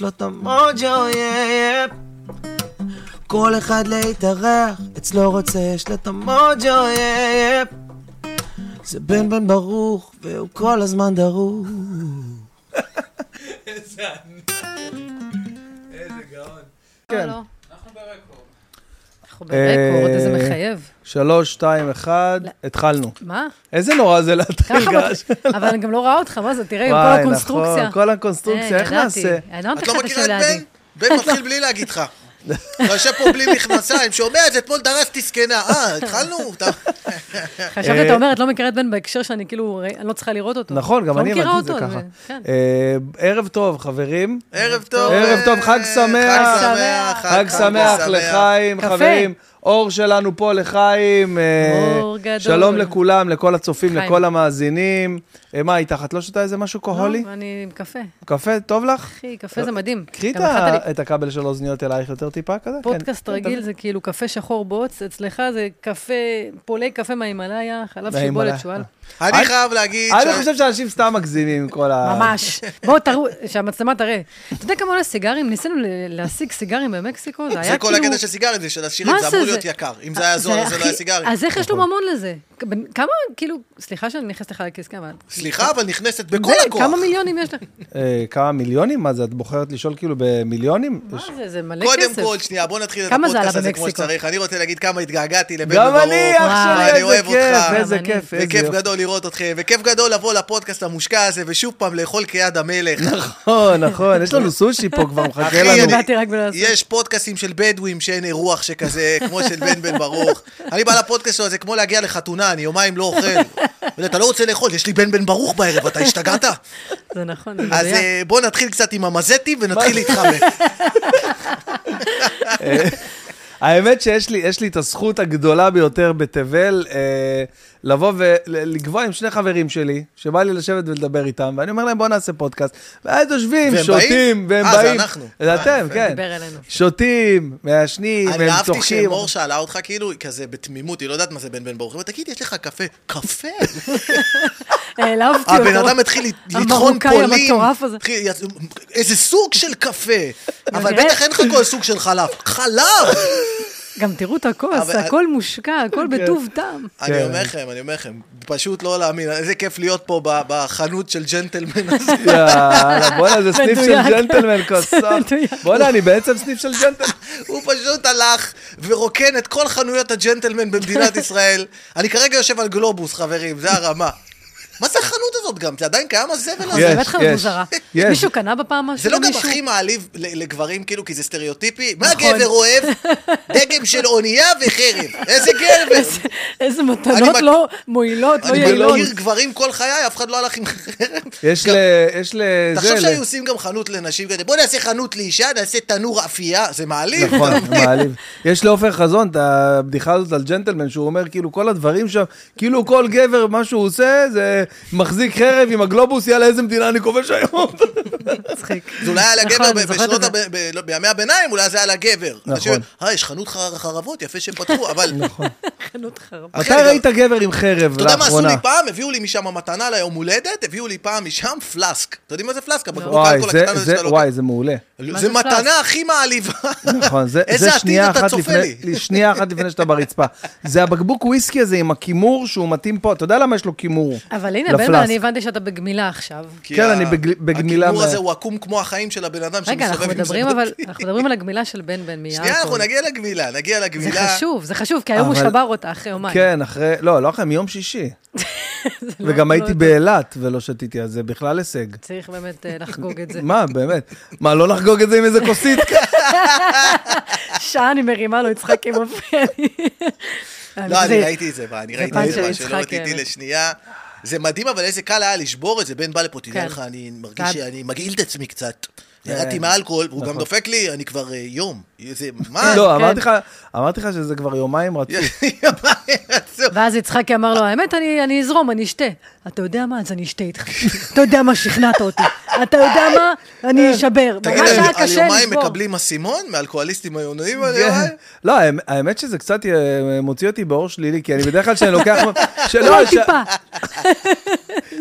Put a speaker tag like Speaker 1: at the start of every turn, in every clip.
Speaker 1: לו את המוג'ו, יפ. כל אחד להתארח, אצלו רוצה, יש לו את המוג'ו, יפ. זה בן בן ברוך, והוא כל הזמן דרוך.
Speaker 2: איזה ענק. איזה גאון.
Speaker 3: כן.
Speaker 4: לא,
Speaker 2: אנחנו ברקורד.
Speaker 4: אנחנו ברקורד,
Speaker 3: אה,
Speaker 4: איזה מחייב.
Speaker 3: שלוש, שתיים, אחד, התחלנו.
Speaker 4: מה?
Speaker 3: איזה נורא זה להתחיל
Speaker 4: לא. ככה
Speaker 3: גש.
Speaker 4: מת- אבל אני גם לא רואה אותך, מה זה? תראה, עם
Speaker 3: וואי,
Speaker 4: כל הקונסטרוקציה.
Speaker 3: נכון, כל הקונסטרוקציה,
Speaker 4: אה,
Speaker 3: איך
Speaker 4: ידעתי.
Speaker 3: נעשה?
Speaker 4: אני לא
Speaker 2: את
Speaker 4: נותנת
Speaker 2: לא
Speaker 4: לך את
Speaker 2: מכירה
Speaker 4: השם
Speaker 2: את בן?
Speaker 4: לידי.
Speaker 2: בן
Speaker 4: לא-
Speaker 2: מתחיל בלי להגיד לך. אתה יושב פה בלי מכנסיים, שומע את זה, אתמול דרסתי זקנה. אה, התחלנו? אתה-
Speaker 4: חשבתי, אתה אומר, את לא מכירה את בן בהקשר שאני כאילו, אני לא צריכה לראות אותו.
Speaker 3: אה. נכון, גם
Speaker 4: לא
Speaker 3: אני
Speaker 4: מכירה
Speaker 3: הבנתי את זה
Speaker 4: אותו,
Speaker 3: ככה.
Speaker 4: כן.
Speaker 3: אה, ערב טוב, חברים.
Speaker 2: ערב טוב. אה,
Speaker 3: ערב טוב, חג
Speaker 2: חג
Speaker 3: שמח.
Speaker 2: שמח.
Speaker 3: חג שמח לחיים,
Speaker 4: קפה.
Speaker 3: חברים. אור שלנו פה לחיים. אה,
Speaker 4: אור גדול.
Speaker 3: שלום לכולם, לכל הצופים,
Speaker 4: חיים.
Speaker 3: לכל המאזינים. אה, מה, איתך? את לא שותה איזה משהו קוהולי?
Speaker 4: לא, אני עם קפה.
Speaker 3: קפה, טוב לך?
Speaker 4: אחי, קפה זה מדהים.
Speaker 3: לא, קחי את
Speaker 4: גם
Speaker 3: ה-
Speaker 4: אכלת לי
Speaker 3: את הכבל של האוזניות אלייך יותר טיפה כזה. כן.
Speaker 4: פודקאסט
Speaker 3: כן,
Speaker 4: רגיל זה כאילו קפה שחור בוץ, אצלך זה קפה, פולי קפה מההימאליה, חלב
Speaker 3: מההימאליה. אה.
Speaker 4: שיבולת שועל.
Speaker 2: אני חייב להגיד...
Speaker 3: אני
Speaker 2: ש-
Speaker 3: חושב שאנשים סתם מגזימים עם כל ה...
Speaker 4: ממש. בואו תראו, שהמצלמה תראה. אתה יודע כמה עולה סיגרים? ניסינו ל- להשיג סיגרים במקסיקו, זה היה
Speaker 2: זה
Speaker 4: כאילו...
Speaker 2: כל הקטע של סיגרים, זה של השירים,
Speaker 4: מה
Speaker 2: זה אמור
Speaker 4: זה? אה,
Speaker 2: להיות
Speaker 4: זה-
Speaker 2: יקר. אם זה היה זול, אז זה לא היה
Speaker 4: הכי-
Speaker 2: סיגרים.
Speaker 4: אז איך יש לו ממון לזה? בן- כמה, כאילו, סליחה שאני נכנסת לך לכיס, כמה?
Speaker 2: סליחה, אבל נכנסת בכל
Speaker 4: זה,
Speaker 2: הכוח.
Speaker 4: כמה מיליונים יש לך?
Speaker 3: אה, כמה מיליונים? מה זה, את בוחרת לשאול כאילו במיליונים?
Speaker 4: מה
Speaker 3: יש-
Speaker 4: זה, זה מלא כסף.
Speaker 2: קודם כל, שנייה, בוא נתחיל את
Speaker 4: כמה זה
Speaker 2: הפודקאסט
Speaker 4: עלה
Speaker 2: הזה כמו
Speaker 4: במקסיקו?
Speaker 2: שצריך. אני רוצה להגיד כמה התגעגעתי לבן
Speaker 3: גם
Speaker 2: וברור.
Speaker 3: אני, אח
Speaker 4: וואו.
Speaker 3: שלי,
Speaker 2: אני
Speaker 3: איזה
Speaker 2: אוהב אותך.
Speaker 3: כיף, איזה
Speaker 4: גם אני.
Speaker 3: כיף,
Speaker 2: זה
Speaker 3: איזה
Speaker 2: כיף
Speaker 3: יופי.
Speaker 2: גדול לראות אתכם, וכיף גדול לבוא לפודקאסט המושקע הזה, ושוב פעם לאכול כיד המלך.
Speaker 3: נכון, נכון, יש לנו סושי פה כבר, מחכה
Speaker 2: אחי,
Speaker 3: לנו.
Speaker 2: אני-
Speaker 4: באתי רק בלעשות.
Speaker 2: יש פודקאסטים של בדואים שאין אירוח שכזה, כמו של בן בן ברוך. אני בא לפודקאסט שלו, זה כמו להגיע לחתונה, אני יומיים לא אוכל. אתה לא רוצה לאכול, יש לי בן בן ברוך בערב, אתה השתגעת?
Speaker 4: זה נכון, זה
Speaker 2: אז
Speaker 4: מדויק.
Speaker 2: אה, בוא נתחיל קצת עם המזטים ונתחיל להתחמק.
Speaker 3: האמת שיש לי, יש לי את הזכות הגדולה ביותר בתבל, אה, לבוא ולקבוע עם שני חברים שלי, שבא לי לשבת ולדבר איתם, ואני אומר להם, בוא נעשה פודקאסט. ואז יושבים,
Speaker 2: והם
Speaker 3: שותים,
Speaker 2: באים?
Speaker 3: והם
Speaker 2: אה, זה
Speaker 3: באים.
Speaker 2: אנחנו.
Speaker 3: זה
Speaker 2: אה,
Speaker 3: אתם,
Speaker 2: יפה.
Speaker 3: כן.
Speaker 4: דבר אלינו.
Speaker 3: שותים, מעשנים,
Speaker 2: אני
Speaker 3: הם
Speaker 2: אהבתי
Speaker 3: צוחקים.
Speaker 2: שמור שאלה אותך, כאילו, היא כזה בתמימות, היא לא יודעת מה זה בן בן ברוך. היא אומרת, תגיד, יש לך קפה? קפה?
Speaker 4: העלבתי אה, אותו.
Speaker 2: אה, הבן אדם התחיל לט- לטחון
Speaker 4: כאילו, המרוקאי
Speaker 2: פולין.
Speaker 4: המטורף הזה.
Speaker 2: התחיל- יצ- איזה סוג של קפה. אבל
Speaker 4: נראה-
Speaker 2: בטח אין לך כל סוג של חלב. חלב!
Speaker 4: גם תראו את הכוס,
Speaker 2: אבל-
Speaker 4: הכל מושקע, הכל בטוב טעם.
Speaker 2: אני אומר לכם, אני אומר לכם, פשוט לא להאמין, איזה כיף להיות פה ב- בחנות של ג'נטלמן הזה.
Speaker 3: יאללה, בואנה, זה סניף של
Speaker 4: מדויק.
Speaker 3: ג'נטלמן, כוסף.
Speaker 4: מדויק.
Speaker 3: בואנה, אני בעצם סניף של ג'נטלמן.
Speaker 2: הוא פשוט הלך ורוקן את כל חנויות הג'נטלמן במדינת ישראל. אני כרגע יושב על גלובוס, חברים, זה הרמה. מה זה החנות הזאת גם? זה עדיין קיים הזבל
Speaker 4: זה
Speaker 3: יש,
Speaker 2: הזה?
Speaker 4: באמת חנות
Speaker 3: יש,
Speaker 4: מוזרה.
Speaker 3: יש.
Speaker 4: מישהו קנה בפעם
Speaker 2: זה
Speaker 4: משהו?
Speaker 2: לא גם
Speaker 4: למישהו?
Speaker 2: הכי מעליב ל- לגברים, כאילו, כי זה סטריאוטיפי? מה
Speaker 4: נכון.
Speaker 2: גבר אוהב? דגם של אונייה וחרב. איזה גבר!
Speaker 4: איזה- איזה
Speaker 2: מק-
Speaker 4: מתנות לא מועילות, לא
Speaker 2: אני
Speaker 4: יעילות.
Speaker 2: מכיר גברים כל חיי, אף אחד לא הלך עם חרב.
Speaker 3: יש ל... יש ל...
Speaker 2: תחשוב
Speaker 3: זה, ל-
Speaker 2: שהיו עושים גם חנות לנשים כזה, בוא נעשה חנות לאישה, נעשה תנור אפייה, זה מעליב.
Speaker 3: נכון, מעליב. יש לעופר חזון את הבדיחה הזאת על ג'נטלמן, שהוא אומר כאילו כל הדברים שם, כאילו כל גבר, מה שהוא עושה, זה מחזיק חרב עם הגלובוס, יאללה, איזה מדינה אני כובש היום.
Speaker 4: מצחיק.
Speaker 2: זה אולי היה לגבר
Speaker 4: נכון,
Speaker 2: ב-
Speaker 4: אני זוכרת
Speaker 2: בשנות,
Speaker 4: את זה.
Speaker 2: הב- ב- לא, בימי הביניים, אולי זה היה לגבר.
Speaker 3: נכון.
Speaker 2: אנשים אומרים, אה, יש חנות חר- חרבות, יפה שפתחו, אבל...
Speaker 4: חנות חרב.
Speaker 2: אחי,
Speaker 3: מתי
Speaker 2: אני גם-
Speaker 3: ראית גבר עם חרב
Speaker 2: אתה יודע מה עשו
Speaker 3: לאחרונה?
Speaker 2: לי פעם? הביאו לי משם מתנה ליום הולדת, הביאו לי פעם משם פלאסק. אתה יודעים מה זה פלאסק? הבקבוק
Speaker 3: וואי,
Speaker 2: האלכוהול
Speaker 3: זה-
Speaker 2: הקטן הזה
Speaker 3: זה-
Speaker 2: שאתה לוקח.
Speaker 3: וואי, זה מעולה.
Speaker 4: מה
Speaker 2: זה
Speaker 4: זה פלאסק?
Speaker 2: מתנה הכי מעליבה.
Speaker 3: נכון, זה,
Speaker 2: איזה
Speaker 3: זה
Speaker 2: עתיד
Speaker 3: שנייה
Speaker 2: אתה
Speaker 3: אחת
Speaker 2: צופה
Speaker 3: לפני,
Speaker 2: לי?
Speaker 3: שנייה אחת לפני שאתה ברצפה. זה הבקבוק וויסקי הזה עם הכימור שהוא מתאים פה, אתה יודע למה יש לו כימור?
Speaker 4: אבל הנה, בן,
Speaker 3: לפלסק.
Speaker 4: אני הבנתי שאתה בגמילה עכשיו.
Speaker 2: כי
Speaker 3: כן,
Speaker 2: ה-
Speaker 3: אני בגל- בגמילה
Speaker 2: הכימור
Speaker 3: מה-
Speaker 2: הזה הוא עקום כמו החיים של הבן אדם
Speaker 4: רגע, אנחנו
Speaker 2: שמסתובב עם זה.
Speaker 4: מדברים אבל, אנחנו מדברים על הגמילה של בן בן מיארקו.
Speaker 2: שנייה, אנחנו נגיע לגמילה, נגיע
Speaker 4: זה
Speaker 2: לגמילה.
Speaker 4: חשוב, זה חשוב, כי היום הוא
Speaker 3: אבל-
Speaker 4: שבר אותה אחרי יומיים.
Speaker 3: כן, אחרי, לא, לא אחרי, מיום שישי.
Speaker 4: זה לא-
Speaker 3: וגם
Speaker 4: לא-
Speaker 3: הייתי באילת ולא שתיתי, אז זה בכלל הישג.
Speaker 4: צריך באמת אה, לחגוג את זה. כן.
Speaker 3: מה, באמת? מה, לא לחגוג את זה עם איזה כוסית?
Speaker 4: שעה אני מרימה לו, יצחקי מופיע לי.
Speaker 2: לא, אני
Speaker 4: זה-
Speaker 2: ראיתי את זה, מה, אני
Speaker 4: זה
Speaker 2: ראיתי
Speaker 4: פן
Speaker 2: את זה,
Speaker 4: של
Speaker 2: מה,
Speaker 4: יצחק כן.
Speaker 2: שלא רציתי
Speaker 4: ארז.
Speaker 2: לשנייה. זה מדהים, אבל איזה קל היה לשבור את זה. בן בא לפה, תדע
Speaker 4: כן. אה,
Speaker 2: לך, אני מרגיש
Speaker 4: אתה-
Speaker 2: שאני מגעיל את עצמי קצת. ירדתי מהאלכוהול, והוא גם דופק לי, אני כבר אה, יום. זה, מה?
Speaker 3: נכון. לא,
Speaker 4: כן.
Speaker 3: אמרתי לך- אמרתי לך שזה כבר יומיים רצוף.
Speaker 4: ואז יצחקי אמר לו, האמת, אני אני אזרום, אני אשתה. אתה יודע מה? אז אני אשתה איתך. אתה יודע מה? שכנעת אותי. אתה יודע מה?
Speaker 3: כן.
Speaker 4: אני אשבר.
Speaker 2: תגיד,
Speaker 4: ממש
Speaker 2: על-
Speaker 4: היה
Speaker 2: על
Speaker 4: קשה
Speaker 2: יומיים
Speaker 4: לשבור.
Speaker 2: מקבלים אסימון? מאלכוהוליסטים היונאים על
Speaker 3: כן.
Speaker 2: יומיים?
Speaker 3: לא, האמת- האמת שזה קצת אה, מוציא אותי באור שלילי, כי אני בדרך כלל כשאני לוקח... שלא,
Speaker 4: כל
Speaker 3: לא, ש-
Speaker 4: טיפה.
Speaker 3: לא-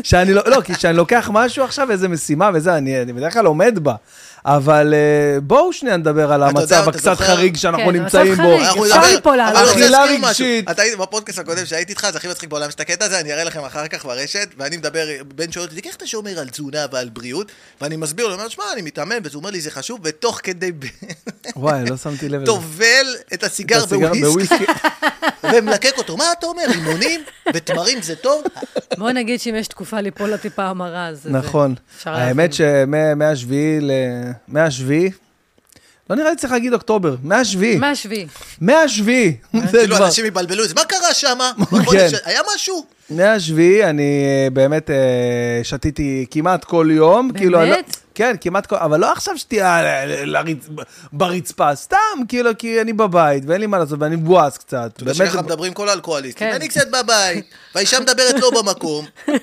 Speaker 3: שאני לא, לא, כי כשאני לוקח משהו עכשיו, איזה משימה וזה, אני, אני בדרך כלל עומד בה. אבל אה, בואו שנייה נדבר על
Speaker 2: יודע,
Speaker 3: המצב
Speaker 2: אתה
Speaker 3: הקצת
Speaker 2: זוכר?
Speaker 3: חריג שאנחנו
Speaker 4: כן, זה מצב
Speaker 3: נמצאים בו.
Speaker 4: חריג.
Speaker 2: אנחנו
Speaker 4: אפשר
Speaker 2: נדבר-
Speaker 4: ליפול
Speaker 2: אבל
Speaker 4: עליו.
Speaker 2: אני רוצה
Speaker 3: אכילה
Speaker 2: להזכיר משהו.
Speaker 3: רגשית.
Speaker 2: אתה היית בפודקאסט הקודם שהייתי איתך, זה הכי מצחיק בעולם, יש את הקטע הזה, אני אראה לכם אחר כך ברשת, ואני מדבר, בן שואל אותי, איך אתה שומר על תזונה ועל בריאות? ואני מסביר לו, אני אומר, שמע, אני מתאמן, וזה אומר לי, זה חשוב, ותוך כדי ב-
Speaker 3: וואי, לא שמתי לב. לזה.
Speaker 2: טובל את הסיגר
Speaker 3: אתה סיגר
Speaker 2: בוויסקי,
Speaker 3: בוויסקי.
Speaker 2: ומלקק אותו, מה אתה אומר, לימונים ותמרים זה טוב?
Speaker 4: בוא נגיד שאם יש תקופה ליפול לטיפה המרה, אז... זה-
Speaker 3: נכון.
Speaker 4: אפשר להבין.
Speaker 3: האמת שמהשביעי ל... מהשביעי? לא נראה לי צריך להגיד אוקטובר, מהשביעי.
Speaker 4: מה השביעי?
Speaker 3: מהשביעי. זה
Speaker 2: כאילו,
Speaker 3: כבר.
Speaker 2: אנשים יבלבלו את זה, מה קרה שם?
Speaker 3: כן.
Speaker 2: היה משהו?
Speaker 3: מהשביעי אני אה, באמת אה, שתיתי כמעט כל יום.
Speaker 4: באמת?
Speaker 3: כאילו, אני לא- כן, כמעט כל... אבל לא עכשיו שתייה ל- ל- לרצ- ברצפה, סתם, כאילו, כי אני בבית ואין לי מה לעשות ואני מבואס קצת.
Speaker 2: אתה יודע
Speaker 3: באמת,
Speaker 2: שככה מדברים כל האלכוהוליסטים.
Speaker 4: כן.
Speaker 2: אני קצת בבית, והאישה מדברת לא במקום,
Speaker 4: היה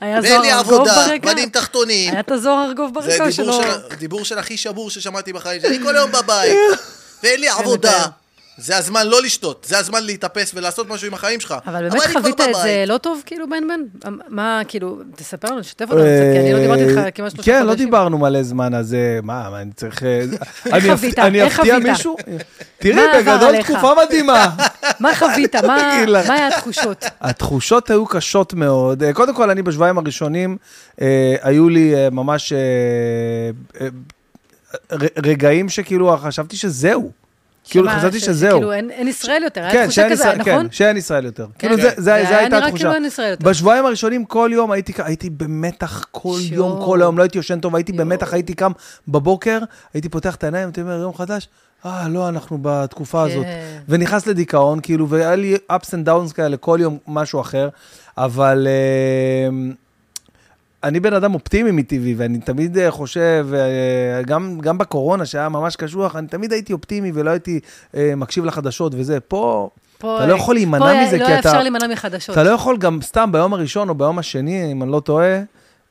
Speaker 2: ואין
Speaker 4: זוהר
Speaker 2: לי
Speaker 4: ארגוב
Speaker 2: עבודה,
Speaker 4: ברקע?
Speaker 2: ואני עם תחתונים.
Speaker 4: היה את הזוהר ארגוב
Speaker 2: זה
Speaker 4: ברקע שלו.
Speaker 2: דיבור של- דיבור של הכי שבור ששמעתי בחיים, שאני כל היום בבית, ואין לי עבודה. זה הזמן לא לשתות, זה הזמן להתאפס ולעשות משהו עם החיים שלך.
Speaker 4: אבל באמת
Speaker 2: אני כבר
Speaker 4: חווית את זה
Speaker 2: בבית.
Speaker 4: לא טוב, כאילו, בן בן? מה, כאילו, תספר לנו, תשתף אותנו קצת, כי אני לא דיברתי איתך כמעט שלושה חודשים.
Speaker 3: אה, כן, לא דיברנו מלא זמן, אז אה, מה, מה, אני צריך... אה, אני אפ-
Speaker 4: חווית?
Speaker 3: אני
Speaker 4: איך
Speaker 3: אפתיע
Speaker 4: חווית?
Speaker 3: מישהו? תראי,
Speaker 4: מה עבר
Speaker 3: בגדול
Speaker 4: עליך?
Speaker 3: תקופה מדהימה.
Speaker 4: מה חווית? מה
Speaker 3: אגיד לך.
Speaker 4: מה היה התחושות?
Speaker 3: התחושות היו קשות מאוד. אה, קודם כל, אני בשבועיים הראשונים, אה, היו לי אה, ממש אה, אה, ר- רגעים שכאילו חשבתי שזהו. כאילו,
Speaker 4: מה,
Speaker 3: חשבתי
Speaker 4: ש-
Speaker 3: שזהו.
Speaker 4: כאילו, אין אין ישראל יותר, היה
Speaker 3: כן,
Speaker 4: תחושה
Speaker 3: שאין
Speaker 4: כזה,
Speaker 3: ישראל-
Speaker 4: נכון?
Speaker 3: כן, שאין ישראל יותר.
Speaker 4: כן.
Speaker 3: כאילו, זה-
Speaker 4: כן.
Speaker 3: זה-
Speaker 4: זה
Speaker 3: זה
Speaker 4: היה
Speaker 3: הייתה
Speaker 4: נראה
Speaker 3: התחושה.
Speaker 4: כאילו אין ישראל יותר.
Speaker 3: בשבועיים הראשונים כל יום הייתי, כ- הייתי במתח כל
Speaker 4: שואו.
Speaker 3: יום, כל היום, לא הייתי יושן טוב, הייתי
Speaker 4: יואו.
Speaker 3: במתח, הייתי קם בבוקר, הייתי פותח את העיניים, הייתי אומר, יום חדש, אה, לא, אנחנו בתקופה הזאת.
Speaker 4: כן.
Speaker 3: ונכנס לדיכאון, כאילו, והיה לי ups and downs כאלה, כל יום משהו אחר, אבל... אה, אני בן אדם אופטימי מטבעי, ואני תמיד אה, חושב, אה, גם, גם בקורונה, שהיה ממש קשוח, אני תמיד הייתי אופטימי ולא הייתי אה, מקשיב לחדשות וזה. פה,
Speaker 4: פה-
Speaker 3: אתה לא יכול להימנע
Speaker 4: פה היה-
Speaker 3: מזה,
Speaker 4: לא
Speaker 3: כי
Speaker 4: היה
Speaker 3: אתה...
Speaker 4: אפשר להימנע מחדשות.
Speaker 3: אתה לא יכול גם סתם ביום הראשון או ביום השני, אם אני לא טועה,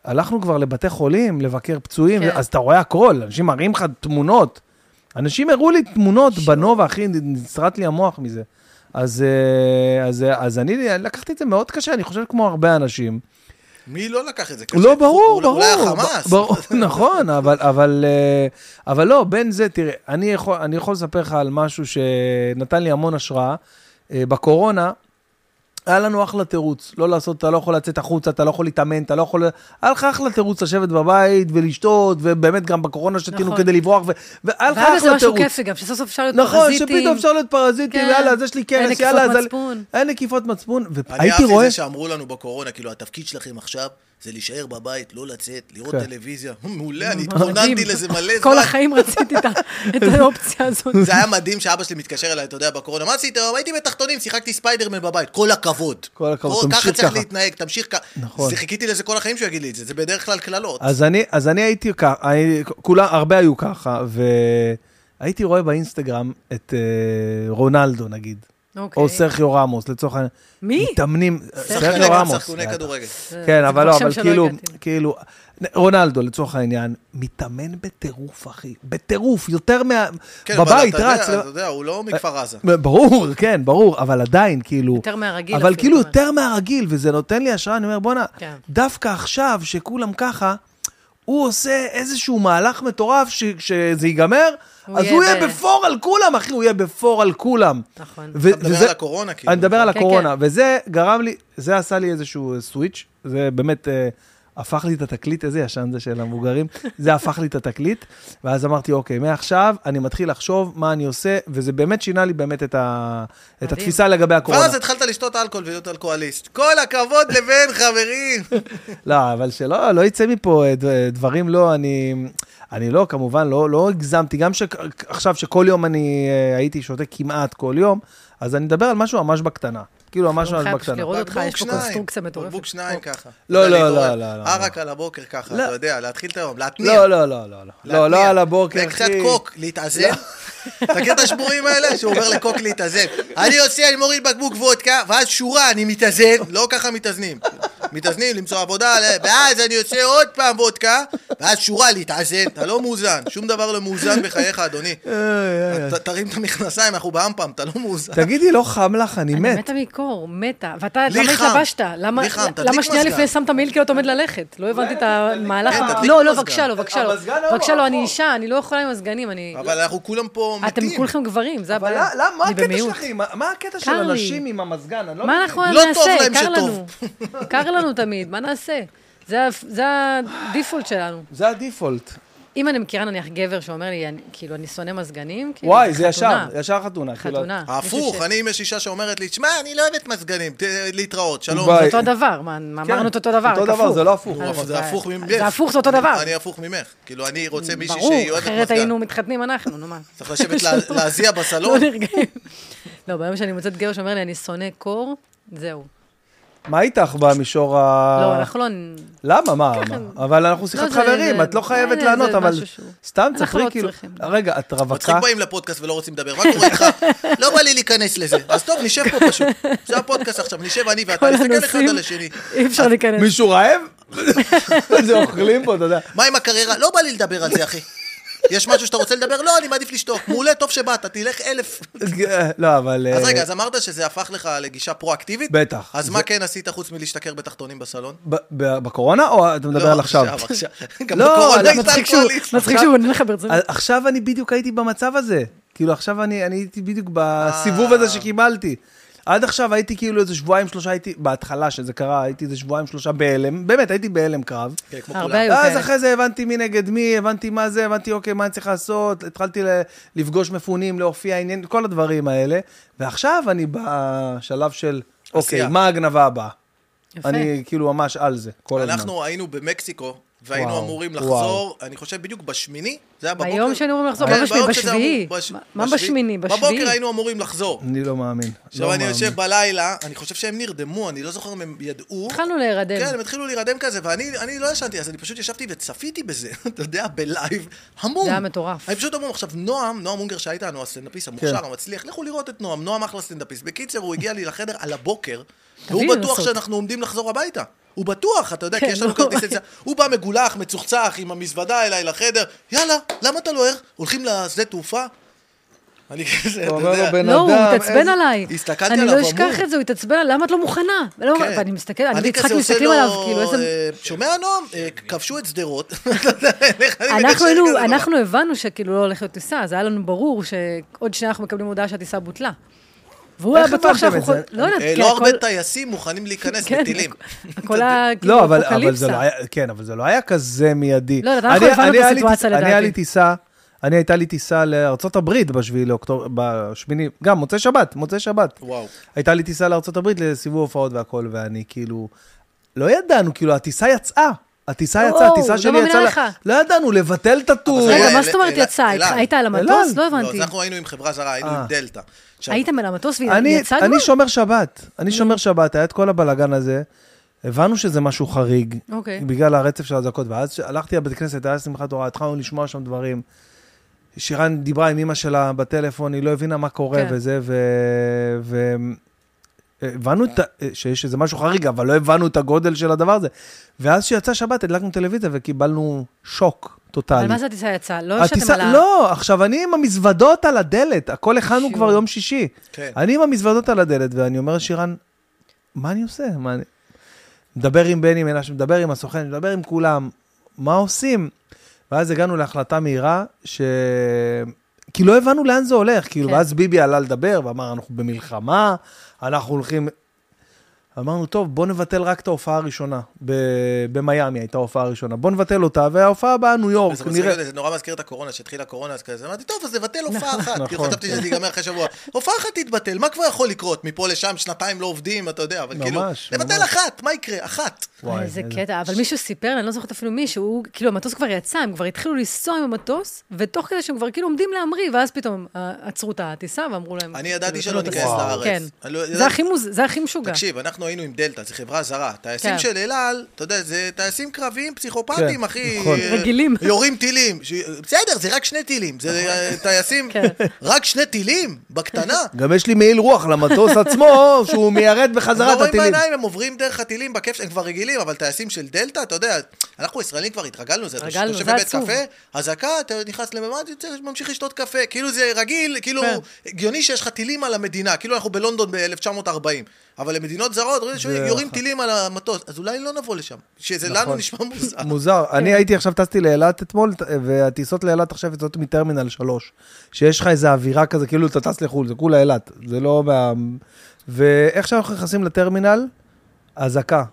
Speaker 3: הלכנו כבר לבתי חולים, לבקר פצועים,
Speaker 4: כן.
Speaker 3: אז אתה רואה הכל, אנשים מראים לך תמונות. אנשים הראו לי תמונות בנובה, אחי, נצרט לי המוח מזה. אז, אה, אז, אה, אז אני לקחתי את זה מאוד קשה, אני חושב כמו הרבה אנשים.
Speaker 2: מי לא לקח את זה?
Speaker 3: לא,
Speaker 2: קשה?
Speaker 3: ברור,
Speaker 2: אולי-
Speaker 3: ברור.
Speaker 2: אולי החמאס.
Speaker 3: ב- ברור, נכון, אבל, אבל, אה, אבל לא, בין זה, תראה, אני יכול, אני יכול לספר לך על משהו שנתן לי המון השראה. אה, בקורונה, היה לנו אחלה תירוץ, לא לעשות, אתה לא יכול לצאת החוצה, אתה לא יכול להתאמן, אתה לא יכול... היה לך אחלה תירוץ לשבת בבית ולשתות, ובאמת גם בקורונה שתינו
Speaker 4: נכון.
Speaker 3: כדי לברוח, ו- והיה לך
Speaker 4: והיה
Speaker 3: אחלה
Speaker 4: בזה
Speaker 3: תירוץ.
Speaker 4: משהו כיפי גם, שסוף סוף אפשר להיות
Speaker 3: נכון,
Speaker 4: פרזיטים.
Speaker 3: שפתאום אפשר להיות פרזיטים,
Speaker 4: כן.
Speaker 3: יאללה, אז יש לי
Speaker 4: אין
Speaker 3: כנס,
Speaker 4: נקיפות
Speaker 3: יאללה, אז... אני-
Speaker 4: מצפון.
Speaker 3: אין נקיפות מצפון,
Speaker 2: אני
Speaker 3: והייתי
Speaker 2: אהבתי
Speaker 3: רואה...
Speaker 2: זה שאמרו לנו בקורונה, כאילו, התפקיד שלכם עכשיו זה להישאר בבית, לא לצאת, לראות
Speaker 3: כן.
Speaker 2: טלוויזיה. מעולה, אני
Speaker 4: מדהים.
Speaker 2: התכוננתי לזה מלא זמן.
Speaker 4: כל החיים רציתי את ה- את האופציה הזאת.
Speaker 2: זה היה מדהים שאבא שלי מתקשר אליי, אתה יודע, בקורונה, מה עשית? היום? הייתי בתחתונים, שיחקתי ספיידרמן בבית, כל הכבוד.
Speaker 3: כל הכבוד,
Speaker 2: כל-
Speaker 3: תמשיך
Speaker 2: ככה צריך
Speaker 3: ככה.
Speaker 2: להתנהג, תמשיך ככה.
Speaker 3: נכון.
Speaker 2: זה חיכיתי לזה כל החיים שהוא יגיד לי את זה, זה בדרך כלל קללות.
Speaker 3: אז אני, אז אני הייתי ככה, אני- כולם, הרבה היו ככה, והייתי רואה באינסטגרם את אה, רונלדו נגיד,
Speaker 4: אוקיי.
Speaker 3: או סרחיו רמוס, לצורך העניין.
Speaker 4: מי?
Speaker 3: מתאמנים,
Speaker 2: שחקני
Speaker 3: סרחיו
Speaker 2: גם,
Speaker 3: רמוס.
Speaker 2: שחקני כדורגל.
Speaker 4: זה-
Speaker 3: כן,
Speaker 4: זה
Speaker 3: אבל
Speaker 4: כבר
Speaker 3: לא,
Speaker 4: שם
Speaker 3: אבל
Speaker 4: שלא
Speaker 3: כאילו,
Speaker 4: הגעתי.
Speaker 3: כאילו, רונלדו לצורך העניין, מתאמן בטירוף, אחי, בטירוף, יותר מה...
Speaker 2: כן, אבל
Speaker 3: בבית,
Speaker 2: אתה יודע-
Speaker 3: רץ. אה,
Speaker 2: אתה יודע, הוא לא מכפר עזה.
Speaker 3: ברור, כן, ברור, אבל עדיין, כאילו...
Speaker 4: יותר מהרגיל
Speaker 3: אבל
Speaker 4: אפילו,
Speaker 3: כאילו
Speaker 4: אתה
Speaker 3: יותר מהרגיל, וזה נותן לי השראה, אני אומר, בואנה,
Speaker 4: כן.
Speaker 3: דווקא עכשיו, שכולם ככה, הוא עושה איזשהו מהלך מטורף, שזה ייגמר,
Speaker 4: הוא
Speaker 3: אז
Speaker 4: יהיה
Speaker 3: הוא יהיה
Speaker 4: ב-
Speaker 3: בפור על כולם, אחי, הוא יהיה בפור על כולם.
Speaker 4: נכון.
Speaker 3: ו-
Speaker 2: אתה מדבר
Speaker 3: וזה-
Speaker 2: על הקורונה, כאילו.
Speaker 3: אני מדבר על
Speaker 4: כן,
Speaker 3: הקורונה,
Speaker 4: כן.
Speaker 3: וזה גרם לי, זה עשה לי איזשהו אה, סוויץ', זה באמת אה, הפך לי את התקליט, איזה ישן זה של המבוגרים, זה הפך לי את התקליט, ואז אמרתי, אוקיי, מעכשיו אני מתחיל לחשוב מה אני עושה, וזה באמת שינה לי באמת את, ה, את
Speaker 4: מדהים.
Speaker 3: התפיסה לגבי הקורונה.
Speaker 2: ואז התחלת לשתות אלכוהול ולהיות אלכוהוליסט. כל הכבוד לבן, חברים.
Speaker 3: לא, אבל שלא, לא יצא מפה אה, ד- דברים לא, אני, אני לא, כמובן, לא, לא הגזמתי, גם ש- עכשיו שכל יום אני אה, הייתי שותה כמעט כל יום, אז אני מדבר על משהו ממש בקטנה. כאילו, ממש
Speaker 4: לא חייב
Speaker 3: ממש
Speaker 4: פשוט
Speaker 3: בקטנה.
Speaker 4: לראות אותך,
Speaker 2: בקבוק
Speaker 4: יש פה
Speaker 2: שניים,
Speaker 4: קונסטרוקציה מטורפת.
Speaker 2: בקבוק שניים ככה.
Speaker 3: לא,
Speaker 2: אתה יודע,
Speaker 3: לא, לא,
Speaker 2: להתעורר.
Speaker 3: לא, לא.
Speaker 2: ערק על הבוקר ככה,
Speaker 3: לא.
Speaker 2: אתה יודע, להתחיל את היום, להתניע.
Speaker 3: לא, לא, לא, לא, לא, לא, לא
Speaker 2: להתניע.
Speaker 3: על הבוקר, אחי. לא.
Speaker 2: וקצת קוק, להתאזן. אתה מכיר את השבורים האלה? שהוא עובר לקוק להתאזן. אני יוצא, אני מוריד בקבוק וודקה, ואז שורה, אני מתאזן. לא ככה מתאזנים. מתאזנים למצוא עבודה, ואז אני יוצא עוד פעם וודקה, ואז שורה להתאזן, אתה לא מאוזן, שום דבר לא מאוזן בחייך, אדוני. ת- תרים את המכנסיים, אנחנו באמפם, אתה לא מאוזן.
Speaker 3: תגידי, לא חם לך, אני
Speaker 4: אני
Speaker 3: מת.
Speaker 4: מתה מקור, מתה. ואתה,
Speaker 2: לי
Speaker 4: למה
Speaker 2: חם.
Speaker 4: התלבשת? למה-
Speaker 2: לי חם, תדליק
Speaker 4: למה שנייה
Speaker 2: מזגן.
Speaker 4: לפני שמת מעיל כאילו אתה עומד ללכת? לא הבנתי את המהלך.
Speaker 2: כן, תדליק
Speaker 4: לא, לא,
Speaker 2: מזגן.
Speaker 4: בבקשה לא, בבקשה לא.
Speaker 3: המזגן ההוא,
Speaker 4: בבקשה לא, אני
Speaker 3: האפור.
Speaker 4: אישה, אני לא יכולה עם מזגנים, אני...
Speaker 2: אבל אנחנו כולם פה
Speaker 4: אתם
Speaker 2: מתים.
Speaker 4: כולכם גברים, זה
Speaker 3: אה, אבל
Speaker 4: הבעיה.
Speaker 3: למה, מה
Speaker 4: אני
Speaker 3: הקטע
Speaker 4: במיעוט.
Speaker 3: שלכם? מה- מה הקטע של
Speaker 4: קר לי.
Speaker 3: אנשים עם המזגן? אני לא
Speaker 4: מה
Speaker 3: מבין.
Speaker 4: אנחנו
Speaker 2: לא טוב
Speaker 4: נעשה?
Speaker 2: להם
Speaker 4: קר לנו.
Speaker 2: שטוב.
Speaker 4: קר לנו תמיד, מה נעשה? זה ה- זה הדיפולט שלנו.
Speaker 3: זה הדיפולט.
Speaker 4: אם אני מכירה נניח גבר שאומר לי, אני- כאילו, אני שונא מזגנים, כאילו,
Speaker 3: וואי, זה ישר,
Speaker 4: חתונה.
Speaker 3: ישר חתונה. כאילו,
Speaker 4: חתונה.
Speaker 2: הפוך,
Speaker 4: מישהו ש-
Speaker 2: אני, אם יש אישה שאומרת לי, שמע, אני לא אוהבת מזגנים, ת- להתראות, שלום.
Speaker 3: ביי.
Speaker 4: אותו דבר, מה, מה
Speaker 3: כן,
Speaker 4: אמרנו את אותו דבר,
Speaker 3: אותו
Speaker 4: רק
Speaker 3: דבר, זה לא הפוך.
Speaker 4: אז
Speaker 2: אבל זה
Speaker 4: אתה-
Speaker 2: הפוך ממך.
Speaker 4: זה הפוך, זה אותו דבר.
Speaker 2: אני הפוך ממך. כאילו, אני רוצה מישהי שהיא
Speaker 4: ברור,
Speaker 2: אוהבת
Speaker 4: אחרת
Speaker 2: מזגן.
Speaker 4: היינו מתחתנים אנחנו, נו מה.
Speaker 2: צריך לשבת לה- להזיע
Speaker 4: לא
Speaker 2: בסלון.
Speaker 4: נרגעים. לא, ביום שאני מוצאת גבר שאומר לי, אני שונא קור, זהו.
Speaker 3: מה איתך במישור ה...
Speaker 4: לא, אנחנו לא...
Speaker 2: אה,
Speaker 3: למה? מה? מה? אבל אנחנו שיחת
Speaker 4: זה-
Speaker 3: חברים,
Speaker 4: זה-
Speaker 3: את לא
Speaker 4: זה-
Speaker 3: חייבת
Speaker 4: זה
Speaker 3: לענות, אבל
Speaker 4: משהו שהוא-
Speaker 3: סתם
Speaker 4: אנחנו
Speaker 3: תספרי
Speaker 4: לא
Speaker 3: כאילו...
Speaker 4: צריכים.
Speaker 3: רגע, את
Speaker 2: מצחיק
Speaker 3: רווקה?
Speaker 2: באים לפודקאסט ולא רוצים לדבר, מה קורה איתך? לא בא לי להיכנס לזה. אז טוב, נשב פה פשוט. זה הפודקאסט עכשיו, נשב אני
Speaker 4: כל
Speaker 2: ואתה, נסתכל אחד
Speaker 4: הנושאים,
Speaker 2: על השני. אה,
Speaker 4: אי אפשר להיכנס.
Speaker 3: מישהו רעב? זה אוכלים פה, אתה יודע.
Speaker 2: מה עם הקריירה? לא בא לי לדבר על זה, אחי. יש משהו שאתה רוצה לדבר? לא, אני מעדיף לשתוק. מעולה, טוב שבאת, תלך אלף.
Speaker 3: לא, אבל...
Speaker 2: אז
Speaker 3: אה,
Speaker 2: רגע, אז אמרת שזה הפך לך לגישה פרואקטיבית?
Speaker 3: בטח.
Speaker 2: אז
Speaker 3: זה-
Speaker 2: מה כן עשית חוץ מלהשתכר בתחתונים בסלון? לא,
Speaker 3: ב- ב- בקורונה, או אתה מדבר על לא, עכשיו?
Speaker 2: עכשיו. גם
Speaker 3: לא,
Speaker 2: בקורונה
Speaker 3: אבל
Speaker 2: הייתה
Speaker 4: מצחיק שהוא-
Speaker 2: אקטואלית.
Speaker 4: מצחיק שהוא עונה לך ברצינות.
Speaker 3: אז עכשיו אני בדיוק הייתי במצב הזה. כאילו, עכשיו אני אני הייתי בדיוק בסיבוב
Speaker 2: אה.
Speaker 3: הזה שקיבלתי. עד עכשיו הייתי כאילו איזה שבועיים שלושה, הייתי, בהתחלה שזה קרה, הייתי איזה שבועיים שלושה בהלם, באמת, הייתי בהלם קרב.
Speaker 2: כן, כמו
Speaker 4: הרבה
Speaker 2: כולם.
Speaker 4: היו
Speaker 3: אז
Speaker 4: כאלה.
Speaker 3: אחרי זה הבנתי מי נגד מי, הבנתי מה זה, הבנתי אוקיי, מה אני צריך לעשות, התחלתי ל- לפגוש מפונים, להופיע עניין, כל הדברים האלה. ועכשיו אני בשלב של, אוקיי,
Speaker 2: עשייה.
Speaker 3: מה הגנבה הבאה?
Speaker 4: יפה.
Speaker 3: אני כאילו ממש על זה, כל הזמן.
Speaker 2: אנחנו היינו במקסיקו, והיינו
Speaker 3: וואו,
Speaker 2: אמורים
Speaker 3: וואו.
Speaker 2: לחזור, אני חושב בדיוק בשמיני, זה היה בבוקר.
Speaker 4: ביום שהיינו אמורים לחזור,
Speaker 2: כן,
Speaker 4: לא בשמיני,
Speaker 2: ביום שזה
Speaker 4: בשביעי.
Speaker 2: אמור- בש-
Speaker 4: מה- מה
Speaker 2: בשביעי?
Speaker 4: בשמיני?
Speaker 2: בבוקר
Speaker 4: בשביעי?
Speaker 2: היינו אמורים לחזור.
Speaker 3: אני לא מאמין.
Speaker 2: עכשיו
Speaker 3: לא
Speaker 2: אני
Speaker 3: מאמין.
Speaker 2: יושב בלילה, אני חושב שהם נרדמו, אני לא זוכר אם הם ידעו.
Speaker 4: התחלנו להירדם.
Speaker 2: כן, הם התחילו להירדם כזה, ואני אני לא ישנתי, אז אני פשוט ישבתי וצפיתי בזה, אתה יודע, בלייב, המום.
Speaker 4: זה היה מטורף. כן.
Speaker 2: אני פשוט המום. עכשיו, נועם, נועם אונגר שהיה איתנו, הסטנדאפיסט המוכשר, המצליח, לכו לראות את נועם, נועם אחלה סטנדאפיסט. בקיצר, הוא הגיע לי לחדר על הבוקר, והוא
Speaker 4: תביאי
Speaker 2: בטוח
Speaker 4: לנסות.
Speaker 2: שאנחנו עומדים לחזור הביתה. הוא בטוח, אתה יודע, כי
Speaker 4: כן,
Speaker 2: יש לנו
Speaker 4: לא.
Speaker 2: כרטיס יציאה. הוא בא מגולח, מצוחצח, עם המזוודה אליי לחדר, יאללה, למה אתה לא ער? הולכים לשדה תעופה? אני כזה, אתה
Speaker 3: הוא אומר לו,
Speaker 2: יודע.
Speaker 3: בן
Speaker 4: לא, הוא
Speaker 3: אדם,
Speaker 4: התעצבן
Speaker 3: איזה-
Speaker 4: עליי.
Speaker 2: כן, הסתכלתי
Speaker 4: אני
Speaker 2: עליו,
Speaker 4: לא אשכח
Speaker 2: אמור.
Speaker 4: את זה, הוא התעצבן עליי, למה את לא מוכנה? ולא-
Speaker 2: כן.
Speaker 4: ואני מסתכלת, אני
Speaker 2: כזה
Speaker 4: ויצחק
Speaker 2: עושה
Speaker 4: מסתכלים
Speaker 2: לו,
Speaker 4: עליו, כאילו, איזה...
Speaker 2: אה, שומע, נועם? אה, כבשו את שדרות.
Speaker 4: אנחנו היינו, אנחנו הבנו שכאילו לא הולך להיות טיסה, אז היה לנו ברור שעוד שנייה אנחנו מקבלים הודעה שהטיסה בוטלה. והוא היה
Speaker 3: איך
Speaker 4: בטוח
Speaker 3: הבנתם
Speaker 4: שאנחנו...
Speaker 3: את זה?
Speaker 4: יכול- לא יודעת,
Speaker 2: אה,
Speaker 4: כי
Speaker 2: לא
Speaker 4: הכל-
Speaker 2: הרבה טייסים מוכנים להיכנס
Speaker 4: כן,
Speaker 2: לטילים.
Speaker 4: הכל היה כאילו
Speaker 3: לא, אבל, אבל זה לא
Speaker 4: אפוקליפסה.
Speaker 3: היה, כן, אבל זה לא היה כזה מיידי.
Speaker 4: לא יודעת, אנחנו
Speaker 3: אני-
Speaker 4: הבנו את
Speaker 3: אני היה לי
Speaker 4: הסיטואציה
Speaker 3: טיס- אני היה
Speaker 4: לדעתי.
Speaker 3: לי טיסה, אני הייתה לי טיסה לארצות הברית בשביעי לאוקטובר, בשמיני, גם מוצאי שבת, מוצאי שבת.
Speaker 2: וואו.
Speaker 3: הייתה לי טיסה לארצות הברית לסיבוב הופעות והכל, ואני כאילו, לא ידענו, כאילו, הטיסה יצאה. הטיסה
Speaker 4: או,
Speaker 3: יצאה, הטיסה
Speaker 4: לא
Speaker 3: שלי
Speaker 4: מאמינה
Speaker 3: יצאה, לה-
Speaker 4: לך.
Speaker 3: לא ידענו, לבטל את הטור.
Speaker 2: אבל זה
Speaker 4: רגע,
Speaker 2: היה
Speaker 4: מה זאת אומרת
Speaker 2: אל-
Speaker 4: יצא?
Speaker 2: אל-
Speaker 4: היית על המטוס?
Speaker 3: אל-
Speaker 4: לא
Speaker 2: לא, אז
Speaker 4: הבנתי.
Speaker 2: אנחנו היינו עם חברה זרה, היינו עם
Speaker 3: אה.
Speaker 2: דלתא. עכשיו,
Speaker 4: הייתם על המטוס
Speaker 3: אני,
Speaker 4: ויצאנו?
Speaker 3: אני שומר שבת, אני שומר שבת, היה את כל הבלגן הזה. הבנו שזה משהו חריג,
Speaker 4: אוקיי.
Speaker 3: בגלל הרצף של הזעקות, ואז הלכתי לבית כנסת, היה שמחת תורה, התחלנו לשמוע שם דברים. שירן דיברה עם אימא שלה בטלפון, היא לא הבינה מה קורה
Speaker 4: כן.
Speaker 3: וזה, ו... ו... הבנו את ה... שיש איזה משהו חריג, אבל לא הבנו את הגודל של הדבר הזה. ואז כשיצא שבת, הדלקנו טלוויזיה וקיבלנו שוק טוטאלי.
Speaker 4: אבל מה זה הטיסה יצאה? לא ישבתם
Speaker 3: הטיסה-
Speaker 4: על ה...
Speaker 3: לא, עכשיו אני עם המזוודות על הדלת, הכל הכנו
Speaker 4: שיו.
Speaker 3: כבר יום שישי.
Speaker 2: כן.
Speaker 3: אני עם המזוודות על הדלת, ואני אומר לשירן, מה אני עושה? מה אני... מדבר עם בני מנשה, מדבר עם הסוכן, מדבר עם כולם, מה עושים? ואז הגענו להחלטה מהירה, ש... כי לא הבנו לאן זה הולך, כאילו,
Speaker 4: כן.
Speaker 3: ואז ביבי עלה לדבר ואמר, אנחנו במלחמה, אנחנו הולכים... אמרנו, טוב, בוא נבטל רק את ההופעה הראשונה. ב... במיאמי הייתה ההופעה הראשונה. בוא נבטל אותה, וההופעה הבאה, ניו יורק,
Speaker 2: אז זה מצחיק, זה נורא מזכיר את הקורונה, שהתחילה הקורונה, אז כזה, אמרתי, טוב, אז נבטל הופעה אחת. כי
Speaker 3: נכון.
Speaker 2: חשבתי שזה ייגמר אחרי שבוע. הופעה אחת תתבטל, מה כבר יכול לקרות? מפה לשם שנתיים לא עובדים, אתה יודע, אבל כאילו...
Speaker 3: ממש,
Speaker 2: נבטל
Speaker 3: ממש.
Speaker 2: אחת, מה יקרה? אחת.
Speaker 3: וואי,
Speaker 4: איזה קטע, אבל מישהו סיפר, אני לא זוכרת אפילו מישהו, הוא- כאילו המטוס כבר יצא, הם כבר התחילו לנסוע עם המטוס, ותוך כדי שהם כבר כאילו עומדים להמריא, ואז פתאום אה, עצרו את הטיסה ואמרו להם...
Speaker 2: אני ידעתי
Speaker 4: כאילו,
Speaker 2: שלא
Speaker 4: "אתם לא
Speaker 2: ניכנס
Speaker 4: טסים".
Speaker 2: לארץ.
Speaker 4: כן.
Speaker 2: אני לא-
Speaker 4: זה הכי מוז- זה הכי משוגע.
Speaker 2: תקשיב, אנחנו אנחנו היינו עם דלתא, זו חברה זרה. טייסים
Speaker 4: כן.
Speaker 2: של אל על, אתה יודע, זה טייסים קרביים פסיכופטיים,
Speaker 3: כן,
Speaker 2: אחי.
Speaker 3: נכון.
Speaker 2: אה,
Speaker 4: רגילים.
Speaker 2: יורים טילים. ש- בסדר, זה רק שני טילים. זה אה, טייסים,
Speaker 4: כן.
Speaker 2: רק שני טילים, בקטנה.
Speaker 3: גם יש לי מעיל רוח למטוס עצמו, שהוא מיירט
Speaker 2: לא
Speaker 3: בחזרה את
Speaker 2: רואים
Speaker 3: הטילים.
Speaker 2: בעיניים, הם עוברים דרך הטילים בכיף, שלהם, הם כבר רגילים, אבל טייסים של דלתא, אתה יודע, אנחנו ישראלים כבר התרגלנו לזה, אתה
Speaker 4: התרגלנו,
Speaker 2: יושב
Speaker 4: זה
Speaker 2: בבית
Speaker 4: עצוב.
Speaker 2: קפה, אזעקה, אתה נכנס לממד, יוצא, ממשיך לשתות קפה, כאילו זה רגיל, כאילו
Speaker 4: כן.
Speaker 2: הגיוני שיש לך טילים על המדינה, כאילו אנחנו בלונדון ב-1940, אבל למדינות זרות, רואים שיורים
Speaker 3: נכון.
Speaker 2: טילים על המטוס, אז אולי לא נבוא לשם, שזה לנו
Speaker 3: נכון.
Speaker 2: נשמע מוזר.
Speaker 3: מוזר.
Speaker 2: כן.
Speaker 3: אני הייתי עכשיו, טסתי לאילת אתמול, ת- והטיסות לאילת עכשיו יוצאות מטרמינל 3. שיש לך איזו אווירה כזה, כאילו אתה טס לחו"ל, זה כולה אילת. זה לא... מה- ואיך שאנחנו נכנסים לטרמינל, אזעקה.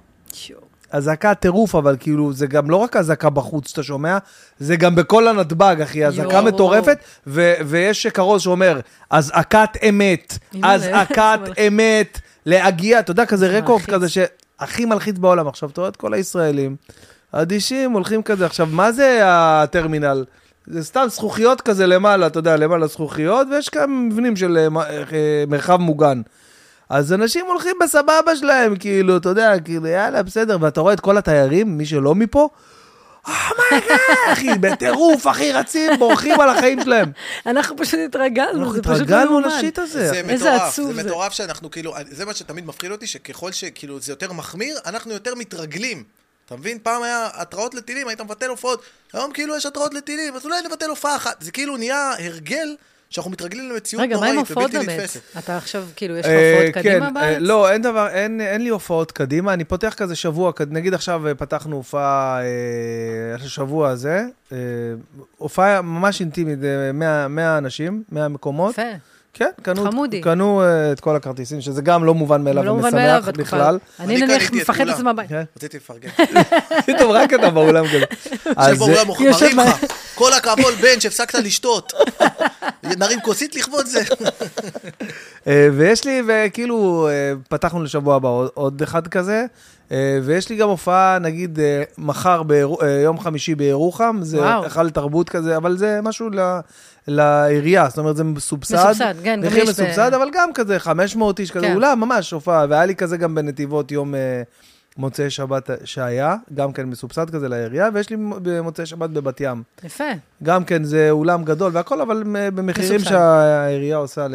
Speaker 3: אזעקה טירוף, אבל כאילו, זה גם לא רק אזעקה בחוץ, אתה שומע? זה גם בכל הנתב"ג, אחי, אזעקה
Speaker 4: יואו.
Speaker 3: מטורפת, ו- ויש כרוז שאומר, אזעקת אמת,
Speaker 4: אימא'לה,
Speaker 3: אזעקת
Speaker 4: איזה מלחיץ.
Speaker 3: אמת, להגיע, אתה יודע, כזה רקורד
Speaker 4: מלחיץ.
Speaker 3: כזה שהכי מלחיץ בעולם. עכשיו, אתה רואה את כל הישראלים, אדישים, הולכים כזה. עכשיו, מה זה הטרמינל? זה סתם זכוכיות כזה למעלה, אתה יודע, למעלה זכוכיות, ויש כאן מבנים של אה, מ- אה, מרחב מוגן. אז אנשים הולכים בסבבה שלהם, כאילו, אתה יודע, כאילו, יאללה, בסדר, ואתה רואה את כל התיירים, מי שלא מפה, אומייגאד, אחי, בטירוף, אחי, רצים, בורחים על החיים שלהם.
Speaker 4: אנחנו פשוט התרגלנו,
Speaker 3: אנחנו
Speaker 4: זה פשוט לא
Speaker 3: התרגלנו
Speaker 4: יאומן.
Speaker 3: לשיט הזה.
Speaker 2: זה
Speaker 4: איזה
Speaker 2: מטורף,
Speaker 4: עצוב
Speaker 2: זה
Speaker 4: זה.
Speaker 2: מטורף שאנחנו כאילו, זה מה שתמיד מפחיד אותי, שככל שכאילו זה יותר מחמיר, אנחנו יותר מתרגלים. אתה מבין? פעם היה התראות לטילים, היית מבטל הופעות, היום כאילו יש התראות לטילים, אז אולי נבטל הופעה אחת. זה כאילו נהיה הרגל שאנחנו מתרגלים למציאות
Speaker 4: רגע, מה עם
Speaker 2: נוראית
Speaker 4: הופעות
Speaker 2: ובלתי
Speaker 4: באמת?
Speaker 2: נתפסת.
Speaker 4: אתה עכשיו, כאילו, יש לך
Speaker 3: אה,
Speaker 4: הופעות קדימה
Speaker 3: כן,
Speaker 4: בארץ?
Speaker 3: אה, לא, אין דבר, אין, אין לי הופעות קדימה, אני פותח כזה שבוע, כ- נגיד עכשיו אה, פתחנו הופעה, אה, השבוע הזה, אה, הופעה ממש אינטימית, אה, 100, 100 אנשים, 100 מקומות.
Speaker 4: יפה.
Speaker 3: כן, קנו,
Speaker 4: חמודי.
Speaker 3: קנו אה, את כל הכרטיסים, שזה גם לא מובן מאליו
Speaker 4: לא מובן מאליו
Speaker 3: ומשמח
Speaker 4: בתקופה.
Speaker 3: בכלל.
Speaker 2: אני
Speaker 4: אני נניח
Speaker 2: קניתי את
Speaker 4: מפחד
Speaker 2: כולם.
Speaker 4: לצאת מהבית.
Speaker 3: כן.
Speaker 2: רציתי לפרגן.
Speaker 4: אה,
Speaker 3: פתאום רק אתה באולם כזה.
Speaker 2: יושב
Speaker 3: אז, אה,
Speaker 2: באולם
Speaker 4: יש עוד
Speaker 2: מוכרים לך.
Speaker 4: מה-
Speaker 2: כל הכבוד בן שהפסקת לשתות. נרים כוסית לכבוד זה.
Speaker 3: אה, ויש לי, וכאילו, אה, פתחנו לשבוע הבא עוד- עוד אחד כזה, אה, ויש לי גם הופעה, נגיד, אה, מחר, באיר- אה, יום חמישי בירוחם, זה
Speaker 4: וואו.
Speaker 3: היכל תרבות כזה, אבל זה משהו ל- לעירייה, זאת אומרת, זה מסובסד.
Speaker 4: מסובסד, כן, גם
Speaker 3: מחיר
Speaker 4: לי יש ב-
Speaker 3: מסובסד, אבל גם כזה, 500 איש כזה,
Speaker 4: כן.
Speaker 3: אולם, ממש הופעה, והיה לי כזה גם בנתיבות יום... אה, מוצאי שבת שהיה, גם כן מסובסד כזה לעירייה, ויש לי במוצאי שבת בבת ים.
Speaker 4: יפה.
Speaker 3: גם כן, זה אולם גדול והכל, אבל מ- במחירים
Speaker 4: מסובסד.
Speaker 3: שהעירייה עושה ל...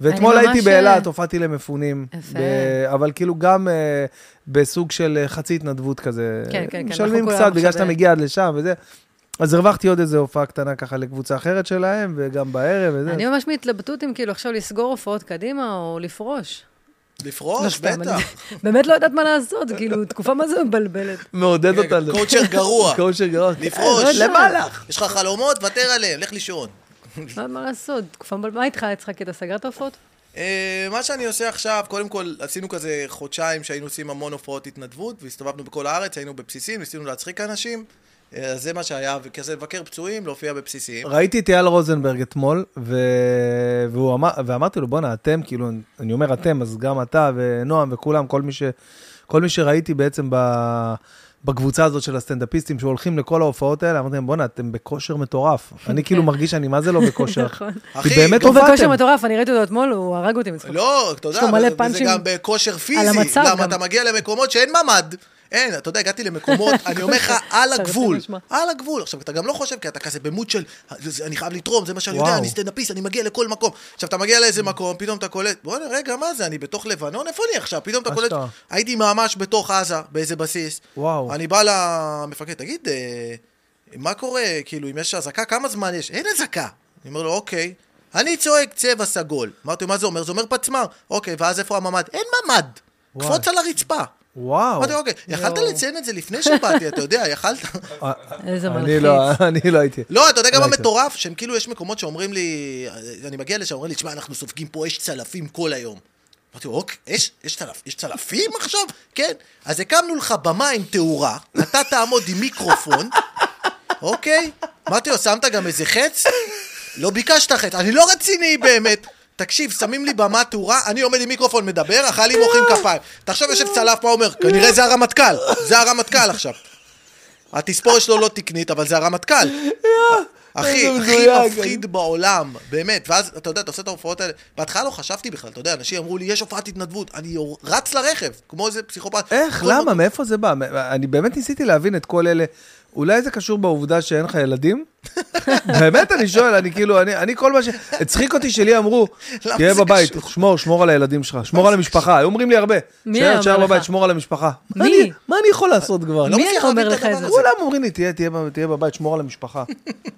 Speaker 3: ואתמול
Speaker 4: אני ממש,
Speaker 3: הייתי
Speaker 4: אה,
Speaker 3: באילת, הופעתי למפונים.
Speaker 4: יפה.
Speaker 3: ב- אבל כאילו גם אה, בסוג של אה, חצי התנדבות כזה.
Speaker 4: כן, כן, כן,
Speaker 3: משלמים
Speaker 4: אנחנו
Speaker 3: קצת
Speaker 4: כולם
Speaker 3: בגלל
Speaker 4: עכשיו,
Speaker 3: שאתה
Speaker 4: אה,
Speaker 3: מגיע עד לשם וזה. אז הרווחתי עוד איזה הופעה קטנה ככה לקבוצה אחרת שלהם, וגם בערב וזה.
Speaker 4: אני ממש בהתלבטות אם כאילו עכשיו לסגור הופעות קדימה או לפרוש.
Speaker 2: לפרוש,
Speaker 4: לא, סתם,
Speaker 2: בטח.
Speaker 4: אני באמת לא יודעת מה לעשות, כאילו, תקופה מה זה מבלבלת.
Speaker 3: מעודד אותנו.
Speaker 2: קואוצ'ר גרוע.
Speaker 3: קואוצ'ר גרוע.
Speaker 2: לפרוש.
Speaker 4: לא
Speaker 3: למה
Speaker 4: יודעת.
Speaker 3: לך?
Speaker 2: יש לך חלומות? ותר עליהם, לך לישון.
Speaker 4: לא יודעת מה לעשות, תקופה מבלבלת. מה איתך, יצחקי, אתה סגרת הופעות?
Speaker 2: אה, מה שאני עושה עכשיו, קודם כל, עשינו כזה חודשיים שהיינו עושים המון הופעות התנדבות, והסתובבנו בכל הארץ, היינו בבסיסים, ניסינו להצחיק אנשים, אה, אז זה מה שהיה, וכזה לבקר פצועים, להופיע בבסיסים.
Speaker 3: ראיתי את אייל רוזנברג אתמול, ו... והוא אמר, ואמרתי לו, בואנה, אתם, כאילו, אני אומר אתם, אז גם אתה ונועם וכולם, כל מי, ש... כל מי שראיתי בעצם ב... בקבוצה הזאת של הסטנדאפיסטים שהולכים לכל ההופעות האלה, אמרתי להם, בואנה, אתם בכושר מטורף. אני כאילו מרגיש שאני, מה זה לא בכושר?
Speaker 4: נכון.
Speaker 3: כי
Speaker 2: אחי,
Speaker 3: באמת
Speaker 2: גם
Speaker 4: הוא בכושר
Speaker 3: הופעתם.
Speaker 4: מטורף, אני ראיתי אותו אתמול, הוא הרג אותי מצחוק.
Speaker 2: לא, אתה יודע,
Speaker 4: יש לו מלא
Speaker 2: וזה- וזה
Speaker 4: פאנצ'ים
Speaker 2: גם בכושר פיזי.
Speaker 4: המצב
Speaker 2: למה
Speaker 4: גם.
Speaker 2: אתה מגיע למקומות שאין ממ"ד. אין, אתה יודע, הגעתי למקומות, אני אומר לך, על
Speaker 4: תרתי
Speaker 2: הגבול,
Speaker 4: משמע.
Speaker 2: על הגבול. עכשיו, אתה גם לא חושב, כי אתה כזה במוד של, "זה- זה- אני חייב לתרום, זה מה שאני יודע,
Speaker 3: וואו.
Speaker 2: אני סטנדאפיסט, אני מגיע לכל מקום. עכשיו, אתה מגיע לאיזה מקום, פתאום אתה קולט, בוא'נה, רגע, מה זה, אני בתוך לבנון? איפה אני עכשיו? פתאום אתה קולט,
Speaker 3: אשכרה.
Speaker 2: הייתי ממש בתוך עזה, באיזה בסיס.
Speaker 3: וואו.
Speaker 2: אני בא למפקד, תגיד, אה, מה קורה, כאילו, אם יש אזעקה, כמה זמן יש? אין אזעקה. אני אומר לו, אוקיי. אני צועק צבע סגול. אמרתי, מה זה אומר? זה אומר פצמ"ר. אוקיי, ואז איפה הממ"ד? אין ממ"ד.
Speaker 3: וואי.
Speaker 2: קפוץ על הרצפה.
Speaker 3: וואו.
Speaker 2: אמרתי, אוקיי, יכלת
Speaker 4: יואו.
Speaker 2: לציין את זה לפני שבאתי, אתה יודע, יכלת.
Speaker 3: אה,
Speaker 4: איזה
Speaker 3: אני
Speaker 4: מלחיץ.
Speaker 3: לא, אני לא הייתי.
Speaker 2: לא, אתה יודע גם
Speaker 3: לא
Speaker 2: מה
Speaker 3: הייתי.
Speaker 2: מטורף? שהם כאילו, יש מקומות שאומרים לי, אני מגיע לשם, אומרים לי, תשמע, אנחנו סופגים פה אש צלפים כל היום. אמרתי, אוקיי, יש, יש, צלפ, יש צלפים עכשיו? כן. אז הקמנו לך במה עם תאורה, אתה תעמוד עם מיקרופון, אוקיי? אמרתי לו, שמת גם איזה חץ? לא ביקשת חץ. אני לא רציני באמת. תקשיב, שמים לי במה תאורה, אני עומד עם מיקרופון מדבר, החיילים מוחאים כפיים. תחשוב, יושב צלף, מה אומר? כנראה זה הרמטכ"ל, זה הרמטכ"ל עכשיו. התספורת שלו לא תקנית, אבל זה הרמטכ"ל. אחי,
Speaker 3: איזה
Speaker 2: הכי
Speaker 3: מדויק,
Speaker 2: מפחיד בעולם, באמת. ואז, אתה יודע, אתה עושה את ההופעות האלה. בהתחלה לא חשבתי בכלל, אתה יודע, אנשים אמרו לי, יש הופעת התנדבות, אני יור- רץ לרכב, כמו איזה פסיכופת.
Speaker 3: איך?
Speaker 2: כל
Speaker 3: למה?
Speaker 2: מקום.
Speaker 3: מאיפה זה בא? אני באמת ניסיתי להבין את כל אלה. אולי זה קשור בעובדה שאין לך ילדים? באמת, אני שואל, אני כאילו, אני, אני כל מה ש... הצחיק אותי שלי אמרו,
Speaker 2: למה
Speaker 3: תהיה
Speaker 2: זה
Speaker 3: בבית,
Speaker 2: קשור?"
Speaker 3: שמור, שמור על הילדים שלך, שמור על המשפחה. היו אומרים לי הרבה.
Speaker 4: מי
Speaker 3: "תישאר,
Speaker 4: היה
Speaker 3: תישאר
Speaker 4: אומר
Speaker 3: בבית,
Speaker 4: לך?
Speaker 3: שמור על המשפחה. מה
Speaker 4: מי?
Speaker 3: אני- מה אני יכול לעשות כבר?
Speaker 2: אני לא
Speaker 4: מי
Speaker 2: מצליח
Speaker 4: היה אומר
Speaker 2: להבין
Speaker 4: לך
Speaker 2: הדבר
Speaker 4: את זה?
Speaker 2: הזה.
Speaker 3: כולם אומרים לי, "תהיה- תהיה ב- תהיה בבית, שמור על המשפחה.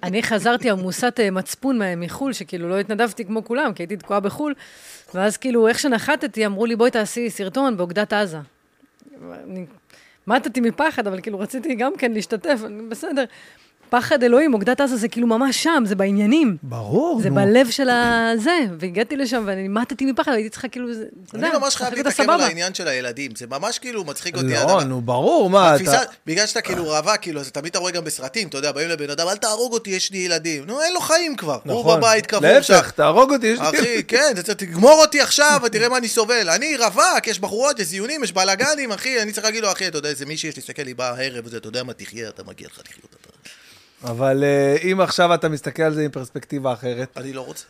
Speaker 4: אני חזרתי עמוסת אה, מצפון מה- מחו"ל, שכאילו לא התנדבתי כמו כולם, כי הייתי תקועה בחו"ל, ואז כאילו, איך שנחתתי, אמרו לי, בואי תעשי סרטון באוגדת עזה. אני מתתי מפחד, אבל כאילו רציתי גם כן להשתתף, אני- בסדר. פחד אלוהים, אוגדת עזה זה כאילו ממש שם, זה בעניינים.
Speaker 3: ברור,
Speaker 4: זה
Speaker 3: נו.
Speaker 4: בלב של הזה, והגעתי לשם ואני מתתי מפחד, הייתי צריכה כאילו, זה- אתה יודע,
Speaker 2: אני ממש חייב
Speaker 4: לשחק אותה
Speaker 2: להתעכב על
Speaker 4: סבבה.
Speaker 2: העניין של הילדים, זה ממש כאילו מצחיק אותי. עד
Speaker 3: לא,
Speaker 2: אבל-
Speaker 3: נו, ברור, מה אתה...
Speaker 2: התפיסה, בגלל שאתה כאילו רווק, כאילו, אז תמיד אתה רואה גם בסרטים, אתה יודע, באים לבן אדם, אל תהרוג אותי, יש לי ילדים. נו, אין לו חיים כבר. הוא בבית קבור שם.
Speaker 3: נכון. להפך, תהרוג אותי, יש לי...
Speaker 2: אחי, כן, אתה צריך- תגמור אותי עכשיו, ותראה מה אני סובל. אני רווק, יש בחורות, יש זיונים, יש בלאגנים, אחי, אני צריך להגיד לו, אחי, אתה יודע, איזה מישהי שתסתכל לי בערב, וזה, אתה יודע מה, תחיה, אתה מגיע לך לחיות. אתה-
Speaker 3: אבל אה, אם עכשיו אתה מסתכל על זה מפרספקטיבה אחרת,
Speaker 2: אני לא רוצה.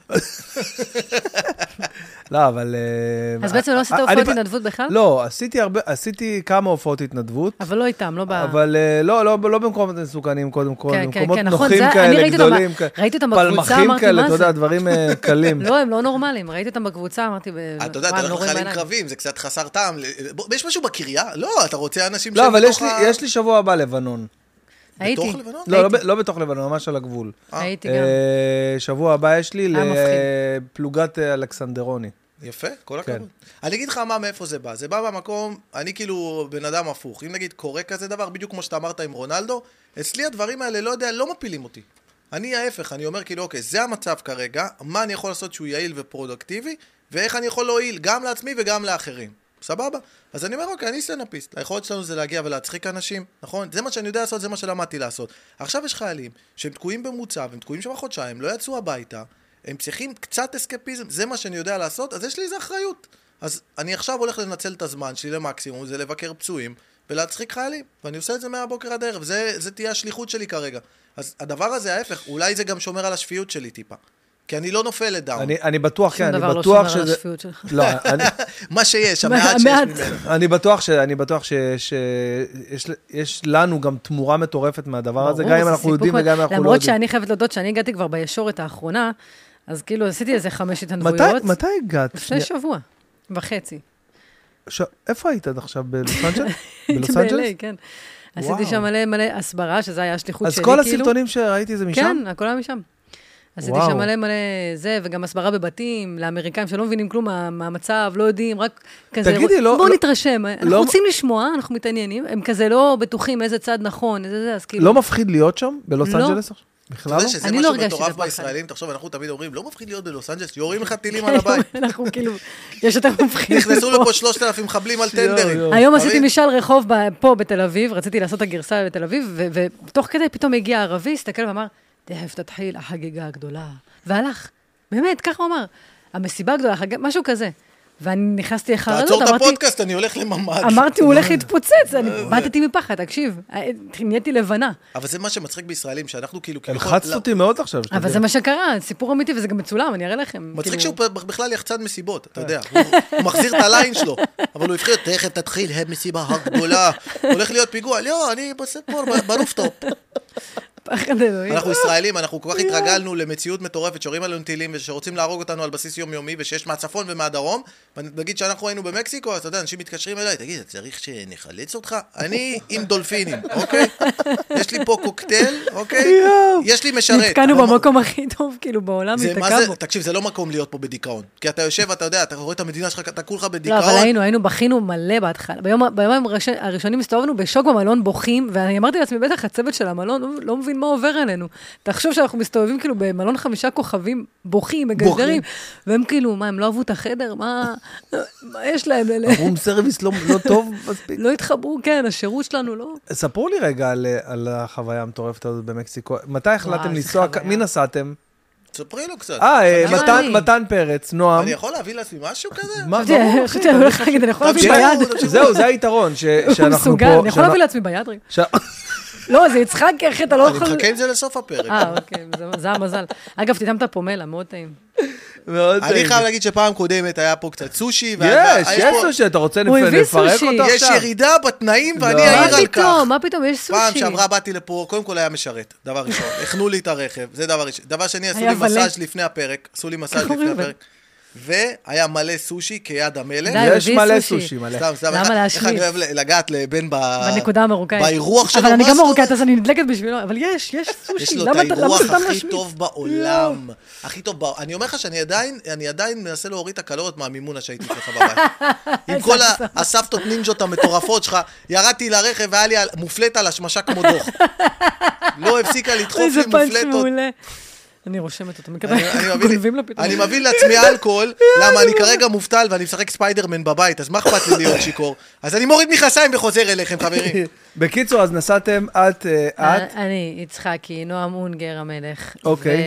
Speaker 3: לא, אבל... אה,
Speaker 4: אז בעצם לא עשית
Speaker 3: אני
Speaker 4: הופעות
Speaker 3: פ-
Speaker 4: התנדבות בכלל?
Speaker 3: לא, עשיתי הרבה, עשיתי כמה הופעות התנדבות,
Speaker 4: אבל לא איתם, לא ב...
Speaker 3: אבל אה, לא, לא לא במקומות מסוכנים, קודם כל,
Speaker 4: כן,
Speaker 3: במקומות
Speaker 4: כן, נכון,
Speaker 3: נוחים
Speaker 4: זה- אני
Speaker 3: כאלה,
Speaker 4: ראיתי אותם
Speaker 3: גדולים,
Speaker 4: ב-
Speaker 3: כאלה,
Speaker 4: ראיתי אותם בקבוצה,
Speaker 3: פלמחים
Speaker 4: אמרתי,
Speaker 3: כאלה,
Speaker 4: מה
Speaker 3: אתה יודע,
Speaker 4: זה?
Speaker 3: דברים אה, קלים.
Speaker 4: לא, הם לא נורמליים, ראיתי אותם בקבוצה, אמרתי, ב-
Speaker 2: אתה
Speaker 4: וואי,
Speaker 2: יודע, אתה
Speaker 4: הם לא
Speaker 2: הולך
Speaker 4: רואים
Speaker 2: לחיילים
Speaker 4: בעיניים.
Speaker 2: קרבים, זה קצת חסר טעם. ל- בוא, יש משהו בקריה? לא, אתה רוצה אנשים
Speaker 3: לא,
Speaker 2: שהם
Speaker 3: אבל יש
Speaker 2: בתוך
Speaker 3: לי- יש לי שבוע הבא לבנון.
Speaker 4: הייתי.
Speaker 2: בתוך לבנון?
Speaker 3: לא, לא
Speaker 4: הייתי.
Speaker 3: ב- לא בתוך לבנון, ממש על הגבול.
Speaker 4: הייתי גם.
Speaker 3: אה, שבוע הבא יש לי
Speaker 4: היה מפחיד.
Speaker 3: לפלוגת אה, אלכסנדרוני.
Speaker 2: יפה, כל
Speaker 3: כן.
Speaker 2: הכבוד. אני אגיד לך מה, מאיפה זה בא. זה בא מהמקום, אני כאילו בן אדם הפוך. אם נגיד קורה כזה דבר, בדיוק כמו שאתה אמרת עם רונלדו, אצלי הדברים האלה, לא יודע, לא מפילים אותי. אני ההפך, אני אומר כאילו, אוקיי, זה המצב כרגע, מה אני יכול לעשות שהוא יעיל ופרודקטיבי, ואיך אני יכול להועיל, גם לעצמי וגם לאחרים. סבבה? אז אני אומר, אוקיי, אני סטנדאפיסט. היכולת שלנו זה להגיע ולהצחיק אנשים, נכון? זה מה שאני יודע לעשות, זה מה שלמדתי לעשות. עכשיו יש חיילים שהם תקועים במוצב, הם תקועים שם חודשיים, לא יצאו הביתה, הם צריכים קצת אסקפיזם, זה מה שאני יודע לעשות, אז יש לי איזה אחריות. אז אני עכשיו הולך לנצל את הזמן שלי למקסימום, זה לבקר פצועים ולהצחיק חיילים, ואני עושה את זה מהבוקר עד הערב, זה, זה תהיה השליחות שלי כרגע. אז הדבר הזה, ההפך, אולי זה גם שומר על השפיות שלי טיפה. כי אני לא נופל לדאון.
Speaker 3: אני אני בטוח, כן,
Speaker 4: שום
Speaker 3: אני
Speaker 4: דבר לא
Speaker 3: בטוח
Speaker 4: שומר על
Speaker 3: שזה...
Speaker 4: השפיות שלך.
Speaker 3: לא, אני-
Speaker 2: מה שיש, המעט שיש
Speaker 4: המעט.
Speaker 2: ממנו.
Speaker 3: אני בטוח ש... אני בטוח ש... ש... יש... יש לנו גם תמורה מטורפת מהדבר הזה, גם
Speaker 4: ברור,
Speaker 3: אם
Speaker 4: זה
Speaker 3: אנחנו
Speaker 4: סיפוק
Speaker 3: יודעים
Speaker 4: מאוד-
Speaker 3: וגם אם אנחנו לא
Speaker 4: למרות
Speaker 3: יודעים.
Speaker 4: שאני חייבת להודות שאני הגעתי כבר בישורת האחרונה, אז כאילו עשיתי איזה חמש התנדבויות.
Speaker 3: מתי, מתי הגעת?
Speaker 4: לפני שבוע וחצי.
Speaker 3: ש... איפה היית עד עכשיו? בלוס אנג'לס? בלוס
Speaker 4: הייתי
Speaker 3: אנג'לס?
Speaker 4: ב-LA, כן.
Speaker 3: וואו.
Speaker 4: עשיתי שם מלא מלא הסברה, שזו הייתה השליחות
Speaker 3: אז
Speaker 4: שלי,
Speaker 3: כל
Speaker 4: כאילו.
Speaker 3: הסרטונים שראיתי זה משם?
Speaker 4: כן, הכל היה משם. עשיתי
Speaker 3: וואו.
Speaker 4: שם מלא מלא זה, וגם הסברה בבתים, לאמריקאים שלא מבינים כלום מה- מהמצב, לא יודעים, רק כזה...
Speaker 3: תגידי, לא-
Speaker 4: בואו
Speaker 3: לא-
Speaker 4: נתרשם, אנחנו
Speaker 3: לא-
Speaker 4: רוצים לשמוע, אנחנו מתעניינים, הם כזה לא בטוחים איזה צד נכון, איזה זה, אז כאילו...
Speaker 3: לא מפחיד להיות שם? בלוס
Speaker 4: לא.
Speaker 3: אנג'לס? עכשיו? בכלל
Speaker 2: אתה יודע
Speaker 3: לא?
Speaker 2: שזה
Speaker 4: אני לא
Speaker 2: משהו
Speaker 4: הרגשתי את
Speaker 2: מטורף
Speaker 4: הפחד.
Speaker 2: בישראלים, תחשוב, אנחנו תמיד אומרים, לא מפחיד להיות בלוס אנג'לס, יורים לך טילים על הבית.
Speaker 4: אנחנו כאילו, יש יותר מפחיד.
Speaker 2: נכנסו לפה 3,000 מחבלים על טנדרים.
Speaker 3: יואו, יואו.
Speaker 4: היום
Speaker 2: אתה
Speaker 4: עשיתי
Speaker 2: מבין?
Speaker 4: משאל רחוב ב- פה בתל אביב, רציתי לעשות את הגרסה בתל אביב, ו- ותוך כדי פתאום הגיע ערבי, הסתכל ואמר, תכף תתחיל החגיגה הגדולה. והלך, באמת, ככה הוא אמר. המסיבה הגדולה, החג... משהו כזה. ואני נכנסתי לחרדות,
Speaker 2: תעצור את
Speaker 4: אמרתי,
Speaker 2: הפודקאסט, אה. אני הולך לממ"ד.
Speaker 4: אמרתי, הוא הולך להתפוצץ, אני באתי מפחד, תקשיב, אה, נהייתי לבנה.
Speaker 2: אבל זה מה שמצחיק בישראלים, שאנחנו כאילו... כביכול-
Speaker 3: הלחצת
Speaker 2: לא.
Speaker 3: אותי מאוד עכשיו. שתדעי.
Speaker 4: אבל זה מה שקרה, סיפור אמיתי, וזה גם מצולם, אני אראה לכם.
Speaker 2: מצחיק
Speaker 4: כאילו,
Speaker 2: שהוא בכלל יחצן מסיבות, אתה יודע. הוא- הוא מחזיר את הליין שלו, אבל הוא הבחיר, תכף תתחיל, הם מסיבה הגדולה. הולך להיות פיגוע, לא, אני בסט פה, ב- ברופטופ.
Speaker 4: פחד אלוהים.
Speaker 2: אנחנו ישראלים, אנחנו כל כך התרגלנו למציאות מטורפת, שיורים עלינו טילים ושרוצים להרוג אותנו על בסיס יומיומי, ושיש מהצפון ומהדרום, ונגיד שאנחנו היינו במקסיקו, אז אתה יודע, אנשים מתקשרים אליי, תגיד, אתה צריך שנחלץ אותך? אני עם דולפינים, אוקיי? יש לי פה קוקטייל, אוקיי?
Speaker 3: יואו.
Speaker 2: יש לי משרת.
Speaker 4: נתקענו
Speaker 2: אבל מה-
Speaker 4: במקום הכי טוב, כאילו, בעולם,
Speaker 2: זה- מה
Speaker 4: ניתקע
Speaker 2: זה-
Speaker 4: בו.
Speaker 2: תקשיב, זה לא מקום להיות פה בדיכאון. כי אתה יושב, אתה יודע, אתה רואה את המדינה שלך, אתה כולך
Speaker 4: לא, אבל
Speaker 2: בדיכאון.
Speaker 4: היינו, היינו, בכינו מלא בהתחלה. ביום, ביום הראש- הראשונים הסתובבנו בשוק במלון בוכים, ואני אמרתי לעצמי, בטח הצוות של המלון לא, לא מבין מה עובר עלינו. תחשוב שאנחנו מסתובבים כאילו במלון חמישה כוכבים, בוכים, מגזרים, והם כאילו, מה, הם לא אהבו את החדר? מה, מה יש להם אלה?
Speaker 3: רום סרוויס לא לא טוב מספיק.
Speaker 4: לא התחברו, כן, השירות שלנו לא...
Speaker 3: ספרו לי רגע על- על החוויה המטורפת הזאת במקסיקו. מתי החלטתם
Speaker 4: איזה
Speaker 3: לנסוע?
Speaker 4: חוויה.
Speaker 3: מי נסעתם?
Speaker 2: ספרי לו קצת.
Speaker 3: אה, אה,
Speaker 4: אני-
Speaker 3: מתן-
Speaker 4: אני.
Speaker 3: מתן פרץ, נועם.
Speaker 2: אני יכול להביא לעצמי משהו כזה?
Speaker 3: מה,
Speaker 4: חשבתי,
Speaker 3: ברור, אחי,
Speaker 4: חשבתי, אני הולך להגיד, אני יכול להביא
Speaker 2: תמשיכו,
Speaker 4: ביד.
Speaker 2: תמשיכו.
Speaker 3: זהו, זה היתרון, ש-
Speaker 4: הוא
Speaker 3: שאנחנו פה...
Speaker 4: מסוגל, אני יכול
Speaker 3: שאנחנו-
Speaker 4: להביא לעצמי ביד רגע.
Speaker 3: ש-
Speaker 4: לא, זה יצחק, כי אחי, אתה לא
Speaker 2: אני
Speaker 4: יכול...
Speaker 2: מחכה עם זה לסוף הפרק.
Speaker 4: אה, אוקיי, זה- זה המזל. אגב, תטעמת פומלה, מאוד טעים.
Speaker 3: מאוד
Speaker 2: אני
Speaker 4: אוקיי.
Speaker 3: טעים.
Speaker 2: חייב להגיד שפעם קודמת היה פה קצת סושי. ואז-
Speaker 3: יש,
Speaker 2: יש
Speaker 3: יש
Speaker 2: פה-
Speaker 3: סושי, אתה רוצה
Speaker 4: הוא הביא
Speaker 3: לפרק
Speaker 4: סושי.
Speaker 3: אותו
Speaker 2: יש
Speaker 3: עכשיו?
Speaker 2: ירידה בתנאים
Speaker 3: לא.
Speaker 2: ואני
Speaker 4: מה
Speaker 2: אעיר על כך.
Speaker 4: פתאום, מה פתאום, יש סושי.
Speaker 2: פעם שעברה באתי לפה, קודם כל היה משרת, דבר ראשון. החנו לי את הרכב, זה דבר ראשון. דבר שני, עשו
Speaker 4: היה
Speaker 2: לי
Speaker 4: מלא.
Speaker 2: מסאז' לפני הפרק. עשו לי מסאז'
Speaker 4: איך אומרים
Speaker 2: לפני
Speaker 4: אבל?
Speaker 2: הפרק. והיה מלא סושי כיד המלך.
Speaker 4: די, הוא
Speaker 3: יש
Speaker 4: הביא
Speaker 3: מלא
Speaker 4: סושי.
Speaker 3: סושי, מלא.
Speaker 2: סתם, סתם.
Speaker 4: למה
Speaker 2: איך-
Speaker 4: להשמיץ?
Speaker 2: איך אני אוהב לגעת לבן ב...
Speaker 4: בנקודה המרוקאית.
Speaker 2: באירוח שלו.
Speaker 4: אבל אני
Speaker 2: מה
Speaker 4: גם
Speaker 2: זאת
Speaker 4: מרוקאית,
Speaker 2: אומרת?
Speaker 4: אז אני נדלקת בשבילו, אבל יש, יש סושי.
Speaker 2: יש לו את
Speaker 4: למה אתה- למה
Speaker 2: האירוח
Speaker 4: סתם
Speaker 2: הכי
Speaker 4: להשמיץ?
Speaker 2: טוב בעולם. הכי טוב בעולם. אני אומר לך שאני עדיין, אני עדיין מנסה להוריד את הקלוריות מהמימונה שהייתי אצלך בבית. עם כל ה- הסבתות נינג'ות המטורפות שלך, ירדתי לרכב והיה לי על- מופלט על השמשה כמו דוח. לא הפסיקה לדחוף
Speaker 4: איזה
Speaker 2: לי
Speaker 4: פאנץ'
Speaker 2: מופלטות.
Speaker 4: מעולה. אני רושמת אותו, מקווה,
Speaker 2: אני- אני מביא לי-
Speaker 4: גונבים לו פתאום.
Speaker 2: אני מביא לעצמי אלכוהול, למה אני כרגע מובטל ואני משחק ספיידרמן בבית, אז מה אכפת לי להיות שיכור? אז אני מוריד מכנסיים וחוזר אליכם, חברים.
Speaker 3: בקיצור, אז נסעתם את, אה, את,
Speaker 4: אני יצחקי, נועם אונגר המלך.
Speaker 3: אוקיי.
Speaker 4: ו-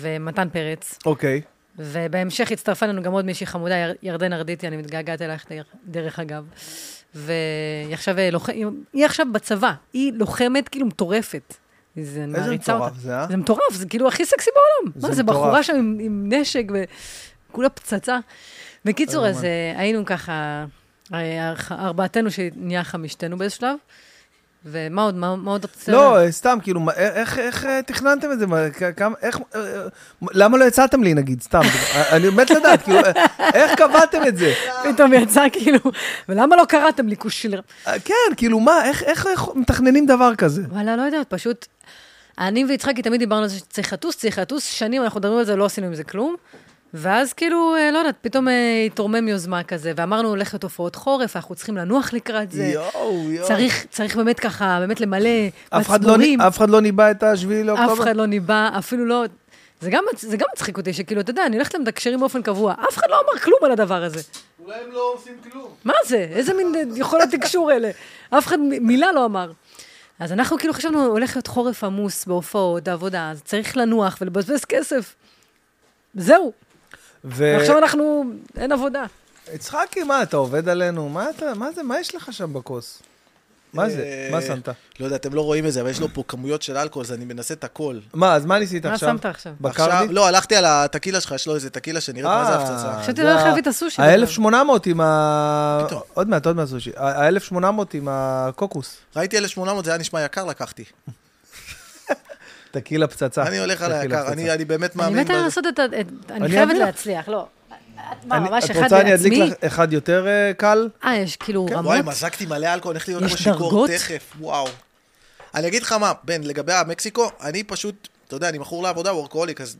Speaker 4: ומתן פרץ.
Speaker 3: אוקיי.
Speaker 4: ובהמשך הצטרפה לנו גם עוד מישהי חמודה, יר- ירדן ארדיטי, אני מתגעגעת אלייך דרך- דרך אגב. והיא עכשיו, אה, לוח... היא- היא עכשיו בצבא, היא לוחמת כאילו מטורפת. זה, אני
Speaker 3: איזה
Speaker 4: מעריצה
Speaker 3: מטורף
Speaker 4: אותה.
Speaker 3: זה, אה?
Speaker 4: זה מטורף, זה כאילו הכי סקסי בעולם.
Speaker 3: זה
Speaker 4: מה, זה
Speaker 3: מטורף.
Speaker 4: בחורה שם עם, עם נשק וכולה פצצה. בקיצור, אז אה, היינו ככה, אה, ארבע- ארבעתנו שנהיה חמישתנו באיזשהו שלב. ומה עוד, מה, מה עוד את רוצה?
Speaker 3: לא, אה, סתם, כאילו, מה- אה, איך- איך אה, תכננתם את זה? מה, כ- כמה- איך, אה, אה, למה לא הצעתם לי, נגיד, סתם? אה, אני מת לדעת, כאילו, אה, איך קבעתם את זה?
Speaker 4: פתאום יצא כאילו, ולמה לא קראתם לי קושילר?
Speaker 3: אה, כן, כאילו, מה, איך- איך איך מתכננים דבר כזה?
Speaker 4: וואלה, לא יודעת, פשוט... אני ויצחקי תמיד דיברנו על זה שצריך לטוס, צריך לטוס, שנים אנחנו מדברים על זה, לא עשינו עם זה כלום. ואז כאילו, אה, לא יודעת, פתאום אה, התרומם יוזמה כזה, ואמרנו, הולך לתופעות חורף, אנחנו צריכים לנוח לקראת זה.
Speaker 3: יואו, יואו.
Speaker 4: צריך, צריך באמת ככה, באמת למלא
Speaker 3: אף אחד לא
Speaker 4: מצבורים.
Speaker 3: נ- אף אחד לא ניבא את השביעי
Speaker 4: אף
Speaker 3: לאוקטובר?
Speaker 4: אחד לא ניבא, אפילו לא... זה גם, מצ- זה גם מצחיק אותי, שכאילו, אתה יודע, אני הולכת למתקשרים באופן קבוע, אף אחד לא אמר כלום על הדבר הזה.
Speaker 2: אולי הם לא עושים כלום.
Speaker 4: מה זה? איזה מין יכולת תקשור אלה? אף אחד מ- מילה לא אמר. אז אנחנו כאילו חשבנו, הולך להיות חורף עמוס בהופעות, בעבודה, אז צריך לנוח ולבזבז כסף. זהו,
Speaker 3: אה,
Speaker 4: ועכשיו אנחנו, אין עבודה.
Speaker 3: ויצחקי, מה, אתה עובד עלינו? מה אתה, מה זה, מה יש לך שם בכוס? מה זה? מה שמת?
Speaker 2: לא יודע, אתם לא רואים את זה, אבל יש לו פה כמויות של אלכוהול, אז אני מנסה את הכל.
Speaker 3: מה, אז מה ניסית
Speaker 4: מה
Speaker 3: עכשיו?
Speaker 4: שמת עכשיו?
Speaker 2: עכשיו-
Speaker 3: בקרדי?
Speaker 2: לא, הלכתי על הטקילה שלך, יש לו איזה טקילה שנראית
Speaker 3: אה.
Speaker 2: מה זה הפצצה.
Speaker 4: חשבתי, לא הולך להביא את הסושי בכלל.
Speaker 3: ה-1800 עם ה...
Speaker 2: פתאום.
Speaker 3: עוד מעט, עוד מעט סושי. ה-1800 עם הקוקוס.
Speaker 2: ראיתי 1800, זה היה נשמע יקר, לקחתי.
Speaker 3: תקילה פצצה.
Speaker 2: אני הולך על
Speaker 3: תקילה
Speaker 2: היקר,
Speaker 3: פצצה.
Speaker 2: אני אני באמת
Speaker 4: אני
Speaker 2: מאמין.
Speaker 4: מתה
Speaker 2: בזה.
Speaker 4: לעשות את ה... את- אני
Speaker 3: אני
Speaker 4: חייבת
Speaker 3: אביא לך.
Speaker 4: להצליח, לא. את- מה,
Speaker 3: אני-
Speaker 4: ממש
Speaker 3: את
Speaker 4: אחד
Speaker 3: רוצה, אני אדליק
Speaker 4: לעצמי?
Speaker 3: לך כן, אחד יותר אה, קל?
Speaker 4: אה, יש כאילו רמות.
Speaker 2: כן, וואי, מזגתי מלא אלכוהול, הולך להיות
Speaker 4: יש
Speaker 2: פה שיכור
Speaker 4: דרגות?
Speaker 2: תכף, וואו. אני אגיד לך מה, בן, לגבי המקסיקו, אני פשוט, אתה יודע, אני מכור לעבודה, וורקהוליק, אז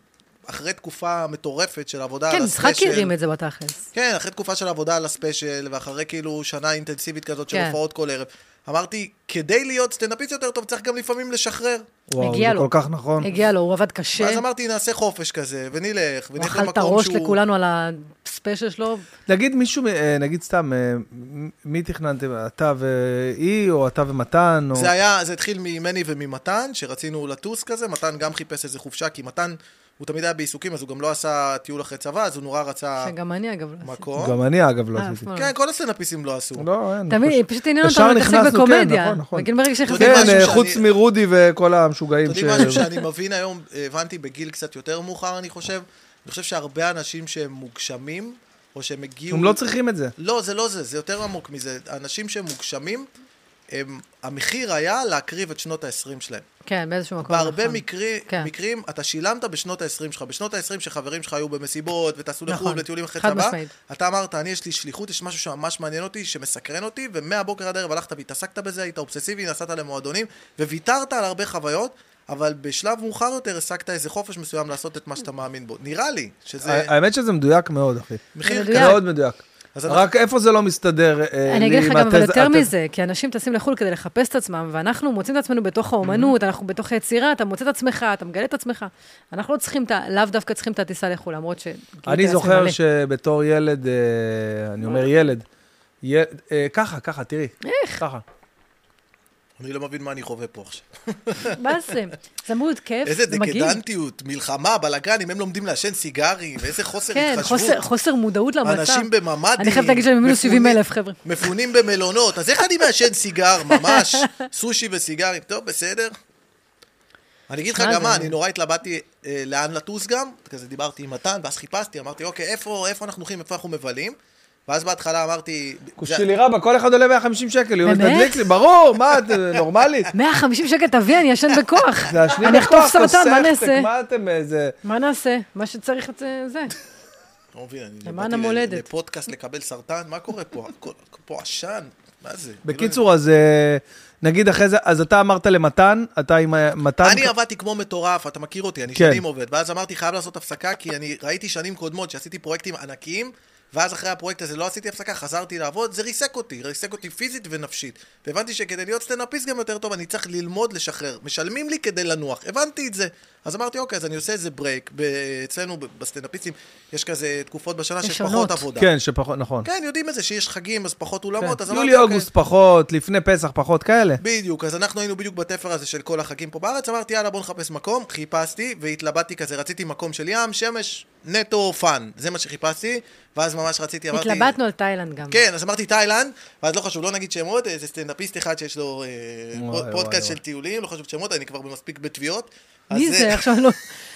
Speaker 2: אחרי תקופה מטורפת של עבודה
Speaker 4: כן,
Speaker 2: על הספיישל...
Speaker 4: משחק הרים את זה בתכלס.
Speaker 2: כן, אחרי תקופה של עבודה על הספיישל, ואחרי כאילו שנה אינטנסיבית כזאת של
Speaker 4: כן.
Speaker 2: הופעות כל ערב, אמרתי, כדי להיות סטנדאפיסט יותר טוב, צריך גם לפעמים לשחרר.
Speaker 3: וואו, זה
Speaker 4: הגיע לו.
Speaker 3: כל כך נכון.
Speaker 4: הגיע לו, הוא עבד קשה,
Speaker 2: ואז אמרתי, נעשה חופש כזה, ונלך,
Speaker 4: הוא
Speaker 2: ונלך
Speaker 4: כן. אכל את
Speaker 2: למקום
Speaker 4: הראש
Speaker 2: שהוא...
Speaker 4: לכולנו על הספיישל שלו.
Speaker 3: נגיד מישהו, אה, נגיד סתם, אה, מ- מי תכננתם? אתה והיא, או אתה ומתן? או-
Speaker 2: זה היה, זה התחיל ממני וממתן, שרצינו לטוס כזה, מתן גם חיפש איזה חופשה, כי מתן, הוא תמיד היה בעיסוקים, אז הוא גם לא עשה טיול אחרי צבא, אז הוא נורא רצה
Speaker 4: שגם אני, אגב, לא עשיתי.
Speaker 2: מקום.
Speaker 3: גם אני, אגב, לא
Speaker 4: אה,
Speaker 3: עשיתי.
Speaker 4: אף פעם לא.
Speaker 2: אה, כן, כל הסטנדאפיסטים לא עשו.
Speaker 3: לא, אין.
Speaker 4: תמיד, פשוט עניין
Speaker 3: ישר
Speaker 4: אותנו להתעסק
Speaker 3: נכנסנו, כן,
Speaker 4: בקומדיה.
Speaker 3: נכון, נכון.
Speaker 4: וכאילו ברגע
Speaker 2: אתה
Speaker 4: שהחלטתי...
Speaker 2: יודע,
Speaker 3: כן,
Speaker 2: משהו
Speaker 3: אה,
Speaker 2: שאני-
Speaker 3: חוץ מרודי וכל
Speaker 2: אתם
Speaker 3: המשוגעים ש...
Speaker 2: יודעים משהו שאני מבין היום, הבנתי בגיל קצת יותר מאוחר, אני חושב, אני חושב שהרבה אנשים שהם מוגשמים, או שהם הגיעו...
Speaker 3: הם לא צריכים את זה.
Speaker 2: לא, זה לא זה, זה יותר עמוק מזה. אנשים שהם מוגשמים, הם, המחיר היה להקריב את שנות ה-20 שלהם.
Speaker 4: כן, באיזשהו מקום.
Speaker 2: בהרבה
Speaker 4: נכון.
Speaker 2: מקרי,
Speaker 4: כן.
Speaker 2: מקרים, אתה שילמת בשנות ה-20 שלך. בשנות ה-20 שחברים שלך היו במסיבות, וטסו
Speaker 4: נכון.
Speaker 2: לחו"ל, לטיולים אחרי
Speaker 4: חד
Speaker 2: צבא,
Speaker 4: משמעית.
Speaker 2: אתה אמרת, אני יש לי שליחות, יש משהו שממש מעניין אותי, שמסקרן אותי, ומהבוקר עד הערב הלכת והתעסקת בזה, היית אובססיבי, נסעת למועדונים, וויתרת על הרבה חוויות, אבל בשלב מאוחר יותר השגת איזה חופש מסוים לעשות את מה שאתה מאמין בו. נראה לי שזה
Speaker 3: ה- האמת שזה מדויק מאוד, אחי.
Speaker 2: מחיר
Speaker 4: מדויק.
Speaker 2: כזה.
Speaker 3: מאוד מדויק.
Speaker 2: אז אנחנו-
Speaker 3: רק איפה זה לא מסתדר אה,
Speaker 4: אני
Speaker 3: לי
Speaker 4: אגיד לך
Speaker 3: עם
Speaker 4: גם, אבל
Speaker 3: התזה-
Speaker 4: יותר
Speaker 3: התזה-
Speaker 4: מזה, כי אנשים טסים לחו"ל כדי לחפש את עצמם, ואנחנו מוצאים את עצמנו בתוך
Speaker 3: Mm-hmm.
Speaker 4: האומנות, אנחנו בתוך היצירה, אתה מוצא את עצמך, אתה מגלה את עצמך. אנחנו לא צריכים, את ה- לאו דווקא צריכים את הטיסה לחו"ל, למרות ש... כאילו,
Speaker 3: אני
Speaker 4: טייס
Speaker 3: זוכר
Speaker 4: ממלא.
Speaker 3: שבתור ילד, אה, אני אומר ילד, י- אה, ככה, ככה, תראי. איך? ככה.
Speaker 2: אני לא מבין מה אני חווה פה עכשיו.
Speaker 4: מה זה? צמוד, כיף,
Speaker 2: איזה
Speaker 4: מגעיל.
Speaker 2: דקדנטיות, מלחמה, בלאגנים, הם לומדים לעשן סיגרים, ואיזה חוסר
Speaker 4: כן,
Speaker 2: התחשבות.
Speaker 4: חוסר, חוסר מודעות למצב.
Speaker 2: אנשים בממ"דים.
Speaker 4: אני חייבת להגיד שאני במינוס 70
Speaker 2: מפונים-
Speaker 4: אלף, חבר'ה.
Speaker 2: מפונים במלונות, אז איך אני מעשן סיגר, ממש? סושי וסיגרים, טוב, בסדר. אני אגיד לך
Speaker 4: מה
Speaker 2: גם
Speaker 4: זה?
Speaker 2: מה, אני נורא התלבטתי אה, לאן לטוס גם, כזה דיברתי עם מתן, ואז חיפשתי, אמרתי, אוקיי, איפה איפה אנחנו הולכים, איפה אנחנו מבלים? ואז בהתחלה אמרתי... זה-
Speaker 3: כושלי רבא, כל אחד עולה 150 שקל, יואל,
Speaker 4: באמת?
Speaker 3: תדליק לי, ברור, מה, את אה, נורמלית?
Speaker 4: 150 שקל, תביא, אני אשן בכוח.
Speaker 3: זה השני
Speaker 4: אני אחטוף
Speaker 3: בכוח,
Speaker 4: סרטן, מה
Speaker 3: תוספת,
Speaker 4: נעשה?
Speaker 3: מה אתם אה, איזה...
Speaker 4: מה נעשה? מה שצריך את זה, זה.
Speaker 2: לא מבין, אני
Speaker 4: למען
Speaker 2: באתי ל-
Speaker 4: המולדת.
Speaker 2: לפודקאסט לקבל סרטן, מה קורה פה? הכל- פה עשן, מה זה?
Speaker 3: בקיצור, אז אה, נגיד אחרי זה, אז אתה אמרת למתן, אתה עם אה, מתן...
Speaker 2: אני עבדתי כמו מטורף, אתה מכיר אותי, אני
Speaker 3: כן.
Speaker 2: שנים עובד. ואז אמרתי, חייב לעשות הפסקה, כי אני ראיתי שנים קודמות שעשיתי פרויקטים ענקיים, ואז אחרי הפרויקט הזה לא עשיתי הפסקה, חזרתי לעבוד, זה ריסק אותי, ריסק אותי פיזית ונפשית. והבנתי שכדי להיות סטנדאפיסט גם יותר טוב, אני צריך ללמוד לשחרר. משלמים לי כדי לנוח, הבנתי את זה. אז אמרתי, אוקיי, אז אני עושה איזה ברייק. ב- אצלנו, ב- בסטנדאפיסטים, יש כזה תקופות בשנה שיש
Speaker 4: ראשונות.
Speaker 2: פחות עבודה.
Speaker 3: כן, שפחות, נכון.
Speaker 2: כן, יודעים את זה, שיש חגים, אז פחות אולמות, אז
Speaker 3: כן.
Speaker 2: אמרתי, אוקיי.
Speaker 3: יולי-אוגוסט פחות, לפני פסח פחות, כאלה.
Speaker 2: בדיוק, אז אנחנו היינו בדיוק בתפר הזה של כל החגים פה בארץ, אמרתי יאללה בוא נחפש מקום, חיפשתי והתלבטתי כזה, רציתי מקום של ים, שמש, נטו פאן, זה מה שחיפשתי, ואז ממש רציתי, אמרתי...
Speaker 4: התלבטנו על תאילנד גם.
Speaker 2: כן, אז אמרתי תאילנד, ואז לא חשוב, לא נגיד שמות, איזה סטנדאפיסט אחד שיש לו אה,
Speaker 3: וואי,
Speaker 2: פוד-
Speaker 3: וואי,
Speaker 2: פודקאסט
Speaker 3: וואי.
Speaker 2: של טיולים, לא חשוב שמות, אני כבר מספיק בתביעות.
Speaker 4: מי
Speaker 2: אז,
Speaker 4: זה?
Speaker 2: אה,
Speaker 4: עכשיו אני לא...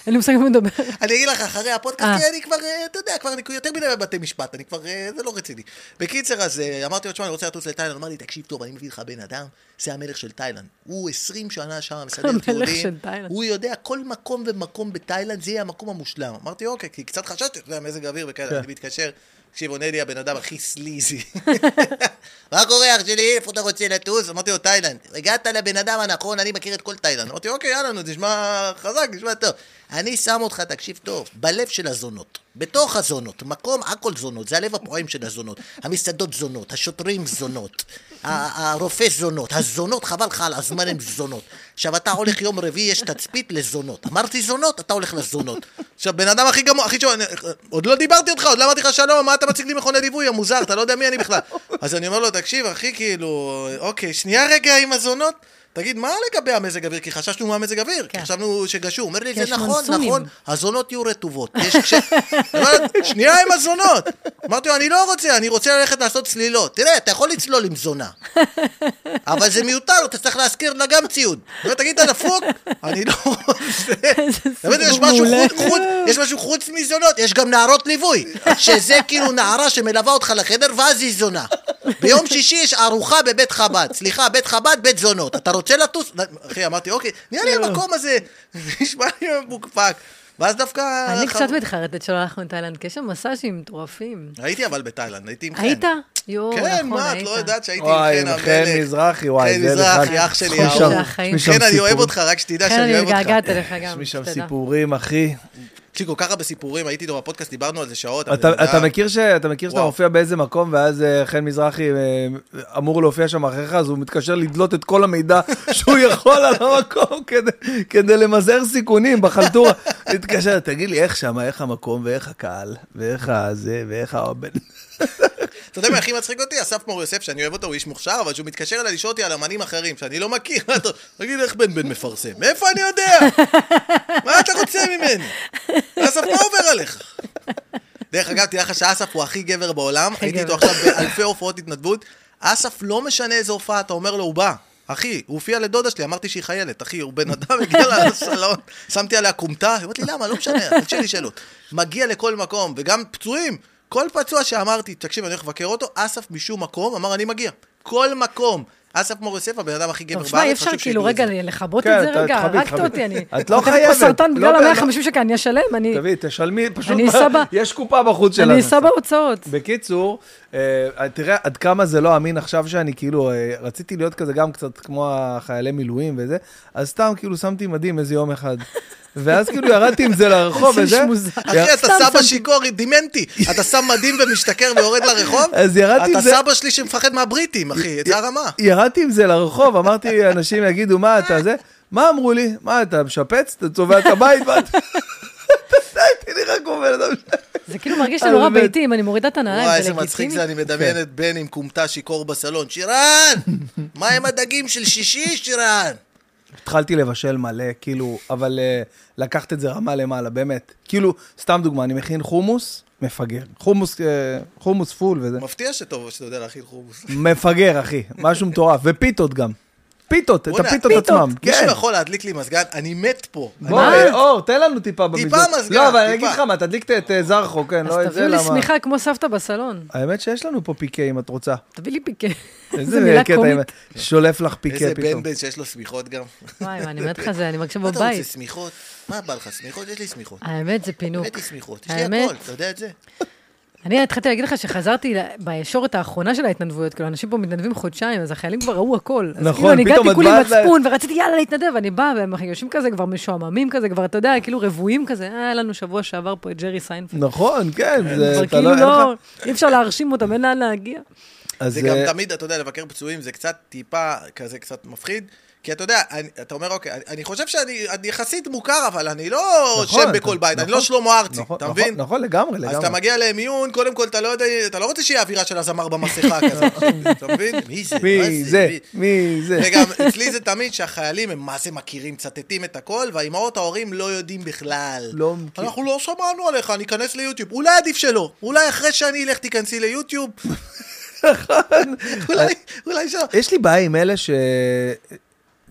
Speaker 4: אין לי מושג על מי מדבר.
Speaker 2: אני אגיד לך, אחרי הפודקאסט,
Speaker 4: אה.
Speaker 2: כי אני כבר, אה, אתה יודע, כבר אני יותר מדי בבתי משפט, אני כבר, אה, זה לא רציני. בקיצר, אז אה, אמרתי לו, תשמע, אני רוצה לטוס לתאילנד, הוא אמר לי, תקשיב טוב, אני מביא לך בן אדם, זה המלך של תאילנד. הוא 20 שנה שם, מסדר
Speaker 4: המלך
Speaker 2: טיולים,
Speaker 4: של תאילנד.
Speaker 2: הוא יודע כל מקום ומקום בתאילנד, זה יהיה המקום המושלם. אמרתי, אוקיי, כי קצת חששתי, אתה יודע, מזג אוויר
Speaker 4: כן.
Speaker 2: וכאלה, אני מתקשר, תקשיב, עונה לי הבן אדם הכי סליזי. מה קורה, אח שלי, איפה אתה רוצה לטוס? אמרתי לו, תאילנד. הגעת לבן אדם הנכון, אני מכיר את כל תאילנד. אמרתי, אוקיי, יאללה, נו, תשמע חזק, תשמע טוב. אני שם אותך, תקשיב טוב, בלב של הזונות. בתוך הזונות. מקום, הכל זונות. זה הלב הפועם של הזונות. המסעדות זונות, השוטרים זונות, ה- הרופא זונות, הזונות, חבל לך על הזמן, הם זונות. עכשיו, אתה הולך יום רביעי, יש תצפית לזונות. אמרתי זונות, אתה הולך לזונות. עכשיו, בן אדם הכי גמור, הכי שוב, עוד לא דיברתי אותך, עוד לא אמרתי לך שלום, מה אתה מציג לי מכוני ליווי, המוזר, אתה לא יודע מי אני בכלל. אז אני אומר לו, תקשיב, אחי, כאילו, אוקיי, שנייה רגע עם הזונות. תגיד, מה לגבי המזג אוויר? כי חששנו מהמזג אוויר, כי
Speaker 4: כן.
Speaker 2: חשבנו שגשור. הוא אומר לי,
Speaker 4: כי
Speaker 2: זה
Speaker 4: יש
Speaker 2: נכון,
Speaker 4: מונסונים."
Speaker 2: נכון, הזונות יהיו רטובות. יש כש... אמרתי, שנייה עם הזונות. אמרתי לו, אני לא רוצה, אני רוצה ללכת לעשות צלילות. תראה, אתה יכול לצלול עם זונה. אבל זה מיותר, אתה צריך להשכיר לה גם ציוד. אומר, תגיד, אתה דפוק? אני לא רוצה. באמת, יש משהו
Speaker 4: מעולה.
Speaker 2: חוץ- חוץ- יש משהו חוץ מזונות, יש גם נערות ליווי. שזה כאילו נערה שמלווה אותך לחדר ואז היא זונה. ביום שישי יש ארוחה בבית חב"ד. סליחה, בית חב"ד, בית זונות. אתה רוצה לטוס? אחי, אמרתי, אוקיי, נראה לי המקום הזה נשמע לי מפוקפק. ואז דווקא...
Speaker 4: אני קצת מתחרטת שלא הלכנו לתאילנד, כי יש שם מסאז'ים מטורפים.
Speaker 2: הייתי אבל בתאילנד, הייתי עם חן.
Speaker 4: היית? יואו, נכון, היית.
Speaker 2: כן, מה, את לא יודעת שהייתי עם חן
Speaker 3: וואי,
Speaker 2: המלך.
Speaker 3: עם חן מזרחי, וואי,
Speaker 2: חן
Speaker 3: זה
Speaker 2: מזרחי, אח שלי,
Speaker 4: חוש
Speaker 2: אהוב.
Speaker 4: החיים.
Speaker 3: יש לי שם
Speaker 2: חן, אני אוהב
Speaker 3: סיפורים.
Speaker 2: אותך, רק שתדע
Speaker 4: כן,
Speaker 2: שאני
Speaker 4: אני
Speaker 2: אוהב אותך.
Speaker 4: מתגעגעת אליך גם,
Speaker 3: יש לי שם
Speaker 4: שתדע.
Speaker 3: סיפורים, אחי.
Speaker 2: יש לי כל כך הרבה סיפורים, הייתי איתו בפודקאסט, דיברנו על זה שעות.
Speaker 3: אתה,
Speaker 2: הבן
Speaker 3: אתה
Speaker 2: אדם-
Speaker 3: מכיר, ש, אתה מכיר שאתה
Speaker 2: וואו.
Speaker 3: מופיע באיזה מקום, ואז אה, חן מזרחי אה, אמור להופיע שם אחריך, אז הוא מתקשר לדלות את כל המידע שהוא יכול על המקום כדי, כדי למזער סיכונים בחלטורה. מתקשר, תגיד לי, איך שם, איך המקום, ואיך הקהל, ואיך הזה, ואיך הבן...
Speaker 2: אתה יודע מה הכי מצחיק אותי? אסף מור יוסף, שאני אוהב אותו, הוא איש מוכשר, אבל כשהוא מתקשר אליי לשאול אותי על אמנים אחרים, שאני לא מכיר, אתה- תגיד, איך בן בן מפרסם? מאיפה אני יודע? מה אתה רוצה ממני? אסף, מה עובר עליך? דרך אגב, תדע לך שאסף הוא הכי גבר בעולם, הייתי איתו
Speaker 4: גבר.
Speaker 2: עכשיו באלפי הופעות התנדבות. אסף לא משנה איזה הופעה, אתה אומר לו, הוא בא. אחי, הוא הופיע לדודה שלי, אמרתי שהיא חיילת, אחי, הוא בן אדם, הגיע לסלון, שמתי עליה כומתה, היא אמרת לי, למה, לא משנה, אל תשאלי שאלות. מגיע לכל מקום, וגם פצועים. כל פצוע שאמרתי, תקשיב, אני הולך לבקר אותו, אסף משום מקום, אמר, אני מגיע. כל מקום. אסף מור יוסף, הבן אדם הכי גבר
Speaker 4: טוב,
Speaker 2: בארץ,
Speaker 4: שמע, אי אפשר
Speaker 2: חשוב
Speaker 4: כאילו
Speaker 2: שידעו את
Speaker 4: רגע
Speaker 2: זה.
Speaker 4: לכבות
Speaker 3: כן,
Speaker 4: את זה
Speaker 3: אתה-
Speaker 4: רגע?
Speaker 3: תכבי,
Speaker 4: הרגת
Speaker 3: תכבי.
Speaker 4: אותי, אני...
Speaker 3: את לא
Speaker 4: חוטפת פה
Speaker 3: חייבת,
Speaker 4: סרטן
Speaker 3: לא
Speaker 4: בגלל
Speaker 3: באמת.
Speaker 4: ה-150 שקל, אני אשלם, אני...
Speaker 3: תביא, תשלמי, פשוט,
Speaker 4: אה, אני
Speaker 3: מה-
Speaker 4: סבא.
Speaker 3: יש קופה בחוץ שלנו.
Speaker 4: אני אסע בהוצאות.
Speaker 3: בקיצור, אה, תראה עד כמה זה לא אמין עכשיו שאני כאילו, אה, רציתי להיות כזה גם קצת כמו החיילי מילואים וזה, אז סתם כאילו שמתי מדים איזה יום אחד. ואז כאילו ירדתי עם זה לרחוב
Speaker 4: איזה
Speaker 3: וזה,
Speaker 4: איש מוזר.
Speaker 2: אחי, אתה
Speaker 4: סתם
Speaker 2: סבא
Speaker 4: שמתי.
Speaker 2: שיכור, דימנטי. אתה שם מדים ומשתכר ויורד לרחוב?
Speaker 3: אז ירדתי עם
Speaker 2: אתה
Speaker 3: זה- אה,
Speaker 2: סבא שלי שמפחד מהבריטים, אחי, את זה הרמה.
Speaker 3: ירדתי עם זה לרחוב, אמרתי, אנשים יגידו, מה אתה זה? מה אמרו לי? מה, אתה משפץ? אתה צובע את הבית? מה אתה... הייתי נראה כמו בן אדם ש-
Speaker 4: זה כאילו משהו מרגיש לי נורא
Speaker 3: באמת.
Speaker 4: ביתי, אם אני מורידה את הנעליים, זה
Speaker 2: וואי,
Speaker 4: לגיטימי.
Speaker 2: איזה מצחיק זה, אני
Speaker 3: כן.
Speaker 2: מדמיין את בן עם כומתה שיכור בסלון. שירן! מה עם הדגים של שישי, שירן?
Speaker 3: התחלתי לבשל מלא, כאילו, אבל אה, לקחת את זה רמה למעלה, באמת. כאילו, סתם דוגמה, אני מכין חומוס, מפגר. חומוס, אה, חומוס פול וזה.
Speaker 2: מפתיע שטוב שאתה יודע להכין חומוס.
Speaker 3: מפגר, אחי, משהו מטורף. ופיתות גם. פיתות, את
Speaker 2: בוא'נה, נכון.
Speaker 3: הפיתות
Speaker 4: פיתות.
Speaker 3: עצמם.
Speaker 2: מישהו
Speaker 3: כן.
Speaker 2: יכול להדליק לי מזגן? אני מת פה.
Speaker 3: בוא,
Speaker 4: מה?
Speaker 3: אה, אור, תן לנו טיפה
Speaker 2: טיפה
Speaker 3: במזרח.
Speaker 2: מזגן,
Speaker 3: לא, אבל אני
Speaker 2: טיפה.
Speaker 3: אגיד לך מה, תדליק את אה, זרחו, כן, לא
Speaker 4: אז
Speaker 3: את זה,
Speaker 4: תביאו
Speaker 3: למה...
Speaker 4: לי שמיכה כמו סבתא בסלון.
Speaker 3: האמת שיש לנו פה פיקה אם את רוצה.
Speaker 4: תביא לי פיקה. איזה
Speaker 3: איזה
Speaker 4: מילה
Speaker 3: קטע,
Speaker 4: קומית.
Speaker 3: אם- שולף לך פיקה
Speaker 2: איזה בן
Speaker 3: פתאום.
Speaker 2: בן שיש לו שמיכות גם.
Speaker 4: וואי, מה, אני אומרת לך זה, אני מרגישה
Speaker 2: מה אתה רוצה,
Speaker 4: בבית.
Speaker 2: שמיכות? מה בא לך, שמיכות? יש לי שמיכות.
Speaker 4: האמת, זה פינוק.
Speaker 2: הבאתי שמיכות, יש לי
Speaker 4: האמת,
Speaker 2: הכל, אתה יודע את זה?
Speaker 4: אני התחלתי להגיד לך שחזרתי ל- בישורת האחרונה של ההתנדבויות, כאילו, אנשים פה מתנדבים חודשיים, אז החיילים כבר ראו הכל. אז
Speaker 3: נכון,
Speaker 4: כאילו, אני
Speaker 3: פתאום
Speaker 4: הגעתי
Speaker 3: את
Speaker 4: כולי
Speaker 3: באת ל-
Speaker 4: מצפון, ורציתי יאללה להתנדב, אני באה, והם יושבים כזה, כבר משועממים כזה, כבר, אתה יודע, כאילו רבועים כזה, "אה, היה לנו שבוע שעבר פה את ג'רי סיינפלד.
Speaker 3: נכון, כן, זה,
Speaker 4: כבר
Speaker 3: אתה לא...
Speaker 4: כאילו
Speaker 3: אין
Speaker 4: לא,
Speaker 3: לך-
Speaker 4: אי אפשר להרשים אותם, אין לאן להגיע.
Speaker 3: אז
Speaker 2: זה גם
Speaker 3: אה,
Speaker 2: תמיד, אתה יודע, לבקר פצועים זה קצת טיפה כזה קצת מפחיד. כי אתה יודע, אני, אתה אומר, אוקיי, אני, אני חושב שאני אני יחסית מוכר, אבל אני לא
Speaker 3: נכון,
Speaker 2: שם
Speaker 3: אתה-
Speaker 2: בכל בית, אני לא
Speaker 3: נכון,
Speaker 2: שלמה ארצי,
Speaker 3: נכון,
Speaker 2: אתה
Speaker 3: נכון,
Speaker 2: מבין?
Speaker 3: נכון, לגמרי,
Speaker 2: אז אתה
Speaker 3: לגמרי.
Speaker 2: מגיע למיון, קודם כל אתה לא יודע, אתה לא רוצה שיהיה אווירה של הזמר במסכה כזה, אתה מבין? מי זה?
Speaker 3: מי
Speaker 2: מה
Speaker 3: זה?
Speaker 2: מי-
Speaker 3: מי זה?
Speaker 2: וגם אצלי זה תמיד שהחיילים הם מה זה מכירים, מצטטים את הכל, והאימהות ההורים לא יודעים בכלל.
Speaker 3: לא מכיר.
Speaker 2: אנחנו לא שמענו עליך, ניכנס ליוטיוב. אולי עדיף שלא. אולי אחרי שאני אלך תיכנסי ליוטיוב.
Speaker 3: נכון.
Speaker 2: אולי, אולי שלא.
Speaker 3: יש לי בעיה עם אלה ש...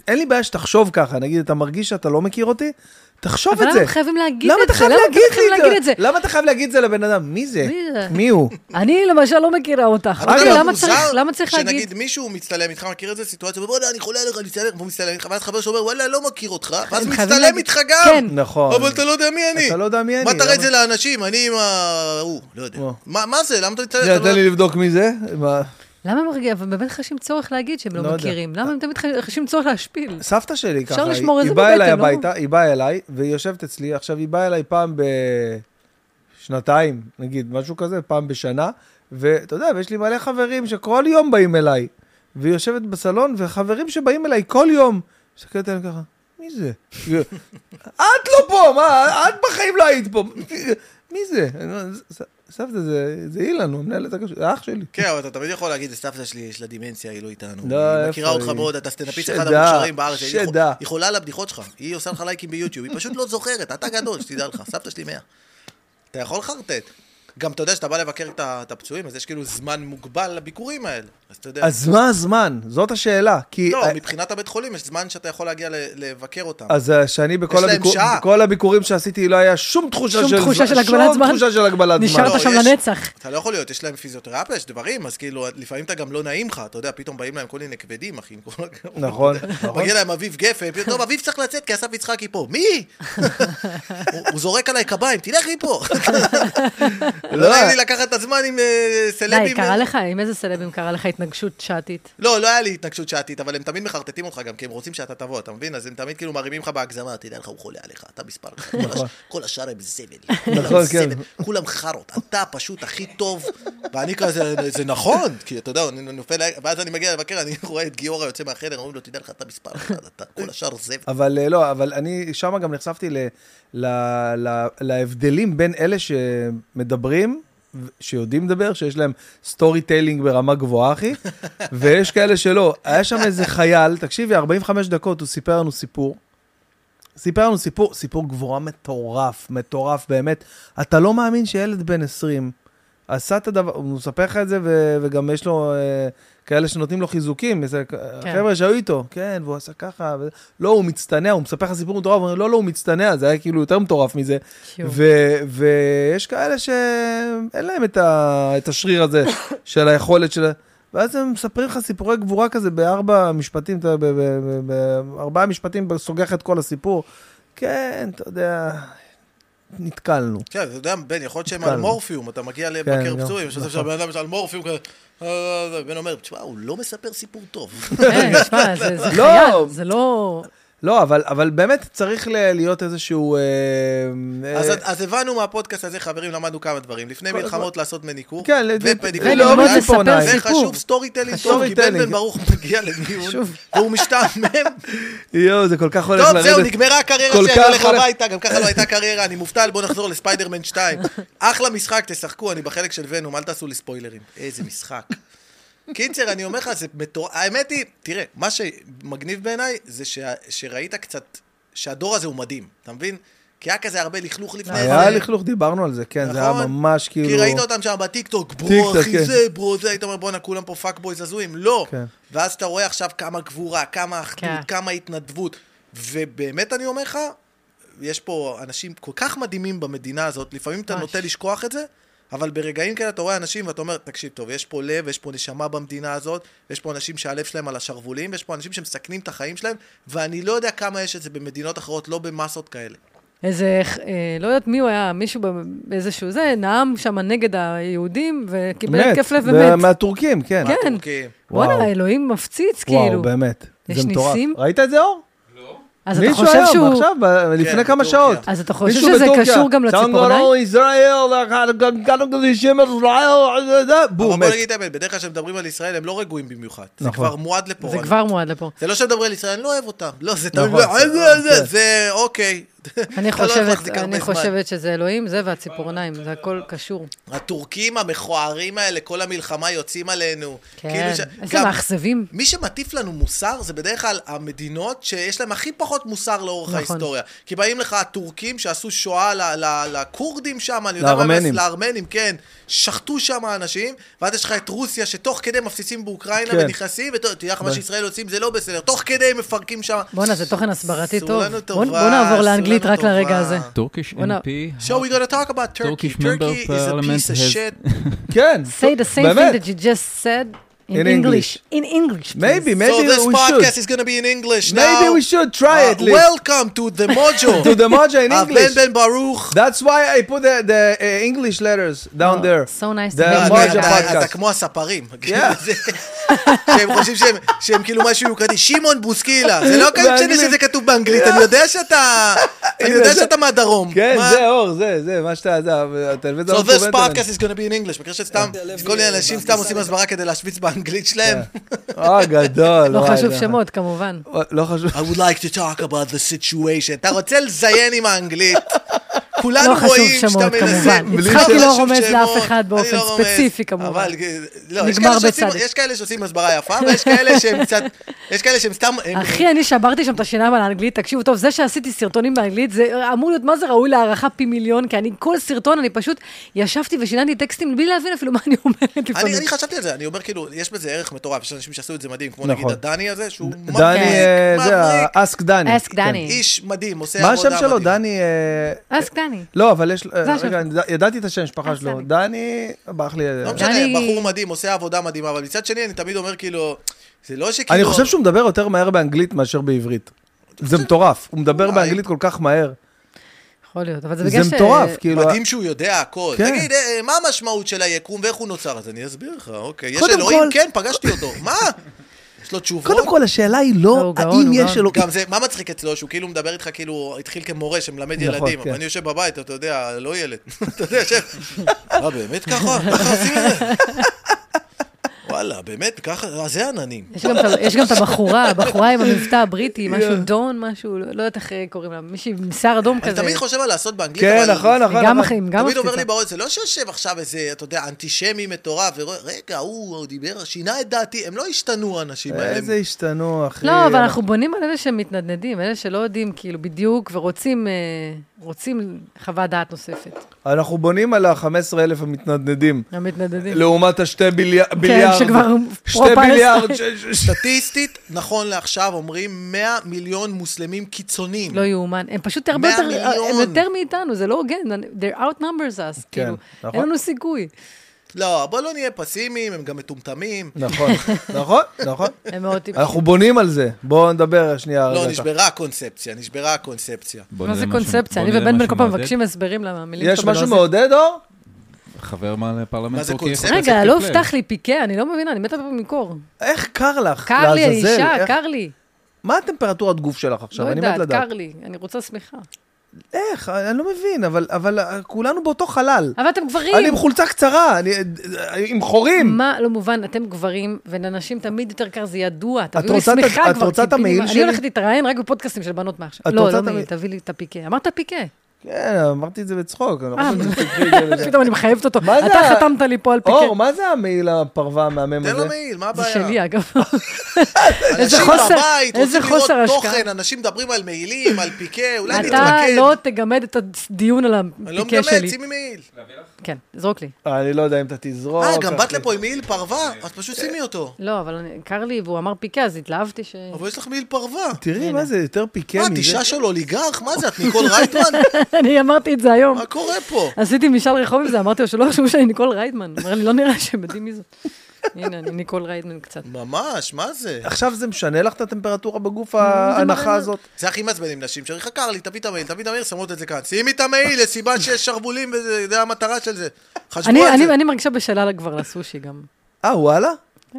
Speaker 3: אין לי בעיה שתחשוב ככה, נגיד, אתה מרגיש שאתה לא מכיר אותי, תחשוב את
Speaker 4: אבל
Speaker 3: זה.
Speaker 4: למה אתם חייבים להגיד
Speaker 3: למה
Speaker 4: את
Speaker 3: אתה
Speaker 4: זה?
Speaker 3: חייב
Speaker 4: למה אתם
Speaker 3: להגיד
Speaker 4: חייבים
Speaker 3: לי
Speaker 4: להגיד את זה?
Speaker 3: למה אתה חייב להגיד את זה לבן אדם? מי זה?
Speaker 4: מי זה?
Speaker 3: מי הוא?
Speaker 4: אני למשל לא מכירה אותך.
Speaker 2: אתה יודע
Speaker 4: רגע,
Speaker 2: מה
Speaker 4: למה
Speaker 2: מוזר?
Speaker 4: צריך, למה צריך להגיד?
Speaker 2: שנגיד מישהו מצטלם איתך, מכיר את זה? סיטואציה, בוא'נה, אני חולה עליך, אני מצטלם, והוא מצטלם איתך, ואז חבר שאומר, וואלה, לא מכיר אותך, ואז
Speaker 4: הם חייבים להגיד-
Speaker 2: מצטלם איתך גם.
Speaker 4: כן.
Speaker 3: נכון.
Speaker 2: אבל אתה לא יודע מי אני.
Speaker 3: כן, אתה לא יודע מי
Speaker 2: מה
Speaker 3: אני,
Speaker 2: תראה את
Speaker 3: למה?
Speaker 2: זה לאנשים? אני עם ההוא, לא יודע.
Speaker 3: וואו.
Speaker 2: מה מה זה? למה אתה מצטלם?
Speaker 3: שנייה,
Speaker 2: אתה לא-
Speaker 3: תן לי לבדוק מי זה. מה-
Speaker 4: למה הם מרגישים, אבל באמת חשים צורך להגיד שהם לא,
Speaker 3: לא יודע.
Speaker 4: מכירים? למה הם תמיד חש- חשים צורך להשפיל?
Speaker 3: סבתא שלי
Speaker 4: אפשר
Speaker 3: ככה, היא-
Speaker 4: לשמור את
Speaker 3: היא
Speaker 4: זה
Speaker 3: באה
Speaker 4: בבטן,
Speaker 3: אליי
Speaker 4: לא?
Speaker 3: הביתה, היא באה אליי, והיא יושבת אצלי, עכשיו היא באה אליי פעם בשנתיים, נגיד, משהו כזה, פעם בשנה, ואתה יודע, ויש לי מלא חברים שכל יום באים אליי, והיא יושבת בסלון, וחברים שבאים אליי כל יום, מסתכלת עליהם ככה, מי זה? היא- את לא פה, מה, את בחיים לא היית פה. מי זה? אני אומר, "ס- סבתא, זה- זה אילן, הוא מנהל את הקשור, זה אח שלי.
Speaker 2: כן, אבל אתה תמיד יכול להגיד, סבתא שלי יש לה דימנציה, היא לא איתנו.
Speaker 3: לא,
Speaker 2: היא
Speaker 3: איפה
Speaker 2: מכירה אותך
Speaker 3: היא?
Speaker 2: מאוד, אתה סטנדאפיסט
Speaker 3: שדע,
Speaker 2: אחד המוכשרים בארץ. היא יכול-
Speaker 3: שדע.
Speaker 2: היא חולה על הבדיחות שלך, היא עושה לך לייקים ביוטיוב, היא פשוט לא זוכרת, אתה גדול, שתדע לך, סבתא שלי 100. אתה יכול לחרטט. גם אתה יודע שאתה בא לבקר את ה- את הפצועים, אז יש כאילו זמן מוגבל לביקורים האלה. אז אתה יודע.
Speaker 3: אז מה הזמן? זאת השאלה. כי
Speaker 2: לא, מבחינת הבית חולים יש זמן שאתה יכול להגיע ל- לבקר אותם.
Speaker 3: אז אה, שאני
Speaker 2: יש
Speaker 3: בכל
Speaker 2: להם
Speaker 3: הביקור...
Speaker 2: שעה.
Speaker 3: בכל הביקורים שעשיתי לא היה שום תחושה
Speaker 4: שום
Speaker 3: של
Speaker 4: תחושה
Speaker 3: זמן-
Speaker 4: של הגבלת זמן?
Speaker 3: שום תחושה של הגבלת זמן.
Speaker 4: נשארת
Speaker 2: לא,
Speaker 4: שם
Speaker 2: יש-
Speaker 4: לנצח.
Speaker 2: אתה לא יכול להיות, יש להם פיזיותרפיה, יש דברים, אז כאילו, לפעמים אתה גם לא נעים לך, אתה יודע, פתאום באים להם כל מיני כבדים, אחי. עם כל הכבוד.
Speaker 3: נכון, נכון.
Speaker 2: מגיע להם אביב גפן, פתאום, טוב, אביב צריך לצאת כי אסף יצחקי פה. מי? הוא- הוא זורק עליי קביים, תלך מפה. לא היה לי לקחת את הזמן עם אה,
Speaker 4: די,
Speaker 2: סלבים.
Speaker 4: קרה לך, עם איזה סלבים קרה לך התנגשות שעתית?
Speaker 2: לא, לא היה לי התנגשות שעתית, אבל הם תמיד מחרטטים אותך גם, כי הם רוצים שאתה תבוא, אתה מבין? אז הם תמיד כאילו מרימים לך בהגזמה, תדע לך, הוא חולה עליך, אתה מספר אחד. כל הש- כל השאר הם זבל. כולם
Speaker 3: נכון,
Speaker 2: זבל,
Speaker 3: כן.
Speaker 2: כולם חארות, אתה פשוט הכי טוב, ואני כזה, זה נכון, כי אתה יודע, אני נופל, ואז אני מגיע לבקר, אני רואה את גיורא יוצא מהחדר, אומרים לו, תדע לך, אתה מספר אחד, אתה, כל השאר זבל.
Speaker 3: אבל אה, לא, אבל אני שם גם נחשפתי ל, ל, ל, להבדלים בין אלה שמדברים, ו- שיודעים לדבר, שיש להם סטורי טיילינג ברמה גבוהה, אחי, ויש כאלה שלא. היה שם איזה חייל, תקשיבי, 45 דקות הוא סיפר לנו סיפור. סיפר לנו סיפור, סיפור גבורה מטורף, מטורף באמת. אתה לא מאמין שילד בן 20 עשה את הדבר, הוא מספר לך את זה, ו, וגם יש לו אה, כאלה שנותנים לו חיזוקים, איזה
Speaker 4: כן.
Speaker 3: כן. חבר'ה שהיו איתו, כן, והוא עשה ככה, ו... לא, הוא מצטנע, הוא מספר לך סיפור מטורף, הוא אומר, לא, לא, הוא מצטנע, זה היה כאילו יותר מטורף מזה.
Speaker 4: שיו.
Speaker 3: ו- ויש כאלה שאין להם את, ה- את השריר הזה של היכולת של... ה- ואז הם מספרים לך סיפורי גבורה כזה בארבע משפטים, אתה- ב- ב- ב- ב- בארבעה משפטים סוגח את כל הסיפור. כן, אתה יודע, נתקלנו.
Speaker 2: כן, אתה יודע, בן, יכול להיות שהם
Speaker 3: נתקל.
Speaker 2: על מורפיום, אתה מגיע לבקר
Speaker 3: גם.
Speaker 2: פצועים, יש עכשיו בן אדם על מורפיום כזה, אה, בן אומר, תשמע, הוא לא מספר סיפור טוב.
Speaker 4: אה, תשמע, זה זה
Speaker 3: לא.
Speaker 4: חייל, זה לא...
Speaker 3: לא, אבל, אבל באמת צריך ל- להיות איזשהו... אה,
Speaker 2: אז,
Speaker 3: אה,
Speaker 2: אז הבנו מהפודקאסט הזה, חברים, למדנו כמה דברים. לפני
Speaker 3: כל
Speaker 2: מלחמות לעשות מניקור.
Speaker 3: כן,
Speaker 2: ופדיקור.
Speaker 4: רגע, ללמוד
Speaker 3: בלי
Speaker 4: לספר
Speaker 3: ציפורניים.
Speaker 4: סיפור.
Speaker 2: וחשוב סטורי טלינג טוב, כי
Speaker 3: Storytelling.
Speaker 2: בן בן ברוך מגיע לדיון,
Speaker 4: שוב.
Speaker 2: והוא משתעמם.
Speaker 3: יואו, זה כל כך הולך
Speaker 2: טוב,
Speaker 3: לרדת.
Speaker 2: זהו, נגמרה הקריירה
Speaker 3: כל
Speaker 2: שלי, אני
Speaker 3: כך
Speaker 2: הולך
Speaker 3: הולך-
Speaker 2: הביתה, גם ככה לא הייתה קריירה, אני מובטל, בואו נחזור לספיידרמן 2. אחלה משחק, תשחקו, אני בחלק של ונום, אל תעשו לי ספוילרים. איזה משחק. קיצר, אני אומר לך, זה מטורף. האמת היא, תראה, מה שמגניב בעיניי, זה שה- שראית קצת, שהדור הזה הוא מדהים, אתה מבין? כי היה כזה הרבה לכלוך לפני זה.
Speaker 3: היה לכלוך, דיברנו על זה, כן, זה היה
Speaker 2: נכון?
Speaker 3: ממש כאילו...
Speaker 2: כי ראית אותם שם בטיקטוק, ברו
Speaker 3: טיקטוק,
Speaker 2: אחי
Speaker 3: כן.
Speaker 2: זה, ברו זה, היית אומר בואנה כולם פה פאק בויז הזויים, לא.
Speaker 3: כן.
Speaker 2: ואז אתה רואה עכשיו כמה גבורה, כמה
Speaker 4: כן.
Speaker 2: אחדות, כמה התנדבות, ובאמת אני אומר לך, יש פה אנשים כל כך מדהימים במדינה הזאת, לפעמים אתה
Speaker 4: ממש.
Speaker 2: נוטה לשכוח את זה, אבל ברגעים כאלה אתה רואה אנשים ואתה אומר, תקשיב טוב, יש פה לב, יש פה נשמה במדינה הזאת, יש פה אנשים שהלב שלהם על השרוולים, ויש פה אנשים שמסכנים את החיים שלהם, ואני לא יודע כמה יש את זה במדינות אחרות, לא במסות כאלה.
Speaker 4: איזה, אה, לא יודעת מי הוא היה, מישהו באיזשהו זה, נאם שם נגד היהודים, וקיבל התקף לב
Speaker 3: זה
Speaker 4: ומת.
Speaker 3: מהטורקים, כן.
Speaker 4: כן.
Speaker 2: הטורקים.
Speaker 3: וואו.
Speaker 4: וואלה, אלוהים מפציץ,
Speaker 3: וואו,
Speaker 4: כאילו.
Speaker 3: באמת.
Speaker 4: יש
Speaker 3: זה מטורף.
Speaker 4: ניסים?
Speaker 3: ראית את זה, אור?
Speaker 4: אז אתה
Speaker 3: מישהו
Speaker 4: חושב
Speaker 3: היום,
Speaker 4: שהוא...
Speaker 3: עכשיו, ב- לפני
Speaker 2: בטורקיה.
Speaker 3: כמה שעות.
Speaker 4: אז אתה חושב שזה קשור גם לציפורניים?
Speaker 3: ישראל,
Speaker 2: אבל
Speaker 3: בום, אה,
Speaker 2: בוא
Speaker 3: מת.
Speaker 2: נגיד את האמת, בדרך כלל כשמדברים על ישראל הם לא רגועים במיוחד. זה
Speaker 3: נכון.
Speaker 2: כבר מועד לפורענות.
Speaker 4: זה כבר מועד לפה.
Speaker 2: זה לא שמדברים על ישראל, אני לא אוהב אותם. לא, זה תמיד...
Speaker 3: נכון.
Speaker 2: זה- זה-
Speaker 3: כן.
Speaker 2: זה אוקיי.
Speaker 4: אני
Speaker 2: אתה לא יכול להחזיק
Speaker 4: חושבת,
Speaker 2: הרבה
Speaker 4: אני
Speaker 2: זמן.
Speaker 4: חושבת שזה אלוהים, זה והציפורניים, זה הכל קשור.
Speaker 2: הטורקים המכוערים האלה, כל המלחמה יוצאים עלינו.
Speaker 4: כן,
Speaker 2: כאילו ש-
Speaker 4: איזה
Speaker 2: גם-
Speaker 4: מאכזבים.
Speaker 2: מי שמטיף לנו מוסר זה בדרך כלל המדינות שיש להן הכי פחות מוסר לאורך
Speaker 4: נכון.
Speaker 2: ההיסטוריה. כי באים לך הטורקים שעשו שואה ל- ל- לכורדים שם, אני יודע מה הם עשו-
Speaker 3: לארמנים.
Speaker 2: לארמנים, כן, שחטו שם אנשים, ואז יש לך את רוסיה שתוך כדי מפציצים באוקראינה
Speaker 3: כן.
Speaker 2: ונכנסים, ותראה לך מה שישראל עושים זה לא בסדר, תוך כדי מפרקים שם.
Speaker 4: בואנה, זה תוכן הסברתי
Speaker 2: עשו
Speaker 4: טוב.
Speaker 2: לנו
Speaker 4: בוא-
Speaker 2: טובה,
Speaker 4: בוא נעבור
Speaker 2: עשו
Speaker 4: לאנגלית
Speaker 2: לנו
Speaker 4: רק לרגע
Speaker 2: טובה.
Speaker 4: הזה.
Speaker 5: Turkish
Speaker 4: Well, no.
Speaker 5: MP. has-
Speaker 2: So we're gonna talk about Turkey.
Speaker 5: Turkish member
Speaker 2: Turkey is
Speaker 5: of
Speaker 2: a
Speaker 5: parliament
Speaker 2: piece of
Speaker 5: has-
Speaker 2: shit.
Speaker 3: כן.
Speaker 4: Say the same thing
Speaker 3: באמת.
Speaker 4: that you just said in
Speaker 3: In
Speaker 4: English. In English, please.
Speaker 3: Maybe,
Speaker 2: So
Speaker 3: maybe
Speaker 2: this
Speaker 3: we should.
Speaker 2: podcast is gonna be in English now.
Speaker 3: Maybe we should try
Speaker 2: Uh,
Speaker 3: at least.
Speaker 2: Welcome to the mojo. Uh,
Speaker 3: To the mojo in
Speaker 2: of
Speaker 3: English.
Speaker 2: בן בן ברוך.
Speaker 3: That's why I put the, the uh, English letters down
Speaker 4: Oh,
Speaker 3: there.
Speaker 4: so nice to meet
Speaker 3: the
Speaker 4: you.
Speaker 2: אה, אתה-
Speaker 3: Mojo
Speaker 4: Mojo
Speaker 2: אתה- אתה
Speaker 3: podcast.
Speaker 2: כמו הספרים. כאילו, שהם חושבים שהם- שהם כאילו משהו יוקרתי. שמעון בוסקילה. זה לא כאילו
Speaker 3: באנגלית.
Speaker 2: שני שזה כתוב באנגלית. אני יודע שאתה... אני יודע
Speaker 3: זה-
Speaker 2: שאתה מהדרום.
Speaker 3: כן,
Speaker 2: מה-
Speaker 3: זה אור, זה, זה, מה שאתה, זה, הטלוויזיה
Speaker 2: So
Speaker 3: לא
Speaker 2: this
Speaker 3: מקובלת עלינו.
Speaker 2: podcast is gonna be in English. בקשר שסתם, כל מיני אנשים סתם עושים הסברה כדי להשוויץ באנגלית שלהם.
Speaker 3: אה, גדול.
Speaker 4: לא
Speaker 3: וואי,
Speaker 4: חשוב שמות, כמובן.
Speaker 3: לא חשוב.
Speaker 2: I would like to talk about the situation. אתה רוצה לזיין עם האנגלית.
Speaker 4: לא
Speaker 2: כולנו
Speaker 4: חשוב
Speaker 2: רואים שאתה
Speaker 4: שמות,
Speaker 2: מנסה.
Speaker 4: כמובן.
Speaker 2: בלי
Speaker 4: יצחקי
Speaker 2: שם.
Speaker 4: לא
Speaker 2: חשוב
Speaker 4: רומז
Speaker 2: שמות,
Speaker 4: לאף אחד
Speaker 2: אני
Speaker 4: באופן
Speaker 2: לא רומז.
Speaker 4: ספציפי, כמובן.
Speaker 2: אבל, אה, לא, יש
Speaker 4: נגמר
Speaker 2: כאלה שעושים-
Speaker 4: בצדק.
Speaker 2: יש כאלה שעושים הסברה יפה, ויש כאלה שהם קצת... יש כאלה שהם סתם... הם-
Speaker 4: אחי, אני שברתי שם את השיניים על האנגלית, תקשיבו טוב, זה שעשיתי סרטונים באנגלית, זה אמור להיות, מה זה ראוי להערכה פי מיליון, כי אני כל סרטון, אני פשוט ישבתי ושיננתי טקסטים בלי להבין אפילו מה אני אומרת לפעמים.
Speaker 2: אני, אני חשבתי על זה, אני אומר כאילו, יש בזה ערך מטורף, יש אנשים שעשו את זה מדהים, כמו נגיד
Speaker 3: נכון.
Speaker 2: הדני הזה, שהוא מבריק,
Speaker 3: דני, אה, זה,
Speaker 2: מבריק,
Speaker 3: אסק דני.
Speaker 4: אסק דני.
Speaker 2: איש מדהים, עושה
Speaker 3: כן. מה
Speaker 2: עבודה
Speaker 3: השם
Speaker 2: מדהים.
Speaker 3: שלו? דני... אה,
Speaker 4: אז קטני.
Speaker 3: לא, אבל יש... אה,
Speaker 4: זה השם
Speaker 3: רגע,
Speaker 4: שלו. אה,
Speaker 3: אני- ידעתי את השם משפחה
Speaker 4: אסק
Speaker 3: שלו.
Speaker 4: דני.
Speaker 3: דני, ברח לי... אה,
Speaker 2: לא משנה,
Speaker 4: דני-
Speaker 2: בחור מדהים, עושה עבודה מדהימה, אבל מצד שני, אני תמיד אומר כאילו, זה לא שכאילו...
Speaker 3: אני חושב שהוא מדבר יותר מהר באנגלית מאשר בעברית. זה מטורף, הוא מדבר
Speaker 2: אולי.
Speaker 3: באנגלית כל כך מהר.
Speaker 4: יכול להיות, אבל זה בגלל
Speaker 3: זה
Speaker 4: ש...
Speaker 3: מטורף, כאילו...
Speaker 2: מדהים שהוא יודע הכל.
Speaker 3: כן.
Speaker 2: תגיד, אה, מה המשמעות של היקום ואיך הוא נוצר? אז אני אסביר לך, אוקיי. יש
Speaker 3: קודם
Speaker 2: אלוהים?
Speaker 3: כל-
Speaker 2: כן, פגשתי אותו. מה? יש לו תשובות?
Speaker 3: קודם כל, השאלה היא
Speaker 4: לא,
Speaker 3: לא
Speaker 4: הוא גאון,
Speaker 3: האם
Speaker 4: הוא
Speaker 3: יש
Speaker 4: גאון.
Speaker 3: אלוהים.
Speaker 2: גם זה, מה מצחיק אצלו? שהוא כאילו מדבר איתך כאילו, התחיל כמורה שמלמד
Speaker 3: נכון,
Speaker 2: ילדים, אבל
Speaker 3: כן.
Speaker 2: אני יושב בבית, אתה יודע, לא ילד. אתה יודע, יושב, מה, באמת ככה? ככה עושים את זה? וואלה, באמת, ככה? אה, זה עננים.
Speaker 4: יש גם את ה- יש גם את הבחורה, הבחורה עם המבטא הבריטי, משהו דון, משהו, לא לא יודעת איך קוראים לה, מישהי עם שיער אדום
Speaker 2: אני
Speaker 4: כזה.
Speaker 2: תמיד חושב על לעשות באנגלית,
Speaker 3: כן,
Speaker 2: אבל-
Speaker 3: נכון, נכון.
Speaker 4: גם
Speaker 3: נכון.
Speaker 4: אחים, גם
Speaker 2: תמיד עובר
Speaker 4: מפציצה.
Speaker 2: לי בראש, זה לא שיושב עכשיו איזה, אתה יודע, אנטישמי מטורף, ורואה, רגע, הוא הוא דיבר, שינה את דעתי, הם לא השתנו, האנשים האלה.
Speaker 3: איזה השתנו, אחי.
Speaker 4: לא, אבל אנחנו בונים על אלה שמתנדנדים, אלה שלא יודעים כאילו בדיוק ורוצים אה, רוצים חוות דעת נוספת.
Speaker 3: אנחנו בונים על ה-15,000 המתנדנדים.
Speaker 2: לא.
Speaker 4: המתנדנדים.
Speaker 3: לעומת השתי ביליארד. ביליארד.
Speaker 4: כן, שכבר
Speaker 3: שתי
Speaker 4: פרו-פלסטין.
Speaker 3: ביליארד. ש- ש- ש-
Speaker 2: סטטיסטית, נכון לעכשיו, אומרים 100 מיליון מוסלמים קיצוניים.
Speaker 4: לא יאומן. הם פשוט הרבה
Speaker 2: מאה
Speaker 4: יותר, הם
Speaker 2: מיליון. כן,
Speaker 4: יותר מאיתנו, זה לא הוגן. They're outnumbers us, כאילו.
Speaker 3: נכון.
Speaker 4: אין לנו סיכוי.
Speaker 2: לא, בוא לא נהיה פסימיים, הם גם מטומטמים.
Speaker 3: נכון, נכון, נכון.
Speaker 4: הם מאוד טיפשים.
Speaker 3: אנחנו בונים על זה. בואו נדבר שנייה.
Speaker 2: לא,
Speaker 3: רגע.
Speaker 2: נשברה הקונספציה, נשברה הקונספציה.
Speaker 5: בוא
Speaker 4: מה
Speaker 5: נראה
Speaker 4: זה
Speaker 5: משהו-
Speaker 4: קונספציה?
Speaker 5: בוא
Speaker 4: אני
Speaker 5: נראה
Speaker 4: ובן בן
Speaker 5: משהו
Speaker 4: כל פעם
Speaker 5: מעודד.
Speaker 4: מבקשים הסברים למילים
Speaker 3: יש
Speaker 4: שאתה
Speaker 3: משהו
Speaker 4: בלועזית.
Speaker 3: מעודד, אור?
Speaker 5: חבר מהפרלמנט
Speaker 2: מה זה
Speaker 5: הטורקי. יכול
Speaker 2: קונספציה?
Speaker 5: לעשות
Speaker 4: רגע, לא
Speaker 5: כיף לב.
Speaker 4: הובטח לי פיקה, אני לא מבינה, אני מתה פה מקור.
Speaker 3: איך קר לך?
Speaker 4: קר לי, אני
Speaker 3: לעזאזל,
Speaker 4: אישה,
Speaker 3: איך-
Speaker 4: קר לי.
Speaker 3: מה הטמפרטורת גוף שלך עכשיו?
Speaker 4: לא
Speaker 3: אני מת
Speaker 4: יודעת,
Speaker 3: לדעת.
Speaker 4: קר לי, אני רוצה שמיכה.
Speaker 3: איך? אני לא מבין, אבל- אבל אה, כולנו באותו חלל.
Speaker 4: אבל אתם גברים!
Speaker 3: אני עם חולצה קצרה, אני אה, עם חורים.
Speaker 4: מה לא מובן, אתם גברים, ולנשים תמיד יותר קר, זה ידוע. תביאו לי
Speaker 3: רוצה את-
Speaker 4: שמיכה כבר.
Speaker 3: את רוצה את
Speaker 4: ציפי,
Speaker 3: המעיל
Speaker 4: אני
Speaker 3: שלי?
Speaker 4: הולכת להתראיין רק בפודקאסטים של בנות
Speaker 3: את
Speaker 4: מעכשיו. לא,
Speaker 3: רוצה
Speaker 4: לא
Speaker 3: את
Speaker 4: מעיל,
Speaker 3: המעיל?
Speaker 4: תביא לי את הפיקה. אמרת פיקה.
Speaker 3: כן, אמרתי את זה בצחוק. אני לא
Speaker 4: אה,
Speaker 3: חושב שתקראי את זה לזה.
Speaker 4: פתאום אני מחייבת אותו.
Speaker 3: מה זה
Speaker 4: אתה
Speaker 3: ה-
Speaker 4: חתמת לי פה על פיקה.
Speaker 3: אור, מה זה המעיל הפרווה המהמם
Speaker 2: תן לה
Speaker 3: הזה?
Speaker 2: מעיל, מה
Speaker 4: זה
Speaker 2: הבעיה?
Speaker 4: שלי, אגב. איזה
Speaker 2: אנשים
Speaker 4: חוסר-
Speaker 2: בבית
Speaker 4: איזה
Speaker 2: רוצים לראות
Speaker 4: חוסר השקעה.
Speaker 2: תוכן, אנשים מדברים על מעילים, על פיקה, אולי
Speaker 4: אתה
Speaker 2: נתמקד.
Speaker 4: לא תגמד את הדיון על
Speaker 2: אני לא
Speaker 4: הפיקה
Speaker 2: מגמד,
Speaker 4: שלי.
Speaker 2: שימי מעיל.
Speaker 4: כן, זרוק לי.
Speaker 3: אני לא יודע אם אתה תזרוק.
Speaker 2: אה, גם באת
Speaker 3: אחי.
Speaker 2: לפה עם מעיל פרווה? אז פשוט שימי אותו.
Speaker 4: לא, אבל אני- קר לי, והוא אמר פיקה, אז התלהבתי ש...
Speaker 2: אבל יש לך מעיל פרווה.
Speaker 3: תראי, מה זה יותר פיקה
Speaker 4: כן,
Speaker 2: מה,
Speaker 3: מזה?
Speaker 2: את אישה של אוליגרך? מה זה, את ניקול רייטמן?
Speaker 4: אני אמרתי את זה היום.
Speaker 2: מה קורה פה?
Speaker 4: עשיתי משאל רחוב עם זה, אמרתי לו שלא חשבו שאני ניקול ריידמן. אמר לי, לא נראה שהם יודעים מי זאת. הנה, אני ניקול ריידמן קצת.
Speaker 2: ממש, מה זה?
Speaker 3: עכשיו זה משנה לך את הטמפרטורה בגוף ההנחה הזאת?
Speaker 2: זה הכי מעצבן עם נשים, שריחה קר לי, תביא את המעיל, תביא את המעיל, שמות את זה כאן. שימי את המעיל, יש סיבה שיש שרוולים, וזה זה המטרה של זה. חשבו
Speaker 4: אני-
Speaker 2: על
Speaker 4: אני-
Speaker 2: זה.
Speaker 4: אני מרגישה בשאלה כבר לסושי גם,
Speaker 3: אה, וואלה?
Speaker 4: כן.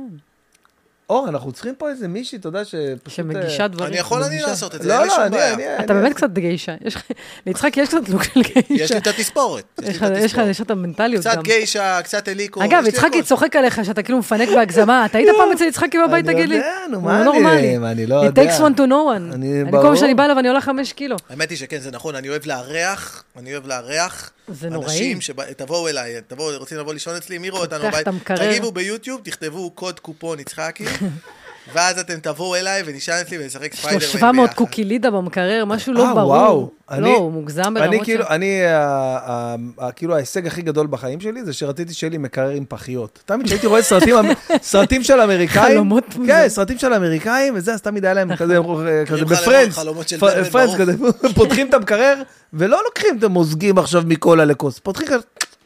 Speaker 3: אור, אנחנו צריכים פה איזה מישהי, אתה יודע, שפשוט... אה,
Speaker 4: שמגישה דברים.
Speaker 2: אני יכול אני
Speaker 4: מגישה.
Speaker 2: לעשות את זה, אין
Speaker 3: לא,
Speaker 2: לי
Speaker 3: לא,
Speaker 2: שום
Speaker 3: אני...
Speaker 2: בעיה.
Speaker 3: אני-
Speaker 4: אתה
Speaker 3: אני-
Speaker 4: באמת קצת גיישה. יש לך- ליצחק יש קצת לוק של
Speaker 2: יש
Speaker 4: גיישה.
Speaker 2: לי את התספורת. יש לי
Speaker 4: יש
Speaker 2: את
Speaker 4: לך- יש לך
Speaker 2: התספורת.
Speaker 4: יש לך את המנטליות
Speaker 2: קצת
Speaker 4: גם.
Speaker 2: גיישה, קצת אליקו.
Speaker 4: אגב,
Speaker 2: יש לי
Speaker 4: יצחקי
Speaker 2: הכל. לא.
Speaker 4: צוחק עליך שאתה כאילו מפנק בהגזמה. אתה היית פעם אצל יצחקי בבית,
Speaker 3: אני
Speaker 4: תגיד לי?
Speaker 3: יודע, נו,
Speaker 4: הוא
Speaker 3: מה
Speaker 4: לא
Speaker 3: אני-
Speaker 4: נורמלי.
Speaker 3: מה, אני לא יודע.
Speaker 4: It takes one to no one. אני
Speaker 3: אני-
Speaker 4: כל
Speaker 3: ברור.
Speaker 4: פעם שאני באה אליו אני עולה חמש קילו.
Speaker 2: האמת היא שכן, זה נכון, אני אוהב לארח, אני אוהב לארח.
Speaker 4: זה נוראי.
Speaker 2: אנשים שתבואו אליי, תבואו, רוצים לבוא לישון אצלי, מי רואה אותנו
Speaker 4: פותח
Speaker 2: בבית?
Speaker 4: את המקרר.
Speaker 2: תגיבו ביוטיוב, תכתבו קוד קופון יצחקי, ואז אתם תבואו אליי ונשאל אצלי ונשחק ספיידרמן ביחד.
Speaker 4: 700 קוקילידה במקרר, משהו לא
Speaker 3: אה,
Speaker 4: ברור.
Speaker 3: וואו. אני-
Speaker 4: לא, הוא מוגזם
Speaker 3: אני
Speaker 4: ברמות
Speaker 3: כאילו,
Speaker 4: של...
Speaker 3: אני, אה, אה, אה, כאילו ההישג הכי גדול בחיים שלי זה שרציתי שיהיה לי מקרר עם פחיות. תמיד כשהייתי רואה סרטים, אמ-, סרטים של אמריקאים,
Speaker 4: חלומות
Speaker 3: כן,
Speaker 4: מוזרים.
Speaker 3: סרטים של אמריקאים, וזה, אז תמיד היה להם כזה, אה, כזה
Speaker 2: חלומות-
Speaker 3: בפרנדס,
Speaker 2: חלומות של
Speaker 3: פ-
Speaker 2: בן בן
Speaker 3: פרנדס
Speaker 2: ברוך.
Speaker 3: כזה, פותחים את המקרר, ולא לוקחים את המוזגים עכשיו מקולה לכוס, פותחים כזה,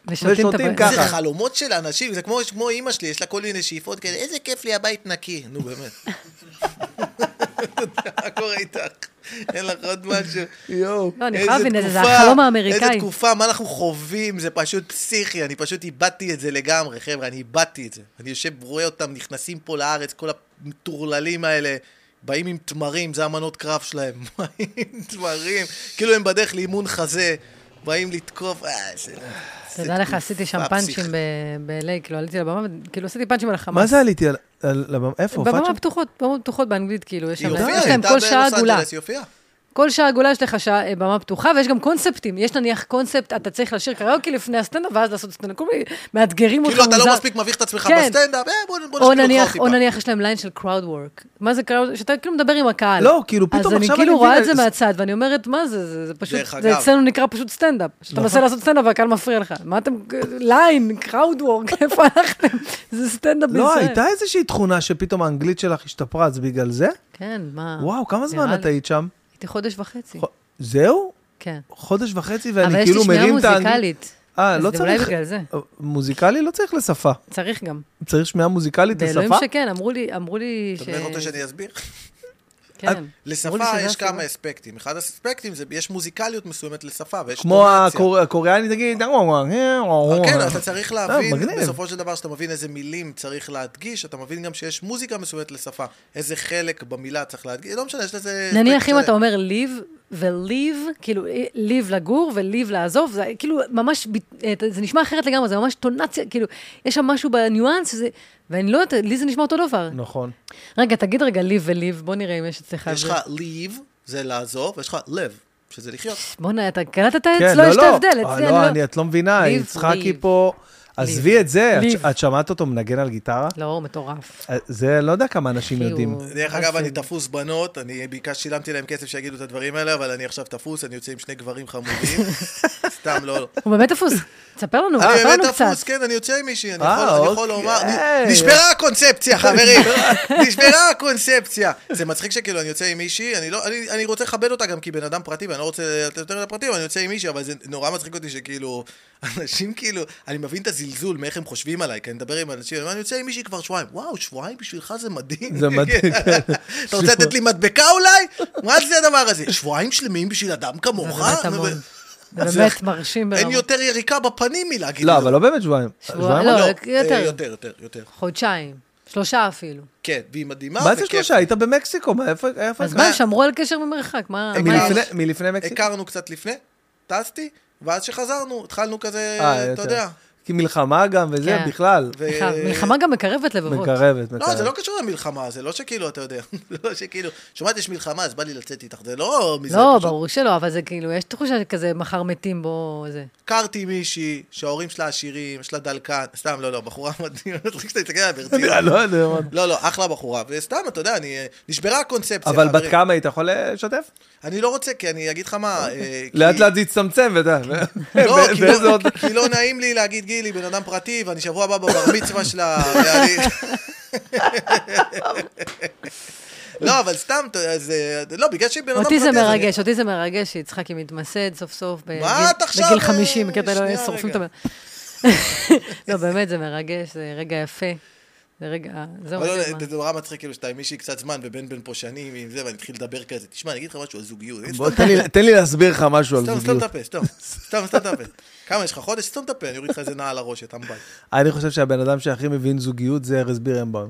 Speaker 4: ושותים את
Speaker 3: ושותים
Speaker 4: הבא-
Speaker 3: ככה.
Speaker 2: זה חלומות של אנשים, זה כמו, כמו אימא שלי, יש לה כל מיני שאיפות כאלה, איזה כיף לי הבית נקי. נו, באמת. מה קורה איתך? אין לך עוד משהו?
Speaker 3: יואו.
Speaker 4: לא, אני
Speaker 2: איזה
Speaker 4: יכולה להבין את זה, זה
Speaker 2: תקופה,
Speaker 4: החלום האמריקאי.
Speaker 2: איזה תקופה, מה אנחנו חווים, זה פשוט פסיכי, אני פשוט איבדתי את זה לגמרי, חבר'ה, אני איבדתי את זה. אני יושב, רואה אותם נכנסים פה לארץ, כל המטורללים האלה, באים עם תמרים, זה המנות קרב שלהם, באים עם תמרים, כאילו הם בדרך לאימון חזה, באים לתקוף, אה, זה... זה
Speaker 4: תדע לך,
Speaker 2: תקופה
Speaker 4: עשיתי שם
Speaker 2: פסיכית.
Speaker 4: פאנצ'ים ב- ב-LA, כאילו עליתי לבמה, כאילו עשיתי פאנצ'ים על החמאס.
Speaker 3: מה זה עליתי על- על הבמה? איפה?
Speaker 4: בבמה
Speaker 3: הופעת שם?
Speaker 4: פתוחות, במות פתוחות באנגלית, כאילו, יש
Speaker 2: היא
Speaker 4: שם-
Speaker 2: הופיעה,
Speaker 4: יש
Speaker 2: היא
Speaker 4: להם
Speaker 2: הייתה
Speaker 4: כל שעה
Speaker 2: בלוס
Speaker 4: עגולה.
Speaker 2: אנג'לס, היא הופיעה.
Speaker 4: כל שעה עגולה יש לך שעה, אה, במה פתוחה, ויש גם קונספטים. יש נניח קונספט, אתה צריך לשיר קריוקי לפני הסטנדאפ, ואז לעשות סטנדאפ. כל מיני מאתגרים אותך.
Speaker 2: כאילו אתה
Speaker 4: מוזר.
Speaker 2: לא מספיק מביך את עצמך
Speaker 4: כן.
Speaker 2: בסטנדאפ, אה, בוא בוא
Speaker 4: או
Speaker 2: נשפיל אותך
Speaker 4: נניח, או
Speaker 2: עוד טיפה.
Speaker 4: נניח יש להם ליין של crowd work. מה זה crowd work? שאתה כאילו מדבר עם הקהל.
Speaker 3: לא, כאילו, פתאום
Speaker 4: אז
Speaker 3: עכשיו
Speaker 4: אני
Speaker 3: אני
Speaker 4: כאילו רואה
Speaker 3: מבין,
Speaker 4: את זה
Speaker 3: זה-
Speaker 4: מהצד, ואני אומרת, מה זה, זה זה פשוט,
Speaker 2: דרך אגב.
Speaker 4: זה אצלנו נקרא פשוט סטנדאפ.
Speaker 3: נכון.
Speaker 4: שאתה מנסה לעשות סטנדאפ והקהל מפריע לך. מה אתם, ליין, crowd work, איפה הלכתם? זה סטנדאפ בישראל.
Speaker 3: לא, הייתה איזושהי תכונה שפתאום האנגלית שלך השתפרה, אז בגלל זה?
Speaker 4: כן, מה?
Speaker 3: וואו, כמה זמן
Speaker 4: נראה
Speaker 3: את
Speaker 4: לי.
Speaker 3: היית שם?
Speaker 4: הייתי חודש וחצי,
Speaker 3: חו- זהו?
Speaker 4: כן.
Speaker 3: חודש וחצי
Speaker 4: אבל
Speaker 3: ואני
Speaker 4: יש לי
Speaker 3: כאילו
Speaker 4: שמיעה
Speaker 3: מרים את האנגלית.
Speaker 4: מוזיקלית.
Speaker 3: אה,
Speaker 4: אז
Speaker 3: לא
Speaker 4: זה אולי
Speaker 3: צריך...
Speaker 4: בגלל זה.
Speaker 3: מוזיקלי לא צריך לשפה.
Speaker 4: צריך גם.
Speaker 3: צריך שמיעה מוזיקלית
Speaker 4: באלוהים
Speaker 3: לשפה?
Speaker 4: שכן, אמרו לי, אמרו לי ש...
Speaker 2: אתה באמת רוצה שאני אסביר?
Speaker 4: כן. אמרו לי
Speaker 2: לשפה
Speaker 4: שזה
Speaker 2: יש
Speaker 4: הסיבה.
Speaker 2: כמה אספקטים. אחד האספקטים זה, יש מוזיקליות מסוימת לשפה, ויש
Speaker 3: כמו
Speaker 2: טונציה.
Speaker 3: הקור- הקוריאני, תגיד...
Speaker 2: כן, אתה צריך להבין,
Speaker 3: מגניב.
Speaker 2: בסופו של דבר, שאתה מבין איזה מילים צריך להדגיש, אתה מבין גם שיש מוזיקה מסוימת לשפה, איזה חלק במילה צריך להדגיש, לא משנה, יש לזה...
Speaker 4: נניח
Speaker 2: אספקט
Speaker 4: אם
Speaker 2: שלם.
Speaker 4: אתה אומר ליב וליב, כאילו ליב לגור וליב לעזוב, זה כאילו ממש, ב- אה, זה נשמע אחרת לגמרי, זה ממש טונציה, כאילו, יש שם משהו בניואנס, זה- ואני לא יודעת, לי זה נשמע אותו דבר.
Speaker 3: נכון.
Speaker 4: רגע, תגיד רגע ליב וליב, בוא נראה אם יש אצלך...
Speaker 2: יש
Speaker 4: זה.
Speaker 2: לך leave, זה לעזוב, ויש לך לב, שזה לחיות.
Speaker 4: בואנה, אתה קלטת את
Speaker 3: כן,
Speaker 4: זה? לא, יש את ההבדל,
Speaker 3: אה,
Speaker 4: אצלי
Speaker 3: לא,
Speaker 4: אני
Speaker 3: אני,
Speaker 4: לא...
Speaker 3: את לא מבינה,
Speaker 4: ליב,
Speaker 3: יצחקי
Speaker 4: ליב.
Speaker 3: פה... עזבי את זה, את ש-
Speaker 4: ליב.
Speaker 3: את שמעת אותו מנגן על גיטרה?
Speaker 4: לא, הוא מטורף.
Speaker 3: אה, זה, לא יודע כמה אנשים
Speaker 4: כי
Speaker 3: יודעים.
Speaker 4: הוא-
Speaker 2: דרך
Speaker 4: מה
Speaker 2: אגב,
Speaker 4: זה?
Speaker 2: אני תפוס בנות, אני בעיקר שילמתי להם כסף שיגידו את הדברים האלה, אבל אני עכשיו תפוס, אני יוצא עם שני גברים חמודים, סתם לא.
Speaker 4: הוא באמת תפוס. תספר לנו,
Speaker 2: אני
Speaker 4: תספר
Speaker 2: אה, באמת
Speaker 4: לנו
Speaker 2: תפוס,
Speaker 4: קצת.
Speaker 2: כן, אני יוצא עם מישהי, אני
Speaker 3: אה,
Speaker 2: יכול- אני יכול
Speaker 3: אוקיי.
Speaker 2: לומר, נשברה הקונספציה, חברים, נשברה הקונספציה. זה מצחיק שכאילו, אני יוצא עם מישהי, אני לא- אני- אני רוצה לכבד אותה גם כי בן אדם פרטי, ואני לא רוצה לתת יותר לפרטים, אני יוצא עם מישהי, אבל זה נורא מצחיק אותי שכאילו, אנשים כאילו, אני מבין את הזלזול, מאיך הם חושבים עליי, כי אני מדבר עם אנשים, אני אומר, "אני יוצא עם מישהי כבר שבועיים, וואו, שבועיים בשבילך זה מדהים.
Speaker 3: זה מדהים, כן.
Speaker 2: אתה רוצה לתת לי מדבקה אולי? מה זה הדבר הזה? שבועיים שלמים בשביל אדם כמוך?
Speaker 4: זה באמת המון. זה
Speaker 2: זה-
Speaker 4: באמת מרשים
Speaker 2: אין
Speaker 4: ברמות.
Speaker 2: יותר יריקה בפנים מלהגיד.
Speaker 3: לא,
Speaker 2: לו.
Speaker 3: אבל לא באמת שבועיים.
Speaker 4: שבוע-
Speaker 3: שבועיים?
Speaker 4: לא.
Speaker 2: לא,
Speaker 4: יותר.
Speaker 2: אה, יותר, יותר, יותר.
Speaker 4: חודשיים. שלושה אפילו.
Speaker 2: כן, והיא מדהימה.
Speaker 3: מה זה
Speaker 2: וכיף.
Speaker 3: שלושה? היית במקסיקו, מה, איפה... איפה
Speaker 4: אז
Speaker 3: הכרת?
Speaker 4: מה, שמרו על קשר ממרחק, מה...
Speaker 2: הם
Speaker 4: מה
Speaker 2: הכרנו-
Speaker 3: מלפני- מלפני מקסיקו?
Speaker 2: הכרנו קצת לפני, טסתי, ואז כשחזרנו, התחלנו כזה,
Speaker 3: אה,
Speaker 2: אתה
Speaker 3: יותר.
Speaker 2: יודע.
Speaker 3: כי מלחמה גם וזה,
Speaker 4: כן.
Speaker 3: בכלל.
Speaker 2: ו-
Speaker 4: בכלל, מלחמה גם מקרבת לבבות.
Speaker 3: מקרבת, מקרבת.
Speaker 2: לא, זה לא קשור למלחמה, זה לא שכאילו, אתה יודע, זה לא שכאילו, שומעת יש מלחמה, אז בא לי לצאת איתך, זה לא מזה,
Speaker 4: לא,
Speaker 2: פשוט
Speaker 4: ברור שלא, אבל זה כאילו, יש תחושה שכזה מחר מתים בו, זה.
Speaker 2: הכרתי מישהי שההורים שלה עשירים, יש לה דלקן, סתם, לא, לא, בחורה מדהימה, אני מצחיק שאתה מסתכל עליה ברצינות.
Speaker 3: אני לא יודע. מה.
Speaker 2: לא, לא, אחלה בחורה, וסתם, אתה יודע, אני, אה, נשברה הקונספציה.
Speaker 3: אבל
Speaker 2: חברים.
Speaker 3: בת כמה היית יכול לשתף?
Speaker 2: אני לא רוצה, כי אני אגיד לך מה, אה, כי-
Speaker 3: לאט לאט זה יצטמצם, ואתה...
Speaker 2: לא,
Speaker 3: ו-
Speaker 2: כי
Speaker 3: ואיזה
Speaker 2: לא-
Speaker 3: עוד-
Speaker 2: כי לא נעים לי להגיד, גילי, בן אדם פרטי, ואני שבוע הבא בבר מצווה שלה. ואני- לא, אבל סתם, ת- אז... אה, לא, בגלל שהיא בן אדם פרטי...
Speaker 4: אותי זה
Speaker 2: אז אני-
Speaker 4: מרגש, אותי זה מרגש שיצחקי מתמסד סוף סוף בגיל-
Speaker 2: את עכשיו,
Speaker 4: בגיל
Speaker 2: אה,
Speaker 4: 50, בקטע
Speaker 2: שנייה
Speaker 4: לא שורפים את
Speaker 2: רגע.
Speaker 4: המ... לא, באמת, זה מרגש, זה רגע יפה. זה רגע, זהו,
Speaker 2: אבל לא,
Speaker 4: זה מה.
Speaker 2: זה זה נורא מצחיק, כאילו, שאתה עם מישהי קצת זמן, ובן בן פה שנים, עם זה, ואני אתחיל לדבר כזה. תשמע, אני אגיד לך משהו על זוגיות.
Speaker 3: בוא, תן לי- תן לי להסביר לך משהו על
Speaker 2: סתם, סתם
Speaker 3: זוגיות.
Speaker 2: את הפה, סתם, סתם, סתם את הפה. כמה יש לך? חודש? סתם את הפה, אני אוריד לך איזה נעל על הראש, אתה מבית.
Speaker 3: אני חושב שהבן אדם שהכי מבין זוגיות זה ארז בירנבאום.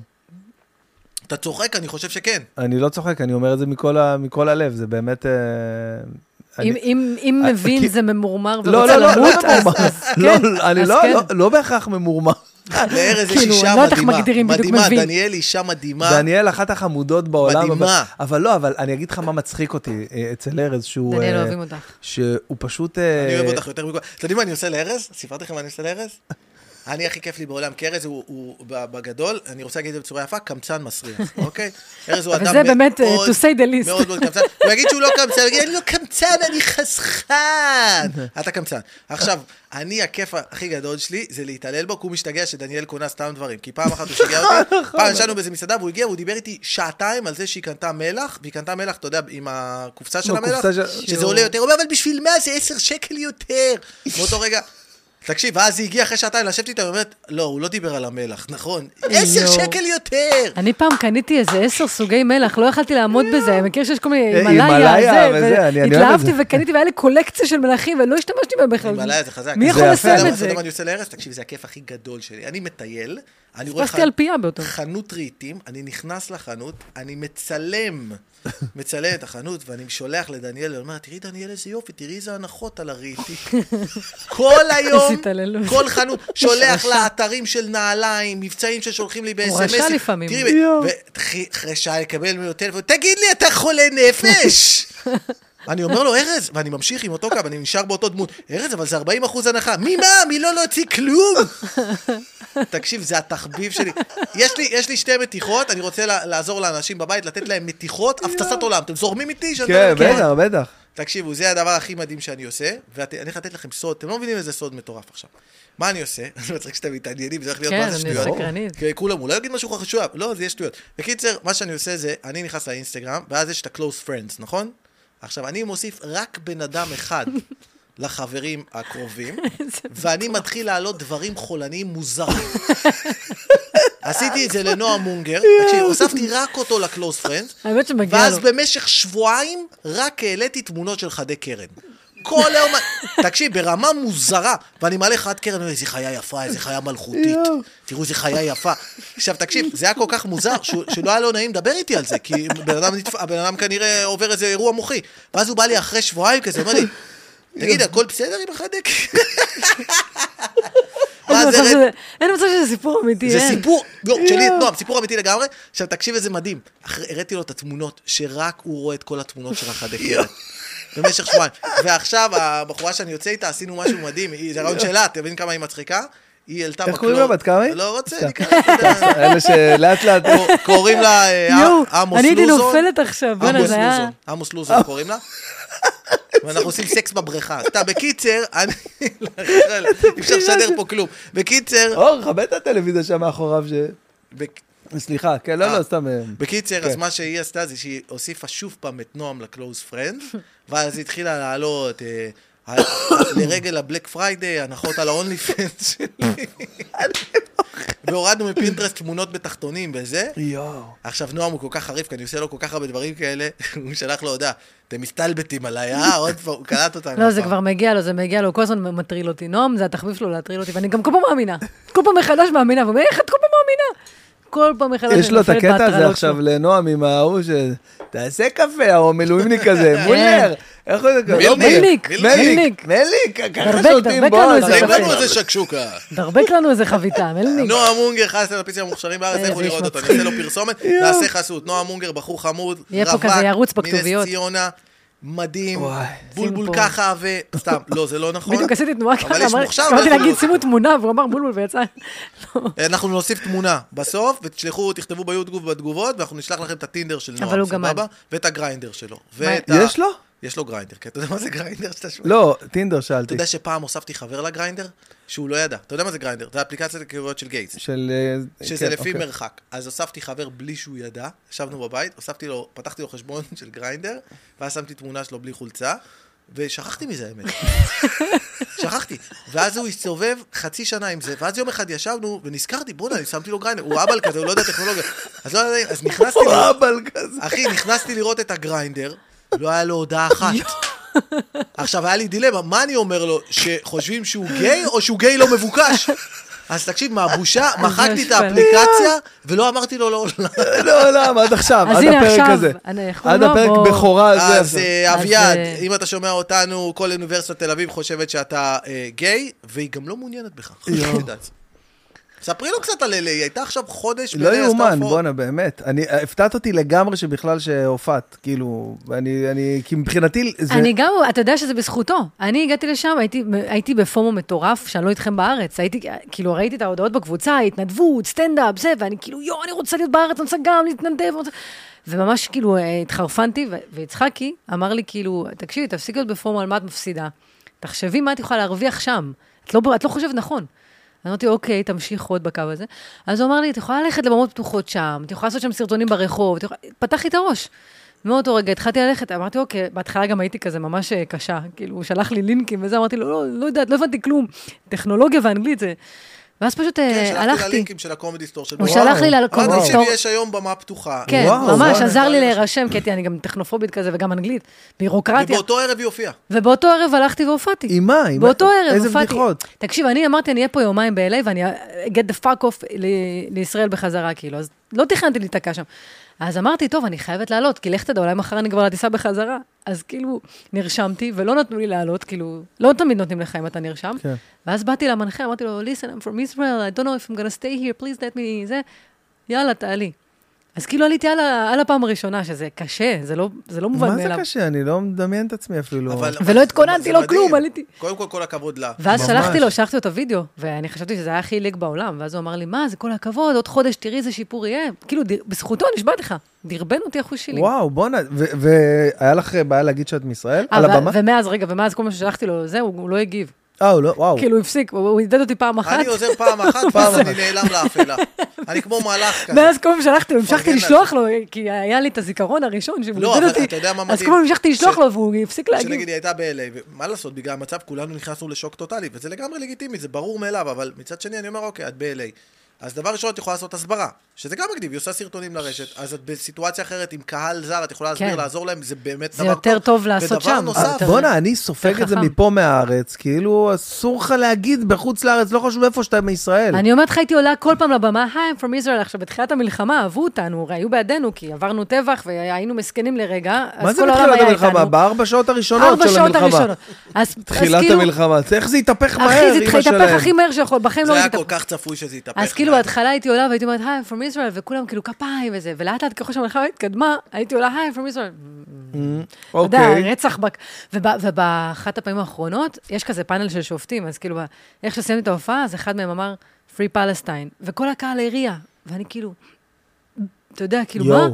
Speaker 2: אתה צוחק, אני חושב שכן.
Speaker 3: אני לא צוחק, אני אומר את זה מכל ה- מכל הלב, זה באמת... אה, אני-
Speaker 4: אם- אם אם
Speaker 3: אה,
Speaker 4: מבין
Speaker 3: כי-
Speaker 4: זה ממורמר
Speaker 3: לא,
Speaker 4: ורוצה
Speaker 3: לא, לא,
Speaker 4: למות,
Speaker 3: לא
Speaker 4: אז-
Speaker 3: ממורמר.
Speaker 4: אז
Speaker 3: לא,
Speaker 4: כן,
Speaker 3: לא, אני
Speaker 4: אז
Speaker 3: לא-
Speaker 4: כן.
Speaker 3: לא- לא בהכרח ממורמר.
Speaker 2: לארז יש
Speaker 4: כאילו,
Speaker 2: אישה
Speaker 4: אני לא יודעת איך
Speaker 2: מדהימה.
Speaker 4: מגדירים בדיוק
Speaker 2: מדהימה,
Speaker 4: מבין.
Speaker 2: דניאל היא אישה מדהימה.
Speaker 3: דניאל אחת החמודות בעולם.
Speaker 2: מדהימה.
Speaker 3: אבל- אבל לא, אבל אני אגיד לך מה מצחיק אותי אה, אצל ארז, שהוא...
Speaker 4: דניאל,
Speaker 3: אה,
Speaker 4: אוהבים אותך.
Speaker 3: שהוא פשוט... אה,
Speaker 2: אני אוהב אותך יותר מכל... אתם יודעים מה אני עושה לארז? סיפרתי לכם מה אני עושה לארז? אני הכי כיף לי בעולם, כי ארז הוא, הוא ב- בגדול, אני רוצה להגיד את זה בצורה יפה, קמצן מסריח, אוקיי? ארז הוא
Speaker 4: אבל
Speaker 2: אדם
Speaker 4: זה באמת, אה, to say the least.
Speaker 2: מאוד מאוד קמצן. הוא יגיד שהוא לא קמצן, הוא יגיד, אני לא קמצן, אני חסכן. אתה קמצן. עכשיו, אני, הכיף הכי גדול שלי זה להתעלל בו, כי הוא משתגע שדניאל קונה סתם דברים. כי פעם אחת הוא שיגע אותי,
Speaker 4: נכון.
Speaker 2: פעם ישנו באיזה מסעדה, והוא הגיע, והוא דיבר איתי שעתיים על זה שהיא קנתה מלח, והיא קנתה מלח, אתה יודע, עם הקופסה של
Speaker 3: נו,
Speaker 2: המלח,
Speaker 3: קופסה של-
Speaker 2: שזה עולה יותר, הוא אומר, אבל בשביל מה זה עשר שקל יותר? באותו רגע... תקשיב, ואז היא הגיעה אחרי שעתיים לשבת איתה, היא אומרת, לא, הוא לא דיבר על המלח, נכון, עשר
Speaker 4: יואו.
Speaker 2: שקל יותר!
Speaker 4: אני פעם קניתי איזה עשר סוגי מלח, לא יכלתי לעמוד בזה, מכיר שיש כל מיני
Speaker 3: אה,
Speaker 4: הימאליה,
Speaker 3: הימאליה
Speaker 4: זה,
Speaker 3: וזה, אני- אני אוהב את
Speaker 4: והתלהבתי
Speaker 3: זה.
Speaker 4: וקניתי, והיה לי קולקציה של מלחים, ולא השתמשתי בהם בכלל.
Speaker 2: הימאליה זה חזק.
Speaker 4: מי
Speaker 2: זה
Speaker 4: יכול
Speaker 3: יפה, לא
Speaker 4: לסיים
Speaker 2: אתה
Speaker 4: את
Speaker 2: יודע
Speaker 4: זה?
Speaker 2: מה אני עושה לארז? תקשיב, זה הכיף הכי גדול שלי. אני מטייל, אני רואה
Speaker 4: פספסתי על פיה באותו.
Speaker 2: חנות רהיטים, אני נכנס לחנות, אני מצלם, מצלם את החנות, ואני שולח לדניאל, ואומר, תראי דניאל איזה יופי, תראי איזה הנחות על הרהיטים. כל היום,
Speaker 4: איזה התעללות.
Speaker 2: כל חנות, שולח לה אתרים של נעליים, מבצעים ששולחים לי
Speaker 4: הוא רשע
Speaker 2: ב-SMS.
Speaker 4: לפעמים.
Speaker 2: תראי,
Speaker 3: יואו.
Speaker 2: ואחרי שעה יקבל ממנו טלפון, תגיד לי, אתה חולה נפש? אני אומר לו, ארז, ואני ממשיך עם אותו קו, אני נשאר באותו דמות, ארז, אבל זה 40 אחוז הנחה, ממה? מלא לא להוציא כלום? תקשיב, זה התחביב שלי. יש לי, יש לי שתי מתיחות, אני רוצה לה, לעזור לאנשים בבית, לתת להם מתיחות, הפצצת עולם. אתם זורמים איתי? שאני
Speaker 3: כן,
Speaker 2: מדבר?
Speaker 3: בטח, בטח.
Speaker 2: תקשיבו, זה הדבר הכי מדהים שאני עושה, ואני הולך לתת לכם סוד, אתם לא מבינים איזה סוד מטורף עכשיו. מה אני עושה? זה מצחיק שאתם מתעניינים, זה הולך להיות
Speaker 4: כן,
Speaker 2: מה זה
Speaker 4: אני
Speaker 2: לא שטויות.
Speaker 4: סקרנית.
Speaker 2: כי כולם, הוא לא יגיד משהו חשוב, לא, זה יהיה שטויות. בקיצר, מה שאני עושה זה, אני נכנס לאינסטגרם, ואז יש את ה-close friends, נכון? עכשיו, אני מוסיף רק בן אדם אחד לחברים הקרובים, ואני מתחיל להעלות דברים חולניים מוזרים. עשיתי את זה לנועה מונגר, תקשיב, הוספתי רק אותו לקלוס פרנדס,
Speaker 4: האמת שמגיע
Speaker 2: ואז
Speaker 4: לו.
Speaker 2: במשך שבועיים רק העליתי תמונות של חדי קרן. כל היום, תקשיב, ברמה מוזרה, ואני מעלה חד קרן, אומר, איזה חיה יפה, איזה חיה מלכותית, תראו איזה חיה יפה. עכשיו, תקשיב, זה היה כל כך מוזר, שהוא- שלא היה לו נעים לדבר איתי על זה, כי בן אדם נתפ- הבן אדם כנראה עובר איזה אירוע מוחי. ואז הוא בא לי אחרי שבועיים כזה, אומר לי, תגיד, הכל בסדר עם החדק?
Speaker 4: אין
Speaker 2: ואז
Speaker 4: מצב
Speaker 2: ארז-
Speaker 4: שזה- אין מצב שזה סיפור אמיתי,
Speaker 2: זה
Speaker 4: אין.
Speaker 2: סיפור, לא, שלי, נועם, סיפור אמיתי לגמרי. עכשיו, תקשיב איזה מדהים. אחרי- הראיתי לו את התמונות, שרק הוא רואה את כל התמונות של החדקרת. במשך שבועיים. ועכשיו, הבחורה שאני יוצא איתה, עשינו משהו מדהים, היא- זה רעיון שלה, אתם מבינים כמה היא מצחיקה? היא העלתה
Speaker 3: איך קוראים לה? בת כמה היא?
Speaker 2: לא רוצה, אני ככה...
Speaker 3: אלה שלאט לאט...
Speaker 2: קוראים לה אה,
Speaker 4: יואו,
Speaker 2: עמוס לוזון.
Speaker 4: אני הייתי נופלת עכשיו, בוא'נה,
Speaker 2: עמוס
Speaker 4: זה היה...
Speaker 2: לוזון, עמוס לוזון קוראים לה. ואנחנו עושים סקס בבריכה. סתם, בקיצר, אני... לא, אי אפשר לסדר פה כלום. בקיצר...
Speaker 3: אור, כבד את הטלוויזיה שם מאחוריו ש...
Speaker 2: בק-
Speaker 3: סליחה, כן, לא,
Speaker 2: אה.
Speaker 3: לא, סתם... אה,
Speaker 2: בקיצר,
Speaker 3: כן.
Speaker 2: אז מה שהיא עשתה זה שהיא הוסיפה שוב פעם את נועם לקלוז פרנד, ואז היא התחילה לעלות אה, על- לרגל הבלק פריידיי, הנחות על ההונלי פנס שלי. והורדנו מפינטרסט תמונות בתחתונים וזה.
Speaker 3: יואו.
Speaker 2: עכשיו, נועם הוא כל כך חריף, כי אני עושה לו כל כך הרבה דברים כאלה, הוא שלח לו הודעה, אתם מסתלבטים עליי, אה, עוד פעם, הוא קלט אותנו.
Speaker 4: לא, זה
Speaker 2: הפעם."
Speaker 4: כבר מגיע לו, זה מגיע לו, הוא כל הזמן מטריל אותי. נועם, זה התחביב שלו להטריל אותי, ואני גם כל פעם מאמינה. כל פעם מחדש מאמינה, ואומר, איך את כל פעם מאמינה? כל פעם מחדש
Speaker 3: יש
Speaker 4: אני
Speaker 3: לו את
Speaker 4: לא, נופלת
Speaker 3: הקטע הזה
Speaker 4: בהטרלות שלו.
Speaker 3: עכשיו לנועם עם ההוא ש... תעשה קפה, או מילואימניק כזה,
Speaker 4: כן.
Speaker 3: מולר. איך הוא קורא? לא,
Speaker 4: מילניק,
Speaker 3: מילניק,
Speaker 4: מילניק.
Speaker 3: מליק, ככה
Speaker 4: דרבק,
Speaker 3: שותים
Speaker 4: דרבק
Speaker 3: בו.
Speaker 4: לנו איזה
Speaker 3: אתה-
Speaker 2: תן
Speaker 4: שופט.
Speaker 2: לנו איזה שקשוקה.
Speaker 4: דרבק לנו איזה חביתה, מלניק.
Speaker 2: נועם אונגר, אחד הסטנדאפיסטים המוכשרים בארץ,
Speaker 4: איזה
Speaker 2: לכו
Speaker 4: איש
Speaker 2: לראות אותו,
Speaker 4: מצחיק.
Speaker 2: נעשה לו פרסומת, נעשה חסות. נועם אונגר, בחור חמוד,
Speaker 4: יהיה פה
Speaker 2: רווק,
Speaker 4: כזה ירוץ
Speaker 2: מנס
Speaker 4: בכתוביות.
Speaker 2: ציונה, מדהים,
Speaker 3: וואי.
Speaker 2: בולבול
Speaker 4: שימו פה.
Speaker 2: ככה ו... סתם, לא, זה לא נכון.
Speaker 4: בדיוק עשיתי תנועה
Speaker 2: אבל
Speaker 4: ככה,
Speaker 2: איש
Speaker 4: אמר-
Speaker 2: מוכשר, לא-
Speaker 4: אמרתי
Speaker 2: ואנחנו-
Speaker 4: להגיד שימו תמונה, והוא אמר בולבול ויצא. לא.
Speaker 2: אנחנו נוסיף תמונה בסוף, ותשלחו, תכתבו ביוטיוב בתגובות, ואנחנו נשלח לכם את הטינדר של
Speaker 4: אבל
Speaker 2: נועם,
Speaker 4: הוא גמד.
Speaker 2: סבבה? ואת הגריינדר שלו. ואת
Speaker 3: מה-
Speaker 2: ה-
Speaker 3: יש לו?
Speaker 2: יש לו גריינדר, כן. אתה יודע מה זה גריינדר שאתה שומע?
Speaker 3: לא, טינדר
Speaker 2: אתה
Speaker 3: שאלתי.
Speaker 2: יודע שפעם הוספתי חבר לגריינדר? שהוא לא ידע. אתה יודע מה זה גריינדר? זה אפליקציית הכירויות של גייטס.
Speaker 3: של... אה,
Speaker 2: שזה
Speaker 3: כן,
Speaker 2: לפי
Speaker 3: אוקיי.
Speaker 2: מרחק. אז הוספתי חבר בלי שהוא ידע, ישבנו בבית, הוספתי לו, פתחתי לו חשבון של גריינדר, ואז שמתי תמונה שלו בלי חולצה, ושכחתי מזה האמת. שכחתי. ואז הוא הסתובב חצי שנה עם זה, ואז יום אחד ישבנו, ונזכרתי, בוא'נה, אני שמתי לו גריינדר, הוא אהבל כזה, הוא לא יודע טכנולוגיה. אז לא יודע, אז נכנסתי,
Speaker 3: הוא
Speaker 2: לראות-
Speaker 3: אהבל כזה.
Speaker 2: אחי, נכנסתי לראות את הגריינדר, לא היה לו הודעה אחת. עכשיו, היה לי דילמה, מה אני אומר לו? שחושבים שהוא גיי, או שהוא גיי לא מבוקש? אז תקשיב, מהבושה, מחקתי את
Speaker 4: השפלה.
Speaker 2: האפליקציה, ולא אמרתי לו לעולם.
Speaker 3: לעולם, לא, עד עכשיו,
Speaker 4: אז
Speaker 3: עד
Speaker 4: הנה,
Speaker 3: הפרק
Speaker 4: עכשיו,
Speaker 3: הזה.
Speaker 4: אני יכול
Speaker 3: עד
Speaker 4: לא,
Speaker 3: הפרק
Speaker 4: בוא-
Speaker 3: בכורה הזה.
Speaker 2: אז
Speaker 3: הזה.
Speaker 2: אה,
Speaker 4: אז,
Speaker 2: אביעד,
Speaker 4: אה,
Speaker 2: אם אתה שומע אותנו, כל אוניברסיטת תל אביב חושבת שאתה אה, גיי, והיא גם לא מעוניינת בך. שתדע את זה. ספרי לו קצת על אלה, היא הייתה עכשיו חודש...
Speaker 3: לא
Speaker 2: בנהריה,
Speaker 3: יאומן,
Speaker 2: סטנפורד.
Speaker 3: בואנה, באמת. אני, הפתעת אותי לגמרי שבכלל שהופעת, כאילו, אני, אני, כי מבחינתי, זה...
Speaker 4: אני גם, אתה יודע שזה בזכותו. אני הגעתי לשם, הייתי- הייתי בפומו מטורף, שאני לא איתכם בארץ. הייתי, כאילו, ראיתי את ההודעות בקבוצה, התנדבות, סטנדאפ, זה, ואני כאילו, יואו, אני רוצה להיות בארץ, אני רוצה גם להתנדב. אני רוצה-" וממש כאילו אה, התחרפנתי, ו- ויצחקי אמר לי, כאילו, תקשיבי, תפסיקי להיות בפומו, על מה את מפסידה? תחשבי מה את יכולה להרוויח שם. את לא, את לא חושבת נכון. אז אמרתי, אוקיי, תמשיך עוד בקו הזה. אז הוא אמר לי, את יכולה ללכת לבמות פתוחות שם, את יכולה לעשות שם סרטונים ברחוב, את יכולה... פתח לי את הראש. מאותו רגע התחלתי ללכת, אמרתי, אוקיי, בהתחלה גם הייתי כזה ממש אה, קשה, כאילו, הוא שלח לי לינקים וזה, אמרתי לו, לא, לא יודעת, לא הבנתי כלום, טכנולוגיה ואנגלית זה. ואז פשוט אה,
Speaker 2: כן, שלחתי
Speaker 4: הלכתי.
Speaker 2: ללינקים של הקומדי סטור של
Speaker 4: הוא
Speaker 2: בוארון.
Speaker 4: שלח לי לקומדי
Speaker 2: אמרתי
Speaker 4: סטור.
Speaker 2: שיש היום במה פתוחה.
Speaker 4: כן,
Speaker 3: וואו,
Speaker 4: ממש,
Speaker 3: וואו.
Speaker 4: עזר לי להירשם, קטי, אני גם טכנופובית כזה וגם אנגלית, בירוקרטיה.
Speaker 2: ובאותו ערב היא הופיעה.
Speaker 4: ובאותו ערב הלכתי והופעתי.
Speaker 3: עם מה? עם-
Speaker 4: באותו ערב
Speaker 3: איזה
Speaker 4: הופעתי.
Speaker 3: בדיחות?
Speaker 4: תקשיב, אני אמרתי, אני אהיה פה יומיים ב-LA ואני get the fuck off ל- לישראל בחזרה, כאילו, אז לא תכננתי להיתקע שם. אז אמרתי, טוב, אני חייבת לעלות, כי לך תדע, אולי מחר אני כבר לטיסה בחזרה. אז כאילו, נרשמתי, ולא נתנו לי לעלות, כאילו, לא תמיד נותנים לך אם אתה נרשם.
Speaker 3: כן.
Speaker 4: ואז באתי למנחה, אמרתי לו, listen, I'm from Israel, I don't know if I'm gonna stay here, please let me, זה, יאללה, תעלי. אז כאילו עליתי על, ה- על הפעם הראשונה, שזה קשה, זה לא, זה לא מובן
Speaker 3: מה
Speaker 4: מאליו.
Speaker 3: זה קשה? אני לא מדמיין את עצמי אפילו.
Speaker 2: אבל-
Speaker 4: ולא
Speaker 2: זה-
Speaker 4: התכוננתי
Speaker 2: זה
Speaker 4: לו
Speaker 2: מדהים.
Speaker 4: כלום, עליתי.
Speaker 2: קודם כל, כל הכבוד לה.
Speaker 4: ואז
Speaker 3: ממש.
Speaker 4: שלחתי לו, שלחתי לו את הוידאו, ואני חשבתי שזה היה הכי ליג בעולם, ואז הוא אמר לי, מה, זה כל הכבוד, עוד חודש תראי איזה שיפור יהיה. כאילו, דיר, בזכותו, נשבעת לך, דרבן אותי החוש שלי.
Speaker 3: וואו, בואנה, ו- והיה לך בעיה להגיד שאת מישראל?
Speaker 4: אה,
Speaker 3: על
Speaker 4: ו-
Speaker 3: הבמה?
Speaker 4: ומאז, רגע, ומאז כל מה ששלחתי לו, זהו, הוא לא הגיב.
Speaker 3: אה, הוא לא, וואו.
Speaker 4: כאילו, הוא הפסיק, הוא הוא עידד אותי פעם אחת,
Speaker 2: אני עוזר פעם אחת, ואז אני נעלם לאפלה. אני כמו מהלך כזה.
Speaker 4: ואז כל פעם שלחתי לו, המשכתי
Speaker 2: פרגן
Speaker 4: לשלוח לו, כי היה לי את הזיכרון הראשון שהוא
Speaker 2: לא,
Speaker 4: עידד
Speaker 2: אבל
Speaker 4: אותי.
Speaker 2: אתה יודע מה
Speaker 4: אז
Speaker 2: מדהים?
Speaker 4: כל פעם המשכתי לשלוח
Speaker 2: ש-
Speaker 4: לו, והוא הפסיק
Speaker 2: שנגיד
Speaker 4: להגיב.
Speaker 2: היא הייתה ב-LA, ומה לעשות, בגלל המצב כולנו נכנסנו לשוק טוטאלי, וזה לגמרי לגיטימי, זה ברור מאליו, אבל מצד שני אני אומר, אוקיי, את ב-LA. אז דבר ראשון, את יכולה לעשות הסברה, שזה גם מגניב, היא עושה סרטונים לרשת, אז את בסיטואציה אחרת עם קהל זר, את יכולה להסביר,
Speaker 4: כן.
Speaker 2: לעזור להם, זה באמת
Speaker 4: זה
Speaker 2: דבר
Speaker 4: יותר טוב לעשות
Speaker 2: ודבר
Speaker 4: שם.
Speaker 2: נוסף,
Speaker 3: אה,
Speaker 4: יותר-
Speaker 3: בואנה, אני סופג את זה
Speaker 4: חכם.
Speaker 3: מפה מהארץ, כאילו אסור לך להגיד בחוץ לארץ, לא חשוב איפה שאתה מישראל.
Speaker 4: אני אומרת לך, הייתי עולה כל פעם לבמה, היי, I'm from Israel, עכשיו, בתחילת המלחמה אהבו אותנו, הרי היו בעדנו, כי עברנו טבח והיינו מסכנים לרגע,
Speaker 3: מה
Speaker 4: אז
Speaker 3: זה
Speaker 4: כל העולם
Speaker 3: בתחילת
Speaker 4: היה
Speaker 3: המלחמה?
Speaker 4: איתנו.
Speaker 3: בארבע שעות הראשונות
Speaker 4: ארבע
Speaker 3: של
Speaker 4: שעות
Speaker 3: המלחמה.
Speaker 4: הראשונות. אז אז
Speaker 3: תחילת
Speaker 4: כאילו,
Speaker 3: המלחמה, איך זה התהפך מהר,
Speaker 4: אחי, זה התחיל
Speaker 3: אמא
Speaker 4: להתהפך
Speaker 3: שלהם.
Speaker 4: הכי מהר שיכול, בחיים
Speaker 2: זה
Speaker 4: לא
Speaker 2: היה
Speaker 4: ראיתי
Speaker 2: כל
Speaker 4: את
Speaker 2: כך צפוי שזה יתהפך.
Speaker 4: אז כאילו
Speaker 2: מה-
Speaker 4: בהתחלה הייתי עולה והייתי אומרת, היי, I'm from Israel, וכולם כאילו כפיים וזה, ולאט לאט ככל שהמלחמה התקדמה, הייתי עולה, היי, I'm from Israel. אתה יודע,
Speaker 3: אוקיי.
Speaker 4: רצח בק... וב- ובאחת הפעמים האחרונות, יש כזה פאנל של שופטים, אז כאילו, ב- איך שסיימתי את ההופעה, אז אחד מהם אמר, Free Palestine, וכל הקהל הריע, ואני כאילו, אתה יודע, כאילו, מה?
Speaker 3: יואו.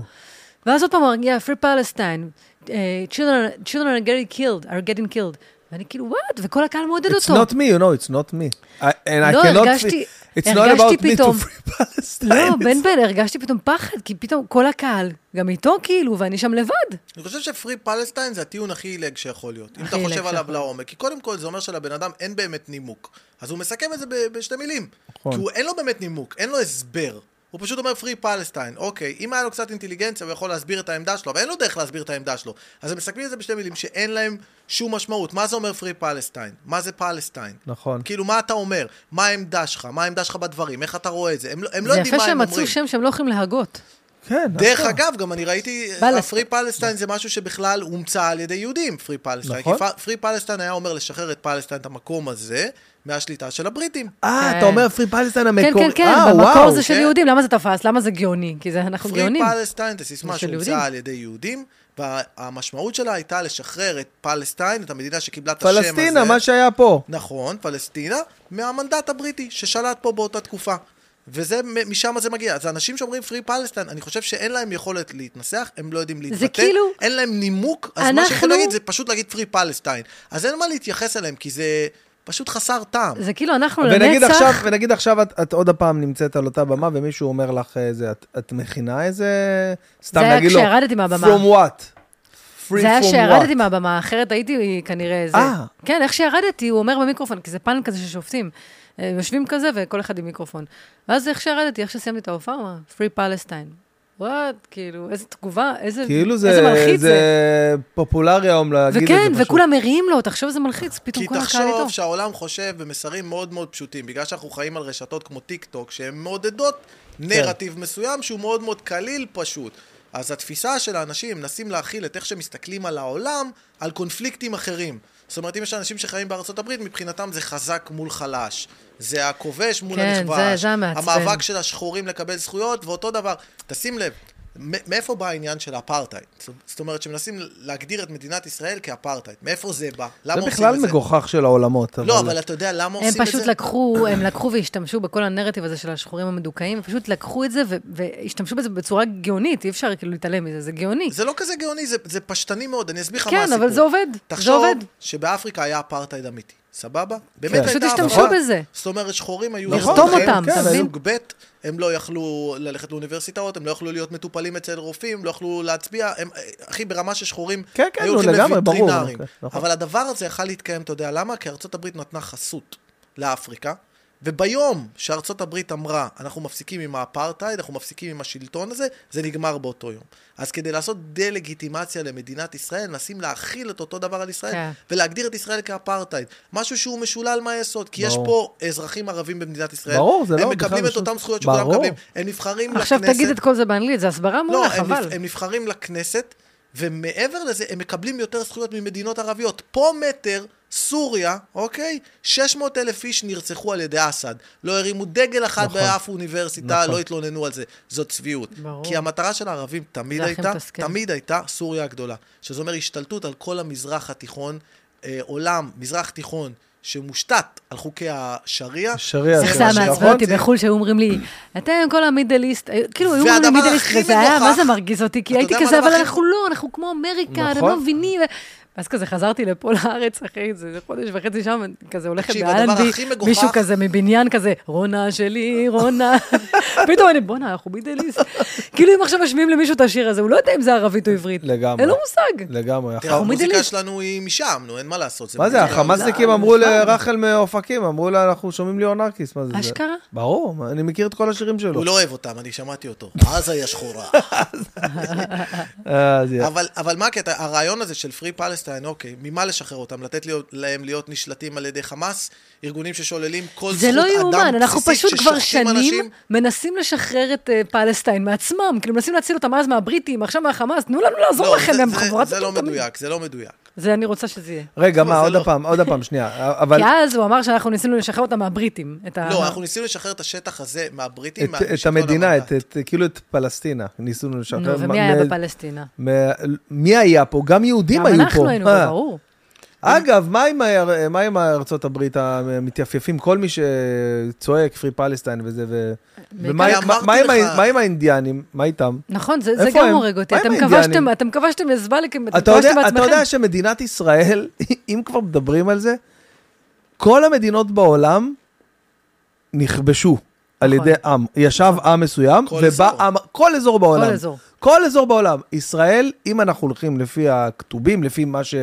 Speaker 4: ואז עוד פעם הוא אמר, yeah, Free Palestine, uh, children, children are getting killed, are getting killed. ואני כאילו, what? וכל הקהל מעודד
Speaker 3: It's
Speaker 4: אותו.
Speaker 3: not me, you know, it's not me. I- And I
Speaker 4: לא,
Speaker 3: cannot...
Speaker 4: הרגשתי-
Speaker 3: It's not
Speaker 4: הרגשתי
Speaker 3: about me to
Speaker 4: פתאום-
Speaker 3: free Palestine.
Speaker 4: לא,
Speaker 3: It's-
Speaker 4: בן בן, הרגשתי פתאום פחד, כי פתאום כל הקהל, גם איתו כאילו, ואני שם לבד.
Speaker 2: אני חושב שפרי פלסטיין זה הטיעון הכי עילג שיכול להיות, אם
Speaker 4: הכי
Speaker 2: אתה
Speaker 4: עילג
Speaker 2: חושב עליו
Speaker 4: שיכול.
Speaker 2: לעומק. כי קודם כל זה אומר שלבן אדם אין
Speaker 4: נכון.
Speaker 2: באמת נימוק. אז הוא מסכם את זה ב- בשתי מילים. כי הוא אין לו באמת נימוק, אין לו הסבר. הוא הוא פשוט אומר פרי פלסטיין, אוקיי, אם היה לו קצת אינטליגנציה הוא יכול להסביר את העמדה שלו, אבל אין לו דרך להסביר את העמדה שלו. אז הם מסכמים את זה בשתי מילים שאין להם שום משמעות. מה זה אומר פרי פלסטיין? מה זה פלסטיין?
Speaker 3: נכון.
Speaker 2: כאילו, מה אתה אומר? מה העמדה שלך? מה העמדה שלך בדברים? איך אתה רואה את זה? הם, לא- הם לא
Speaker 4: זה
Speaker 2: יודעים
Speaker 4: יפה
Speaker 2: מה הם
Speaker 4: שהם
Speaker 2: אומרים.
Speaker 4: מצאו שם שהם לא יכולים להגות.
Speaker 3: כן,
Speaker 2: דרך
Speaker 3: נכון.
Speaker 2: אגב, גם אני ראיתי, uh,
Speaker 4: פלסטיין.
Speaker 2: הפרי פלסטיין זה משהו שבכלל הומצא על ידי יהודים, פרי פלסטיין.
Speaker 3: נכון.
Speaker 2: כי פ- פרי פלסטיין היה אומר לשחרר את פלסטיין, את המקום הזה, מהשליטה של הבריטים.
Speaker 3: אה,
Speaker 4: כן.
Speaker 3: אתה אומר פרי פלסטיין
Speaker 4: כן,
Speaker 3: המקורי.
Speaker 4: כן, כן,
Speaker 3: אה,
Speaker 4: במקור
Speaker 3: וואו.
Speaker 4: זה של
Speaker 2: כן.
Speaker 4: יהודים, למה זה תפס? למה זה גאוני? כי זה- אנחנו
Speaker 2: פרי
Speaker 4: גאונים.
Speaker 2: פלסטיין, זו סיסמה
Speaker 4: זה של יהודים.
Speaker 2: שהומצאה על ידי יהודים, והמשמעות שלה הייתה לשחרר את פלסטיין, את המדינה שקיבלה את השם הזה.
Speaker 3: פלסטינה, מה שהיה פה.
Speaker 2: נכון, פלסטינה, מהמנדט הבריטי ששלט פה באותה תקופה. וזה, מ- משם זה מגיע. אז האנשים שאומרים פרי פלסטיין, אני חושב שאין להם יכולת להתנסח, הם לא יודעים להתבטא.
Speaker 4: כאילו-
Speaker 2: אין להם נימוק, אז מה
Speaker 4: אנחנו-
Speaker 2: שיכול להגיד זה פשוט להגיד פרי פלסטיין. אז אין מה להתייחס אליהם, כי זה פשוט חסר טעם.
Speaker 4: זה כאילו אנחנו
Speaker 3: ונגיד עכשיו,
Speaker 4: לנצח,
Speaker 3: ונגיד עכשיו את, את עוד הפעם נמצאת על אותה במה ומישהו אומר לך איזה, את, את מכינה איזה... סתם
Speaker 4: היה
Speaker 3: נגיד לו.
Speaker 4: כשירדתי מהבמה.
Speaker 3: From what? Free
Speaker 4: זה היה
Speaker 3: from
Speaker 4: שירדתי
Speaker 3: what?
Speaker 4: מהבמה, אחרת הייתי כנראה זה.
Speaker 3: אה.
Speaker 4: כן, איך שירדתי, הוא אומר במיקרופון, כי זה פאנל כזה של שופטים. אה, יושבים כזה וכל אחד עם מיקרופון. ואז איך שירדתי, איך שסיימתי את ההופעה, הוא אמר, פרי פלסטיין. וואט, כאילו, איזה תגובה, איזה
Speaker 3: כאילו
Speaker 4: איזה
Speaker 3: זה,
Speaker 4: מלחיץ זה.
Speaker 3: זה פופולרי היום להגיד את זה
Speaker 4: וכן,
Speaker 3: פשוט.
Speaker 4: וכולם מריעים לו, תחשוב איזה מלחיץ, פתאום
Speaker 2: כי
Speaker 4: כל הקהל איתו.
Speaker 2: תחשוב שהעולם חושב במסרים מאוד מאוד פשוטים, בגלל שאנחנו חיים על רשתות כמו טיק טוק, שהן מעודדות
Speaker 3: כן.
Speaker 2: נרטיב מסוים שהוא מאוד מאוד קליל פשוט. אז התפיסה של האנשים, מנסים להכיל את איך שמסתכלים על העולם, על קונפליקטים אחרים. זאת אומרת, אם יש אנשים שחיים בארצות הברית, מבחינתם זה חזק מול חלש. זה הכובש מול
Speaker 4: כן,
Speaker 2: הנכבש.
Speaker 4: זה- זה המעצבן.
Speaker 2: המאבק של השחורים לקבל זכויות, ואותו דבר, תשים לב, מ- מאיפה בא העניין של האפרטהייד? זאת- זאת אומרת, שמנסים להגדיר את מדינת ישראל כאפרטהייד. מאיפה זה בא? למה
Speaker 3: זה
Speaker 2: עושים
Speaker 3: בכלל
Speaker 2: את זה?
Speaker 3: מגוחך של העולמות.
Speaker 2: לא, אבל אתה יודע למה
Speaker 4: הם
Speaker 2: עושים את זה?
Speaker 4: פשוט לקחו, הם לקחו והשתמשו בכל הנרטיב הזה של השחורים המדוכאים, הם פשוט לקחו את זה ו- והשתמשו בזה בצורה גאונית, אי אפשר כאילו להתעלם מזה, זה גאוני.
Speaker 2: זה לא כזה גאוני, זה, זה פשטני מאוד, אני אסביר לך מה
Speaker 4: כן,
Speaker 2: הסיפור.
Speaker 4: אבל זה עובד, זה
Speaker 2: תחשוב
Speaker 4: עובד.
Speaker 2: שבאפריקה היה אפרטהייד אמיתי,
Speaker 3: כן.
Speaker 2: סבבה? באמת
Speaker 3: פשוט
Speaker 2: הייתה
Speaker 4: השתמשו
Speaker 2: הפרדה.
Speaker 4: בזה.
Speaker 2: זאת אומרת, שחורים היו...
Speaker 4: נכון, לרתום
Speaker 2: אזרחים,
Speaker 4: אותם, אתה
Speaker 2: כן,
Speaker 4: מבין?
Speaker 2: סוג ב', הם לא יכלו ללכת לאוניברסיטאות, הם לא יכלו להיות מטופלים אצל רופאים, לא יכלו להצביע, הם, אחי, ברמה ששחורים
Speaker 3: כן, כן,
Speaker 2: היו
Speaker 3: נו,
Speaker 2: הולכים
Speaker 3: לגמרי, ברור,
Speaker 2: לווטרינרים.
Speaker 3: אוקיי, נכון.
Speaker 2: אבל הדבר הזה יכל להתקיים, אתה יודע למה? כי ארצות הברית נתנה חסות לאפריקה, וביום שארצות הברית אמרה, אנחנו מפסיקים עם האפרטהייד, אנחנו מפסיקים עם השלטון הזה, זה נגמר באותו יום. אז כדי לעשות דה-לגיטימציה למדינת ישראל, מנסים להכיל את אותו דבר על ישראל,
Speaker 4: כן.
Speaker 2: ולהגדיר את ישראל כאפרטהייד. משהו שהוא משולל מהיסוד, כי יש פה
Speaker 3: ברור.
Speaker 2: אזרחים ערבים במדינת ישראל.
Speaker 3: ברור, זה
Speaker 2: הם
Speaker 3: לא-
Speaker 2: מקבלים
Speaker 3: בכלל
Speaker 2: את
Speaker 3: משהו-
Speaker 2: אותן זכויות שכולם
Speaker 3: ברור.
Speaker 2: מקבלים. הם נבחרים נכון. לכנסת.
Speaker 4: עכשיו תגיד את כל זה באנגלית, זה הסברה מעולה,
Speaker 2: לא, הם,
Speaker 4: חבל.
Speaker 2: נבח- הם נבחרים לכנסת, ומעבר לזה, הם מקבלים יותר זכויות ממדינות ערביות. פה מטר, סוריה, אוקיי? 600 אלף איש נרצחו על ידי אסד. לא הרימו דגל אחד נכון, באף אוניברסיטה, נכון. לא התלוננו על זה. זאת צביעות.
Speaker 4: ברור.
Speaker 2: כי המטרה של הערבים תמיד
Speaker 4: זה הכי
Speaker 2: הייתה,
Speaker 4: מתסכל.
Speaker 2: תמיד הייתה סוריה הגדולה. שזה אומר השתלטות על כל המזרח התיכון, אה, עולם, מזרח תיכון. שמושתת על חוקי השריעה. נכון?
Speaker 3: השריעה,
Speaker 4: איך
Speaker 2: זה
Speaker 4: זה היה
Speaker 2: מה
Speaker 4: מעצבן
Speaker 2: שיכול-
Speaker 4: אותי בחו"ל, שהיו אומרים לי, אתם כל המידליסט, היו- כאילו היו אומרים לי
Speaker 2: והדבר
Speaker 4: מידליסט,
Speaker 2: הכי
Speaker 4: וזה היה,
Speaker 2: מגוחך-
Speaker 4: מה זה מרגיז אותי, כי
Speaker 2: אתה
Speaker 4: הייתי
Speaker 2: יודע מה
Speaker 4: כזה,
Speaker 2: הדבר
Speaker 4: אבל
Speaker 2: הכי-
Speaker 4: אנחנו לא, אנחנו כמו אמריקה, אתם
Speaker 3: נכון.
Speaker 4: לא מבינים. ואז כזה חזרתי לפה לארץ אחרי זה, זה חודש וחצי שם, כזה הולכת
Speaker 2: תקשיב, הדבר
Speaker 4: באלנבי,
Speaker 2: הכי מגוחך-
Speaker 4: מישהו כזה מבניין כזה, רונה שלי, רונה. פתאום אני, בואנה, אנחנו מידליסט. כאילו אם עכשיו משמיעים למישהו את השיר הזה, הוא לא יודע אם זה ערבית או עברית.
Speaker 3: לגמרי.
Speaker 4: אין לו מושג.
Speaker 3: לגמרי.
Speaker 2: תראה, כן, המוזיקה
Speaker 4: מידליסט.
Speaker 2: שלנו היא משם, נו, אין מה לעשות.
Speaker 3: מה זה,
Speaker 2: מוזיקה-
Speaker 3: החמאסניקים
Speaker 4: לא,
Speaker 3: אמרו
Speaker 4: בכלל.
Speaker 3: לרחל מאופקים, אמרו לה, אנחנו שומעים ליאור נרקיס, מה זה? זה?"
Speaker 4: אשכרה?
Speaker 3: ברור, מה, אני מכיר את כל השירים שלו.
Speaker 2: הוא לא אוהב אותם, אני שמעתי אותו. עזה היא השחורה.
Speaker 3: אה, זה-
Speaker 2: אבל, אבל מה הקטע? הרעיון הזה של פרי פלסטיין, אוקיי, ממה לשחרר אותם? לתת להיות, להם להיות נשלטים על ידי חמאס? ארגונים ששוללים כל
Speaker 4: זה
Speaker 2: זכות
Speaker 4: לא
Speaker 2: אדם
Speaker 4: יאומן, אנחנו
Speaker 2: בסיסית
Speaker 4: פשוט כבר
Speaker 2: ששוחטים
Speaker 4: שנים
Speaker 2: אנשים?
Speaker 4: מנסים לשחרר את אה, פלסטיין מעצמם, כאילו מנסים להציל אותם אז מהבריטים, עכשיו מהחמאס, תנו לנו לעזור
Speaker 2: לא,
Speaker 4: לכם,
Speaker 2: זה-
Speaker 4: הם
Speaker 2: זה-
Speaker 4: חבורת
Speaker 2: זה לא
Speaker 4: מטומטמים.
Speaker 2: מדויק, זה לא מדויק.
Speaker 4: זה אני רוצה שזה יהיה.
Speaker 3: רגע,
Speaker 2: זה
Speaker 3: מה, עוד
Speaker 2: לא.
Speaker 3: הפעם, עוד הפעם, שנייה. אבל
Speaker 4: כי אז הוא אמר שאנחנו ניסינו לשחרר אותם מהבריטים. את ה-
Speaker 2: לא, אנחנו ניסינו לשחרר את השטח הזה מהבריטים,
Speaker 3: את- את
Speaker 2: מהשלטון
Speaker 3: המדינה,
Speaker 4: אה,
Speaker 2: המנדט.
Speaker 3: את- את- כאילו את פלסטינה, ניסינו לשחרר.
Speaker 4: נו, ומי
Speaker 3: אה, מה-
Speaker 4: היה
Speaker 3: מה-
Speaker 4: בפלסטינה?
Speaker 3: מה- מי היה פה? גם יהודים
Speaker 4: גם
Speaker 3: היו פה.
Speaker 4: אנחנו היינו,
Speaker 3: אה.
Speaker 4: ברור.
Speaker 3: אגב, מה עם, ה- מה עם ארצות הברית המתייפייפים? כל מי שצועק פרי פלסטיין וזה, ו... ומה
Speaker 2: אני
Speaker 3: מה- מה עם,
Speaker 2: אמרתי
Speaker 3: ה-
Speaker 2: לך-
Speaker 3: מה עם האינדיאנים? מה איתם?
Speaker 4: נכון, זה זה
Speaker 3: איפה
Speaker 4: גם
Speaker 3: הם?
Speaker 4: הורג אותי.
Speaker 3: מה עם
Speaker 4: אתם
Speaker 3: האינדיאנים?
Speaker 4: כבשתם- אתם כבשתם לזבליקים, אתם
Speaker 3: אתה יודע,
Speaker 4: כבשתם
Speaker 3: אתה יודע
Speaker 4: בעצמכם.
Speaker 3: שמדינת ישראל, אם כבר מדברים על זה, כל המדינות בעולם נכבשו על
Speaker 4: נכון.
Speaker 3: ידי עם. ישב עם מסוים,
Speaker 2: כל
Speaker 3: ובא
Speaker 2: אזור.
Speaker 3: עם, כל אזור בעולם.
Speaker 4: כל אזור.
Speaker 3: כל אזור בעולם. ישראל, אם אנחנו הולכים לפי הכתובים, לפי מה ש...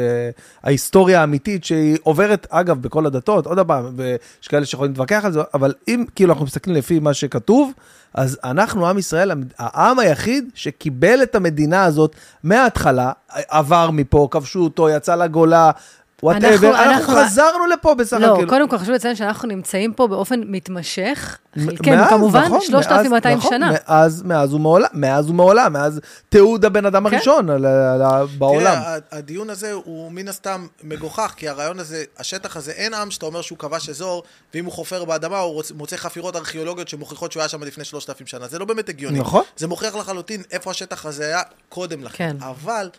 Speaker 3: ההיסטוריה האמיתית, שהיא עוברת, אגב, בכל הדתות, עוד פעם, יש כאלה שיכולים להתווכח על זה, אבל אם כאילו אנחנו מסתכלים לפי מה שכתוב, אז אנחנו, עם ישראל, המד- העם היחיד שקיבל את המדינה הזאת מההתחלה, עבר מפה, כבשו אותו, יצא לגולה, וואטאבר,
Speaker 4: אנחנו-
Speaker 3: אנחנו, אנחנו,
Speaker 4: אנחנו-
Speaker 3: חזרנו לפה בסך
Speaker 4: לא,
Speaker 3: הכל.
Speaker 4: קודם כל חשוב לציין שאנחנו נמצאים פה באופן מתמשך,
Speaker 3: מ-
Speaker 4: חלקנו
Speaker 3: מאז,
Speaker 4: כן, כמובן,
Speaker 3: נכון,
Speaker 4: 3,200
Speaker 3: מאז,
Speaker 4: שנה.
Speaker 3: נכון, מאז, מאז ומעולם, מאז ומעולם, מאז תיעוד הבן אדם
Speaker 4: כן.
Speaker 3: הראשון על, על, על, בעולם.
Speaker 2: תראה, ה- הדיון הזה הוא מן הסתם מגוחך, כי הרעיון הזה, השטח הזה, אין עם שאתה אומר שהוא כבש אזור, ואם הוא חופר באדמה, הוא רוצ- מוצא חפירות ארכיאולוגיות שמוכיחות שהוא היה שם לפני 3,000 שנה. זה לא באמת הגיוני.
Speaker 3: נכון.
Speaker 2: זה מוכיח לחלוטין איפה השטח הזה היה קודם לכן.
Speaker 4: כן.
Speaker 2: אבל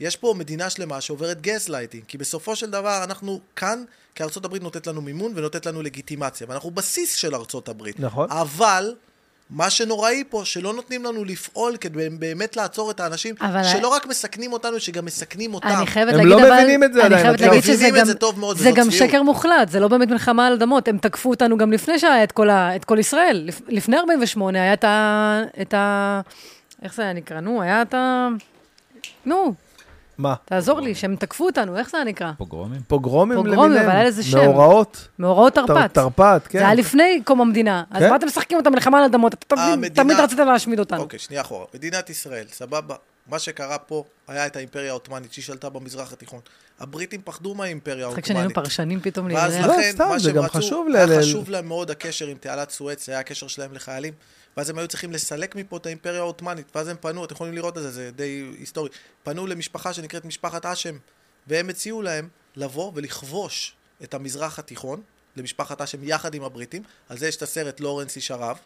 Speaker 2: יש פה מדינה שלמה שעוברת גזלייטינג, כי בסופו של דבר אנחנו כאן, כי ארצות הברית נותנת לנו מימון ונותנת לנו לגיטימציה, ואנחנו בסיס של ארצות הברית.
Speaker 3: נכון.
Speaker 2: אבל... מה שנוראי פה, שלא נותנים לנו לפעול כדי באמת לעצור את האנשים,
Speaker 4: אבל-
Speaker 2: שלא רק מסכנים אותנו, שגם מסכנים אותם.
Speaker 4: אני חייבת
Speaker 3: הם
Speaker 4: להגיד,
Speaker 3: לא
Speaker 4: אבל...
Speaker 3: מבינים את זה
Speaker 4: אני
Speaker 3: עדיין,
Speaker 4: חייבת
Speaker 3: את לא
Speaker 4: להגיד
Speaker 2: מבינים
Speaker 4: שזה
Speaker 2: את
Speaker 4: גם...
Speaker 2: זה טוב מאוד,
Speaker 4: זה
Speaker 2: וזאת
Speaker 4: גם
Speaker 2: צביעות.
Speaker 4: שקר מוחלט, זה לא באמת מלחמה על אדמות. הם תקפו אותנו גם לפני שהיה את כל, ה... את כל ישראל. לפ... לפני 48' היה את ה... את ה... איך זה היה נקרא? נו, היה את ה... נו,
Speaker 3: מה?
Speaker 4: תעזור לי, שהם תקפו אותנו, איך זה היה נקרא?
Speaker 5: פוגרומים?
Speaker 3: פוגרומים
Speaker 4: פוגרומים,
Speaker 3: למיניהם,
Speaker 4: אבל היה לזה שם.
Speaker 3: מאורעות,
Speaker 4: מאורעות תרפ"ט.
Speaker 3: תר- תרפ"ט, כן.
Speaker 4: זה היה לפני קום המדינה. אז
Speaker 3: כן.
Speaker 4: מה אתם משחקים אותה מלחמה על אדמות? אתה תמיד-
Speaker 2: המדינה-
Speaker 4: תמיד רציתם להשמיד אותנו.
Speaker 2: אוקיי, שנייה אחורה. מדינת ישראל, סבבה. מה שקרה פה, היה את האימפריה העות'מאנית שהיא שלטה במזרח התיכון. הבריטים פחדו מהאימפריה
Speaker 4: רק שנהיינו
Speaker 2: העות'מאנית.
Speaker 4: פרשנים פתאום
Speaker 2: אוקיי, ואז
Speaker 4: לעניין.
Speaker 3: לא,
Speaker 2: לכן,
Speaker 3: סתם,
Speaker 2: מה
Speaker 3: זה
Speaker 2: שהם
Speaker 3: גם
Speaker 2: רצו,
Speaker 3: חשוב ל-
Speaker 2: היה
Speaker 3: ל-
Speaker 2: חשוב להם מאוד הקשר עם תעלת סואץ, זה היה הקשר שלהם לחיילים. ואז הם היו צריכים לסלק מפה את האימפריה העות'מאנית, ואז הם פנו, אתם יכולים לראות את זה, זה די היסטורי. פנו למשפחה שנקראת משפחת האשם, והם הציעו להם לבוא ולכבוש את המזרח התיכון, למשפחת האשם יחד עם הבריטים, על זה יש את הסרט לורנס איש ערב,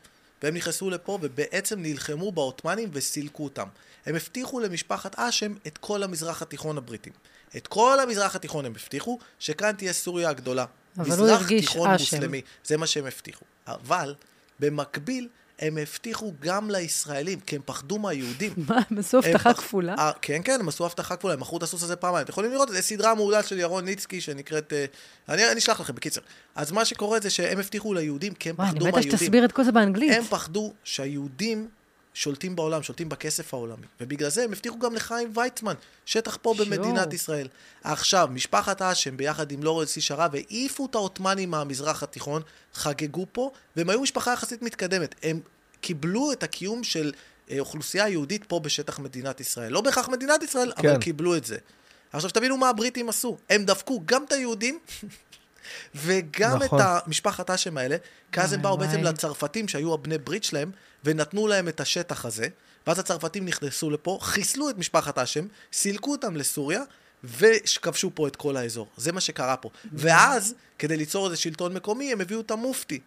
Speaker 2: והם נכנסו לפה ובעצם נלחמו בעות'מאנים וסילקו אותם. הם הבטיחו למשפחת האשם את כל המזרח התיכון הבריטים. את כל המזרח התיכון הם הבטיחו, שכאן תהיה סוריה הגדולה.
Speaker 4: אבל הוא
Speaker 2: מזרח
Speaker 4: הרגיש
Speaker 2: תיכון
Speaker 4: אשם.
Speaker 2: מוסלמי, זה מה שהם הבטיחו. אבל במקביל, הם הבטיחו גם לישראלים, כי הם פחדו מהיהודים.
Speaker 4: מה, הם עשו
Speaker 2: הם
Speaker 4: הבטחה
Speaker 2: פח-
Speaker 4: כפולה?
Speaker 2: אה, כן, כן, הם עשו הבטחה כפולה, הם מכרו את הסוס הזה פעמיים. אתם יכולים לראות, זו סדרה מעולה של ירון ניצקי שנקראת... אה, אני אני אשלח לכם, בקיצר. אז מה שקורה זה שהם הבטיחו ליהודים, כי הם
Speaker 4: וואי, אני
Speaker 2: פחדו
Speaker 4: מתה
Speaker 2: מהיהודים.
Speaker 4: שתסביר את כל זה באנגלית.
Speaker 2: הם פחדו שהיהודים שולטים בעולם, שולטים בכסף העולמי. ובגלל זה הם הבטיחו גם לחיים ויצמן, שטח פה במדינת ישראל. עכשיו, משפחת האשם ביחד עם לורנס איש הרב העיפו את העות'מאנים מהמזרח התיכון, חגגו פה, והם היו משפחה יחסית מתקדמת. הם קיבלו את הקיום של אה, אוכלוסייה יהודית פה בשטח מדינת ישראל. לא בהכרח מדינת ישראל, כן. אבל
Speaker 3: כן.
Speaker 2: קיבלו את זה. עכשיו שתבינו מה הבריטים עשו, הם דפקו גם את היהודים וגם
Speaker 3: נכון.
Speaker 2: את המשפחת האשם האלה, כי אז הם
Speaker 4: וואי,
Speaker 2: באו בעצם
Speaker 4: וואי.
Speaker 2: לצרפתים שהיו הבני ברית שלהם, ונתנו להם את השטח הזה, ואז הצרפתים נכנסו לפה, חיסלו את משפחת האשם, סילקו אותם לסוריה, וכבשו פה את כל האזור. זה מה שקרה פה.
Speaker 3: Mm-hmm.
Speaker 2: ואז, כדי ליצור איזה שלטון מקומי, הם הביאו את המופתי.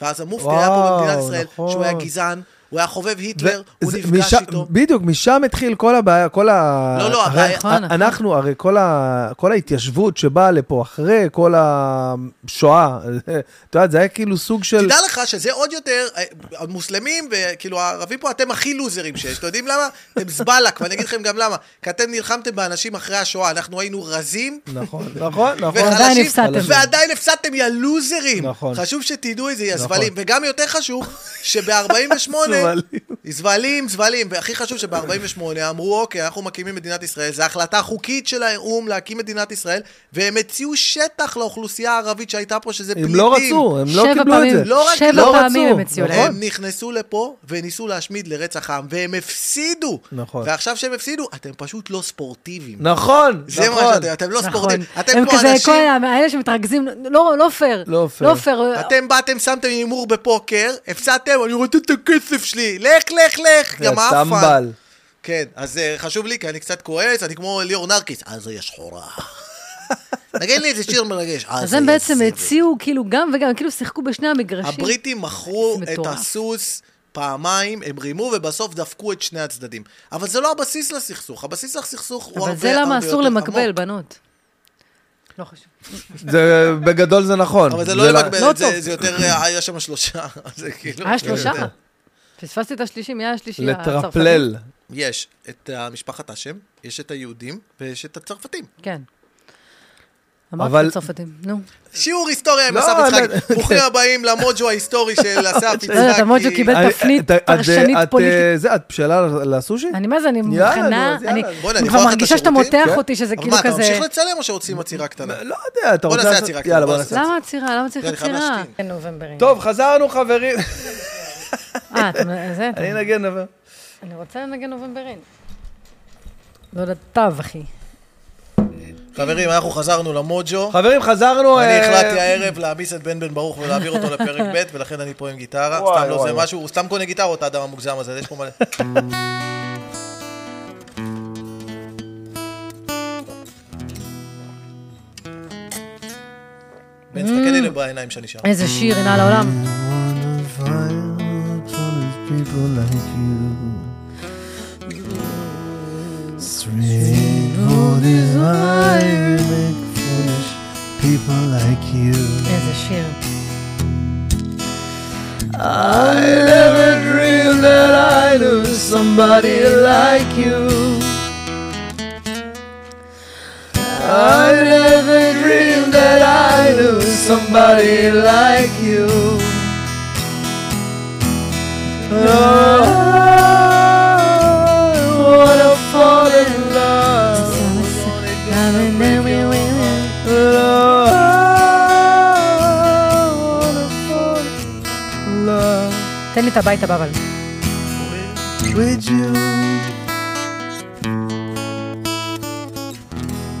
Speaker 2: ואז המופתי היה פה
Speaker 3: וואו,
Speaker 2: במדינת ישראל, שהוא היה
Speaker 3: נכון.
Speaker 2: גזען, הוא היה חובב היטלר,
Speaker 3: ו-
Speaker 2: הוא
Speaker 3: זה-
Speaker 2: נפגש
Speaker 3: משם-
Speaker 2: איתו.
Speaker 3: בדיוק, משם התחיל כל הבעיה, כל ה...
Speaker 2: לא, לא,
Speaker 3: הרי
Speaker 2: הבעיה-
Speaker 4: נכון, נכון.
Speaker 3: אנחנו, הרי כל, ה... כל ההתיישבות שבאה לפה אחרי כל השואה, את יודעת, זה היה כאילו סוג של...
Speaker 2: תדע לך שזה עוד יותר, אה, המוסלמים וכאילו הערבים פה, אתם הכי לוזרים שיש, אתם יודעים למה? אתם זבלק, ואני אגיד לכם גם למה. כי אתם נלחמתם באנשים אחרי השואה, אנחנו היינו רזים.
Speaker 3: נכון, נכון, נכון.
Speaker 2: וחלשים,
Speaker 4: ועדיין הפסדתם.
Speaker 2: ועדיין הפסדתם, יא לוזרים.
Speaker 3: נכון.
Speaker 2: חשוב שתדעו את זה, יא
Speaker 3: נכון.
Speaker 2: זבלים. וגם יותר חשוב, שב-48...
Speaker 3: זבלים.
Speaker 2: זבלים, זבלים. והכי חשוב שב-48 אמרו, אוקיי, אנחנו מקימים מדינת ישראל, זו החלטה חוקית של האו"ם להקים מדינת ישראל, והם הציעו שטח לאוכלוסייה הערבית שהייתה פה, שזה
Speaker 3: הם
Speaker 2: פליטים.
Speaker 3: לא רצו, הם לא
Speaker 4: שבע
Speaker 3: קיבלו את
Speaker 4: פעמים-
Speaker 3: זה.
Speaker 2: לא רק-
Speaker 4: שבע
Speaker 3: לא
Speaker 4: פעמים
Speaker 3: רצו,
Speaker 4: הם הציעו
Speaker 3: נכון.
Speaker 4: להם.
Speaker 2: הם נכנסו לפה וניסו להשמיד לרצח עם, והם הפסידו.
Speaker 3: נכון.
Speaker 2: ועכשיו שהם הפסידו, אתם פשוט לא ספורטיביים.
Speaker 3: נכון,
Speaker 2: זה מה
Speaker 3: נכון.
Speaker 2: שאתם, אתם לא ספורטיביים. אתם
Speaker 4: הם
Speaker 2: פה
Speaker 4: כזה,
Speaker 2: אנשים,
Speaker 4: כל האלה שמתרכזים, לא לא פייר.
Speaker 3: לא פייר.
Speaker 4: לא פייר.
Speaker 2: אתם באתם, שמתם הימור בפוקר, הפסדתם, אני רוצה את הכסף שלי, לך, לך, לך,
Speaker 3: זה
Speaker 2: גם
Speaker 3: טמבל.
Speaker 2: עפן. כן, אז אה, חשוב לי, כי אני קצת כועס, אני כמו ליאור נרקיס, אז יש שחורה. נגן לי איזה שיר מרגש, אה,
Speaker 4: אז הם בעצם
Speaker 2: סבל".
Speaker 4: הציעו כאילו גם וגם, הם כאילו שיחקו בשני המגרשים.
Speaker 2: הבריטים מכרו
Speaker 4: זה
Speaker 2: את
Speaker 4: מטורף.
Speaker 2: הסוס פעמיים, הם רימו ובסוף דפקו את שני הצדדים. אבל זה לא הבסיס לסכסוך, הבסיס לסכסוך הוא הרבה
Speaker 4: אבל
Speaker 2: הרבה
Speaker 4: זה
Speaker 2: יותר
Speaker 4: למה אסור
Speaker 2: עמוק.
Speaker 4: למקבל, בנות. לא חשוב.
Speaker 3: זה, בגדול זה נכון.
Speaker 2: אבל זה לא
Speaker 3: לא
Speaker 2: למקבל,
Speaker 3: טוב.
Speaker 2: זה- זה יותר, אה, היה שם שלושה, זה כאילו...
Speaker 4: היה שלושה.
Speaker 2: יותר.
Speaker 4: פספסתי את השלישי, מי היה השלישי? הצרפתי.
Speaker 3: לטרפלל.
Speaker 2: יש את אה, משפחת האשם, יש את היהודים ויש את הצרפתים.
Speaker 4: כן. אמרתי
Speaker 3: אבל-
Speaker 4: לצרפתים, נו.
Speaker 2: שיעור היסטוריה עם
Speaker 3: לא,
Speaker 2: אסף
Speaker 3: לא,
Speaker 2: יצחקי. ברוכים הבאים למוג'ו ההיסטורי של אסף יצחקי.
Speaker 4: לא יודעת, המוג'ו קיבל
Speaker 3: אני-
Speaker 4: תפנית
Speaker 3: אה, את- את-
Speaker 4: פרשנית
Speaker 3: את, אה,
Speaker 4: פוליטית.
Speaker 3: זה, את בשאלה לסושי?
Speaker 4: אני מה זה, אני
Speaker 3: יאללה, נו,
Speaker 4: מוכנה,
Speaker 3: אז
Speaker 4: אני
Speaker 3: יאללה.
Speaker 2: אה,
Speaker 4: אני
Speaker 2: בוא'נה, אני יכול
Speaker 4: כבר
Speaker 2: ללכת
Speaker 4: מרגישה שאתה
Speaker 2: לשירותים?
Speaker 4: מותח
Speaker 3: כן.
Speaker 4: אותי, שזה
Speaker 2: אבל
Speaker 4: כאילו
Speaker 2: מה, אתה
Speaker 4: כזה...
Speaker 2: ממשיך לצלם או שרוצים עצירה קטנה?
Speaker 3: לא יודע, אתה
Speaker 2: בוא
Speaker 3: רוצה
Speaker 2: נעשה
Speaker 3: לעשות...
Speaker 2: עצירה כן. קטנה,
Speaker 3: יאללה,
Speaker 2: בוא
Speaker 3: בוא
Speaker 2: נעשה
Speaker 3: נעשה.
Speaker 4: למה עצירה? למה צריך
Speaker 2: אני חייב
Speaker 4: עצירה?
Speaker 2: להשתין.
Speaker 4: כן, נובמברים.
Speaker 3: טוב, חזרנו חברים.
Speaker 4: אה, אתה- זה, אתה-
Speaker 3: אני אנגן אבל.
Speaker 4: אני רוצה לנגן נובמברים. לא יודעת, תו, אחי. לא.
Speaker 2: חברים, אנחנו חזרנו למוג'ו.
Speaker 3: חברים, חזרנו...
Speaker 2: אני
Speaker 3: אה,
Speaker 2: החלטתי הערב להעמיס את בן בן ברוך ולהעביר אותו לפרק ב', ולכן אני פה עם גיטרה.
Speaker 3: וואי,
Speaker 2: סתם לא
Speaker 3: וואי,
Speaker 2: זה
Speaker 3: וואי.
Speaker 2: משהו, הוא סתם קונה גיטרות, האדם המוגזם הזה, יש פה מלא... בן, תסתכל לי בעיניים שאני שם.
Speaker 4: איזה שיר, עינה לעולם. איזה שיר.
Speaker 3: Oh, Oh,
Speaker 4: תן לי את הביתה, בבל.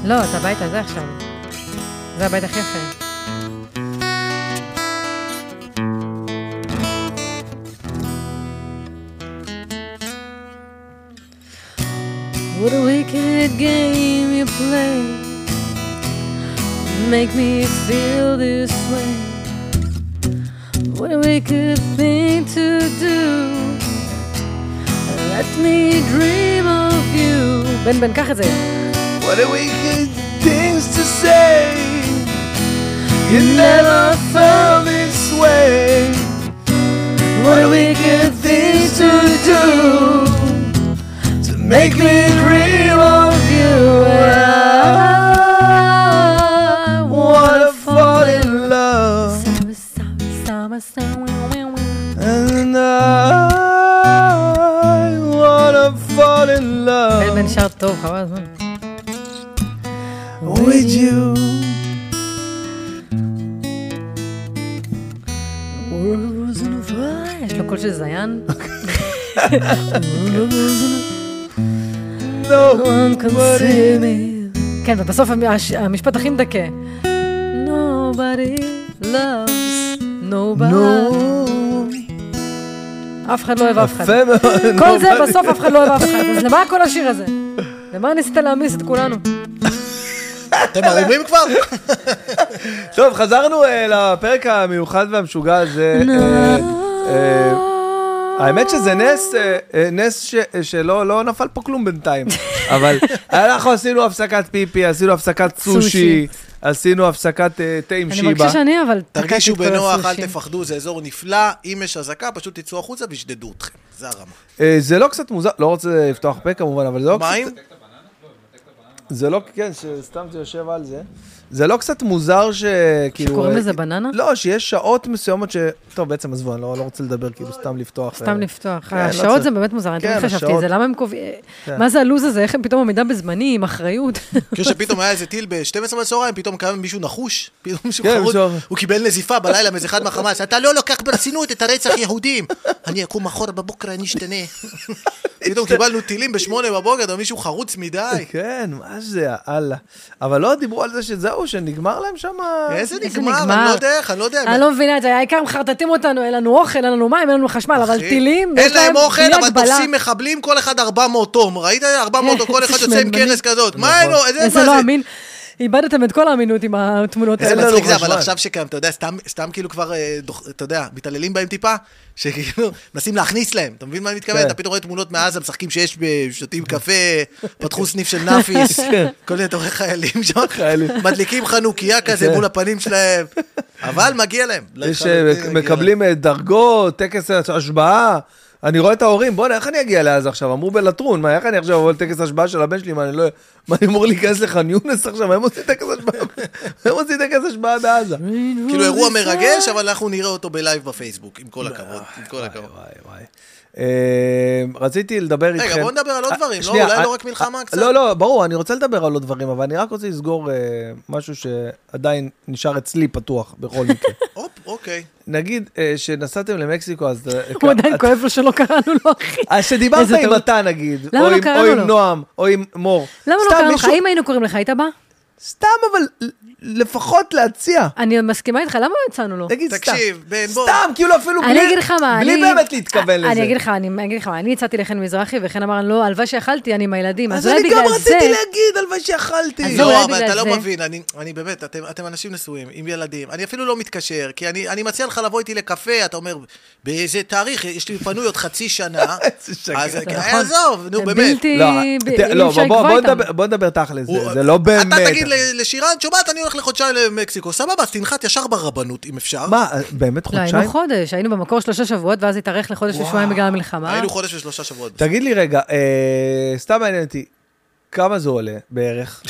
Speaker 4: לא, את הביתה, זה עכשיו. זה הבית הכי יפה. What a wicked game you play. Make me feel this way. What a wicked thing to do. Let me dream of you. בן בן, קח את זה.
Speaker 3: What a wicked things to say. You never felt this way. What a wicked things to do. To make me dream of you. I wanna fall in love.
Speaker 4: Summer, summer, summer, summer, wah, wah.
Speaker 3: And I wanna fall in
Speaker 4: בן
Speaker 3: love.
Speaker 4: בן שר טוב, חבל הזמן.
Speaker 3: with you.
Speaker 4: יש לו קול של זיין.
Speaker 3: No
Speaker 4: one can see me. Mm, כן, ובסוף המ- הש- המשפט הכי מדכא. Nobody loves nobody. אף אחד לא אוהב אף אחד.
Speaker 3: יפה מאוד.
Speaker 4: כל זה בסוף אף אחד לא אוהב אף אחד. אז למה כל השיר הזה? למה ניסית להעמיס את כולנו?
Speaker 2: אתם ערומים כבר?
Speaker 3: טוב, חזרנו אה, לפרק המיוחד והמשוגע הזה. אה, אה, האמת שזה נס, אה, אה, נס ש- אה, שלא לא נפל פה כלום בינתיים. אבל אנחנו עשינו הפסקת פיפי, עשינו הפסקת סושי,
Speaker 4: סושי.
Speaker 3: עשינו הפסקת אה, תה עם
Speaker 4: אני
Speaker 3: שיבה.
Speaker 4: מרגישה שאני אבל...
Speaker 2: תרגישו
Speaker 4: תקעתי את כל
Speaker 2: בנוח, אל
Speaker 4: הסושי.
Speaker 2: תפחדו, זה אזור נפלא. אם יש אזעקה, פשוט תצאו החוצה וישדדו אתכם. זה הרמה.
Speaker 3: אה, זה לא קצת מוזר, לא רוצה לפתוח פה כמובן, אבל זה לא קצת...
Speaker 2: מים?
Speaker 3: זה לא, כן, שסתם זה יושב על זה. זה לא קצת מוזר שכאילו...
Speaker 4: שקוראים
Speaker 3: אה,
Speaker 4: לזה בננה?
Speaker 3: לא, שיש שעות מסוימות ש... טוב, בעצם עזבו, אני לא, לא רוצה לדבר, כאילו, סתם לפתוח.
Speaker 4: סתם לפתוח.
Speaker 3: כן, לא
Speaker 4: השעות
Speaker 3: צריך.
Speaker 4: זה באמת מוזר, אני
Speaker 3: כן,
Speaker 4: תמיד חשבתי
Speaker 3: השעות. כן.
Speaker 4: את זה, למה הם קובעים... מה זה הלו"ז הזה, איך הם פתאום עמידה בזמנים, עם אחריות?
Speaker 2: כאילו שפתאום היה איזה טיל ב-12 בצהריים, פתאום קם מישהו נחוש, פתאום מישהו
Speaker 3: כן,
Speaker 2: חרוץ,
Speaker 3: מישהו-
Speaker 2: הוא קיבל נזיפה בלילה מאיזה אחד מהחמאס, אתה לא לוקח ברצינות את הרצח יהודים. אני אקום מחר בבוקר, אני אשתנה. פתאום קיבלנו טילים בשמונה בבוקר, אבל מישהו חרוץ מדי.
Speaker 3: כן, מה זה, יאללה. אבל לא דיברו על זה שזהו, שנגמר להם שם...
Speaker 2: איזה
Speaker 4: איזה
Speaker 2: נגמר,
Speaker 4: נגמר.
Speaker 2: אני לא יודע איך, אני לא
Speaker 3: כן.
Speaker 2: יודע.
Speaker 4: אני לא מבינה את זה, העיקר הם מחרטטים אותנו, אין לנו אוכל, אין לנו מים, אין לנו חשמל, אבל
Speaker 2: אחי,
Speaker 4: טילים,
Speaker 2: אין להם אוכל,
Speaker 4: בלי
Speaker 2: אבל
Speaker 4: הגבלה.
Speaker 2: תופסים מחבלים, כל אחד 400 תום. ראית? 400 תום, כל אחד
Speaker 4: איזה
Speaker 2: יוצא עם
Speaker 4: שמנמנים.
Speaker 2: קרס כזאת. מה אין לו? איזה-
Speaker 4: איזה
Speaker 2: מה
Speaker 4: לא
Speaker 2: זה?
Speaker 4: אמין. איבדתם את כל האמינות עם התמונות
Speaker 2: זה
Speaker 4: האלה.
Speaker 3: לנו
Speaker 2: מצחיק זה,
Speaker 3: חשמל.
Speaker 2: אבל עכשיו שגם, אתה יודע, סתם- סתם כאילו כבר, אה, דוח- אתה יודע, מתעללים בהם טיפה, שכאילו, מנסים להכניס להם, אתה מבין מה אני מתכוון?
Speaker 3: כן.
Speaker 2: אתה פתאום רואה תמונות מעזה, משחקים שיש, ב- שותים קפה, פתחו סניף של נאפיס, כל מיני תורי חיילים שם,
Speaker 3: כן. חיילים. כן.
Speaker 2: מדליקים חנוכיה כזה מול הפנים שלהם, אבל מגיע להם.
Speaker 3: יש,
Speaker 2: לחלוטין
Speaker 3: אה,
Speaker 2: מגיע להם.
Speaker 3: מקבלים אה, דרגות, טקס השבעה, אני רואה את ההורים, בוא'נה, איך אני אגיע לעזה עכשיו? אמרו בלטרון, מה, איך אני עכשיו אבוא לטקס השבעה של הבן שלי? מה, אני לא... מה, אני אמור להיכנס לח'אן יונס עכשיו? הם עושים טקס השבעה הם עושים טקס השבעה בעזה.
Speaker 2: כאילו
Speaker 3: לא,
Speaker 2: אירוע מרגש, אבל אנחנו נראה אותו בלייב בפייסבוק, עם כל הכבוד, עם כל הכבוד.
Speaker 3: וואי, וואי. אה, רציתי לדבר איתכם...
Speaker 2: רגע, בוא נדבר על עוד
Speaker 3: אה,
Speaker 2: דברים, לא?
Speaker 3: שנייה,
Speaker 2: אולי
Speaker 3: אה,
Speaker 2: לא רק מלחמה
Speaker 3: אה,
Speaker 2: קצת?
Speaker 3: לא, לא, ברור, אני רוצה לדבר על עוד דברים, אבל אני רק רוצה לסגור אה, משהו שעדיין נשאר אצלי פתוח, בכל מקרה.
Speaker 2: הופ, אוקיי.
Speaker 3: נגיד אה, שנסעתם למקסיקו, אז... אה,
Speaker 4: הוא עדיין כואב לו שלא קראנו לו, אחי.
Speaker 3: אז אה, שדיברת
Speaker 4: איזה
Speaker 3: עם
Speaker 4: טעות.
Speaker 3: אתה נגיד,
Speaker 4: למה
Speaker 3: או
Speaker 4: לא
Speaker 3: עם-
Speaker 4: קראנו
Speaker 3: או עם
Speaker 4: לו?
Speaker 3: נועם, או עם מור.
Speaker 4: למה לא
Speaker 3: סתם
Speaker 4: קראנו לך?
Speaker 3: מישהו-
Speaker 4: אם היינו קוראים לך, היית בא?
Speaker 3: סתם, אבל לפחות להציע.
Speaker 4: אני מסכימה איתך, למה לא הצענו לו?
Speaker 3: תגיד סתם.
Speaker 2: תקשיב, בן, בוא.
Speaker 3: סתם, כאילו אפילו בלי...
Speaker 4: אני אגיד לך מה,
Speaker 3: בלי
Speaker 4: אני...
Speaker 3: באמת להתכוון לזה.
Speaker 4: אני אגיד לך, אני אגיד לך מה, אני הצעתי לחן מזרחי, וחן אמר, לא, הלוואי שיכלתי, אני עם הילדים. אז
Speaker 3: אז
Speaker 4: אולי
Speaker 3: אני גם
Speaker 4: בגלל זה...
Speaker 3: רציתי להגיד, הלוואי שיכלתי.
Speaker 4: אז אולי
Speaker 2: לא, אבל
Speaker 4: בגלל
Speaker 2: אתה לא
Speaker 4: זה.
Speaker 2: מבין, אני- אני באמת, אתם- אתם אנשים נשואים, עם ילדים. אני אפילו לא מתקשר, כי אני אני מציע לך לבוא איתי לקפה, אתה אומר, באיזה תאריך, יש לי פנוי עוד חצי שנה.
Speaker 3: איזה שגע.
Speaker 2: אז
Speaker 4: אתה
Speaker 2: אה,
Speaker 4: יכול.
Speaker 2: עזוב, נו
Speaker 4: נכון. זה
Speaker 2: באמת.
Speaker 4: בלתי...
Speaker 3: לא,
Speaker 4: ב-
Speaker 3: ת-
Speaker 4: אי
Speaker 3: לא,
Speaker 4: אפשר
Speaker 3: בוא- בוא-
Speaker 4: לקבוע
Speaker 3: בוא
Speaker 4: איתם.
Speaker 3: נדבר- בוא נדבר תכל'ס, זה-
Speaker 2: הוא-
Speaker 3: זה לא באמת.
Speaker 2: אתה תגיד ל- לשירן, שומעת, אני הולך לחודשיים למקסיקו, סבבה, אז תנחת ישר ברבנות, אם אפשר.
Speaker 3: מה, באמת
Speaker 4: לא,
Speaker 3: חודשיים?
Speaker 4: היינו חודש, היינו במקור שלושה שבועות, ואז התארך לחודש ושבועיים בגלל המלחמה. אה,
Speaker 2: היינו חודש ושלושה שבועות.
Speaker 3: תגיד לי רגע, אה, סתם מעניין אותי, כמה זה עולה בערך?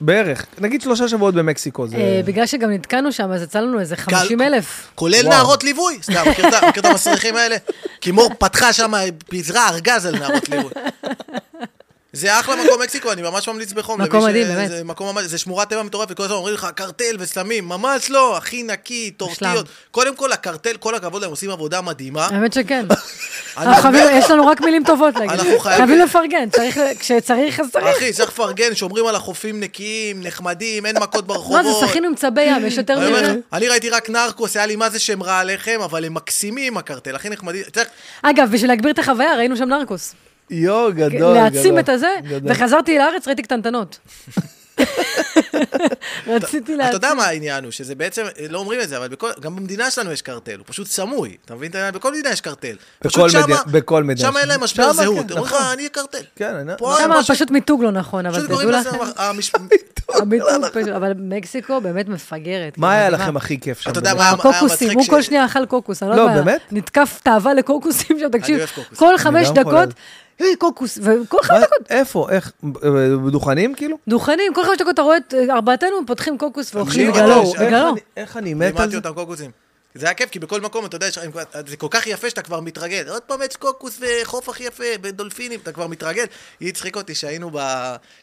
Speaker 3: בערך. נגיד שלושה שבועות במקסיקו זה...
Speaker 4: אה, בגלל שגם נתקענו שם, אז יצא לנו איזה 50 אלף.
Speaker 2: כולל
Speaker 3: וואו.
Speaker 2: נערות ליווי, סתם, מכיר את ה- מכיר את המסריחים האלה? כי מור פתחה שם, היא פיזרה ארגז על נערות ליווי. זה אחלה מקום מקסיקו, אני ממש ממליץ בחום.
Speaker 4: מקום
Speaker 2: למי ש-
Speaker 4: מדהים, באמת.
Speaker 2: זה מקום ממש, זה שמורת טבע מטורפת, כל הזמן אומרים לך, קרטל וסלמים, ממש לא, הכי נקי, טורטיות. קודם כל, הקרטל, כל הכבוד להם, עושים עבודה מדהימה.
Speaker 4: האמת שכן.
Speaker 2: אני-
Speaker 4: אנחנו חייבים- יש לנו רק מילים טובות להגיד.
Speaker 2: אנחנו חייבים-
Speaker 4: חייבים לפרגן, צריך- כשצריך אז צריך.
Speaker 2: אחי, צריך לפרגן, שומרים על החופים נקיים, נחמדים, אין מכות
Speaker 4: מה
Speaker 2: ברחובות.
Speaker 4: זה, שחינו עם צבי ים, יש יותר
Speaker 2: אני אומר לך,
Speaker 4: מזה.
Speaker 2: אני ראיתי רק נרקוס, היה לי מה זה שם רע עליכם, אבל הם מקסימים, הקרטל, הכי נחמדים. אתה יודע,
Speaker 4: אגב, בשביל להגביר את החוויה, ראינו שם נרקוס.
Speaker 3: יואו, גדול, גדול.
Speaker 4: כן, להעצים את הזה,
Speaker 3: גדול.
Speaker 4: וחזרתי לארץ, ראיתי קטנטנות. רציתי
Speaker 2: אתה
Speaker 4: להעצים.
Speaker 2: יודע מה העניין הוא, שזה בעצם, לא אומרים את זה, אבל בכל, גם במדינה שלנו יש קרטל, הוא פשוט סמוי. אתה מבין את העניין? בכל מדינה יש קרטל.
Speaker 3: בכל
Speaker 2: פשוט שמה-
Speaker 3: מדינה- בכל מדינה.
Speaker 2: שם אין להם משבר
Speaker 3: שמה, כן,
Speaker 2: זהות. אומרים לך,
Speaker 3: נכון.
Speaker 2: אני קרטל.
Speaker 3: כן, אני-
Speaker 2: פה
Speaker 4: שם
Speaker 2: משהו-
Speaker 4: פשוט מיתוג לא נכון, אבל
Speaker 2: פשוט קוראים
Speaker 4: תדעו
Speaker 2: לזה...
Speaker 4: לכם.
Speaker 2: המש-
Speaker 4: המיתוג פשוט, אבל מקסיקו באמת מפגרת. כאילו,
Speaker 3: מה היה
Speaker 4: מדהימה.
Speaker 3: לכם הכי כיף שם?
Speaker 2: אתה יודע
Speaker 3: באמת?
Speaker 2: מה היה- היה
Speaker 4: הקוקוסים,
Speaker 2: מצחיק?
Speaker 4: הוא
Speaker 2: ש-
Speaker 4: כל שנייה אכל קוקוס, אני לא
Speaker 3: לא,
Speaker 4: יודעת.
Speaker 3: באמת?
Speaker 4: נתקף תאווה לקוקוסים שם, תקשיב,
Speaker 2: אוהב קוקוס.
Speaker 4: כל חמש
Speaker 3: גם
Speaker 4: דקות,
Speaker 3: חולל.
Speaker 4: "היי, קוקוס, וכל חמש
Speaker 3: מה-
Speaker 4: דקות,
Speaker 3: איפה, איך, אה, בדוכנים כאילו?
Speaker 4: דוכנים, כל חמש דקות אתה רואה את אה, ארבעתנו פותחים קוקוס ואוכלים לא
Speaker 2: תקשיב,
Speaker 4: בגללו,
Speaker 2: אתה-
Speaker 4: בגללו.
Speaker 3: איך אני- איך אני מת על
Speaker 2: לימדתי
Speaker 3: זה?
Speaker 2: אותם קוקוסים. זה היה כיף, כי בכל מקום, אתה יודע, יש לך- זה כל כך יפה שאתה כבר מתרגל. עוד פעם עץ קוקוס וחוף הכי יפה, ודולפינים, אתה כבר מתרגל. היא הצחיק אותי שהיינו ב...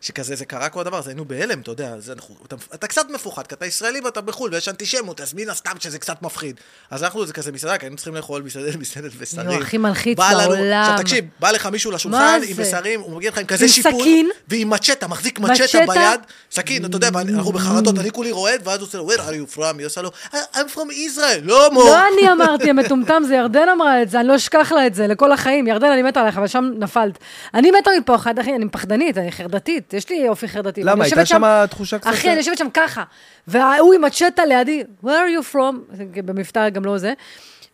Speaker 2: שכזה, זה קרה כל הדבר, אז היינו בהלם, אתה יודע. אז אנחנו, אתה, אתה קצת מפוחד, כי אתה ישראלי ואתה בחו"ל, ויש אנטישמיות, אז מן הסתם שזה קצת מפחיד. אז אנחנו, זה כזה מסעדה, כי היינו צריכים לאכול מסעדת מסעדת ושרים.
Speaker 4: יואו, הכי מלחיץ
Speaker 2: בא לנו-
Speaker 4: בעולם.
Speaker 2: עכשיו תקשיב, בא לך מישהו לשולחן
Speaker 4: מה
Speaker 2: עם
Speaker 4: זה?
Speaker 2: מסרים, הוא מגיע לך עם כזה
Speaker 4: עם
Speaker 2: שיפור.
Speaker 4: סכין?
Speaker 2: ועם מצ'טה, מחזיק מצ'טה
Speaker 4: מצ'טה?
Speaker 2: ביד. סכין, אתה יודע, ואנחנו בחרדות, אני כולי רועד, ואז הוא עושה לו, where are you from? היא עושה לו, "I- I'm from Israel, לא מור.
Speaker 4: לא אני אמרתי, המטומטם, זה ירדן אמרה את זה, אני לא אשכח לה את זה, לכל החיים. ירדן, אני מתה עליך, אבל שם נפלת. אני מתה מפחד, אחי, אני פחדנית, אני חרדתית, יש לי אופי חרדתי.
Speaker 3: למה,
Speaker 4: ואני
Speaker 3: הייתה
Speaker 4: יושבת
Speaker 3: שמה תחושה קצת-
Speaker 4: אחי, אני יושבת שם ככה, וההוא עם הצ'טה לידי, where are you from? זה במבטא גם לא זה.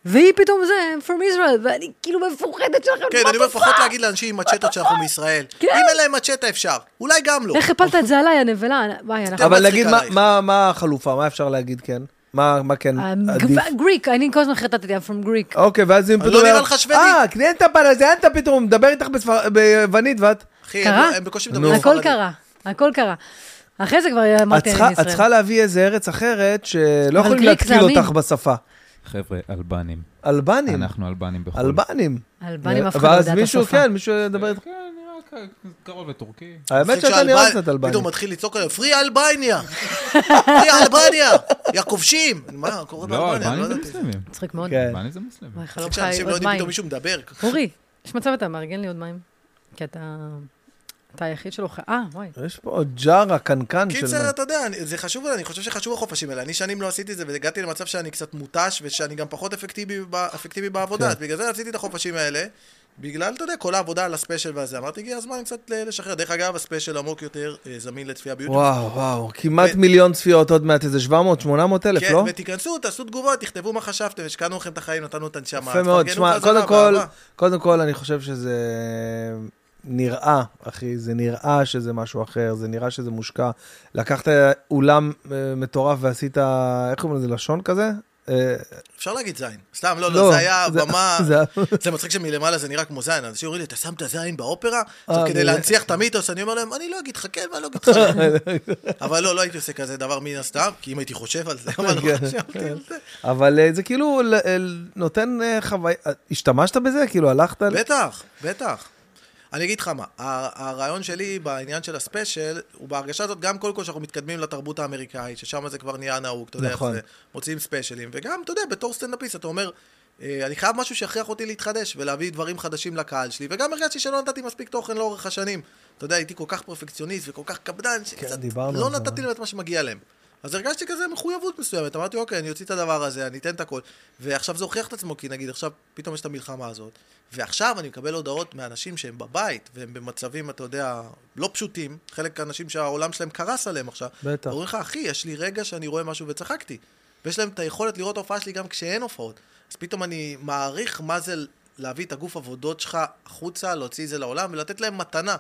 Speaker 4: והיא פתאום זה, I'm from Israel, ואני כאילו מפוחדת שלכם,
Speaker 2: כן,
Speaker 4: מה
Speaker 2: אני אומר,
Speaker 4: את
Speaker 2: לפחות
Speaker 4: עושה?
Speaker 2: להגיד לאנשים עם מצ'טות שאנחנו מישראל.
Speaker 4: לא כן.
Speaker 2: אם אין להם מצ'טה אפשר, אולי גם לא.
Speaker 4: איך הפלת את זה עליי, הנבלה? וואי, אנחנו...
Speaker 3: אבל
Speaker 2: מצחיק
Speaker 3: נגיד, מה-
Speaker 2: עלייך.
Speaker 3: מה- מה החלופה? מה אפשר להגיד כן? מה מה כן
Speaker 4: אה,
Speaker 3: עדיף?
Speaker 4: גריק, אני כל הזמן חרטטתי, I'm from Greek.
Speaker 3: אוקיי, ואז
Speaker 2: לא
Speaker 3: אם פתאום...
Speaker 2: נראה
Speaker 3: היה-
Speaker 2: לך שוודי?
Speaker 3: אה, קנינטה פלזיאנטה פתאום, הוא מדבר איתך בספר- ביוונית ואת...
Speaker 2: אחי, הם
Speaker 4: קרה?
Speaker 2: לא- הם בקושי מדברים.
Speaker 4: הכל
Speaker 2: ספרדית.
Speaker 4: קרה, הכל קרה. אחרי זה כבר
Speaker 3: את
Speaker 4: אמרתי, אני
Speaker 3: צריכה-
Speaker 4: מישראל.
Speaker 3: את צריכה להביא איזה ארץ אחרת שלא יכולים
Speaker 4: גריק זה
Speaker 3: להתקיל
Speaker 4: עמים.
Speaker 3: אותך בשפה.
Speaker 5: חבר'ה, אלבנים.
Speaker 3: אלבנים.
Speaker 5: אנחנו אלבנים בחו"ל.
Speaker 3: אלבנים.
Speaker 4: אלבנים אף אחד לא
Speaker 3: ואז
Speaker 4: יודע את
Speaker 3: מישהו,
Speaker 4: השפה.
Speaker 3: כן, מישהו ידבר איתך.
Speaker 5: כן, נראה קרוב לטורקי.
Speaker 3: האמת שאתה
Speaker 2: מצחיק
Speaker 3: נראה
Speaker 2: שאלבנ-
Speaker 3: קצת אלבני.
Speaker 2: פתאום מתחיל לצעוק עליו, פרי אלבניה! פרי אלבניה! יא כובשים! מה קורה
Speaker 5: לא,
Speaker 2: באלבניה? אני
Speaker 5: אלבנים
Speaker 2: לא
Speaker 5: זה
Speaker 2: ידעתי.
Speaker 5: מוסלמים.
Speaker 4: מצחיק מאוד.
Speaker 3: כן.
Speaker 5: אלבנים זה מוסלמים.
Speaker 4: וואי, חלום
Speaker 2: מצחיק
Speaker 4: לך
Speaker 2: שאנשים לא
Speaker 4: עוד
Speaker 2: יודעים
Speaker 4: מים.
Speaker 2: פתאום מישהו מדבר.
Speaker 4: אורי, יש מצב אתה מארגן לי עוד מים? כי אתה... אתה היחיד שלא חי... אה, וואי.
Speaker 3: יש פה עוד ג'ארה, קנקן של...
Speaker 2: קיצר,
Speaker 3: מה.
Speaker 2: אתה יודע, אני- זה חשוב, אני חושב שחשוב החופשים האלה. אני שנים לא עשיתי את זה, והגעתי למצב שאני קצת מותש, ושאני גם פחות אפקטיבי, ב- אפקטיבי בעבודה.
Speaker 3: כן.
Speaker 2: אז בגלל זה רציתי את החופשים האלה. בגלל, אתה יודע, כל העבודה על הספיישל והזה. אמרתי, הגיע הזמן קצת ל- לשחרר. דרך אגב, הספיישל עמוק יותר, אה, זמין לצפייה ביוטיוב.
Speaker 3: וואו, וואו, כמעט מיליון צפיות, עוד מעט איזה 700, 800 אלף,
Speaker 2: כן,
Speaker 3: לא?
Speaker 2: ותיכנסו, תעשו תגובות, תכתבו מה חשבתם, השקענו לכם את החיים, נתנו את הנשמה.
Speaker 3: יפה מאוד,
Speaker 2: תפרגנו
Speaker 3: שמע,
Speaker 2: בחזרה,
Speaker 3: קודם כל,
Speaker 2: באהבה.
Speaker 3: קודם כל אני חושב שזה נראה, אחי, זה נראה שזה משהו אחר, זה נראה שזה מושקע. לקחת אולם אה, מטורף ועשית, איך קוראים לזה, לשון כזה? אה,
Speaker 2: אפשר להגיד זין. סתם, לא,
Speaker 3: לא,
Speaker 2: לא, זה היה
Speaker 3: זה-
Speaker 2: במה...
Speaker 3: זה-
Speaker 2: זה מצחיק שמלמעלה זה נראה כמו זין. אנשים אומרים לי, אתה שם את הזין באופרה?
Speaker 3: אה,
Speaker 2: עכשיו,
Speaker 3: זה-
Speaker 2: כדי להנציח את המיתוס, אני אומר להם, אני לא אגיד לך כן ואני לא אגיד לך לא. אבל לא, לא הייתי עושה כזה דבר מן הסתם, כי אם הייתי חושב על זה, אבל לא חשבתי על זה.
Speaker 3: אבל אה, זה כאילו ל- אה, נותן אה, חוויה, אה, השתמשת בזה? כאילו הלכת? ל-
Speaker 2: בטח, בטח. אני אגיד לך מה, ה- הרעיון שלי בעניין של הספיישל, הוא בהרגשה הזאת גם קודם כל שאנחנו מתקדמים לתרבות האמריקאית, ששם זה כבר נהיה נהוג, אתה יודע איך
Speaker 3: נכון.
Speaker 2: זה, מוציאים ספיישלים, וגם, אתה יודע, בתור סטנדאפיסט, אתה אומר, "אה, אני חייב משהו שיכריח אותי להתחדש ולהביא דברים חדשים לקהל שלי, וגם הרגשתי שלא נתתי מספיק תוכן לאורך השנים. אתה יודע, הייתי כל כך פרפקציוניסט וכל כך קפדן, שקצת
Speaker 3: כן, דיברנו
Speaker 2: לא
Speaker 3: על זה, אה.
Speaker 2: נתתי להם את מה שמגיע להם. אז הרגשתי כזה מחויבות מסוימת, אמרתי, אוקיי, אני אוציא את הדבר הזה, אני אתן את הכל. ועכשיו זה הוכיח את עצמו, כי נגיד עכשיו פתאום יש את המלחמה הזאת, ועכשיו אני מקבל הודעות מאנשים שהם בבית, והם במצבים, אתה יודע, לא פשוטים, חלק האנשים שהעולם שלהם קרס עליהם עכשיו.
Speaker 3: בטח.
Speaker 2: אומרים לך, אחי, יש לי רגע שאני רואה משהו וצחקתי. ויש להם את היכולת לראות הופעה שלי גם כשאין הופעות. אז פתאום אני מעריך מה זה להביא את הגוף עבודות שלך החוצה, להוציא את זה לעולם, ולתת להם מתנה.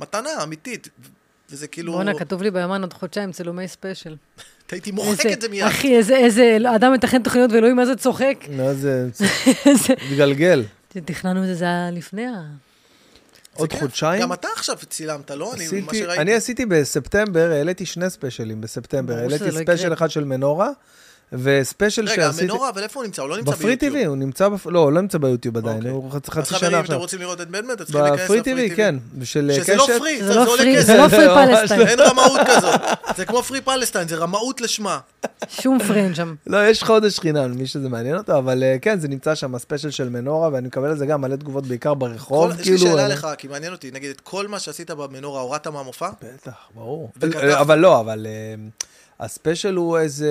Speaker 2: מתנה אמיתית. וזה כאילו...
Speaker 4: בואנה, כתוב לי ביומן עוד חודשיים צילומי ספיישל.
Speaker 2: הייתי מוחק
Speaker 4: איזה-
Speaker 2: את זה מיד.
Speaker 4: אחי, איזה, איזה, אדם מתכן תוכניות ואלוהים, מה זה צוחק?
Speaker 3: נו, זה
Speaker 4: איזה-
Speaker 3: מתגלגל.
Speaker 4: תכננו את זה, זה היה לפני ה...
Speaker 2: זה
Speaker 3: עוד
Speaker 2: כיף.
Speaker 3: חודשיים?
Speaker 2: גם אתה עכשיו צילמת, לא? אני, מה
Speaker 3: עשיתי,
Speaker 2: שראיתי.
Speaker 3: אני עשיתי בספטמבר, העליתי שני ספיישלים בספטמבר.
Speaker 4: ברור שזה
Speaker 3: העליתי
Speaker 4: לא
Speaker 3: ספיישל
Speaker 4: יקרה.
Speaker 3: אחד של מנורה, וספיישל
Speaker 2: רגע,
Speaker 3: שעשיתי...
Speaker 2: המנורה, אבל איפה הוא נמצא? הוא לא נמצא ביוטיוב.
Speaker 3: בפרי טיווי, הוא נמצא, בפ... לא, הוא לא נמצא ביוטיוב עדיין,
Speaker 2: אוקיי.
Speaker 3: הוא חצי
Speaker 2: אז
Speaker 3: חצי
Speaker 2: חברים,
Speaker 3: שנה
Speaker 2: אם אתם
Speaker 3: עכשיו.
Speaker 2: רוצים לראות את בנדמן, אתם צריכים להיכנס
Speaker 3: בפרי
Speaker 2: לפרי
Speaker 3: טיווי,
Speaker 2: טיווי.
Speaker 3: כן, של
Speaker 2: שזה לא
Speaker 3: קשת.
Speaker 2: פרי,
Speaker 4: זה
Speaker 2: זה
Speaker 4: לא
Speaker 2: זה עולה
Speaker 4: פרי,
Speaker 2: כסף.
Speaker 4: זה לא פרי
Speaker 3: ממש
Speaker 4: פלסטיין,
Speaker 2: אין רמאות כזאת. זה כמו פרי פלסטיין, זה רמאות לשמה.
Speaker 4: שום פרי אין שם.
Speaker 3: לא, יש חודש חינם, למי שזה מעניין אותו, אבל אה, כן, זה נמצא שם, הספיישל של מנורה, ואני מקבל על זה גם מלא תגובות, בעיקר ברחוב,
Speaker 2: כל- יש לי שאלה
Speaker 3: אה,
Speaker 2: לך, כי מעניין אותי, נגיד, את כל מה שעשית במנורה הורדת מהמופע?
Speaker 3: לא בטח, ברור.
Speaker 2: וכתבת-
Speaker 3: אה, אבל לא, אבל אה, הספיישל הוא איזה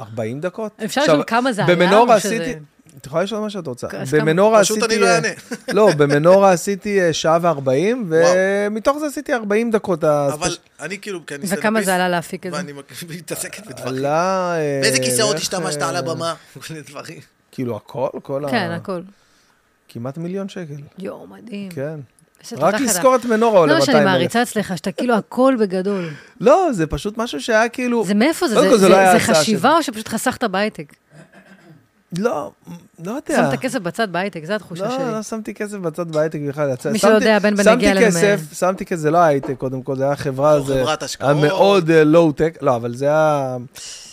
Speaker 3: 40 דקות.
Speaker 4: אפשר
Speaker 3: עכשיו,
Speaker 4: לשאול כמה זה היה,
Speaker 3: במנורה
Speaker 4: או שזה-
Speaker 3: עשיתי... את יכולה לשאול מה שאת רוצה.
Speaker 4: אז כמה-
Speaker 3: במנורה עשיתי...
Speaker 2: פשוט אני לא
Speaker 3: אה,
Speaker 2: אענה.
Speaker 3: לא, במנורה עשיתי אה, שעה וארבעים, ומתוך זה עשיתי 40 דוקות.
Speaker 2: אבל
Speaker 3: הספיישל.
Speaker 2: אני כאילו, כי אני
Speaker 4: וכמה זה
Speaker 2: סטנדאפיסט,
Speaker 4: עלה להפיק את זה?
Speaker 2: ואני מק- מתעסקת בדברים.
Speaker 3: עלה... אה,
Speaker 2: באיזה כיסאות
Speaker 3: בערך,
Speaker 2: השתמשת
Speaker 3: אה,
Speaker 2: על הבמה? כל מיני דברים.
Speaker 3: כאילו הכל, כל ה...
Speaker 4: כן, הכל.
Speaker 3: כמעט מיליון שקל,
Speaker 4: יואו, מדהים.
Speaker 3: כן.
Speaker 4: איזה
Speaker 3: רק
Speaker 4: תודה חדה.
Speaker 3: לזכור את מנורה עולה
Speaker 4: לא,
Speaker 3: 200
Speaker 4: שאני
Speaker 3: אלף.
Speaker 4: מעריצה אצלך, שאתה כאילו הכל בגדול.
Speaker 3: לא, זה פשוט משהו שהיה כאילו...
Speaker 4: זה מאיפה זה?
Speaker 3: קודם
Speaker 4: זה-
Speaker 3: כל,
Speaker 4: זה
Speaker 3: לא היה
Speaker 4: זה
Speaker 3: הצעה
Speaker 4: חשיבה או שפשוט חסכת בהייטק?
Speaker 3: שלי. לא, לא יודע.
Speaker 4: שמת כסף בצד בהייטק, זו התחושה
Speaker 3: לא,
Speaker 4: שלי.
Speaker 3: לא שמתי כסף בצד בהייטק בכלל. יצא-
Speaker 4: מי שלא
Speaker 3: שמתי-
Speaker 4: יודע, בן בן הגיע
Speaker 3: שמתי
Speaker 4: למ-
Speaker 3: כסף, שמתי כסף, זה לא הייטק קודם כל, זה היה חברה,
Speaker 2: לא,
Speaker 3: זה
Speaker 2: חברת השקעות.
Speaker 3: המאוד לואו-טק, לא, אבל זה היה...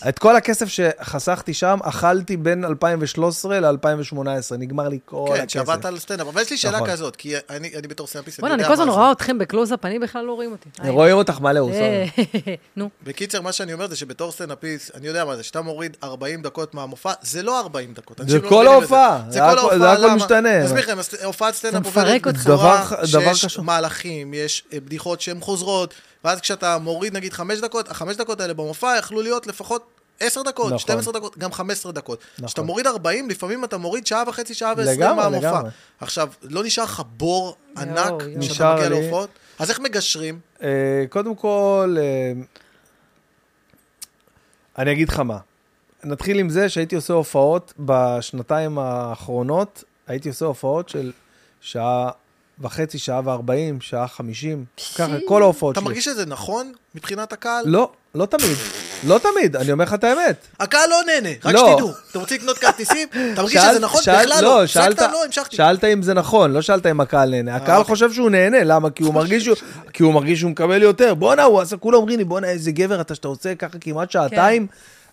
Speaker 3: את כל הכסף שחסכתי שם, אכלתי בין 2013 ל-2018, נגמר לי כל
Speaker 2: כן,
Speaker 3: הכסף.
Speaker 2: שעבדת על סטנדאפ. אבל יש לי שאלה
Speaker 3: נכון.
Speaker 2: כזאת, כי אני אני בתור סטנדאפיסט,
Speaker 4: בואנה, אני
Speaker 2: יודע
Speaker 4: כל
Speaker 2: מה
Speaker 4: הזמן
Speaker 2: זה.
Speaker 4: רואה אתכם בקלוזאפ, אני בכלל לא רואים אותי. היי.
Speaker 3: רואים אותך מלא, הוא
Speaker 4: אה,
Speaker 3: סורי.
Speaker 4: נו,
Speaker 2: בקיצר, מה שאני אומר זה שבתור סטנדאפיסט, אני יודע מה זה, שאתה מוריד 40 דקות מהמופע, זה לא 40 דקות. אנשים לא
Speaker 3: כל
Speaker 2: מבינים
Speaker 3: ההופעה.
Speaker 2: את
Speaker 3: זה הכל- זה הכל
Speaker 2: למה?
Speaker 3: משתנה.
Speaker 2: תסביר לכם, הס- הופעת סטנדאפ
Speaker 4: זה מפרק
Speaker 2: עובדת
Speaker 4: אותך.
Speaker 2: בצורה
Speaker 3: דבר- דבר
Speaker 2: שיש
Speaker 3: קשור.
Speaker 2: מהלכים, יש אה, בדיחות שהן חוזרות, ואז כשאתה מוריד נגיד 5 דקות, החמש דקות האלה במופע יכלו להיות לפחות 10
Speaker 3: נכון.
Speaker 2: דקות, 12 דקות, גם 15 דקות. כשאתה מוריד 40, לפעמים אתה מוריד שעה וחצי, שעה ועשרים
Speaker 3: לגמרי,
Speaker 2: מהמופע.
Speaker 3: לגמרי.
Speaker 2: עכשיו, לא נשאר לך בור ענק
Speaker 4: יואו.
Speaker 2: כשאתה
Speaker 3: נשאר
Speaker 2: מגיע
Speaker 3: לי-
Speaker 2: להופעות? אז איך מגשרים?
Speaker 3: אה, קודם כל, אה, אני אגיד לך מה. נתחיל עם זה שהייתי עושה הופעות בשנתיים האחרונות, הייתי עושה הופעות של שעה וחצי, שעה וארבעים, שעה חמישים, ככה, כל ההופעות
Speaker 2: אתה
Speaker 3: שלי.
Speaker 2: מרגיש שזה נכון מבחינת הקהל?
Speaker 3: לא, לא תמיד. לא תמיד, אני אומר לך את האמת.
Speaker 2: הקהל לא נהנה, רק
Speaker 3: לא.
Speaker 2: שתדעו. אתם רוצים לקנות כרטיסים? אתה מרגיש שזה נכון?
Speaker 3: שאל-
Speaker 2: בכלל לא.
Speaker 3: שאלת,
Speaker 2: הפסקת? לא, המשכתי.
Speaker 3: שאלת אם זה נכון, לא שאלת אם הקהל נהנה. הקהל
Speaker 2: אוקיי.
Speaker 3: חושב שהוא נהנה, למה? כי הוא מרגיש שהוא- כי הוא מרגיש שהוא מקבל יותר. בואנה, הוא עשה, כולם אומרים לי, בואנה, איזה גבר אתה שאתה עושה ככה
Speaker 2: כן.
Speaker 3: כמעט שעתיים.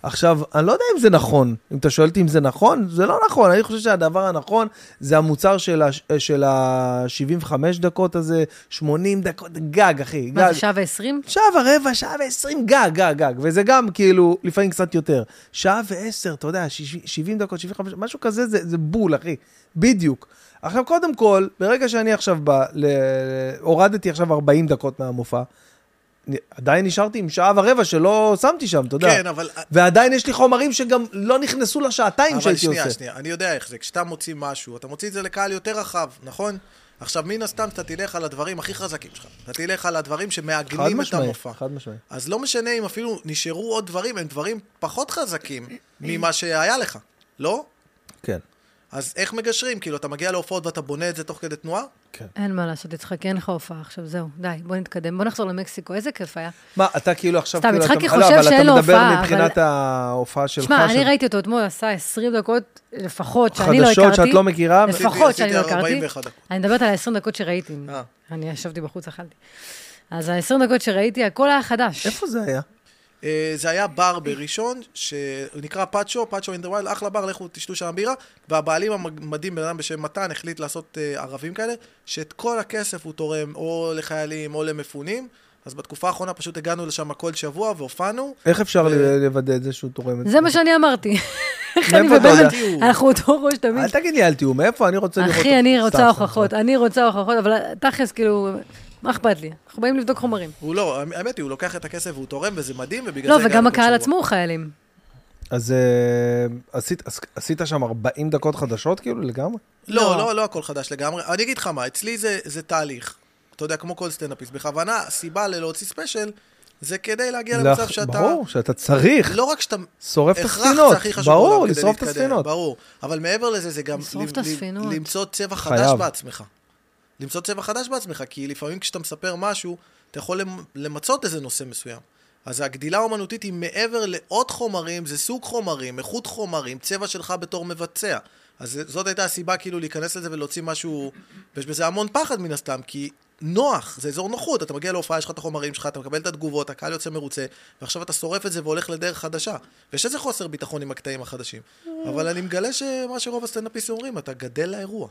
Speaker 3: עכשיו, אני לא יודע אם זה נכון. אם אתה שואל אותי אם זה נכון, זה לא נכון. אני חושב שהדבר הנכון זה המוצר של ה-75 של ה- 75 דקות הזה, 80 דקות, גג, אחי, גג.
Speaker 4: מה זה, שעה ועשרים?
Speaker 3: שעה ורבע, שעה ועשרים, גג, גג, גג. וזה גם כאילו, לפעמים קצת יותר. שעה ועשר, אתה יודע, שיש- 70 דקות, 75, משהו כזה, זה, זה בול, אחי. בדיוק. עכשיו, קודם כל, ברגע שאני עכשיו בא, ל... הורדתי עכשיו 40 דקות מהמופע, אני- עדיין נשארתי עם שעה ורבע שלא שמתי שם, אתה יודע.
Speaker 2: כן, אבל...
Speaker 3: ועדיין יש לי חומרים שגם לא נכנסו לשעתיים
Speaker 2: אבל
Speaker 3: שהייתי
Speaker 2: שנייה,
Speaker 3: עושה.
Speaker 2: שנייה, אני יודע איך זה. כשאתה מוציא משהו, אתה מוציא את זה לקהל יותר רחב, נכון? עכשיו, מן הסתם, אתה תלך על הדברים הכי חזקים שלך. אתה תלך על הדברים
Speaker 3: חד
Speaker 2: שמעגנים את
Speaker 3: משמעי,
Speaker 2: המופע.
Speaker 3: חד משמעי.
Speaker 2: אז לא משנה אם אפילו נשארו עוד דברים, הם דברים פחות חזקים ממה שהיה לך, לא?
Speaker 3: כן.
Speaker 2: אז איך מגשרים? כאילו, אתה מגיע להופעות ואתה בונה את זה תוך כדי תנועה?
Speaker 4: אין מה לעשות, יצחק, אין לך הופעה עכשיו, זהו, די, בוא נתקדם, בוא נחזור למקסיקו, איזה כיף היה.
Speaker 3: מה, אתה כאילו עכשיו...
Speaker 4: סתם,
Speaker 3: כאילו,
Speaker 4: יצחקי
Speaker 3: אתה- לא,
Speaker 4: חושב
Speaker 3: אבל
Speaker 4: שאין לו
Speaker 3: אתה מדבר
Speaker 4: הופעה,
Speaker 3: מבחינת
Speaker 4: אבל-
Speaker 3: ההופעה שלך.
Speaker 4: שמע, אני
Speaker 3: של-
Speaker 4: ראיתי אותו אתמול, עשה 20 דקות לפחות, שאני לא הכרתי.
Speaker 3: חדשות שאת לא מכירה?
Speaker 4: לפחות שאני לא
Speaker 2: עשיתי
Speaker 4: הכרתי.
Speaker 2: 41 דקות.
Speaker 4: אני מדברת על ה-20 דקות שראיתי.
Speaker 2: אה.
Speaker 4: אני ישבתי בחוץ, אכלתי. אז ה-20 דקות שראיתי, הכל היה חדש.
Speaker 3: איפה זה היה?
Speaker 2: אה, זה היה בר בראשון, שנקרא פאצ'ו, פאצ'ו אין דה ווילד, אחלה בר, לכו תשתו שם בירה. והבעלים המדהים, בן אדם בשם מתן, החליט לעשות אה, ערבים כאלה, שאת כל הכסף הוא תורם או לחיילים או למפונים. אז בתקופה האחרונה פשוט הגענו לשם כל שבוע והופענו.
Speaker 3: איך אפשר ל- לוודא את זה שהוא תורם את
Speaker 4: זה מה שאני אמרתי. איך אני
Speaker 3: מאיפה אתה יודע?
Speaker 4: ובנט, אנחנו אותו ראש תמיד.
Speaker 3: אל תגיד לי אל תהיו, מאיפה? אני רוצה לראות...
Speaker 4: אחי, אני
Speaker 3: סתם,
Speaker 4: רוצה
Speaker 3: סתם,
Speaker 4: הוכחות, אני רוצה הוכחות, אבל תכלס, כאילו, מה אכפת לי? אנחנו באים לבדוק חומרים.
Speaker 2: הוא לא, האמת היא, הוא לוקח את הכסף והוא תורם, וזה מדהים, ובגלל
Speaker 4: לא,
Speaker 2: זה...
Speaker 4: וגם
Speaker 2: הגענו כל
Speaker 4: הקהל
Speaker 2: שבוע.
Speaker 4: עצמו הוא חיילים.
Speaker 3: סתם. אז אה, עשית- עש- עשית שם 40 דקות חדשות כאילו לגמרי?
Speaker 2: לא, לא, לא הכל חדש לגמרי. אני אגיד לך מה, אצלי זה, זה תהליך. אתה יודע, כמו כל סטנדאפיסט. בכוונה, הסיבה ללהוציא ספיישל, זה כדי להגיע למצב
Speaker 3: לך-
Speaker 2: שאתה...
Speaker 3: ברור, שאתה צריך.
Speaker 2: לא רק שאתה...
Speaker 3: שורף את
Speaker 2: הכרח
Speaker 3: הספינות.
Speaker 2: זה הכי חשוב לא
Speaker 3: ברור,
Speaker 2: בעולם כדי
Speaker 3: לשרוף את
Speaker 2: להתקדם,
Speaker 3: הספינות.
Speaker 2: ברור. אבל מעבר לזה, זה גם
Speaker 4: לשרוף
Speaker 2: ל-
Speaker 4: את
Speaker 2: ל-
Speaker 4: הספינות.
Speaker 2: למצוא צבע חדש
Speaker 3: חייב.
Speaker 2: בעצמך. למצוא צבע חדש בעצמך, כי לפעמים כשאתה מספר משהו, אתה יכול למ- למצות איזה נושא מסוים. אז הגדילה האומנותית היא מעבר לעוד חומרים, זה סוג חומרים, איכות חומרים, צבע שלך בתור מבצע. אז זה- זאת הייתה הסיבה כאילו להיכנס לזה ולהוציא משהו, ויש בזה המון פחד מן הסתם, כי נוח, זה אזור נוחות, אתה מגיע להופעה, יש לך את החומרים שלך, אתה מקבל את התגובות, הקהל יוצא מרוצה, ועכשיו אתה שורף את זה והולך לדרך חדשה. ויש איזה חוסר ביטחון עם הקטעים החדשים. אבל אני מגלה שמה שרוב הסטנדאפיסטים אומרים, אתה גדל לאירוע.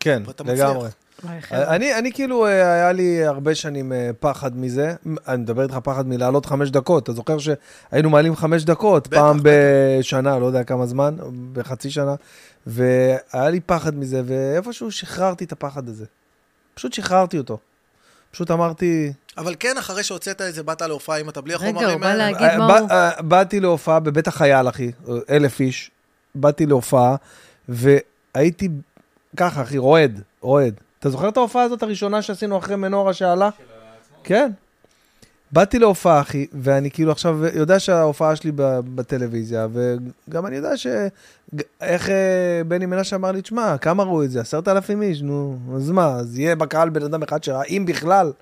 Speaker 3: כן,
Speaker 2: ואתה מצליח.
Speaker 3: לגמרי.
Speaker 4: וואי, חבר'ה.
Speaker 3: אני, אני כאילו, אה, היה לי הרבה שנים אה, פחד מזה. אני מדבר איתך פחד מלעלות חמש דקות. אתה זוכר שהיינו מעלים חמש דקות
Speaker 2: בטח,
Speaker 3: פעם בשנה, לא יודע כמה זמן, בחצי שנה, והיה לי פחד מזה, ואיפשהו שחררתי את הפחד הזה. פשוט שחררתי אותו. פשוט אמרתי...
Speaker 2: אבל כן, אחרי שהוצאת את זה, באת להופעה, אם אתה בלי
Speaker 4: רגע,
Speaker 2: החומרים
Speaker 4: הוא בא
Speaker 2: האלה...
Speaker 4: להגיד- מה
Speaker 3: בא-
Speaker 4: הוא.
Speaker 3: אה, באתי להופעה בבית החייל, אחי, אה, אלף איש. באתי להופעה, והייתי ככה, אחי, רועד, רועד. אתה זוכר את ההופעה הזאת הראשונה שעשינו אחרי מנורה שעלה? כן. באתי להופעה, אחי, ואני כאילו עכשיו יודע שההופעה שלי ב- בטלוויזיה, וגם אני יודע ש... ג- איך אה, בני מנשה אמר לי, תשמע, כמה ראו את זה? עשרת אלפים איש, נו, אז מה, אז יהיה בקהל בן אדם אחד שראה, אם בכלל.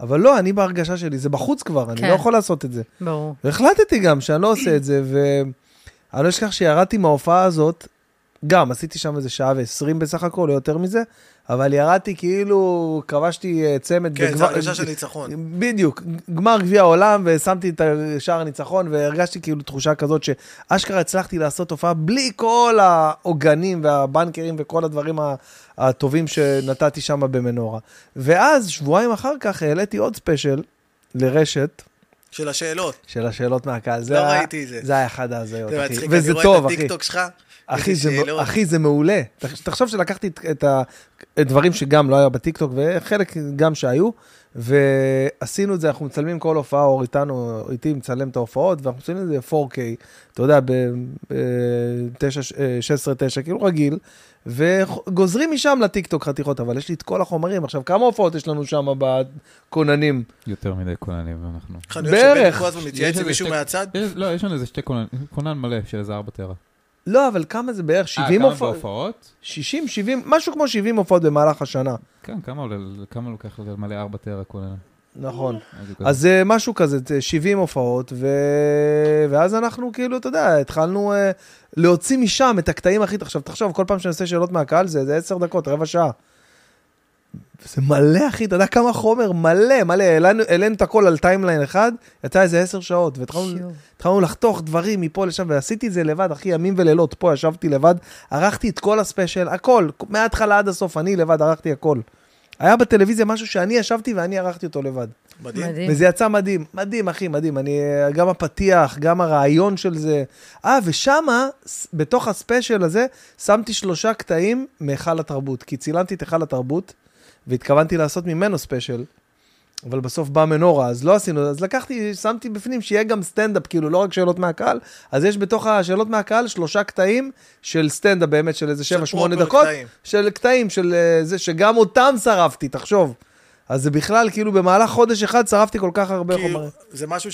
Speaker 3: אבל לא, אני בהרגשה שלי, זה בחוץ כבר, אני
Speaker 4: כן.
Speaker 3: לא יכול לעשות את זה.
Speaker 4: ברור.
Speaker 3: והחלטתי גם שאני לא עושה את זה, ואני לא אשכח שירדתי מההופעה הזאת, גם עשיתי שם איזה שעה ועשרים בסך הכל, לא יותר מזה, אבל ירדתי כאילו, כבשתי אה, צמד.
Speaker 2: כן,
Speaker 3: בגמר-
Speaker 2: זו הרגשה של ניצחון.
Speaker 3: בדיוק, גמר גביע העולם, ושמתי את שער הניצחון, והרגשתי כאילו תחושה כזאת שאשכרה הצלחתי לעשות הופעה בלי כל העוגנים והבנקרים וכל הדברים ה- הטובים שנתתי שם במנורה. ואז, שבועיים אחר כך, העליתי עוד ספיישל לרשת.
Speaker 2: של השאלות.
Speaker 3: של השאלות מהקהל. זה
Speaker 2: לא
Speaker 3: היה-
Speaker 2: ראיתי את זה.
Speaker 3: זה היה אחד ההזיות,
Speaker 2: זה
Speaker 3: אחי.
Speaker 2: מצחיק,
Speaker 3: אוקיי, וזה
Speaker 2: אני רואה
Speaker 3: טוב,
Speaker 2: את
Speaker 3: אחי.
Speaker 2: הטיקטוק שלך.
Speaker 3: אחי,
Speaker 2: איזה
Speaker 3: זה, מ-
Speaker 2: שאלות.
Speaker 3: אחי, זה מעולה. תח- תחשוב שלקחתי את- את הדברים שגם לא היה בטיקטוק, וחלק גם שהיו, ועשינו את זה, אנחנו מצלמים כל הופעה, אור איתנו, איתי מצלם את ההופעות, ואנחנו מצלמים את זה ב-4K, אתה יודע, ב-16-9, כאילו רגיל, וגוזרים משם לטיקטוק חתיכות, אבל יש לי את כל החומרים. עכשיו, כמה הופעות יש לנו שם בכוננים?
Speaker 5: יותר מדי כוננים אנחנו.
Speaker 2: איך אני אוהב שבן
Speaker 3: בערך.
Speaker 2: כל הזמן מתייעץ
Speaker 5: יש
Speaker 2: עם
Speaker 5: איזה
Speaker 2: מישהו
Speaker 5: שתי-
Speaker 2: מהצד.
Speaker 5: יש- לא, יש לנו איזה שתי כוננים, כונן מלא של איזה ארבע טרה.
Speaker 3: לא, אבל כמה זה בערך? 70
Speaker 5: אה, כמה
Speaker 3: הופעות?
Speaker 5: בהופעות?
Speaker 3: 60, 70, משהו כמו 70 הופעות במהלך השנה.
Speaker 5: כן, כמה עולה- כמה לוקח למלא ארבע טרה כונן?
Speaker 3: נכון.
Speaker 5: משהו כזה.
Speaker 3: אז אה, משהו כזה, אה, 70 הופעות, ו... ואז אנחנו כאילו, אתה יודע, התחלנו אה, להוציא משם את הקטעים הכי... עכשיו, תחשוב, כל פעם שאני עושה שאלות מהקהל זה איזה 10 דקות, רבע שעה. זה מלא, אחי, אתה יודע כמה חומר, מלא, מלא. העלינו, העלינו את הכל על טיימליין אחד, יצא איזה 10 שעות, והתחלנו...
Speaker 4: שיו.
Speaker 3: התחלנו לחתוך דברים מפה לשם, ועשיתי את זה לבד, אחי, ימים ולילות. פה ישבתי לבד, ערכתי את כל הספיישל, הכל, מההתחלה עד הסוף, אני לבד ערכתי הכל. היה בטלוויזיה משהו שאני ישבתי ואני ערכתי אותו לבד.
Speaker 2: מדהים.
Speaker 4: מדהים.
Speaker 3: וזה יצא מדהים, מדהים, אחי, מדהים. אני, אה, גם הפתיח, גם הרעיון של זה. אה, ושמה, ס- בתוך הספיישל הזה, שמתי שלושה קטעים מהיכל התרבות, כי צילמתי את היכל התרבות, והתכוונתי לעשות ממנו ספיישל. אבל בסוף בא מנורה, אז לא עשינו, אז לקחתי, שמתי בפנים שיהיה גם סטנדאפ, כאילו, לא רק שאלות מהקהל, אז יש בתוך השאלות מהקהל שלושה קטעים של סטנדאפ באמת, של איזה
Speaker 2: של
Speaker 3: 7-8
Speaker 2: proper
Speaker 3: דקות,
Speaker 2: קטעים.
Speaker 3: של קטעים, של אה, זה, שגם אותם שרפתי, תחשוב. אז זה בכלל, כאילו, במהלך חודש אחד שרפתי כל כך הרבה
Speaker 2: כי
Speaker 3: חומרים.
Speaker 2: זה משהו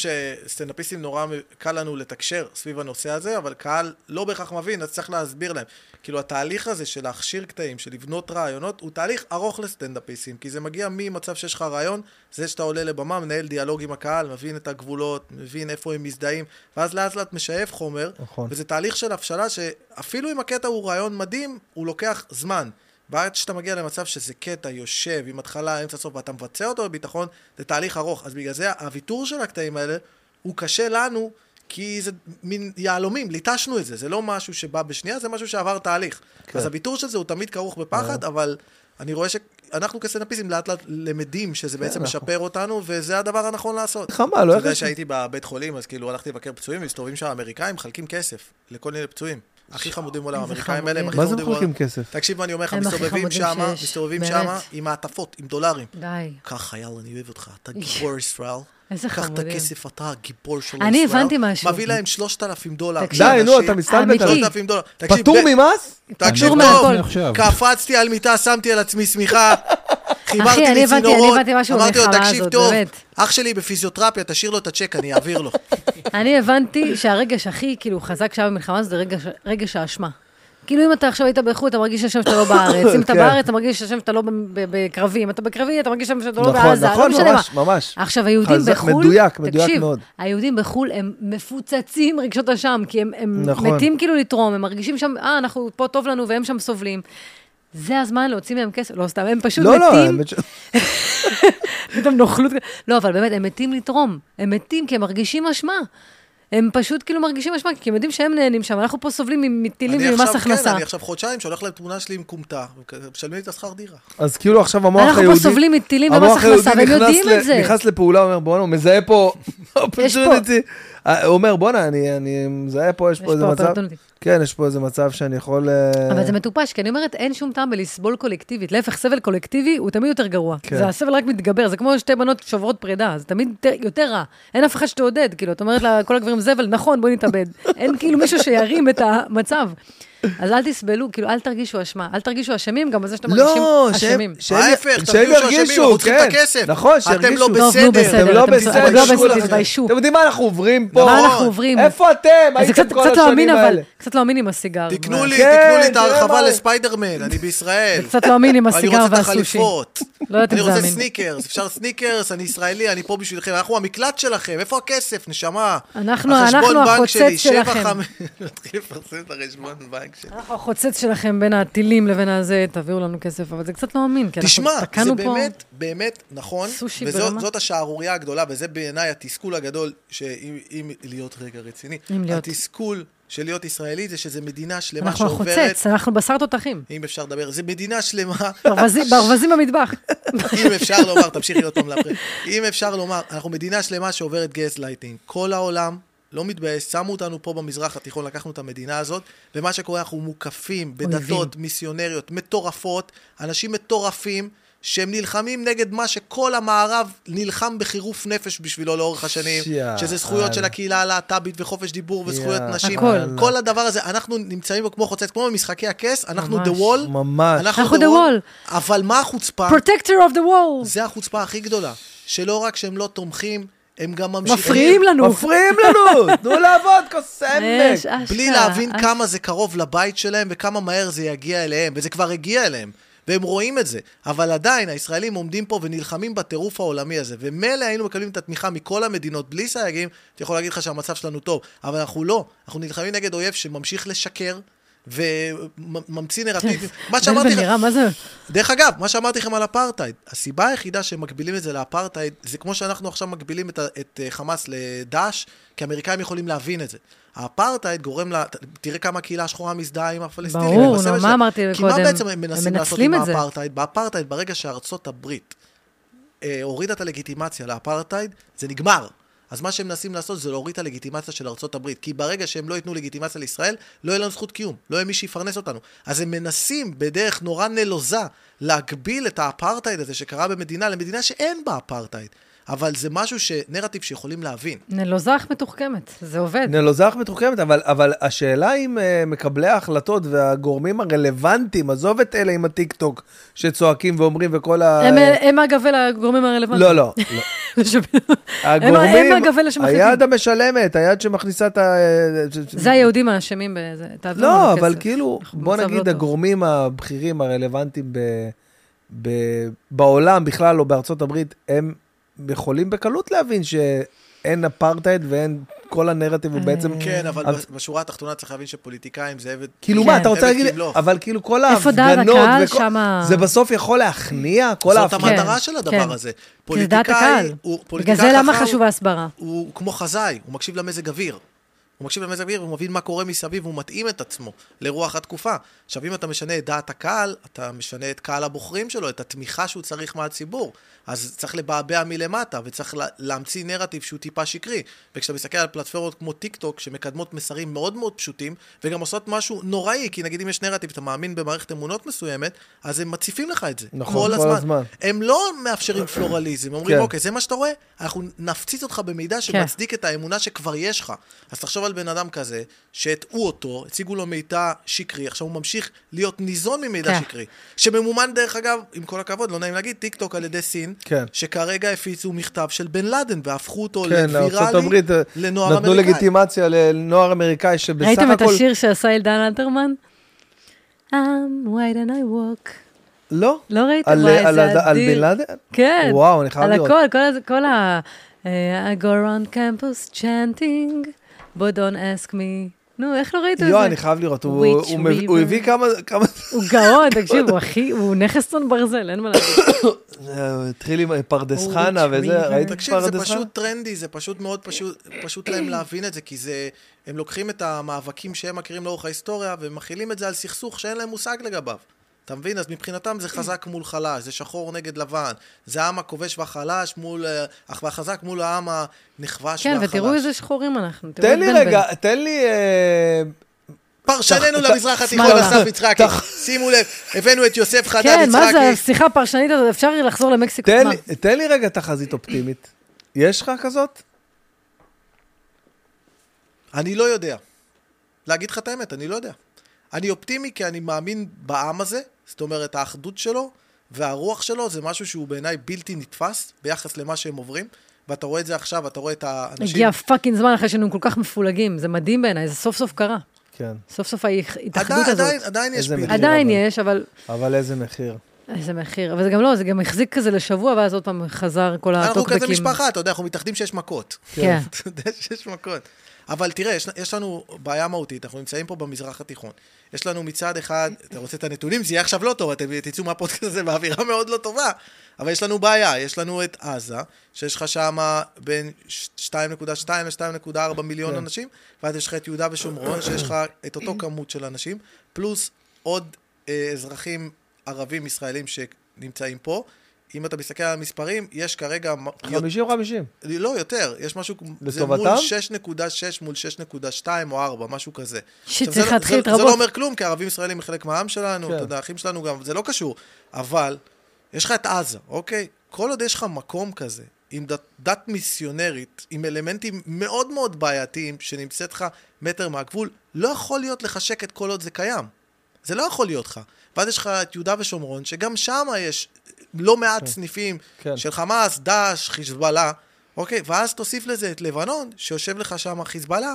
Speaker 2: שסטנדאפיסטים נורא מ- קל לנו לתקשר סביב הנושא הזה, אבל קהל לא בהכרח מבין, אז צריך להסביר להם. כאילו, התהליך הזה של להכשיר קטעים, של לבנות רעיונות, הוא תהליך ארוך לסטנדאפיסטים, כי זה מגיע ממצב שיש לך רעיון, זה שאתה עולה לבמה, מנהל דיאלוג עם הקהל, מבין את הגבולות, מבין איפה הם מזדהים, ואז לאט לאט משאב חומר,
Speaker 3: נכון.
Speaker 2: וזה תהליך של הבשלה שאפילו אם הקטע הוא רעיון מדהים, הוא לוקח זמן. ועד שאתה מגיע למצב שזה קטע יושב עם התחלה, אמצע, סוף, ואתה מבצע אותו בביטחון, זה תהליך ארוך. אז בגלל זה הוויתור של הקטעים האלה הוא קשה לנו, כי זה מין יהלומים, ליטשנו את זה. זה לא משהו שבא בשנייה, זה משהו שעבר תהליך. כן. אז הוויתור של זה הוא תמיד כרוך בפחד, אבל אני רואה שאנחנו כסטנאפיסטים לאט לאט למדים שזה בעצם משפר אותנו, וזה הדבר הנכון לעשות.
Speaker 3: חמה, לא
Speaker 2: אתה יודע
Speaker 3: הרגשתי.
Speaker 2: שהייתי בבית חולים, אז כאילו הלכתי לבקר פצועים, מסתובבים שם האמריקאים, מחלקים כסף לכל מיני פצועים. הכי חמודים בעולם,
Speaker 4: איזה
Speaker 2: האמריקאים האלה הם הכי
Speaker 4: חמודים.
Speaker 3: מה זה
Speaker 2: חמודים
Speaker 3: מחלקים כסף?
Speaker 2: תקשיב מה אני אומר לך,
Speaker 4: הם הכי
Speaker 2: מסתובבים
Speaker 4: חמודים
Speaker 2: שם,
Speaker 4: שיש,
Speaker 2: מסתובבים
Speaker 4: באמת.
Speaker 2: שם עם מעטפות, עם דולרים.
Speaker 4: די.
Speaker 2: קח חייל, אני אוהב אותך, אתה גיבור ישראל.
Speaker 4: איזה
Speaker 2: קח את
Speaker 4: חמודים.
Speaker 2: הכסף, אתה הגיבור של ישראל.
Speaker 4: אני הבנתי משהו.
Speaker 2: מביא להם 3,000 דולר.
Speaker 4: תקשיב.
Speaker 3: די, נו,
Speaker 2: לאנשים.
Speaker 3: אתה מסתלבט
Speaker 4: אמיתי.
Speaker 3: עליו.
Speaker 2: 3,000 דולר. תקשיב,
Speaker 3: פטור
Speaker 2: ב-
Speaker 3: ממס?
Speaker 2: תקשיב
Speaker 4: פטור
Speaker 2: טוב,
Speaker 4: מהכל.
Speaker 5: עכשיו.
Speaker 2: קפצתי על מיטה, שמתי על עצמי שמיכה, חיברתי
Speaker 4: אחי, אני
Speaker 2: לי
Speaker 4: הבנתי-
Speaker 2: צינורות,
Speaker 4: אני הבנתי משהו
Speaker 2: אמרתי לו,
Speaker 4: במלחמה
Speaker 2: תקשיב
Speaker 4: הזאת,
Speaker 2: טוב,
Speaker 4: באמת."
Speaker 2: אח שלי בפיזיותרפיה, תשאיר לו את הצ'ק, אני אעביר לו.
Speaker 4: אני הבנתי שהרגש הכי כאילו חזק שהיה במלחמה הזאת זה רגש- רגש האשמה. כאילו אם אתה עכשיו היית באיכות, אתה מרגיש אשם שאתה לא בארץ. אם אתה
Speaker 3: כן.
Speaker 4: בארץ, אתה מרגיש אשם שאתה לא ב- ב- בקרבי. אם אתה בקרבי, אתה מרגיש אשם שאתה לא
Speaker 3: נכון,
Speaker 4: בעזה.
Speaker 3: נכון,
Speaker 4: לא משנה
Speaker 3: ממש,
Speaker 4: מה.
Speaker 3: ממש.
Speaker 4: עכשיו, היהודים
Speaker 3: חזק,
Speaker 4: בחו"ל...
Speaker 3: מדויק, מדויק מאוד.
Speaker 4: תקשיב, היהודים בחו"ל הם מפוצצים רגשות אשם, כי הם, הם
Speaker 3: נכון.
Speaker 4: מתים כאילו לתרום, הם מרגישים שם, אה, אנחנו, פה טוב לנו, והם שם סובלים. זה הזמן להוציא מהם כסף, לא סתם, הם פשוט
Speaker 3: לא, לא,
Speaker 4: מתים,
Speaker 3: האמת ש-
Speaker 4: פתאום נוכלות. לא, אבל באמת, הם מתים לתרום. הם מתים כי הם מרגישים אשמה. הם פשוט כאילו מרגישים אשמה, כי הם יודעים שהם נהנים שם, אנחנו פה סובלים מטילים
Speaker 2: אני
Speaker 4: וממס
Speaker 2: עכשיו, כן,
Speaker 4: הכנסה.
Speaker 2: אני עכשיו חודשיים שולח להם תמונה שלי עם כומתה, משלמים לי את השכר דירה.
Speaker 3: אז כאילו עכשיו המוח היהודי...
Speaker 4: אנחנו פה סובלים מטילים ומס
Speaker 3: המוח
Speaker 4: הכנסה,
Speaker 3: היהודי
Speaker 4: והם
Speaker 3: נכנס
Speaker 4: יודעים
Speaker 3: ל-
Speaker 4: את זה.
Speaker 3: נכנס לפעולה, אומר, בואנה, הוא מזהה פה
Speaker 4: יש פה.
Speaker 3: opportunity. אה, הוא אומר, בואנה, אני אני מזהה פה, יש
Speaker 4: יש
Speaker 3: פה איזה
Speaker 4: פה
Speaker 3: מצב...
Speaker 4: opportunity.
Speaker 3: כן, יש פה איזה מצב שאני יכול... אה,
Speaker 4: אבל זה מטופש, כי אני אומרת, אין שום טעם בלסבול קולקטיבית. להפך, סבל קולקטיבי הוא תמיד יותר גרוע.
Speaker 3: כן.
Speaker 4: זה הסבל רק מתגבר, זה כמו שתי בנות שוברות פרידה, זה תמיד יותר- יותר רע. אין אף אחד שתעודד, כאילו, את אומרת לכל הגברים זבל, נכון, בוא נתאבד. אין כאילו מישהו שירים את המצב. אז אל תסבלו, כאילו, אל תרגישו אשמה. אל תרגישו אשמים גם בזה שאתם מרגישים
Speaker 3: לא, שהם-
Speaker 4: אשמים.
Speaker 3: שהם-
Speaker 2: ההפך,
Speaker 3: שהם
Speaker 2: תרגישו אשמים,
Speaker 3: ירגישו,
Speaker 2: אנחנו צריכים את
Speaker 3: כן.
Speaker 2: הכסף.
Speaker 3: נכון,
Speaker 2: אתם
Speaker 3: שירגישו.
Speaker 2: לא
Speaker 4: טוב, נו,
Speaker 2: בסדר.
Speaker 3: אתם לא
Speaker 4: בסדר, אתם
Speaker 3: בסדר,
Speaker 4: בסדר,
Speaker 3: תתביישו
Speaker 4: בסדר,
Speaker 3: לכם.
Speaker 4: תתביישו. נכון.
Speaker 3: אתם יודעים מה אנחנו עוברים פה?
Speaker 4: מה אנחנו עוברים?
Speaker 3: איפה אתם?
Speaker 4: אז זה
Speaker 3: הייתם
Speaker 4: קצת
Speaker 3: כל
Speaker 4: קצת לא אמין,
Speaker 3: השנים
Speaker 4: אבל,
Speaker 3: האלה.
Speaker 4: קצת לא אמין עם הסיגר.
Speaker 2: תקנו לי,
Speaker 3: כן,
Speaker 2: תקנו לי את
Speaker 3: תראה
Speaker 2: ההרחבה
Speaker 3: מה-
Speaker 2: לספיידרמן, אני בישראל.
Speaker 4: לא- זה קצת לא אמין עם
Speaker 2: אני
Speaker 4: הסיגר
Speaker 2: רוצה את
Speaker 4: והסושי.
Speaker 2: החליפות.
Speaker 4: לא יודעת אם
Speaker 2: אני
Speaker 4: זה
Speaker 2: רוצה
Speaker 4: אמין.
Speaker 2: סניקרס, אפשר סניקרס, אני ישראלי, אני פה בשבילכם, אנחנו המקלט שלכם, איפה הכסף, נשמה?
Speaker 4: אנחנו-
Speaker 2: החשבון
Speaker 4: אנחנו
Speaker 2: בנק
Speaker 4: החוצץ
Speaker 2: שלי, שבע
Speaker 4: שלכם.
Speaker 2: חמ- נתחיל לפרסם את החשבון בנק שלי.
Speaker 4: אנחנו החוצץ שלכם בין הטילים לבין הזה, תביאו לנו כסף, אבל זה קצת לא אמין, כי אנחנו
Speaker 2: תשמע, זה
Speaker 4: תקענו פה...
Speaker 2: באמת, באמת נכון,
Speaker 4: סושי ברמה.
Speaker 2: וזאת השערורייה הגדולה, וזה בעיניי התסכול הגדול, שאם אם להיות רגע רציני,
Speaker 4: אם להיות.
Speaker 2: התסכול של להיות ישראלי זה שזה מדינה שלמה
Speaker 4: אנחנו
Speaker 2: שעוברת,
Speaker 4: החוצץ, אנחנו בשר תותחים.
Speaker 2: אם אפשר לדבר, זה מדינה שלמה
Speaker 4: ברווזים- ברווזים
Speaker 2: אה,
Speaker 4: במטבח.
Speaker 2: אם אפשר לומר, תמשיכי עוד פעם להפריע. אם אפשר לומר, אנחנו מדינה שלמה שעוברת גז לייטינג. כל העולם לא מתבייש, שמו אותנו פה במזרח התיכון, לקחנו את המדינה הזאת, ומה שקורה, אנחנו מוקפים בדתות מיסיונריות מטורפות, אנשים מטורפים. שהם נלחמים נגד מה שכל המערב נלחם בחירוף נפש בשבילו לאורך השנים,
Speaker 3: יאללה.
Speaker 2: שזה זכויות של הקהילה הלהט"בית וחופש דיבור וזכויות
Speaker 3: יאללה.
Speaker 2: נשים.
Speaker 4: הכל.
Speaker 2: כל הדבר הזה, אנחנו נמצאים בו כמו חוצץ, כמו במשחקי הכס, אנחנו
Speaker 4: ממש.
Speaker 2: the wall.
Speaker 3: ממש.
Speaker 4: אנחנו the wall.
Speaker 2: אבל מה החוצפה?
Speaker 4: Protector of the world.
Speaker 2: זה החוצפה הכי גדולה, שלא רק שהם לא תומכים, הם גם ממשיכים...
Speaker 4: מפריעים לנו.
Speaker 3: מפריעים לנו! תנו לעבוד, קוסמק!
Speaker 4: יש, אשכרה. אה,
Speaker 2: בלי להבין
Speaker 4: אש-
Speaker 2: כמה זה קרוב לבית שלהם וכמה מהר זה יגיע אליהם, וזה כבר הגיע אליהם. והם רואים את זה, אבל עדיין הישראלים עומדים פה ונלחמים בטירוף העולמי הזה. ומילא היינו מקבלים את התמיכה מכל המדינות בלי סייגים, אתה יכול להגיד לך שהמצב שלנו טוב, אבל אנחנו לא. אנחנו נלחמים נגד אויב שממשיך לשקר וממציא נרטיבים. מה
Speaker 4: בן
Speaker 2: שאמרתי
Speaker 4: בן
Speaker 2: לך,
Speaker 4: נראה, מה זה?
Speaker 2: דרך אגב, מה שאמרתי לכם על אפרטהייד, הסיבה היחידה שמגבילים את זה לאפרטהייד, זה כמו שאנחנו עכשיו מגבילים את, ה- את אה, חמאס לדאעש, כי האמריקאים יכולים להבין את זה. האפרטהייד גורם ל... ת- תראה כמה הקהילה השחורה מזדהה עם הפלסטינים.
Speaker 4: ברור,
Speaker 2: עם הסבל
Speaker 4: נו, מה
Speaker 2: שלהם.
Speaker 4: אמרתי
Speaker 2: כי
Speaker 4: קודם?
Speaker 2: מה בעצם הם
Speaker 4: הם
Speaker 2: מנסים לעשות
Speaker 4: מנצלים
Speaker 2: עם
Speaker 4: את זה.
Speaker 2: האפרטהייד? באפרטהייד, ברגע שארצות הברית אה, הורידה את הלגיטימציה לאפרטהייד, זה נגמר. אז מה שהם מנסים לעשות זה להוריד את הלגיטימציה של ארצות הברית. כי ברגע שהם לא ייתנו לגיטימציה לישראל, לא יהיה לנו זכות קיום. לא יהיה מי שיפרנס אותנו. אז הם מנסים בדרך נורא נלוזה להגביל את האפרטהייד הזה שקרה במדינה למדינה שאין בה אפרטהייד. אבל זה משהו שנרטיב שיכולים להבין.
Speaker 4: נלוזח מתוחכמת, זה עובד.
Speaker 3: נלוזח לא מתוחכמת, אבל, אבל השאלה אם אה, מקבלי ההחלטות והגורמים הרלוונטיים, עזוב את אלה עם הטיקטוק שצועקים ואומרים וכל ה...
Speaker 4: הם- אה, הם אגב אלה הגורמים הרלוונטיים.
Speaker 3: לא, לא. לא.
Speaker 4: הם
Speaker 3: הגורמים,
Speaker 4: אגב אלה שמחליטים.
Speaker 3: היד המשלמת, היד שמכניסה את ה... אה,
Speaker 4: זה היהודים האשמים בזה, תעבירו לנו
Speaker 3: לא,
Speaker 4: כסף.
Speaker 3: אבל כאילו,
Speaker 4: אנחנו
Speaker 3: בוא
Speaker 4: במצב לא
Speaker 3: נגיד
Speaker 4: טוב.
Speaker 3: הגורמים הבכירים הרלוונטיים ב, ב, בעולם בכלל, או בארצות הברית, הם יכולים בקלות להבין שאין אפרטהייד ואין כל הנרטיב הוא בעצם...
Speaker 2: כן, אבל
Speaker 3: אבל-
Speaker 2: בשורה התחתונה צריך להבין שפוליטיקאים זה עבד...
Speaker 3: כאילו
Speaker 4: כן.
Speaker 3: מה, אתה
Speaker 2: זה
Speaker 3: רוצה
Speaker 2: עבד
Speaker 3: להגיד, לי-
Speaker 2: כמלוך.
Speaker 3: אבל כאילו כל
Speaker 4: איפה דעת
Speaker 3: ההפגנות,
Speaker 4: הקהל?
Speaker 3: וכל-
Speaker 4: שמה-
Speaker 3: זה בסוף יכול להכניע, כל
Speaker 2: זאת
Speaker 3: ההפגנות.
Speaker 2: המטרה של
Speaker 4: כן.
Speaker 2: הדבר הזה.
Speaker 4: כי זה דעת
Speaker 2: כאילו, פוליטיקאי
Speaker 4: הקהל.
Speaker 2: הוא...
Speaker 4: בגלל
Speaker 2: פוליטיקאי
Speaker 4: זה למה
Speaker 2: חכם
Speaker 4: חשובה הסברה.
Speaker 2: הוא כמו חזאי, הוא מקשיב למזג אוויר. הוא מקשיב למזג אוויר, הוא מבין מה קורה מסביב, הוא מתאים את עצמו לרוח התקופה. עכשיו, אם אתה משנה את דעת הקהל, אתה משנה את קהל הבוחרים שלו, את התמיכה שהוא צריך מהציבור. אז צריך לבעבע מלמטה, וצריך לה- להמציא נרטיב שהוא טיפה שקרי. וכשאתה מסתכל על פלטפורמות כמו טיק טוק, שמקדמות מסרים מאוד מאוד פשוטים, וגם עושות משהו נוראי, כי נגיד אם יש נרטיב, אתה מאמין במערכת אמונות מסוימת, אז הם מציפים לך את זה.
Speaker 3: נכון,
Speaker 2: כל
Speaker 3: כל
Speaker 2: הזמן.
Speaker 3: הזמן.
Speaker 2: הם לא מאפשרים פלורליזם, אומרים,
Speaker 3: כן.
Speaker 2: אוקיי, זה מה שאתה רואה, אנחנו נפציץ אותך במידע שמצדיק את האמונה שכבר יש לך. אז תחשוב על בן אדם כזה, שהטעו אותו, הציגו לו מידע שקרי, עכשיו הוא ממשיך להיות ניזון ממידע
Speaker 4: כן.
Speaker 2: שקרי, שממומן דרך אגב, עם כל הכבוד, לא נעים להגיד, טיק טוק על ידי סין,
Speaker 3: כן.
Speaker 2: שכרגע הפיצו מכתב של בן לאדן, והפכו אותו
Speaker 3: כן, לארצות
Speaker 2: לוויראלי,
Speaker 3: הברית אה,
Speaker 2: לנוער
Speaker 3: נתנו
Speaker 2: אמריקאי.
Speaker 3: לגיטימציה לנוער אמריקאי שבסך הכל...
Speaker 4: ראיתם את השיר שעשה אלדן אלתרמן? I'm white and I walk.
Speaker 3: לא.
Speaker 4: לא ראיתם?
Speaker 3: על
Speaker 4: וואי,
Speaker 3: על
Speaker 4: זה
Speaker 3: הד- על
Speaker 4: אדיר.
Speaker 3: בן לאדן?
Speaker 4: כן.
Speaker 3: וואו, אני חייב
Speaker 4: על
Speaker 3: לראות.
Speaker 4: הכל, כל הזה- כל ה... אה, I go around campus chanting, but don't ask me. נו, איך לא ראיתם את זה?
Speaker 3: יואו, אני חייב לראות, הוא-
Speaker 4: Which
Speaker 3: הוא מב- הוא
Speaker 4: river?
Speaker 3: הביא כמה, כמה,
Speaker 4: הוא גאון, תקשיב, הוא הכי, הוא נכס צאן ברזל, אין מה להגיד.
Speaker 3: אה, הוא התחיל עם פרדס
Speaker 4: Which
Speaker 3: חנה וזה,
Speaker 4: river?
Speaker 3: ראית את
Speaker 2: תקשיב, זה
Speaker 3: פרדס חנה?
Speaker 2: פשוט טרנדי, זה פשוט מאוד פשוט, פשוט להם להבין את זה, כי זה, הם לוקחים את המאבקים שהם מכירים לאורך ההיסטוריה, ומכילים את זה על סכסוך שאין להם מושג לגביו. אתה מבין? אז מבחינתם זה חזק מול חלש, זה שחור נגד לבן, זה העם הכובש והחלש מול, אה, אך והחזק מול העם הנכבש
Speaker 4: כן,
Speaker 2: והחלש.
Speaker 4: ותראו איזה שחורים אנחנו. תראו
Speaker 3: תן
Speaker 4: את
Speaker 3: לי
Speaker 4: בן בן.
Speaker 3: רגע, תן לי, אה,
Speaker 2: פרשננו
Speaker 3: תח-
Speaker 2: למזרח התיכון,
Speaker 4: שמאלה.
Speaker 2: אסף יצחקי. שימו לב, הבאנו את יוסף חדד
Speaker 4: כן, מה זה
Speaker 2: יצחקי.
Speaker 4: השיחה הפרשנית הזאת? אפשר לחזור למקסיקו.
Speaker 3: תן
Speaker 4: מה?
Speaker 3: לי- תן לי רגע תחזית אופטימית. יש לך כזאת?
Speaker 2: אני לא יודע. להגיד לך את האמת, אני לא יודע. אני אופטימי כי אני מאמין בעם הזה, זאת אומרת, האחדות שלו והרוח שלו זה משהו שהוא בעיניי בלתי נתפס ביחס למה שהם עוברים, ואתה רואה את זה עכשיו, אתה רואה את האנשים...
Speaker 4: הגיע פאקינג זמן אחרי שהיינו כל כך מפולגים, זה מדהים בעיניי, זה סוף סוף קרה.
Speaker 3: כן,
Speaker 4: סוף סוף ההתאחדות
Speaker 2: עדיין,
Speaker 4: הזאת.
Speaker 2: עדיין, עדיין יש
Speaker 3: איזה
Speaker 2: פעילות.
Speaker 3: מחיר.
Speaker 4: עדיין
Speaker 3: אבל.
Speaker 4: יש, אבל
Speaker 3: אבל איזה מחיר.
Speaker 4: איזה מחיר. אבל זה גם לא, זה גם החזיק כזה לשבוע, ואז עוד פעם חזר כל
Speaker 2: אנחנו
Speaker 4: הטוקבקים.
Speaker 2: כזה משפחה, אתה יודע, אנחנו מתאחדים שיש מכות.
Speaker 4: כן.
Speaker 2: אתה יודע שיש מכות. אבל תראה, יש, יש לנו בעיה מהותית, אנחנו נמצאים פה במזרח התיכון. יש לנו מצד אחד, אתה רוצה את הנתונים, זה יהיה עכשיו לא טוב, אתם תצאו מהפודקאסט הזה באווירה מאוד לא טובה, אבל יש לנו בעיה, יש לנו את עזה, שיש לך שם בין ש- 2.2 ל-2.4 מיליון אנשים, ואז יש לך את יהודה ושומרון, שיש לך את אותו כמות של אנשים, פלוס עוד אה, אזרחים ערבים ישראלים שנמצאים פה. אם אתה מסתכל על המספרים, יש כרגע מ-
Speaker 3: 50-50.
Speaker 2: לא, יותר, יש משהו, זה מול
Speaker 3: לטובתם?
Speaker 2: 6.6 מול 6.2 או 4, משהו כזה.
Speaker 4: שיט,
Speaker 2: עכשיו,
Speaker 4: צריך
Speaker 2: זה לא-
Speaker 4: להתחיל
Speaker 2: זה- זה לא
Speaker 4: להתרבות.
Speaker 2: אומר כלום, כי ערבים ישראלים הם חלק מהעם שלנו,
Speaker 3: כן.
Speaker 2: אתה יודע, אחים שלנו גם, זה לא קשור. אבל, יש לך את עזה, אוקיי? כל עוד יש לך מקום כזה, עם דת, דת מיסיונרית, עם אלמנטים מאוד מאוד בעייתיים, שנמצאת לך מטר מהגבול, לא יכול להיות לך שקט כל עוד זה קיים. זה לא יכול להיות לך. ואז יש לך את יהודה ושומרון, שגם שם יש לא מעט סניפים
Speaker 3: כן.
Speaker 2: של חמאס, דאעש, חיזבאללה, אוקיי? ואז תוסיף לזה את לבנון, שיושב לך שם חיזבאללה,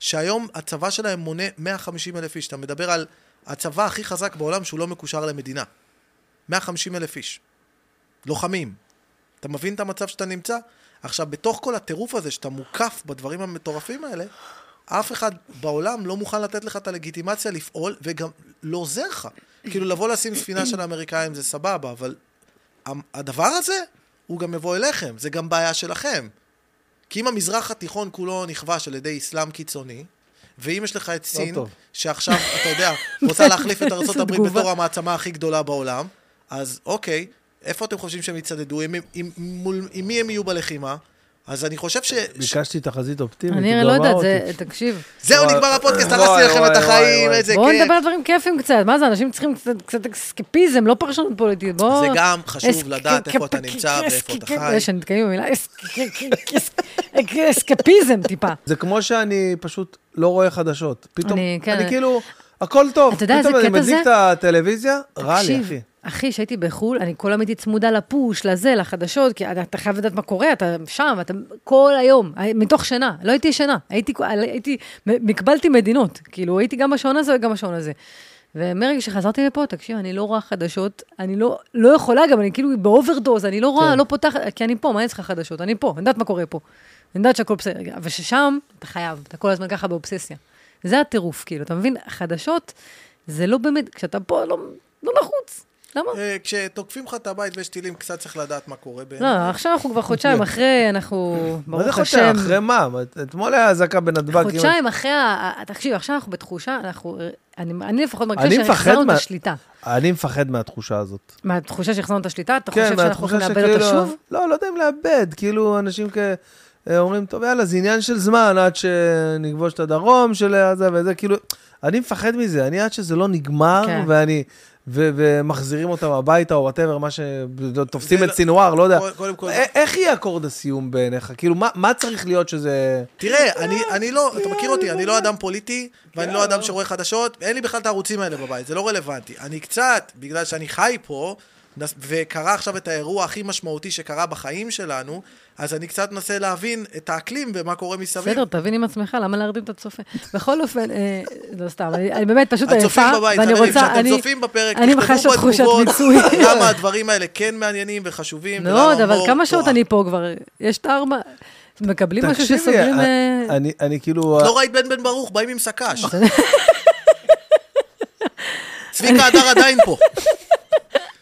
Speaker 2: שהיום הצבא שלהם מונה 150 אלף איש. אתה מדבר על הצבא הכי חזק בעולם שהוא לא מקושר למדינה. 150 אלף איש. לוחמים. אתה מבין את המצב שאתה נמצא? עכשיו, בתוך כל הטירוף הזה, שאתה מוקף בדברים המטורפים האלה, אף אחד בעולם לא מוכן לתת לך את הלגיטימציה לפעול, וגם לא עוזר לך. כאילו, לבוא לשים ספינה של האמריקאים זה סבבה, אבל המ- הדבר הזה, הוא גם יבוא אליכם, זה גם בעיה שלכם. כי אם המזרח התיכון כולו נכבש על ידי אסלאם קיצוני, ואם יש לך את סין,
Speaker 3: טוב.
Speaker 2: שעכשיו, אתה יודע, רוצה להחליף את ארצות
Speaker 4: לא איזה
Speaker 2: הברית
Speaker 4: תגובה.
Speaker 2: בתור המעצמה הכי גדולה בעולם, אז אוקיי, איפה אתם חושבים שהם יצדדו? עם, עם, עם, מול- עם מי הם יהיו בלחימה?
Speaker 6: אז אני חושב ש...
Speaker 3: ביקשתי תחזית אופטימית,
Speaker 4: אני
Speaker 3: הוא
Speaker 4: לא
Speaker 3: גרר
Speaker 4: יודעת,
Speaker 3: אותי.
Speaker 4: זה, תקשיב.
Speaker 6: זהו,
Speaker 3: וואי,
Speaker 6: נגמר הפודקאסט,
Speaker 2: לא
Speaker 3: וואי,
Speaker 6: הרסתי לכם
Speaker 3: וואי,
Speaker 6: את
Speaker 3: וואי,
Speaker 6: החיים,
Speaker 3: וואי.
Speaker 6: איזה
Speaker 4: בואו
Speaker 6: כיף.
Speaker 4: נדבר על דברים כיפים קצת. מה זה, אנשים צריכים קצת, קצת אסקפיזם, לא פרשנות פוליטית. בואו...
Speaker 6: זה גם חשוב
Speaker 4: אסק-
Speaker 6: לדעת איפה אתה
Speaker 4: אסק-
Speaker 6: נמצא ואיפה אתה
Speaker 4: אסק-
Speaker 6: חי.
Speaker 4: שאני מתקיים במילה אסק- אסק- אסק- אסקפיזם טיפה.
Speaker 3: זה כמו שאני פשוט לא רואה חדשות. פתאום,
Speaker 4: אני- כן,
Speaker 3: אני
Speaker 4: אני-
Speaker 3: כאילו, הכל טוב.
Speaker 4: אתה יודע איזה
Speaker 3: פתאום אני
Speaker 4: קטע
Speaker 3: מדליק את הטלוויזיה, רע לי,
Speaker 4: תקשיב,
Speaker 3: אחי.
Speaker 4: אחי, כשהייתי בחו"ל, אני כל היום הייתי צמודה לפוש, לזה, לחדשות, כי אתה אתה חייב לדעת מה קורה, אתה שם, אתה כל היום, מתוך שינה, לא הייתי ישנה, הייתי, הייתי, מקבלתי מדינות, כאילו, הייתי גם בשעון הזה וגם בשעון הזה. ומרגע שחזרתי לפה, תקשיב, אני לא רואה חדשות, אני לא, לא יכולה גם, אני כאילו באוברדוז, אני לא רואה, כן. לא פותחת, כי אני פה, מה יש לך חדשות? אני פה, אני יודעת מה קורה פה. אני יודעת שהכל בסדר, אבל ששם, אתה חייב, אתה כל הזמן ככה באובססיה. זה הטירוף, כאילו, אתה מבין? חדשות, זה לא באמת, כשאתה פה, לא, לא נחוץ. למה?
Speaker 2: אה, כשתוקפים לך את הבית ויש טילים, קצת צריך לדעת מה קורה. ב-
Speaker 4: לא, עכשיו אנחנו כבר חודשיים אחרי, אנחנו,
Speaker 3: מה זה
Speaker 4: ברוך
Speaker 3: חודשיים?
Speaker 4: השם,
Speaker 3: אחרי מה? אתמול היה אזעקה בנתב"ג. כמעט.
Speaker 4: חודשיים אחרי, ה- ה- תקשיב, עכשיו אנחנו בתחושה, אנחנו, אני אני לפחות
Speaker 3: אני
Speaker 4: מרגישה
Speaker 3: מפחד
Speaker 4: שהחזרנו את
Speaker 3: מה-
Speaker 4: השליטה.
Speaker 3: כאילו- אני מפחד מהתחושה הזאת.
Speaker 4: מהתחושה שהחזרנו את השליטה, אתה חושב
Speaker 3: כן,
Speaker 4: שאנחנו
Speaker 3: מהתחושה
Speaker 4: הולכים לאבד אותה
Speaker 3: שכאילו-
Speaker 4: שוב?
Speaker 3: לא, לא יודע אם לאבד. כאילו, אנשים כ... אה, אומרים, טוב, יאללה, זה עניין של זמן עד שנכבוש את הדרום של עזה וזה, כאילו, אני מפחד מזה, אני עד שזה לא נגמר,
Speaker 4: כן.
Speaker 3: ואני... ו- ומחזירים אותם הביתה, או וואטאבר, מה ש... תופסים את סינואר, לא יודע.
Speaker 2: קודם- קודם כל,
Speaker 3: א- איך יהיה אקורד הסיום בעיניך? כאילו, מה- מה צריך להיות שזה...
Speaker 2: תראה, אני, אני לא, אתה מכיר אותי, אני לא אדם פוליטי, ואני לא אדם שרואה חדשות, אין לי בכלל את הערוצים האלה בבית, זה לא רלוונטי. אני קצת, בגלל שאני חי פה, נס- וקרה עכשיו את האירוע הכי משמעותי שקרה בחיים שלנו, אז אני קצת מנסה להבין את האקלים ומה קורה מסביב.
Speaker 4: בסדר, תבין עם עצמך, למה להרדים את הצופה? בכל אופן, אה, לא סתם, אני אני באמת פשוט
Speaker 2: הצופים
Speaker 4: עייפה,
Speaker 2: בבית,
Speaker 4: ואני
Speaker 2: חברים,
Speaker 4: רוצה,
Speaker 2: כשאתם
Speaker 4: אני...
Speaker 2: צופים בפרק,
Speaker 4: אני
Speaker 2: תכתבו
Speaker 4: מחשת תחושת
Speaker 2: בתגובות
Speaker 4: מיצוי.
Speaker 2: למה הדברים האלה כן מעניינים וחשובים,
Speaker 3: לא
Speaker 2: ולמה
Speaker 4: מאוד, לא, אבל
Speaker 2: הומור
Speaker 4: כמה שעות
Speaker 2: נורא.
Speaker 4: אני פה כבר? יש את הארבע... מקבלים משהו
Speaker 3: תקשיבי,
Speaker 4: שסוגרים...
Speaker 3: א-
Speaker 4: אה,
Speaker 3: אני- אני כאילו...
Speaker 2: לא ראית בן בן ברוך, באים עם שק"ש. צביקה הדר עדיין פה.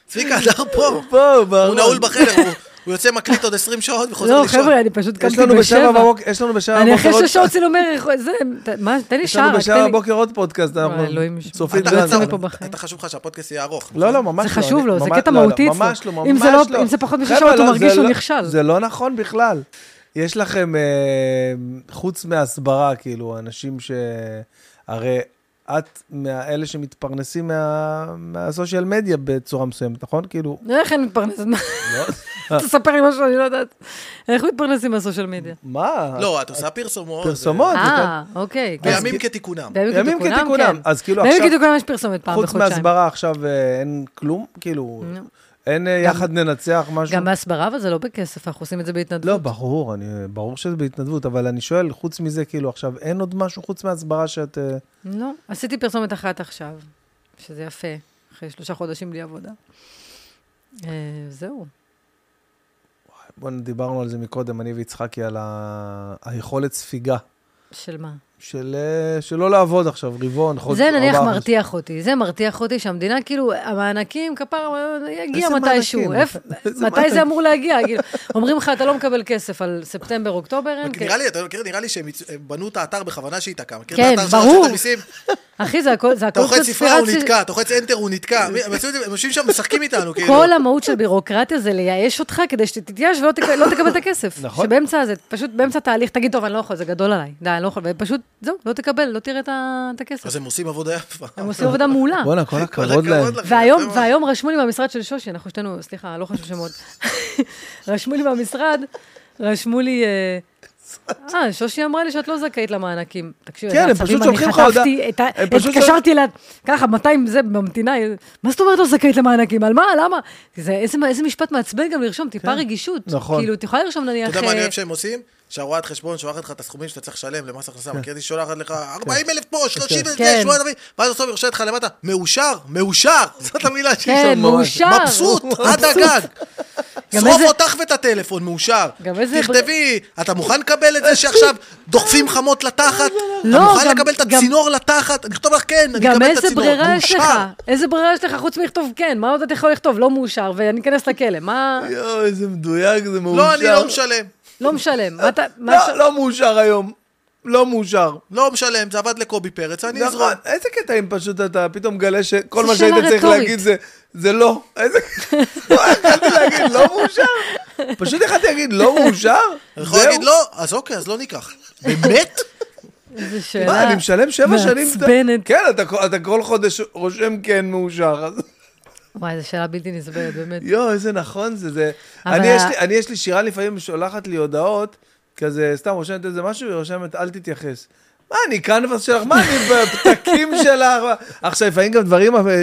Speaker 2: צביקה הדר פה.
Speaker 3: בואו, ברור.
Speaker 2: הוא נעול בחדר, הוא- הוא יוצא מקליט עוד 20 שעות וחוזר
Speaker 4: לא,
Speaker 2: לישון.
Speaker 4: חבר'ה, אני פשוט
Speaker 3: יש
Speaker 4: קמתי
Speaker 3: לנו בשבע
Speaker 4: בשבע.
Speaker 3: בבוקר, יש לנו בשבע
Speaker 4: אני
Speaker 3: בבוקר
Speaker 4: אחרי
Speaker 3: עוד...
Speaker 4: שש שעות צילומי ריחות, זה... ת- מה, תן לי
Speaker 3: יש לנו
Speaker 4: שעה, רק
Speaker 3: בשבע
Speaker 4: תן לי...
Speaker 3: בבוקר עוד פודקאסט, אנחנו
Speaker 4: וואי, אלוהים ישמור.
Speaker 3: צופים
Speaker 4: אתה-
Speaker 3: בזה.
Speaker 4: יצא לי פה בחיים.
Speaker 2: אתה חשוב לך שהפודקאסט יהיה ארוך.
Speaker 3: לא, לא, ממש
Speaker 4: זה
Speaker 3: לא.
Speaker 4: חשוב
Speaker 3: אני-
Speaker 4: לו, זה
Speaker 3: ממש-
Speaker 4: קטע
Speaker 3: לא, לא,
Speaker 4: מהותי
Speaker 3: ממש
Speaker 4: אצלו.
Speaker 3: לא,
Speaker 4: אם זה
Speaker 3: ממש
Speaker 4: לא- אם זה פחות משש
Speaker 3: חבר'ה,
Speaker 4: שעות, הוא
Speaker 3: לא,
Speaker 4: מרגיש
Speaker 3: זה
Speaker 4: שהוא
Speaker 3: לא-
Speaker 4: נכשל.
Speaker 3: זה לא נכון בכלל. יש לכם, אה, חוץ מהסברה, כאילו, אנשים ש... הרי את מאלה שמתפרנסים מה- מהסושיאל מדיה בצורה מסוימת, נכון? כאילו,
Speaker 4: איך אני מתפרנסת? מה?
Speaker 3: לא.
Speaker 4: תספר לי משהו, אני לא יודעת. איך מתפרנסים מהסושיאל מדיה?
Speaker 3: מה?
Speaker 2: לא, את עושה פרסומות.
Speaker 3: פרסומות. לא, זה כן.
Speaker 4: אה, אוקיי.
Speaker 2: זה- בימים כתיקונם.
Speaker 3: ימים כתיקונם.
Speaker 4: כן.
Speaker 3: אז כאילו
Speaker 4: בימים
Speaker 3: עכשיו,
Speaker 4: כתיקונם יש פרסומת פעם
Speaker 3: חוץ
Speaker 4: בחודשיים.
Speaker 3: מהסברה עכשיו אה, אין כלום? כאילו,
Speaker 4: נו.
Speaker 3: אין אה, יחד ננצח משהו?
Speaker 4: גם בהסברה, אבל זה לא בכסף, אנחנו עושים את זה בהתנדבות.
Speaker 3: לא, ברור, אני, ברור שזה בהתנדבות, אבל אני שואל, חוץ מזה, כאילו, עכשיו, אין עוד משהו חוץ מהסברה שאת... אה,
Speaker 4: לא. עשיתי פרסומת אחת עכשיו, שזה יפה, אחרי שלושה חודשים בלי עבודה. אה, זהו.
Speaker 3: בוא, דיברנו על זה מקודם, אני ויצחקי, על ה... היכולת ספיגה
Speaker 4: של מה?
Speaker 3: של אה, שלא לעבוד עכשיו, רבעון, חודש.
Speaker 4: זה נניח
Speaker 3: ארבעה חודשים.
Speaker 4: מרתיח אותי, זה מרתיח אותי שהמדינה, כאילו, המענקים, כפר, יגיע
Speaker 3: איזה
Speaker 4: מתישהו.
Speaker 3: מענקים?
Speaker 4: איפה- מתי זה אמור להגיע? כאילו, אומרים לך, אתה לא מקבל כסף על ספטמבר, אוקטובר, אין
Speaker 2: כי
Speaker 4: כסף.
Speaker 2: נראה לי, אתה מכיר, נראה לי שהם יצ- הם בנו את האתר בכוונה שייתקע. מכיר את
Speaker 4: כן,
Speaker 2: האתר של
Speaker 4: ברור.
Speaker 2: רשות המיסים?
Speaker 4: אחי, זה הכל, זה
Speaker 2: אתה
Speaker 4: הכל
Speaker 2: לוחץ ספרה, הוא
Speaker 4: קונספירציה.
Speaker 2: נתקע, אתה לוחץ enter, הוא נתקע. מי- הם עשו את זה- הם יושבים שם, משחקים איתנו, כאילו.
Speaker 4: כל המהות של בירוקרטיה זה לייאש אותך כדי שתתייאש ולא תק- לא תקבל את הכסף.
Speaker 3: נכון.
Speaker 4: שבאמצע הזה, פשוט באמצע התהליך, תגיד, טוב, אני לא יכול, זה גדול עליי. די, אני לא יכול, ופשוט, זהו, לא תקבל, לא תראה את ה- את הכסף.
Speaker 2: אז הם עושים עבודה יפה.
Speaker 4: הם עושים עבודה מעולה.
Speaker 3: בואנה, כל הכבוד להם.
Speaker 2: לכם,
Speaker 4: והיום,
Speaker 2: יפה מאוד.
Speaker 4: והיום רשמו לי במשרד של שושי, אנחנו שתינו, סליחה, לא חשוב שמות. רשמו לי במשרד, רשמו לי... אה, אה, שושי אמרה לי שאת לא זכאית למענקים. תקשיב,
Speaker 3: כן,
Speaker 4: איזה
Speaker 3: הם פשוט
Speaker 4: עצבים,
Speaker 3: שולחים לך הודעה-
Speaker 4: אני חטפתי, את ה-
Speaker 3: הם פשוט שולח-
Speaker 4: התקשרתי אליה, ככה, 200 זה, ממתינה, מה זאת אומרת לא זכאית למענקים? על מה? למה? זה- איזה איזה משפט מעצבן גם לרשום, טיפה רגישות.
Speaker 3: נכון.
Speaker 4: כאילו, את יכולה לרשום נניח...
Speaker 2: אתה יודע מה אני
Speaker 4: אה,
Speaker 2: אוהב שהם עושים? שהרואת חשבון שולחת לך את הסכומים שאתה צריך לשלם למס הכנסה,
Speaker 3: כן.
Speaker 2: מכיר אותי שולחת לך 40 אלף פה, 30 אלף,
Speaker 4: כן.
Speaker 2: 8 אלף, ואז בסוף היא רושמת לך למטה, מאושר, מאושר, זאת המילה שהיא
Speaker 4: כן,
Speaker 2: שם.
Speaker 4: מאושר.
Speaker 2: מבסוט, עד הגג.
Speaker 4: גם
Speaker 2: שרוף
Speaker 4: איזה-
Speaker 2: אותך ואת הטלפון, מאושר.
Speaker 4: גם איזה-
Speaker 2: תכתבי, אתה מוכן לקבל את זה שעכשיו דוחפים חמות לתחת? אתה
Speaker 4: לא,
Speaker 2: מוכן
Speaker 4: גם-
Speaker 2: לקבל את
Speaker 4: גם-
Speaker 2: הצינור לתחת? אני אכתוב לך כן, אני
Speaker 4: גם
Speaker 2: אקבל את
Speaker 4: איזה
Speaker 2: הצינור,
Speaker 4: ברירה יש
Speaker 2: מאושר.
Speaker 4: לך? איזה ברירה יש לך חוץ מלכתוב כן? מה עוד אתה יכול לכתוב? לא מאושר, ואני אכנס לכלא. מה...
Speaker 3: יואו, איזה מדויק, זה מאושר.
Speaker 2: לא, אני לא משלם.
Speaker 4: לא משלם. מה אתה... מה ש-
Speaker 3: לא, לא מאושר היום. לא מאושר.
Speaker 2: לא משלם, זה עבד לקובי פרץ, אני
Speaker 3: נכון,
Speaker 2: אזרום.
Speaker 3: איזה קטע אם פשוט אתה פתאום מגלה שכל
Speaker 4: זו
Speaker 3: מה שהיית
Speaker 4: שאלה
Speaker 3: צריך
Speaker 4: רטורית.
Speaker 3: להגיד זה, זה לא. איזה... לא, יכלתי להגיד לא מאושר? פשוט יכלתי להגיד לא מאושר?
Speaker 2: אני יכול
Speaker 3: זהו?
Speaker 2: להגיד לא, אז אוקיי, אז לא ניקח. באמת?
Speaker 4: איזו
Speaker 2: לא-
Speaker 4: שאלה.
Speaker 3: מה, אני משלם שבע שנים?
Speaker 4: מעצבנת.
Speaker 3: כן, אתה כל- אתה כל חודש רושם כן מאושר. אז-
Speaker 4: וואי, זו שאלה בלתי נסבלת, באמת.
Speaker 3: יואו, איזה נכון זה, זה...
Speaker 4: אבל
Speaker 3: אני,
Speaker 4: ה-
Speaker 3: יש לי, אני, יש לי שירה לפעמים שולחת לי הודעות, כזה, סתם רושמת איזה משהו, היא רושמת, אל תתייחס. מה, אני קנבס שלך? מה, אני בפתקים שלך? מה- עכשיו, לפעמים גם דברים, אה, אה,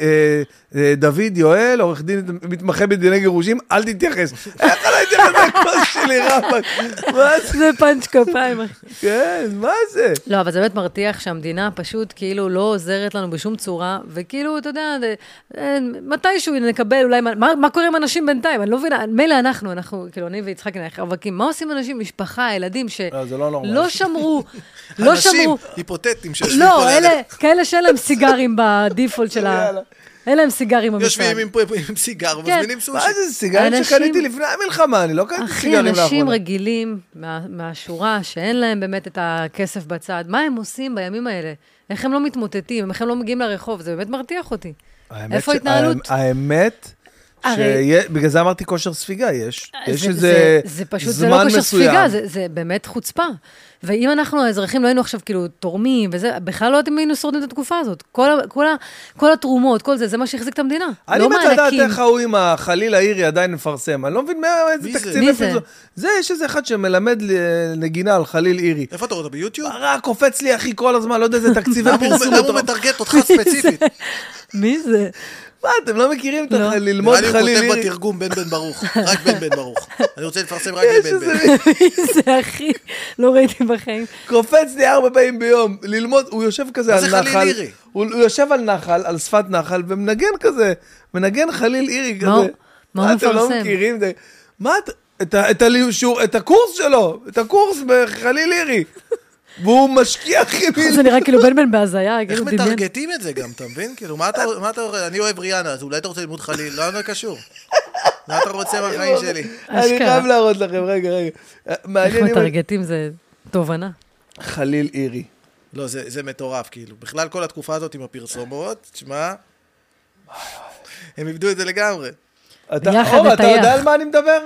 Speaker 3: אה, אה, דוד יואל, עורך דין מתמחה בדיני גירושים, אל תתייחס. איך לא אני אתייחס לכוס שלי, רבאק? מה זה?
Speaker 4: זה פאנץ' כפיים, אחי.
Speaker 3: כן, מה זה?
Speaker 4: לא, אבל זה באמת מרתיח שהמדינה פשוט כאילו לא עוזרת לנו בשום צורה, וכאילו, אתה יודע, זה- אה, מתישהו נקבל אולי, מה, מה קורה עם אנשים בינתיים? אני לא מבינה, מילא אנחנו, אנחנו, כאילו, אני ויצחק נהיה רווקים, מה עושים אנשים, משפחה, ילדים,
Speaker 3: לא, זה לא נורמלי.
Speaker 4: שלא שמרו, לא שמרו,
Speaker 2: אנשים היפותטיים שיושבים פה
Speaker 4: לא,
Speaker 2: לידינו.
Speaker 4: אלה, כאלה שאין להם סיגרים בדיפולט של ה...
Speaker 3: יאללה.
Speaker 4: אין להם סיגרים במשרד.
Speaker 2: יושבים עם פו- עם סיגר ומזמינים סושי.
Speaker 3: כן. מה זה, סיגרים
Speaker 4: אנשים-
Speaker 3: שקניתי לפני המלחמה, אני לא קניתי
Speaker 4: אחי,
Speaker 3: סיגרים
Speaker 4: אנשים
Speaker 3: לאחרונה.
Speaker 4: רגילים מה, מהשורה, שאין להם באמת את הכסף בצד, מה הם עושים בימים האלה? איך הם לא מתמוטטים, איך הם לא מגיעים לרחוב? זה באמת מרתיח אותי.
Speaker 3: האמת
Speaker 4: איפה
Speaker 3: ש-
Speaker 4: ההתנהלות?
Speaker 3: האמ- האמת,
Speaker 4: הרי- אה,
Speaker 3: שיה- בגלל זה אמרתי כושר ספיגה, יש. יש
Speaker 4: זה-
Speaker 3: איזה
Speaker 4: זה, זה פשוט, זה לא
Speaker 3: זמן
Speaker 4: כושר ספיגה,
Speaker 3: מסוים.
Speaker 4: זה, זה באמת חוצפה. ואם אנחנו האזרחים לא היינו עכשיו כאילו תורמים וזה, בכלל לא הייתם היינו שורדים את התקופה הזאת. כל, ה- כל, ה- כל התרומות, כל זה, זה מה שהחזיק את המדינה.
Speaker 3: אני
Speaker 4: לא
Speaker 3: מת לדעת
Speaker 4: מענקים.
Speaker 3: איך ההוא עם החליל האירי עדיין מפרסם. אני לא מבין מה, איזה
Speaker 2: מי זה?
Speaker 3: תקציב.
Speaker 4: מי
Speaker 3: איפה
Speaker 4: זה?
Speaker 3: זה, יש איזה אחד שמלמד ל- נגינה על חליל אירי.
Speaker 2: איפה אתה רואה אותו ביוטיוב?
Speaker 3: רק קופץ לי, אחי, כל הזמן, לא יודע איזה תקציב
Speaker 2: למה הוא-
Speaker 3: הפרסום.
Speaker 2: למה הוא מטרגט אותך ספציפית?
Speaker 4: מי זה?
Speaker 3: מה, אתם לא מכירים את
Speaker 4: לא.
Speaker 3: הח- ללמוד
Speaker 2: נראה לי הוא
Speaker 3: חליל
Speaker 2: כותב
Speaker 3: אירי?
Speaker 2: בתרגום בן בן ברוך. רק בן בן ברוך. אני רוצה לפרסם רק
Speaker 3: יש
Speaker 2: בן בן
Speaker 3: איזה
Speaker 2: בן.
Speaker 4: מי זה, אחי? לא ראיתי בחיים.
Speaker 3: קופץ לי ארבע פעמים ביום, ללמוד, הוא יושב כזה
Speaker 2: מה
Speaker 3: על
Speaker 2: זה
Speaker 3: נחל,
Speaker 2: חליל אירי?
Speaker 3: הוא, הוא יושב על נחל, על שפת נחל, ומנגן כזה, מנגן חליל אירי כזה.
Speaker 4: מה הוא- מה הוא
Speaker 3: אתם לא
Speaker 4: מפרסם?
Speaker 3: מכירים? את ה- מה, את, את, ה- את, הלישור, את הקורס שלו, את הקורס בחליל אירי. והוא משקיע הכי מילים.
Speaker 4: זה נראה כאילו בן בן בהזיה,
Speaker 2: איך
Speaker 4: כאילו דמיין.
Speaker 2: מטרגטים את זה גם, אתה מבין? כאילו, מה אתה, מה אתה, אני אוהב ריאנה, אז אולי אתה רוצה ללמוד חליל, לא, אני לא קשור. מה אתה רוצה
Speaker 3: לא-
Speaker 2: מהחיים שלי?
Speaker 3: אני
Speaker 4: אשכרה.
Speaker 3: חייב להראות לכם, רגע, רגע.
Speaker 4: איך
Speaker 3: מעניין אם...
Speaker 4: מטרגטים זה תובנה.
Speaker 3: חליל אירי.
Speaker 2: לא, זה, זה מטורף, כאילו. בכלל, כל התקופה הזאת עם הפרסומות, תשמע, הם איבדו את זה לגמרי.
Speaker 3: אתה,
Speaker 4: יחד
Speaker 3: אור, אתה
Speaker 4: נטייח.
Speaker 3: יודע על מה אני מדבר?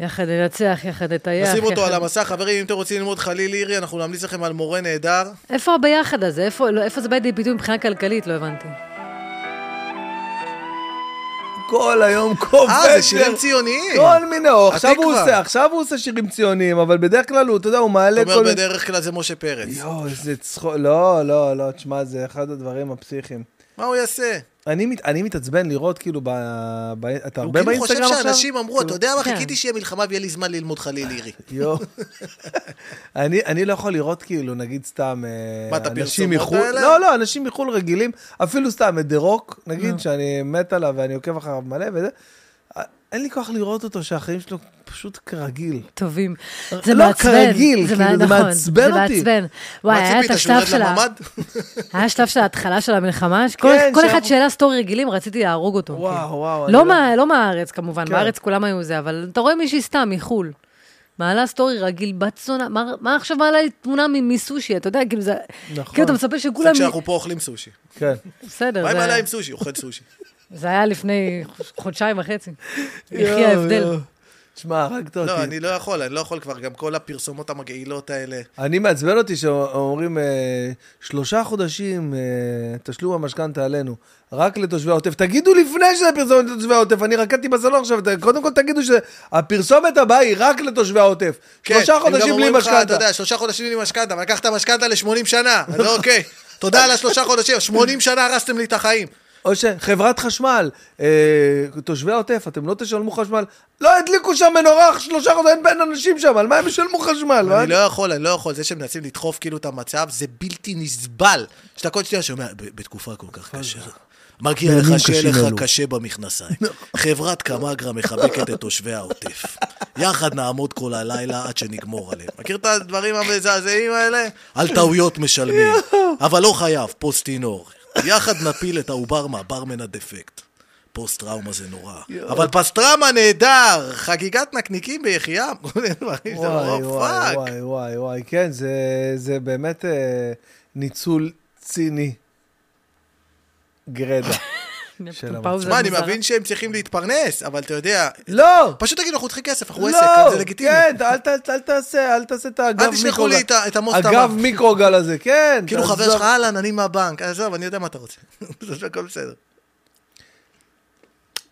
Speaker 4: יחד לנצח, יחד לטייח.
Speaker 2: נשים אותו
Speaker 4: יחד-
Speaker 2: על המסך, חברים, אם אתם רוצים ללמוד חליל אירי, אנחנו נמליץ לכם על מורה נהדר.
Speaker 4: איפה הביחד הזה? איפה, לא, איפה זה בא לידי ביטוי מבחינה כלכלית? לא הבנתי.
Speaker 3: כל היום קופץ.
Speaker 2: אה, זה
Speaker 3: לי.
Speaker 2: שירים ציוניים.
Speaker 3: כל מיני, או עכשיו הוא
Speaker 2: התקווה.
Speaker 3: עושה, עכשיו הוא עושה שירים ציוניים, אבל בדרך כלל הוא, אתה יודע, הוא
Speaker 2: אתה
Speaker 3: מעלה
Speaker 2: אומר
Speaker 3: כל מיני...
Speaker 2: בדרך כלל זה משה פרץ.
Speaker 3: יואו, איזה צחוק, לא, לא, לא, תשמע, זה אחד הדברים הפסיכיים.
Speaker 2: מה הוא יעשה?
Speaker 3: אני, מת, אני מתעצבן לראות, כאילו, ב... ב... אתה
Speaker 2: הוא
Speaker 3: הרבה
Speaker 2: כאילו חושב
Speaker 3: באינסטגרם עכשיו?
Speaker 2: שאנשים אמרו, אתה יודע מה,
Speaker 4: כן.
Speaker 2: חיכיתי שיהיה מלחמה ויהיה לי זמן ללמוד חליל אירי.
Speaker 3: יואו. אני, אני לא יכול לראות, כאילו, נגיד סתם אה,
Speaker 2: מה, את
Speaker 3: אנשים
Speaker 2: הפרסומות
Speaker 3: מחו"ל,
Speaker 2: האלה?
Speaker 3: לא, לא, אנשים מחו"ל רגילים, אפילו סתם את דה רוק,
Speaker 2: אה.
Speaker 3: נגיד, שאני מת עליו ואני עוקב אחריו מלא וזה, אה, אין לי כוח לראות אותו, שהחיים שלו פשוט כרגיל.
Speaker 2: אוקיי.
Speaker 4: טובים. זה
Speaker 3: לא,
Speaker 4: מעצבן.
Speaker 3: כרגיל, כאילו,
Speaker 4: מע-
Speaker 3: זה
Speaker 4: נכון,
Speaker 3: מעצבן אותי.
Speaker 4: זה מעצבן. וואי,
Speaker 2: מה
Speaker 4: היה את
Speaker 2: ציפית, שהוא
Speaker 4: השלב של
Speaker 2: ירד
Speaker 4: ה...
Speaker 2: לממ"ד?
Speaker 4: היה שלב של ההתחלה של המלחמה, שכל
Speaker 3: כן,
Speaker 4: כל
Speaker 3: שאנחנו-
Speaker 4: אחד שהעלה סטורי רגילים, רציתי להרוג אותו.
Speaker 3: וואו,
Speaker 4: כאילו.
Speaker 3: וואו, אני
Speaker 4: לא,
Speaker 3: לא-
Speaker 4: מה, לא מהארץ, כמובן,
Speaker 3: כן.
Speaker 4: בארץ כולם היו זה, אבל אתה רואה מישהי סתם, מחו"ל. מעלה סטורי רגיל, בת זונה, מה, מה עכשיו מעלה לי תמונה מ- מסושי, אתה יודע, כאילו זה...
Speaker 3: נכון.
Speaker 4: כאילו, אתה מצפה
Speaker 2: זה
Speaker 4: שכולם...
Speaker 2: כשאנחנו פה אוכלים סושי.
Speaker 3: כן.
Speaker 4: בסדר,
Speaker 2: מה אם
Speaker 4: זה-
Speaker 2: עלה עם סושי? אוכל סושי.
Speaker 4: זה היה לפני חודשיים וחצי. יחי
Speaker 3: יואו,
Speaker 4: ההבדל.
Speaker 3: יואו. תשמע, הרגת אותי.
Speaker 2: לא, אני לא יכול, אני לא יכול כבר, גם כל הפרסומות המגעילות האלה.
Speaker 3: אני מעצבן אותי שאומרים אה, שלושה חודשים אה, תשלום המשכנתה עלינו, רק לתושבי העוטף. תגידו לפני שזה פרסומת לתושבי העוטף, אני רקדתי בסלון עכשיו, ת- קודם כל תגידו שהפרסומת הבאה היא רק לתושבי העוטף.
Speaker 2: כן,
Speaker 3: שלושה
Speaker 2: הם גם
Speaker 3: חודשים בלי
Speaker 2: אומרים לך, אתה
Speaker 3: משכנתה.
Speaker 2: יודע, שלושה חודשים בלי משכנתה, אבל לקחת משכנתה ל-80 שנה. אז אוקיי, תודה על השלושה חודשים, 80 שנה הרסתם לי את החיים.
Speaker 3: או שחברת חשמל, אה, תושבי העוטף, אתם לא תשלמו חשמל. לא הדליקו שם מנורה שלושה חודשים, אין בין אנשים שם, על מה הם ישלמו חשמל? מה?
Speaker 2: אני לא יכול, אני לא יכול, זה שמנסים לדחוף כאילו את המצב, זה בלתי נסבל. שאתה כל שנייה שומע, "ב- בתקופה כל כך קשה. מגיע לך שיהיה
Speaker 3: קשים אלו."
Speaker 2: לך קשה במכנסיים. חברת קמגרה מחבקת את תושבי העוטף. יחד נעמוד כל הלילה עד שנגמור עליהם. מכיר את הדברים המזעזעים האלה? על טעויות משלמים. לא אבל לא חייב, פוסט צינור. יחד נפיל את העובר מהברמן הדפקט. פוסט-טראומה זה נורא. אבל פסטרמה נהדר, חגיגת נקניקים ביחיעם.
Speaker 3: וואי,
Speaker 2: וואי,
Speaker 3: וואי, וואי, וואי, וואי, כן, זה, זה באמת אה, ניצול ציני גרדה. של
Speaker 4: פאוזה
Speaker 2: מה, אני
Speaker 4: מוזרה.
Speaker 2: מבין שהם צריכים להתפרנס, אבל אתה יודע,
Speaker 3: לא!
Speaker 2: פשוט תגידו, אנחנו צריכים כסף, אנחנו
Speaker 3: לא!
Speaker 2: עסק, זה לגיטימי.
Speaker 3: כן, אל, ת, אל תעשה, אל תעשה את האגב
Speaker 2: אל תשלחו לי
Speaker 3: מיקרוגל.
Speaker 2: את ה- את המוסט הבא.
Speaker 3: אגב מיקרוגל הזה, כן.
Speaker 2: כאילו
Speaker 3: תעזוב.
Speaker 2: חבר שלך, אהלן, אני מהבנק, עזוב, אני יודע מה אתה רוצה. זה הכל בסדר.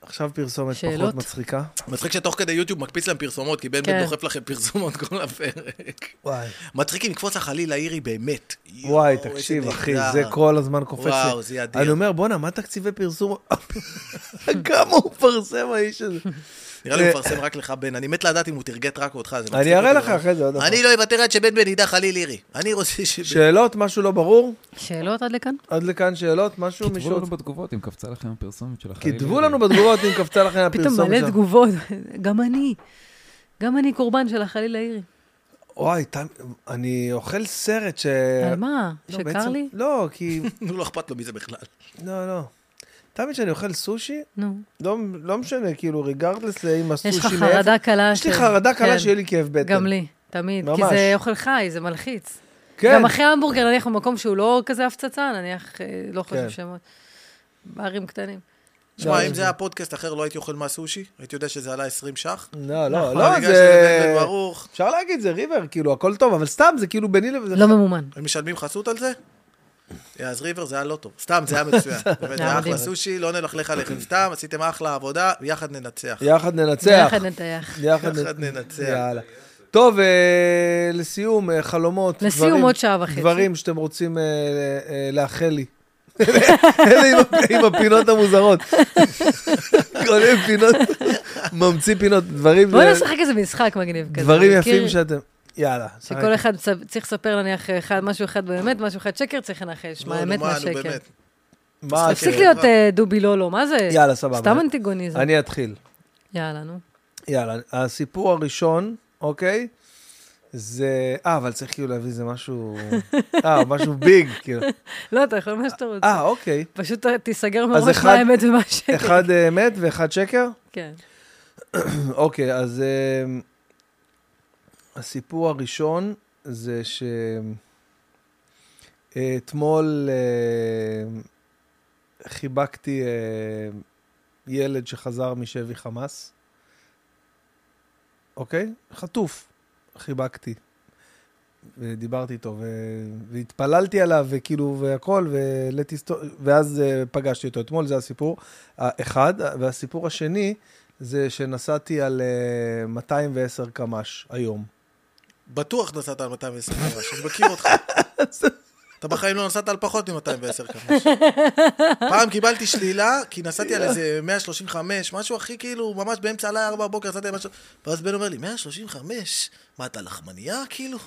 Speaker 3: עכשיו פרסומת פחות
Speaker 4: שאלות?
Speaker 3: מצחיקה.
Speaker 2: מצחיק שתוך כדי יוטיוב מקפיץ להם פרסומות, כי בן בן
Speaker 4: כן.
Speaker 2: דוחף לכם פרסומות כל הפרק.
Speaker 3: וואי.
Speaker 2: מצחיק אם קפוץ החליל האירי באמת.
Speaker 3: וואי,
Speaker 2: יואו,
Speaker 3: תקשיב,
Speaker 2: איזה
Speaker 3: אחי,
Speaker 2: נהדר.
Speaker 3: זה כל הזמן קופץ לי.
Speaker 2: וואו, זה אדיר.
Speaker 3: אני אומר, בואנה, מה תקציבי פרסום? כמה הוא מפרסם, האיש הזה?
Speaker 2: נראה לי הוא מפרסם רק לך, בן. אני מת לדעת אם הוא תרגט רק אותך. זה מצחיק
Speaker 3: אני אראה
Speaker 2: אותי
Speaker 3: לך
Speaker 2: מאוד.
Speaker 3: אחרי זה עוד פעם.
Speaker 2: אני לא אוותר עד שבן בן ידע חליל אירי. אני רוצה ש...
Speaker 3: שאלות, משהו לא ברור?
Speaker 4: שאלות עד לכאן?
Speaker 3: עד לכאן שאלות, משהו,
Speaker 5: כתבו
Speaker 3: מישהו?
Speaker 5: לנו בתגובות אם קפצה לכם הפרסומת של החיים.
Speaker 3: כתבו לנו בתגובות אם קפצה לכם
Speaker 4: פתאום
Speaker 3: הפרסומת
Speaker 4: מלא
Speaker 3: שלנו.
Speaker 4: תגובות. גם אני. גם אני קורבן של החליל האירי.
Speaker 3: וואי, תם- אני אוכל סרט ש...
Speaker 4: על מה?
Speaker 3: לא,
Speaker 4: שקר
Speaker 3: בעצם-
Speaker 4: לי?
Speaker 3: לא, כי...
Speaker 2: נו, לא אכפת לו מזה בכלל.
Speaker 3: לא, לא. תמיד כשאני אוכל סושי,
Speaker 4: נו.
Speaker 3: לא, לא משנה, כאילו, ריגרדלס לאם הסושי
Speaker 4: יש לך
Speaker 3: מאיפה-
Speaker 4: חרדה קלה.
Speaker 3: יש לי
Speaker 4: של-
Speaker 3: חרדה קלה
Speaker 4: כן.
Speaker 3: שיהיה לי כאב בטן.
Speaker 4: גם לי, תמיד. כי
Speaker 3: ממש.
Speaker 4: זה אוכל חי, זה מלחיץ.
Speaker 3: כן.
Speaker 4: גם אחרי המבורגר, נניח במקום שהוא לא כזה הפצצה, נניח, אה, לא
Speaker 3: כן.
Speaker 4: חושב שמות. בערים קטנים. לא,
Speaker 2: שמע, אם זה היה פודקאסט אחר, לא הייתי אוכל מהסושי? הייתי יודע שזה עלה 20 ש"ח?
Speaker 3: לא,
Speaker 5: נכון,
Speaker 3: לא,
Speaker 2: אבל
Speaker 3: לא,
Speaker 2: בגלל שזה בן
Speaker 3: זה...
Speaker 2: בן ברוך.
Speaker 3: אפשר להגיד, זה ריבר, כאילו, הכל טוב, אבל סתם, זה כאילו ביני לבין...
Speaker 4: לא ממומן.
Speaker 2: הם משלמים חסות על זה? אה, אז ריבר זה היה לא טוב. סתם, זה היה מצוין. באמת, זה היה אחלה
Speaker 4: מדהים.
Speaker 2: סושי, לא נלכלך עליכם סתם, עשיתם אחלה עבודה, ביחד ננצח.
Speaker 3: יחד ננצח.
Speaker 4: ביחד נטייח.
Speaker 3: יחד
Speaker 2: יחד ננצח.
Speaker 3: יאללה. טוב, אה, לסיום, אה, חלומות,
Speaker 4: לסיום,
Speaker 3: דברים-
Speaker 4: עוד שעה וחצי.
Speaker 3: דברים שאתם רוצים אה, אה, לאחל לי. אלה עם הפ- עם הפינות המוזרות. כל מיני פינות, ממציא פינות, דברים
Speaker 4: בואו
Speaker 3: ל-
Speaker 4: נשחק איזה משחק מגניב כזה.
Speaker 3: דברים
Speaker 4: אתה מכיר?
Speaker 3: יפים שאתם... יאללה, שחק.
Speaker 4: שכל אחד צ- צריך לספר נניח אחד, משהו אחד באמת, משהו אחד שקר, צריך לנחש. מה
Speaker 2: לא, נו,
Speaker 4: האמת,
Speaker 2: נו,
Speaker 4: מה
Speaker 2: נו,
Speaker 4: שקר.
Speaker 2: באמת.
Speaker 3: כן, מה את-
Speaker 4: תפסיק להיות אה, דובי לולו, מה זה?
Speaker 3: יאללה, סבבה.
Speaker 4: סתם אנטיגוניזם.
Speaker 3: אני אתחיל.
Speaker 4: יאללה, נו.
Speaker 3: יאללה, הסיפור הראשון, אוקיי? זה... אה, אבל צריך כאילו להביא איזה משהו... אה, משהו ביג, כאילו.
Speaker 4: לא, אתה יכול מה שאתה רוצה.
Speaker 3: אה, אוקיי.
Speaker 4: פשוט ת- תיסגר מראש
Speaker 3: אחד-
Speaker 4: מה האמת ומה השקר.
Speaker 3: אחד אה, מת ואחד שקר?
Speaker 4: כן.
Speaker 3: אוקיי, אז אה, הסיפור הראשון זה שאתמול אמ, חיבקתי אה, ילד שחזר משבי חמאס, אוקיי? חטוף, חיבקתי. ודיברתי איתו, ו... והתפללתי עליו, וכאילו, והכל, והעליתי סטו... ואז אה, פגשתי אותו אתמול, זה הסיפור האחד. והסיפור השני, זה שנסעתי על אה, 210 קמ"ש היום.
Speaker 2: בטוח נסעת על 220 קמ"ש, אני מכיר אותך. אתה בחיים לא נסעת על פחות מ-210 קמ"ש. פעם קיבלתי שלילה, כי נסעתי על איזה 135, משהו הכי כאילו, ממש באמצע הלילה, 4 בבוקר, נסעתי על משהו, ואז בן אומר לי, 135? מה, אתה לחמנייה כאילו?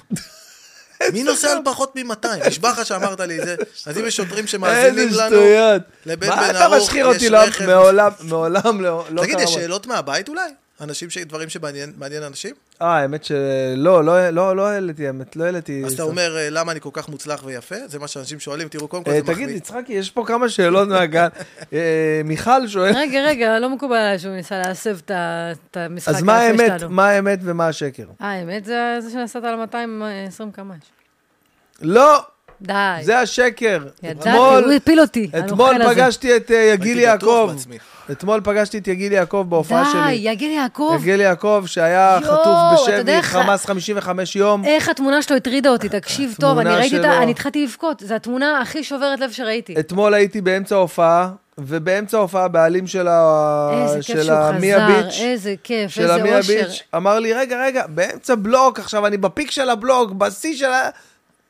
Speaker 2: מי נוסע על פחות מ-200? נשבע לך שאמרת לי את זה. אז אם יש שוטרים שמאזינים
Speaker 3: איזה
Speaker 2: לנו...
Speaker 3: שטויות.
Speaker 2: לבן
Speaker 3: מה
Speaker 2: בן
Speaker 3: אתה
Speaker 2: ארוך
Speaker 3: משחיר
Speaker 2: יש
Speaker 3: אותי? לא-
Speaker 2: רכב.
Speaker 3: מעולם, מעולם לא לא
Speaker 2: תגיד,
Speaker 3: קרה
Speaker 2: יש
Speaker 3: משהו.
Speaker 2: שאלות מהבית אולי? אנשים, ש- דברים שמעניין מעניין אנשים?
Speaker 3: אה, האמת שלא, לא- לא לא העליתי, האמת, לא העליתי.
Speaker 2: אז אתה אומר, אה, למה אני כל כך מוצלח ויפה? זה מה שאנשים שואלים, תראו, קודם כל
Speaker 3: אה,
Speaker 2: זה
Speaker 3: תגיד,
Speaker 2: מחמיא.
Speaker 3: יצחקי, יש פה כמה שאלות מהגן. אה, מיכל שואלת,
Speaker 4: רגע, רגע, לא מקובל עליי שהוא ניסה להסב את ה- את המשחק
Speaker 3: אז מה
Speaker 4: היפה
Speaker 3: האמת,
Speaker 4: שלנו.
Speaker 3: מה האמת ומה השקר?
Speaker 4: אה, האמת זה זה שנסעת על 220 קמ"ש.
Speaker 3: לא,
Speaker 4: די.
Speaker 3: זה השקר.
Speaker 4: ידעתי,
Speaker 3: אתמול-
Speaker 4: הוא הפיל אותי.
Speaker 3: אתמול
Speaker 4: הנוכל הזה.
Speaker 3: פגשתי את אה, יגיל
Speaker 2: הייתי בטוח
Speaker 3: יעקב.
Speaker 2: בעצמי.
Speaker 3: אתמול פגשתי את יגיל יעקב בהופעה
Speaker 4: די,
Speaker 3: שלי.
Speaker 4: יגיל יעקוב.
Speaker 3: יגיל יעקב, שהיה
Speaker 4: יואו,
Speaker 3: חטוף
Speaker 4: אתה יודע
Speaker 3: בשבי
Speaker 4: איך-
Speaker 3: חמאס 55 יום.
Speaker 4: איך התמונה שלו הטרידה אותי, תקשיב טוב, אני
Speaker 3: התמונה
Speaker 4: ראיתי
Speaker 3: שלו.
Speaker 4: אותה, אני התחלתי לבכות, זו התמונה הכי שוברת לב שראיתי.
Speaker 3: אתמול הייתי באמצע ההופעה, ובאמצע ההופעה הבעלים של ה...
Speaker 4: איזה כיף
Speaker 3: אה, של
Speaker 4: שהוא
Speaker 3: המיה
Speaker 4: חזר,
Speaker 3: ביץ',
Speaker 4: איזה כיף,
Speaker 3: של
Speaker 4: איזה
Speaker 3: המיה
Speaker 4: אושר.
Speaker 3: ביץ', אמר לי, רגע, רגע, באמצע בלוק, עכשיו אני בפיק של הבלוק, בשיא של ה...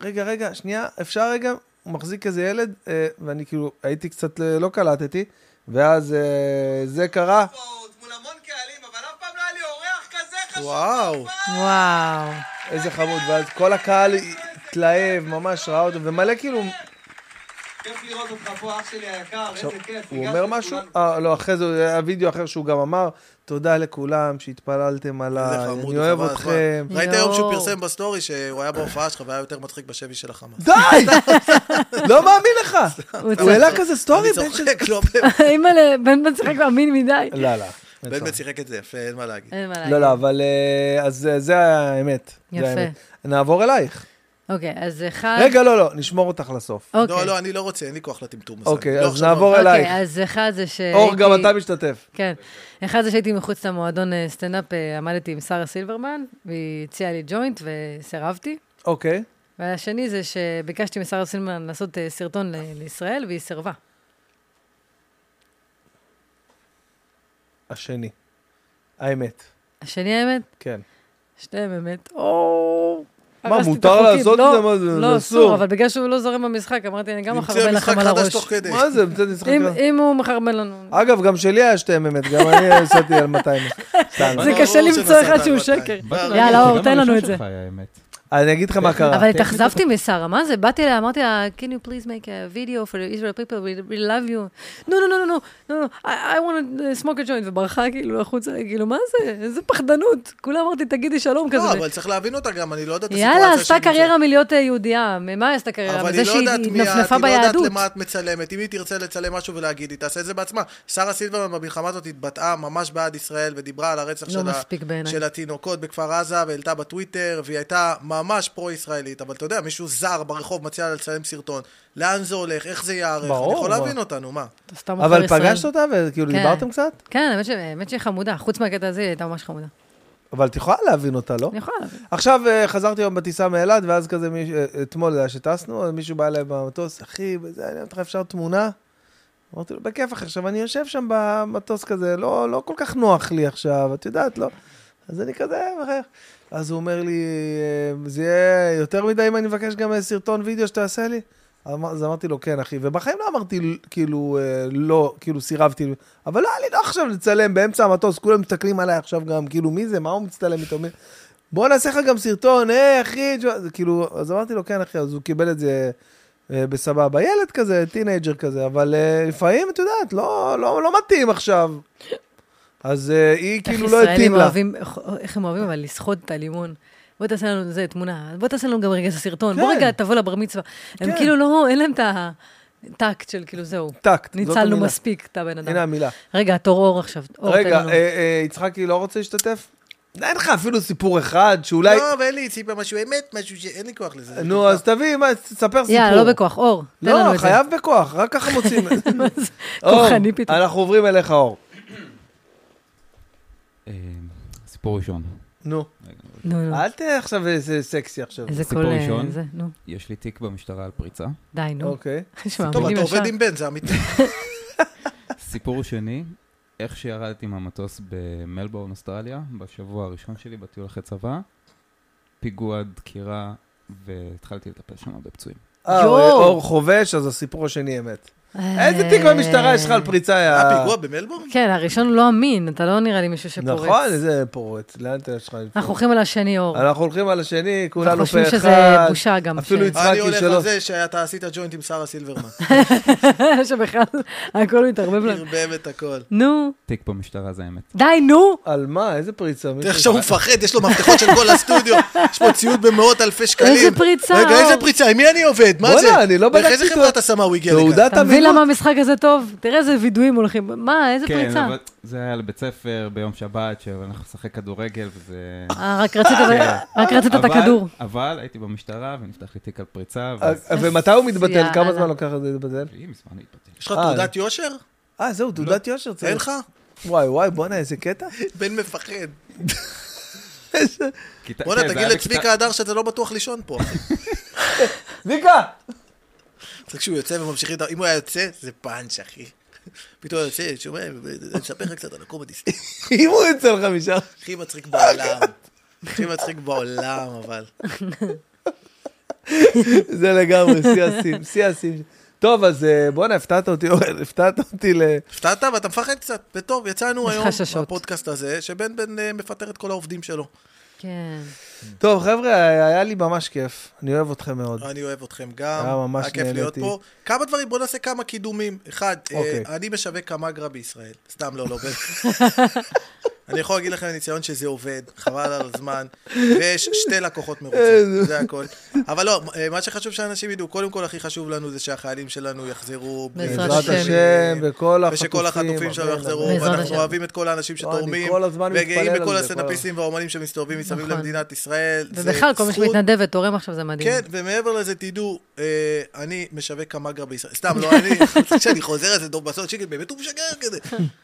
Speaker 3: רגע, רגע, שנייה, אפשר רגע? הוא מחזיק איזה ילד, אה, ואני כאילו, הייתי קצת, אה, לא קלטתי, ואז אה, זה קרה.
Speaker 2: וואו.
Speaker 4: וואו.
Speaker 3: איזה חמוד, ואז כל הקהל התלהב, ממש ראה אותו, ומלא כאילו
Speaker 1: כיף לראות אותך פה, אח שלי היקר,
Speaker 3: עכשיו,
Speaker 2: כן,
Speaker 1: איזה כיף.
Speaker 3: הוא
Speaker 1: הגעת
Speaker 3: אומר משהו?
Speaker 1: לכולם.
Speaker 3: אה, לא, אחרי זה היה וידאו אחר שהוא גם אמר, תודה לכולם שהתפללתם
Speaker 2: איזה
Speaker 3: עליי,
Speaker 2: חמוד,
Speaker 3: אני אוהב
Speaker 2: חבל הזמן.
Speaker 3: אתכם.
Speaker 2: ראית היום שהוא
Speaker 4: יואו.
Speaker 2: פרסם בסטורי שהוא היה בהופעה שלך והיה יותר מצחיק בשבי של החמאס.
Speaker 3: די! לא מאמין לך. הוא
Speaker 4: צוחק.
Speaker 3: העלה כזה סטורי,
Speaker 2: אני
Speaker 3: בן של...
Speaker 2: צוחק, לא באמת.
Speaker 4: אימא'לה, בן בן שיחק מאמין מדי.
Speaker 3: לא, לא. אין
Speaker 2: בן
Speaker 3: צורך.
Speaker 2: בן שיחק את זה יפה, אין מה להגיד.
Speaker 4: אין מה להגיד.
Speaker 3: לא, לא, אבל אה, אז אה, זה האמת. זה
Speaker 4: יפה.
Speaker 3: האמת. נעבור אלייך.
Speaker 4: אוקיי, אז אחד...
Speaker 3: רגע, לא, לא, נשמור אותך לסוף.
Speaker 4: אוקיי.
Speaker 2: לא, לא, אני לא רוצה, אין לי כוח לטמטום הזה.
Speaker 3: אוקיי,
Speaker 2: לא,
Speaker 3: אז
Speaker 2: עכשיו
Speaker 3: נעבור
Speaker 2: לא.
Speaker 3: אלייך.
Speaker 4: אוקיי, אז אחד זה ש...
Speaker 3: אור, גם אתה משתתף.
Speaker 4: כן. אחד זה שהייתי מחוץ למועדון אה, סטנדאפ, אה, עמדתי עם שרה סילברמן, והיא הציעה לי ג'וינט וסירבתי.
Speaker 3: אוקיי.
Speaker 4: והשני זה שביקשתי משרה סילברמן לעשות אה, סרטון ל- לישראל, והיא סירבה.
Speaker 3: השני. האמת.
Speaker 4: השני האמת?
Speaker 3: כן.
Speaker 4: שתיהם אמת. או...
Speaker 3: מה,
Speaker 4: הרסתי את
Speaker 3: מותר
Speaker 4: החוקים.
Speaker 3: לעשות
Speaker 4: לא,
Speaker 3: את זה? מה זה-
Speaker 4: לא, אסור,
Speaker 3: זה אסור.
Speaker 4: אבל בגלל שהוא לא זורם במשחק, אמרתי, אני גם
Speaker 2: נמצא
Speaker 4: אחרבן לכם
Speaker 2: משחק
Speaker 4: על
Speaker 2: חדש
Speaker 4: הראש.
Speaker 2: תוך כדי.
Speaker 3: מה זה, מצאת משחק?
Speaker 4: אם- אם הוא מחרבן לנו.
Speaker 3: אגב, גם שלי היה שתי אמת, גם אני עשיתי על 200. סתם.
Speaker 4: זה
Speaker 2: ברור
Speaker 4: קשה למצוא
Speaker 2: שנסעת
Speaker 4: אחד
Speaker 2: על
Speaker 4: שהוא
Speaker 2: 200.
Speaker 4: שקר.
Speaker 5: באתי להגיד
Speaker 4: יאללה, אור,
Speaker 5: שגם
Speaker 4: תן לנו
Speaker 5: הראשון
Speaker 4: את זה.
Speaker 5: שלך היה אמת.
Speaker 3: אני אגיד לך מה קרה.
Speaker 4: אבל התאכזבתי משרה, מה זה? באתי אליה, אמרתי לה, can you please make a video for the Israel people, we, we love you. no, no, no, no, no, no, no, I, I want to smoke a joint, וברחה כאילו החוצה, כאילו, מה זה? איזה פחדנות. כולה אמרתי, תגידי שלום כזה.
Speaker 2: לא, אבל צריך להבין אותה גם, אני לא יודע את הסיטואציה.
Speaker 4: יאללה, עשתה
Speaker 2: שהיא
Speaker 4: קריירה מלהיות אה, יהודייה. ממה היא עשתה קריירה?
Speaker 2: אבל
Speaker 4: מזה
Speaker 2: היא לא
Speaker 4: שהיא
Speaker 2: יודעת מי את,
Speaker 4: התנפנפה
Speaker 2: היא לא יודעת
Speaker 4: ביהדות.
Speaker 2: למה את מצלמת. אם היא תרצה לצלם משהו ולהגיד, היא תעשה את זה בעצמה. שרה סילברמן במלחמה הזאת התבטאה ממש בעד ישראל ודיברה על הרצח
Speaker 4: לא
Speaker 2: של, ה...
Speaker 4: מספיק בעיניי.
Speaker 2: של התינוקות בכפר עזה, והעלתה בטוויטר, והיא הייתה ממש פרו-ישראלית. אבל אתה יודע, מישהו זר ברחוב מציע לה לצלם סרטון. לאן זה הולך, איך זה יערך,
Speaker 3: ברור,
Speaker 2: אני יכול
Speaker 3: מה.
Speaker 2: להבין אותנו, מה?
Speaker 4: אתה סתם מוכר
Speaker 3: אבל
Speaker 4: ישראל.
Speaker 3: פגשת אותה וכאילו
Speaker 4: כן.
Speaker 3: דיברתם קצת?
Speaker 4: כן, האמת ש- האמת שהיא חמודה. חוץ מהקטע הזה, היא הייתה ממש חמודה.
Speaker 3: אבל את יכולה להבין אותה, לא?
Speaker 4: אני יכולה להבין.
Speaker 3: עכשיו אה, חזרתי היום בטיסה מאילת, ואז כזה, מיש- אה, אתמול זה היה שטסנו, אז מישהו בא אליי במטוס, אחי, וזה, אני אומר לך, אפשר תמונה? אמרתי לו, בכיף אחי, עכשיו אני יושב שם במטוס כזה, לא, לא כל כך נוח לי עכשיו, את יודעת, לא? אז אני כזה מחייך. אז הוא אומר לי, אה, זה יהיה יותר מדי אם אני מבקש גם אה, סרטון וידאו שתעשה לי? אמר- אז אמרתי לו, כן, אחי. ובחיים לא אמרתי, כאילו, אה, לא, כאילו, סירבתי. אבל לא היה לי נוח עכשיו לצלם באמצע המטוס, כולם מסתכלים עליי עכשיו גם, כאילו, מי זה? מה הוא מצטלם איתו? מי... בוא נעשה לך גם סרטון, היי, אחי, תשמע", זה כאילו, אז אמרתי לו, כן, אחי, אז הוא קיבל את זה אה, בסבבה. ילד כזה, טינג'ר כזה, אבל אה, לפעמים, את יודעת, לא, לא, לא מתאים עכשיו. אז אה, היא כאילו לא
Speaker 4: איך ישראלים
Speaker 3: התאים לה.
Speaker 4: אוהבים, איך- איך הם אוהבים אבל לסחוד את הלימון. בוא תעשה לנו זה, תמונה, בוא תעשה לנו גם רגע את הסרטון, בוא
Speaker 3: כן.
Speaker 4: רגע תבוא לבר מצווה. הם
Speaker 3: כן.
Speaker 4: כאילו לא, אין להם את הטקט של כאילו זהו.
Speaker 3: טקט, זאת
Speaker 4: ניצלנו
Speaker 3: המילה.
Speaker 4: מספיק את הבן
Speaker 3: הנה
Speaker 4: אדם.
Speaker 3: המילה.
Speaker 4: רגע, תור אור עכשיו, אור אוקיי, תן
Speaker 3: רגע,
Speaker 4: לנו.
Speaker 3: אה, אה, יצחקי לא רוצה להשתתף? אין לך אפילו סיפור אחד שאולי...
Speaker 2: לא, ואין לי ציפה משהו אמת, משהו שאין לי כוח לזה.
Speaker 3: נו, אז תביא, מה, תספר סיפור.
Speaker 4: יאללה, לא בכוח, אור, תן לנו
Speaker 3: לא,
Speaker 4: את זה.
Speaker 3: חייב בכוח, רק ככה מוצאים.
Speaker 4: מה זה?
Speaker 3: אור,
Speaker 4: כוחני פתאום.
Speaker 3: אנחנו עוברים אליך, אור.
Speaker 5: אה, סיפור ראשון.
Speaker 3: נו,
Speaker 4: נו, נו,
Speaker 3: אל תהיה עכשיו איזה סקסי עכשיו.
Speaker 4: איזה
Speaker 5: סיפור
Speaker 4: קול, אה,
Speaker 5: ראשון.
Speaker 4: זה, נו,
Speaker 5: יש לי תיק במשטרה על פריצה.
Speaker 4: די, נו.
Speaker 3: אוקיי.
Speaker 4: שמע,
Speaker 2: טוב,
Speaker 4: מילים
Speaker 2: אתה
Speaker 4: ישר.
Speaker 2: עובד עם בן, זה אמיתי.
Speaker 5: סיפור שני, איך שירדתי מהמטוס במלבורן, אוסטרליה, בשבוע הראשון שלי בטיול אחרי צבא, פיגוע דקירה, והתחלתי לטפל שם בפצועים.
Speaker 3: אה,
Speaker 4: יואו.
Speaker 3: אור חובש, אז הסיפור השני אמת. איזה תיק במשטרה יש לך על פריצה?
Speaker 4: אה,
Speaker 3: אה,
Speaker 2: היה
Speaker 3: יא-
Speaker 2: פיגוע במלבורן?
Speaker 4: כן, הראשון הוא לא אמין, אתה לא נראה לי מישהו שפורץ.
Speaker 3: נכון, איזה פורץ. לאן אתה יש לך?
Speaker 4: אנחנו הולכים על השני, אור.
Speaker 3: אנחנו הולכים על השני,
Speaker 4: אנחנו
Speaker 3: כולנו פה
Speaker 4: חושבים
Speaker 3: אחד.
Speaker 4: שזה בושה גם.
Speaker 3: אפילו
Speaker 4: ש-
Speaker 3: יצחקי
Speaker 2: אני הולך
Speaker 3: שלא-
Speaker 2: על זה שאתה עשית ג'וינט עם שרה סילברמן.
Speaker 4: שבכלל הכל מתערבב לנו.
Speaker 2: ערבב את הכל.
Speaker 4: נו,
Speaker 5: תיק במשטרה זה האמת.
Speaker 4: די, נו.
Speaker 3: על מה? איזה פריצה? מי-
Speaker 2: תראה איך שהוא מפחד, יש לו מפתחות של כל הסטודיו, יש פה ציוד במאות אלפי שקלים.
Speaker 4: איזה פריצה,
Speaker 2: רגע,
Speaker 4: אור.
Speaker 2: איזה פריצה? עם מי אני עובד? מה זה?
Speaker 3: בואנה, אני לא
Speaker 2: דרך
Speaker 3: בדקתי
Speaker 2: איזה
Speaker 3: את
Speaker 2: חברת
Speaker 3: ה-
Speaker 2: השמה הוא הגיע לכאן?
Speaker 3: תעודת
Speaker 4: אתה מבין
Speaker 3: המילוט.
Speaker 4: למה המשחק הזה טוב? תראה איזה וידויים הולכים. מה,
Speaker 3: כן,
Speaker 4: איזה פריצה.
Speaker 5: כן, אבל זה היה לבית ספר ביום שבת, שאנחנו נשחק כדורגל, וזה...
Speaker 4: אה, רק רצית
Speaker 5: כן.
Speaker 4: רק רצית את
Speaker 5: אבל-
Speaker 4: הכדור.
Speaker 5: אבל הייתי במשטרה, ונפתח לי תיק על פריצה, ואז...
Speaker 3: אז- אה, ומתי הוא מתבטל?
Speaker 4: יאללה.
Speaker 3: כמה זמן לוקח את זה להתבטל?
Speaker 5: היא מזמן התבטלתי.
Speaker 2: יש לך תעודת יושר?
Speaker 3: אה, זהו, תעודת יושר צריך.
Speaker 2: אין לך?
Speaker 3: וואי, וואי, בואנה, איזה קטע.
Speaker 2: בן מפחד.
Speaker 5: כיתה-
Speaker 2: בוא'נה,
Speaker 5: כן, זה
Speaker 2: תגיד
Speaker 5: היה בכיתה-
Speaker 2: לצביקה הדר שאתה לא בטוח לישון פה. אחי.
Speaker 3: ויקה!
Speaker 2: צריך שהוא יוצא וממשיך איתו, אם הוא היה יוצא, זה פאנץ', אחי. פתאום הוא יוצא, שומע, אני אספר לך קצת על הקומדיסט.
Speaker 3: אם הוא יוצא לך משם.
Speaker 2: הכי מצחיק בעולם. הכי מצחיק בעולם, אבל.
Speaker 3: זה לגמרי, שיא השיאים, שיא השיאים. טוב, אז אה, בואנה, הפתעת אותי, אורן, הפתעת אותי ל...
Speaker 2: הפתעת ואתה מפחד קצת, וטוב, יצאנו
Speaker 4: יש
Speaker 2: היום
Speaker 4: חששות.
Speaker 2: בפודקאסט הזה, שבן בן אה, מפטר את כל העובדים שלו.
Speaker 4: כן.
Speaker 3: טוב, חבר'ה, היה לי ממש כיף. אני אוהב אתכם מאוד.
Speaker 2: אני אוהב אתכם גם.
Speaker 3: היה ממש
Speaker 2: היה כיף להיות
Speaker 3: נהניתי.
Speaker 2: פה. כמה דברים, בוא נעשה כמה קידומים. אחד, אה,
Speaker 3: אוקיי.
Speaker 2: אני משווק קמגרה בישראל. סתם לא, לא עובד. אני יכול להגיד לכם מניסיון שזה עובד, חבל על הזמן, ויש שתי לקוחות מרוצים, זה הכל. אבל לא, אה, מה שחשוב שאנשים ידעו, קודם כל הכי חשוב לנו זה שהחיילים שלנו יחזרו.
Speaker 4: בעזרת
Speaker 3: בעזרת
Speaker 4: השם.
Speaker 3: השם, וכל החטופים.
Speaker 2: ושכל החטופים שלנו
Speaker 3: אמן,
Speaker 2: יחזרו,
Speaker 3: אמן.
Speaker 4: בעזרת
Speaker 2: ואנחנו
Speaker 4: השם.
Speaker 2: אוהבים את כל האנשים
Speaker 3: לא, אני
Speaker 2: שתורמים,
Speaker 3: כל הזמן
Speaker 2: וגאים בכל
Speaker 3: מתפלל על זה, כל
Speaker 2: הסטנדאפיסטים והאומנים שמסתובבים מסביב
Speaker 4: נכון.
Speaker 2: למדינת ישראל. זה
Speaker 4: ובכלל, כל מי
Speaker 2: זכות.
Speaker 4: שמתנדב ותורם עכשיו זה מדהים.
Speaker 2: כן, ומעבר לזה, תדעו, אה, אני משווק קמגרה בישראל. סתם, לא, אני, כשאני חוזר על זה, דוב בסוד שקל, באמת הוא משגר כזה.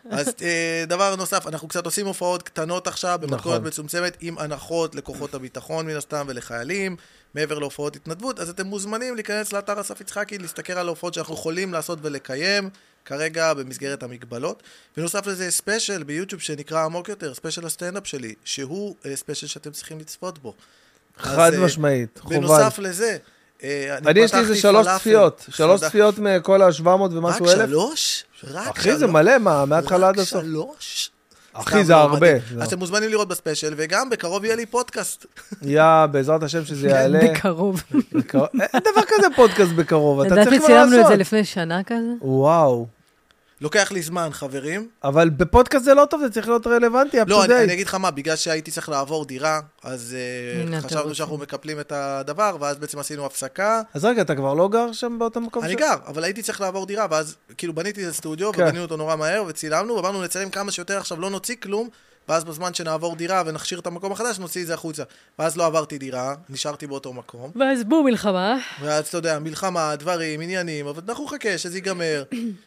Speaker 2: אז אה, דבר נוסף, אנחנו קצת עושים הופעות קטנות עכשיו, במתכונת
Speaker 3: נכון.
Speaker 2: מצומצמת, עם הנחות לכוחות הביטחון, מן הסתם, ולחיילים, מעבר להופעות התנדבות, אז אתם מוזמנים להיכנס לאתר אסף יצחקי, להסתכל על ההופעות שאנחנו יכולים לעשות ולקיים. כרגע במסגרת המגבלות. בנוסף לזה יש ספיישל ביוטיוב שנקרא עמוק יותר, ספיישל הסטנדאפ שלי, שהוא אה, ספיישל שאתם צריכים לצפות בו.
Speaker 3: חד
Speaker 2: אז, אה,
Speaker 3: משמעית, חובה.
Speaker 2: בנוסף לזה, אה,
Speaker 3: אני יש לי איזה
Speaker 2: פתחתי
Speaker 3: שלוש
Speaker 2: פלאפל.
Speaker 3: צפיות, שלוש
Speaker 2: תודה.
Speaker 3: צפיות מכל ה-700
Speaker 2: רק
Speaker 3: ומשהו אלף.
Speaker 2: שלוש? רק
Speaker 3: אחי, זה
Speaker 2: שלוש?
Speaker 3: מלא, מה, מההתחלה
Speaker 2: לא. רק
Speaker 3: עד הסוף.
Speaker 2: שלוש?
Speaker 3: אחי,
Speaker 2: סתם,
Speaker 3: זה
Speaker 2: לא,
Speaker 3: הרבה.
Speaker 2: מדהים. אז אתם מוזמנים לראות בספיישל, וגם בקרוב יהיה לי פודקאסט.
Speaker 3: יא, בעזרת השם שזה
Speaker 2: כן,
Speaker 3: יעלה.
Speaker 4: בקרוב.
Speaker 3: בקרוב. אין דבר כזה פודקאסט בקרוב, אתה
Speaker 4: לדעתי
Speaker 3: צריך כבר
Speaker 4: צילמנו את זה
Speaker 3: לעשות.
Speaker 4: לפני שנה כזה.
Speaker 3: וואו.
Speaker 2: לוקח לי זמן, חברים.
Speaker 3: אבל בפודקאסט זה לא טוב, זה צריך להיות רלוונטי, up
Speaker 2: לא,
Speaker 3: to
Speaker 2: אני, אני
Speaker 3: date.
Speaker 2: אגיד לך מה, בגלל שהייתי צריך לעבור דירה, אז אה,
Speaker 4: הנה, אתה
Speaker 2: חשבנו
Speaker 4: רוצה.
Speaker 2: שאנחנו מקפלים את הדבר, ואז בעצם עשינו הפסקה.
Speaker 3: אז רגע, אתה כבר לא גר שם באותו מקום?
Speaker 2: אני
Speaker 3: ש-
Speaker 2: גר, אבל הייתי צריך לעבור דירה, ואז כאילו בניתי איזה סטודיו,
Speaker 3: כן.
Speaker 2: ובנינו אותו נורא מהר, וצילמנו, ואמרנו נצלם כמה שיותר, עכשיו לא נוציא כלום, ואז בזמן שנעבור דירה ונכשיר את המקום החדש, נוציא את זה החוצה. ואז לא עברתי דירה, נשארתי באותו מקום,
Speaker 4: ואז בום, מלחמה.
Speaker 2: ואז אתה יודע, מלחמה, דברים, עניינים, אבל אנחנו נחכה שזה ייגמר.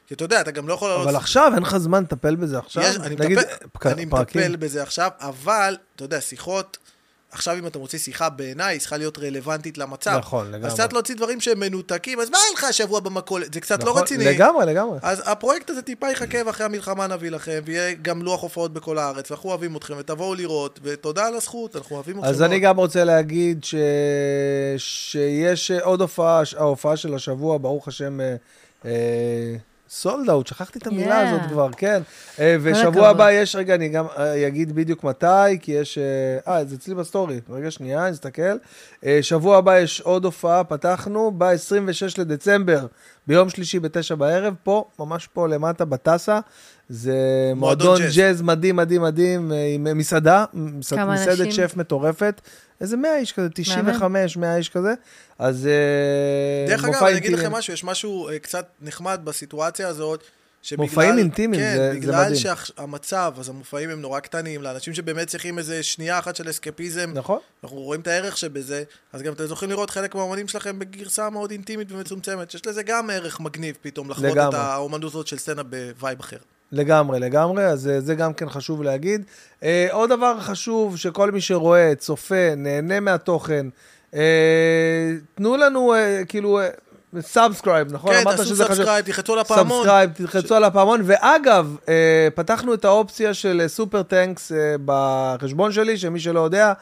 Speaker 2: כי אתה יודע, אתה גם לא יכול... לעלות-
Speaker 3: אבל עכשיו אין לך זמן לטפל בזה עכשיו?
Speaker 2: יש- אני
Speaker 3: נגיד,
Speaker 2: מטפל-
Speaker 3: פק-
Speaker 2: אני
Speaker 3: פרקים.
Speaker 2: מטפל בזה עכשיו, אבל, אתה יודע, שיחות... עכשיו אם אתה מוציא שיחה בעיניי, היא צריכה להיות רלוונטית למצב.
Speaker 3: נכון,
Speaker 2: אז
Speaker 3: לגמרי.
Speaker 2: קצת להוציא דברים שהם מנותקים, אז מה היה לך השבוע במכולת? זה קצת לא
Speaker 3: נכון,
Speaker 2: רציני.
Speaker 3: לגמרי, לגמרי.
Speaker 2: אז הפרויקט הזה טיפה יחכה, ואחרי המלחמה נביא לכם, ויהיה גם לוח הופעות בכל הארץ, ואנחנו אוהבים אתכם, ותבואו לראות, ותודה על הזכות, אנחנו אוהבים אתכם.
Speaker 3: אז אני
Speaker 2: מאוד.
Speaker 3: גם רוצה להגיד ש... שיש עוד הופעה, ש- ההופעה של השבוע, ברוך השם, אה, סולד אאוט, שכחתי את המילה
Speaker 4: Yeah.
Speaker 3: הזאת כבר, כן. אה, ושבוע
Speaker 4: הכבוד.
Speaker 3: הבא יש, רגע, אני גם אה, אגיד בדיוק מתי, כי יש... אה, אה, זה אצלי בסטורי, רגע שנייה, נסתכל. אה, שבוע הבא יש עוד הופעה, פתחנו, ב-26 לדצמבר, ביום שלישי בתשע בערב, פה, ממש פה למטה, בטסה. זה
Speaker 2: מועדון
Speaker 3: מועדון
Speaker 2: ג'אז.
Speaker 3: ג'אז מדהים, מדהים, מדהים, אה, עם מסעדה, מסעד-
Speaker 4: כמה
Speaker 3: מסעדת
Speaker 4: אנשים?
Speaker 3: שף מטורפת, איזה 100 איש כזה, 95, 100 איש כזה, אז אה,
Speaker 2: דרך אגב,
Speaker 3: מופע
Speaker 2: אני אגיד
Speaker 3: אינטימי.
Speaker 2: לכם משהו, יש משהו אה, קצת נחמד בסיטואציה הזאת, שבגלל...
Speaker 3: מופעים אינטימיים,
Speaker 2: כן,
Speaker 3: זה- זה
Speaker 2: בגלל
Speaker 3: מדהים.
Speaker 2: שהמצב, אז המופעים הם נורא קטנים, לאנשים שבאמת צריכים איזה שנייה אחת של אסקפיזם,
Speaker 3: נכון?
Speaker 2: אנחנו רואים את הערך שבזה, אז גם אתם זוכרים לראות חלק מהאומנים שלכם בגרסה מאוד אינטימית ומצומצמת, שיש לזה גם ערך מגניב פתאום לחוות את
Speaker 3: לגמרי.
Speaker 2: האומנות הזאת של סצנה בווייב אחר.
Speaker 3: לגמרי, לגמרי, אז אה, זה גם כן חשוב להגיד. אה, עוד דבר חשוב, שכל מי שרואה, צופה, נהנה מהתוכן, אה, תנו לנו, אה, כאילו, סאבסקרייב, נכון?
Speaker 2: כן,
Speaker 3: אמרת
Speaker 2: תעשו
Speaker 3: שזה חשוב.
Speaker 2: סאבסקרייב, תלחצו על הפעמון.
Speaker 3: סאבסקרייב, תלחצו על הפעמון. ואגב, אה, פתחנו את האופציה של אה, סופר טנקס אה, בחשבון שלי, שמי שלא יודע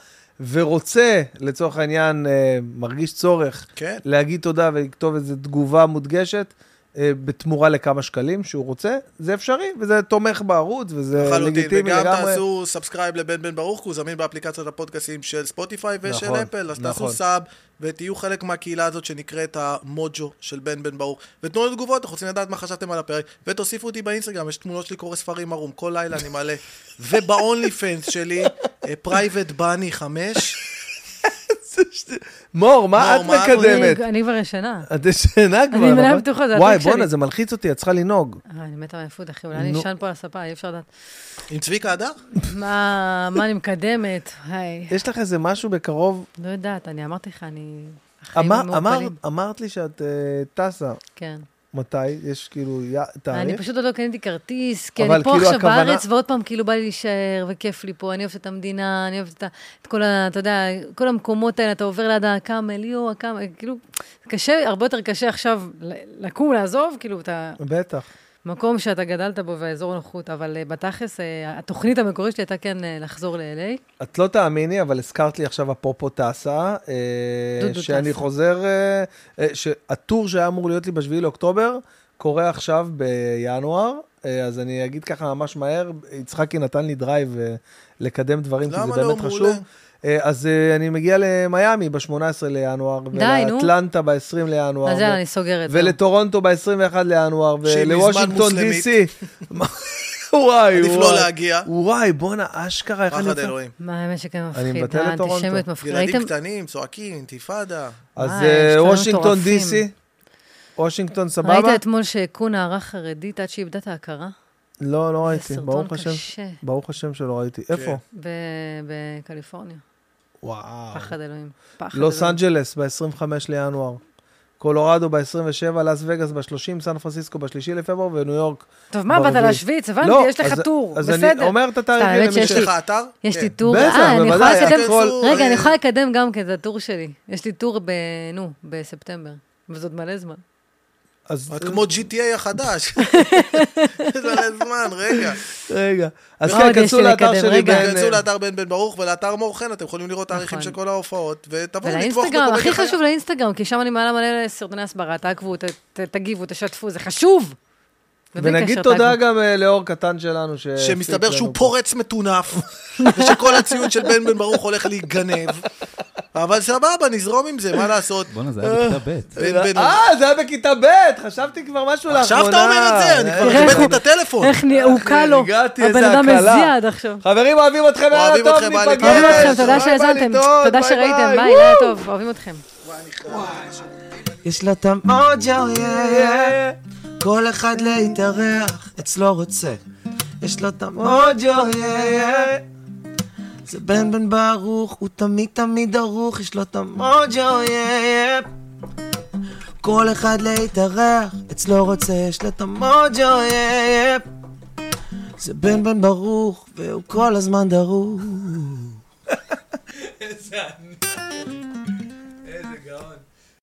Speaker 3: ורוצה, לצורך העניין, אה, מרגיש צורך
Speaker 2: כן.
Speaker 3: להגיד תודה ולכתוב איזו תגובה מודגשת. אה, בתמורה לכמה שקלים שהוא רוצה, זה אפשרי, וזה תומך בערוץ, וזה
Speaker 2: לחלוטין,
Speaker 3: אה, לגיטימי
Speaker 2: וגם
Speaker 3: לגמרי.
Speaker 2: תעשו סאבסקרייב לבן בן ברוך, כי הוא זמין באפליקציות הפודקאסים של ספוטיפיי ושל
Speaker 3: נכון,
Speaker 2: אפל, אז תעשו
Speaker 3: נכון.
Speaker 2: סאב ותהיו חלק מהקהילה הזאת שנקראת המוג'ו של בן בן ברוך. ותנו לנו תגובות, אנחנו רוצים לדעת מה חשבתם על הפרק, ותוסיפו אותי באינסטגרם, יש תמונות שלי קורא ספרים ערום, כל לילה אני מעלה. ובאונלי פנס שלי, אה, פרייבט בני 5,
Speaker 3: מור, מה
Speaker 2: מור,
Speaker 3: את
Speaker 2: מה את
Speaker 3: מקדמת?
Speaker 4: אני- אני כבר ישנה.
Speaker 3: את ישנה כבר,
Speaker 4: מלאה
Speaker 3: נכון?
Speaker 4: בטוחה, זה
Speaker 3: וואי,
Speaker 4: הטריק שלי.
Speaker 3: בואנה, זה מלחיץ אותי, את צריכה לנהוג.
Speaker 4: אה, אני מתה מעייפות, אחי, אולי אני
Speaker 3: נו.
Speaker 4: אשן פה על הספה, אי אפשר לדעת.
Speaker 2: עם צביקה הדר?
Speaker 4: מה מה אני מקדמת? היי,
Speaker 3: יש לך איזה משהו בקרוב?
Speaker 4: לא יודעת, אני אמרתי לך, אני... החיים
Speaker 3: אמר-
Speaker 4: הם מעורפלים.
Speaker 3: אמרת- אמרת לי שאת אה, טסה.
Speaker 4: כן.
Speaker 3: מתי? יש כאילו י-
Speaker 4: אני
Speaker 3: תאריך?
Speaker 4: פשוט עוד לא קניתי כרטיס, כי
Speaker 3: אבל
Speaker 4: אני פה
Speaker 3: כאילו
Speaker 4: עכשיו
Speaker 3: הכוונה-
Speaker 4: בארץ, ועוד פעם כאילו בא לי להישאר, וכיף לי פה, אני אוהבת את המדינה, אני אוהבת את ה- את כל ה... אתה יודע, כל המקומות האלה, אתה עובר ליד הכרמל, יו, הכרמל, כאילו, קשה, הרבה יותר קשה עכשיו ל- לקום, לעזוב, כאילו, את
Speaker 3: בטח.
Speaker 4: המקום שאתה גדלת בו והאזור נוחות, אבל אה, בתכלס, אה, התוכנית המקורית שלי הייתה כן אה, לחזור ל-LA.
Speaker 3: את לא תאמיני, אבל הזכרת לי עכשיו אפרופו טסה, אה,
Speaker 4: דודו
Speaker 3: שאני
Speaker 4: טסה.
Speaker 3: חוזר, אה, אה, שהטור שהיה אמור להיות לי בשביעי לאוקטובר, קורה עכשיו בינואר, אה, אז אני אגיד ככה ממש מהר, יצחקי נתן לי דרייב אה, לקדם דברים, כי זה
Speaker 2: למה לא?
Speaker 3: באמת
Speaker 2: מעולה.
Speaker 3: חשוב. אה, אז אה, אני מגיע למיאמי ב-18 לינואר,
Speaker 4: די, נו.
Speaker 3: ולאטלנטה ב-20 לינואר.
Speaker 4: אז
Speaker 3: ו-
Speaker 4: יאללה, אני סוגרת. זהו.
Speaker 3: ולטורונטו ב-21 לינואר,
Speaker 2: שהיא מזמן
Speaker 3: ולוושינגטון
Speaker 2: מוסלמית.
Speaker 3: די-סי. מה- וואי,
Speaker 2: עדיף לא
Speaker 3: וואי,
Speaker 2: להגיע.
Speaker 3: וואי, בואנה, אשכרה, איך אני...
Speaker 2: פחד
Speaker 3: יוצא-
Speaker 2: אלוהים.
Speaker 4: מה, האמת שכן מפחיד.
Speaker 3: מבטל את טורונטו.
Speaker 4: האנטישמיות מפחידה.
Speaker 2: ילדים
Speaker 4: ראיתם?
Speaker 2: קטנים, צועקים, אינתיפאדה.
Speaker 3: אז
Speaker 4: וואי,
Speaker 3: אה,
Speaker 4: יש דברים
Speaker 3: וושינגטון
Speaker 4: מטורפים.
Speaker 3: די-סי, וושינגטון
Speaker 4: ראית
Speaker 3: סבבה?
Speaker 4: אתמול שקונה ערה חרדית עד שאיבדה את ההכרה?
Speaker 3: לא, לא
Speaker 4: זה
Speaker 3: ראיתי,
Speaker 4: אה, סרטון
Speaker 3: ברוך השם.
Speaker 4: קשה
Speaker 3: ברוך השם שלא ראיתי.
Speaker 2: כן.
Speaker 3: איפה?
Speaker 4: ב- בקליפורניה.
Speaker 3: וואו.
Speaker 4: פחד אלוהים. פחד
Speaker 3: לוס
Speaker 4: אלוהים.
Speaker 3: אנג'לס ב-25 לינואר. קולורדו ב-27, לאס וגאס ב-30, סן פרנסיסקו ב-3 לפברואר וניו יורק.
Speaker 4: טוב, מה, באת
Speaker 3: ברביעי.
Speaker 4: להשוויץ? הבנתי,
Speaker 3: לא,
Speaker 4: יש לך
Speaker 3: אז-
Speaker 4: טור.
Speaker 3: אז
Speaker 4: בסדר.
Speaker 3: אני אומר את התאריכים
Speaker 4: האמת
Speaker 3: למי
Speaker 4: שיש
Speaker 3: ש...
Speaker 2: יש לך אתר?
Speaker 4: יש לי
Speaker 2: כן.
Speaker 4: טור,
Speaker 3: בטח,
Speaker 4: אה, אני יכולה
Speaker 3: בוודאי,
Speaker 4: לקדם,
Speaker 2: הכל-
Speaker 4: רגע, אני
Speaker 2: אה,
Speaker 4: יכולה לקדם גם כן את הטור שלי. יש לי טור ב... נו, בספטמבר. וזה עוד מלא זמן.
Speaker 3: אז
Speaker 2: את כמו GTA החדש. זה מלא זמן, רגע.
Speaker 3: רגע. אז
Speaker 4: מאוד
Speaker 3: כן,
Speaker 4: לא, יש לי
Speaker 3: כנסו לאתר
Speaker 4: לקדם,
Speaker 3: שלי.
Speaker 4: רגע.
Speaker 3: בין-
Speaker 2: תיכנסו לאתר בן בן ברוך ולאתר מור חן, אתם יכולים לראות תאריכים
Speaker 4: כן, נכון.
Speaker 2: של כל ההופעות, ותבואו לתמוך
Speaker 4: ולאינסטגרם, הכי
Speaker 2: בקומדיה חיה.
Speaker 4: חשוב לאינסטגרם, כי שם אני מעלה מלא סרטוני הסברה, תעקבו, ת- ת- תגיבו, תשתפו, זה חשוב! ובלי
Speaker 3: ונגיד
Speaker 4: קשר,
Speaker 3: תודה
Speaker 4: תעקבו.
Speaker 3: גם אה, לאור קטן שלנו. ש-
Speaker 2: שמסתבר
Speaker 3: שהפיק
Speaker 2: שהוא
Speaker 3: לנו פה.
Speaker 2: פורץ מטונף, ושכל הציון של בן בן ברוך הולך להיגנב. אבל סבבה, נזרום עם זה, מה לעשות?
Speaker 5: בואנה, זה היה בכיתה ב'.
Speaker 2: בן בן...
Speaker 3: אה, זה היה בכיתה ב', חשבתי כבר משהו לאחרונה. אה,
Speaker 2: עכשיו אתה אומר את זה, אני כבר
Speaker 4: תראה איך
Speaker 2: קיבלתי
Speaker 4: הוא-
Speaker 2: את הטלפון.
Speaker 4: איך נ- הוא קל לו,
Speaker 3: נכון. הגעתי,
Speaker 4: הבן
Speaker 3: איזה
Speaker 4: אדם
Speaker 3: הקלה.
Speaker 4: הזיע עד עכשיו.
Speaker 3: חברים, אוהבים אתכם, יאללה
Speaker 2: אוהבים
Speaker 3: טוב,
Speaker 2: אתכם, ביי
Speaker 3: ניפגש.
Speaker 2: להתראות.
Speaker 4: אוהבים אתכם,
Speaker 3: ביי,
Speaker 4: תודה שהאזנתם,
Speaker 3: להתראות,
Speaker 4: תודה
Speaker 3: ביי,
Speaker 4: שראיתם,
Speaker 3: ביי.
Speaker 4: ביי, לילה טוב, אוהבים אתכם.
Speaker 1: יש לה את המוג'ו, יא
Speaker 3: אה,
Speaker 1: יא כל אחד להתארח, אצלו לא רוצה. יש לו את המוג'ו, יא יא זה בן בן ברוך, הוא תמיד תמיד ערוך, יש לו את המוג'ו, יא יא כל אחד להתארח, אצלו לא רוצה, יש לו את המוג'ו, יא יא זה בן בן ברוך, והוא כל הזמן דרוך.
Speaker 3: איזה ענק.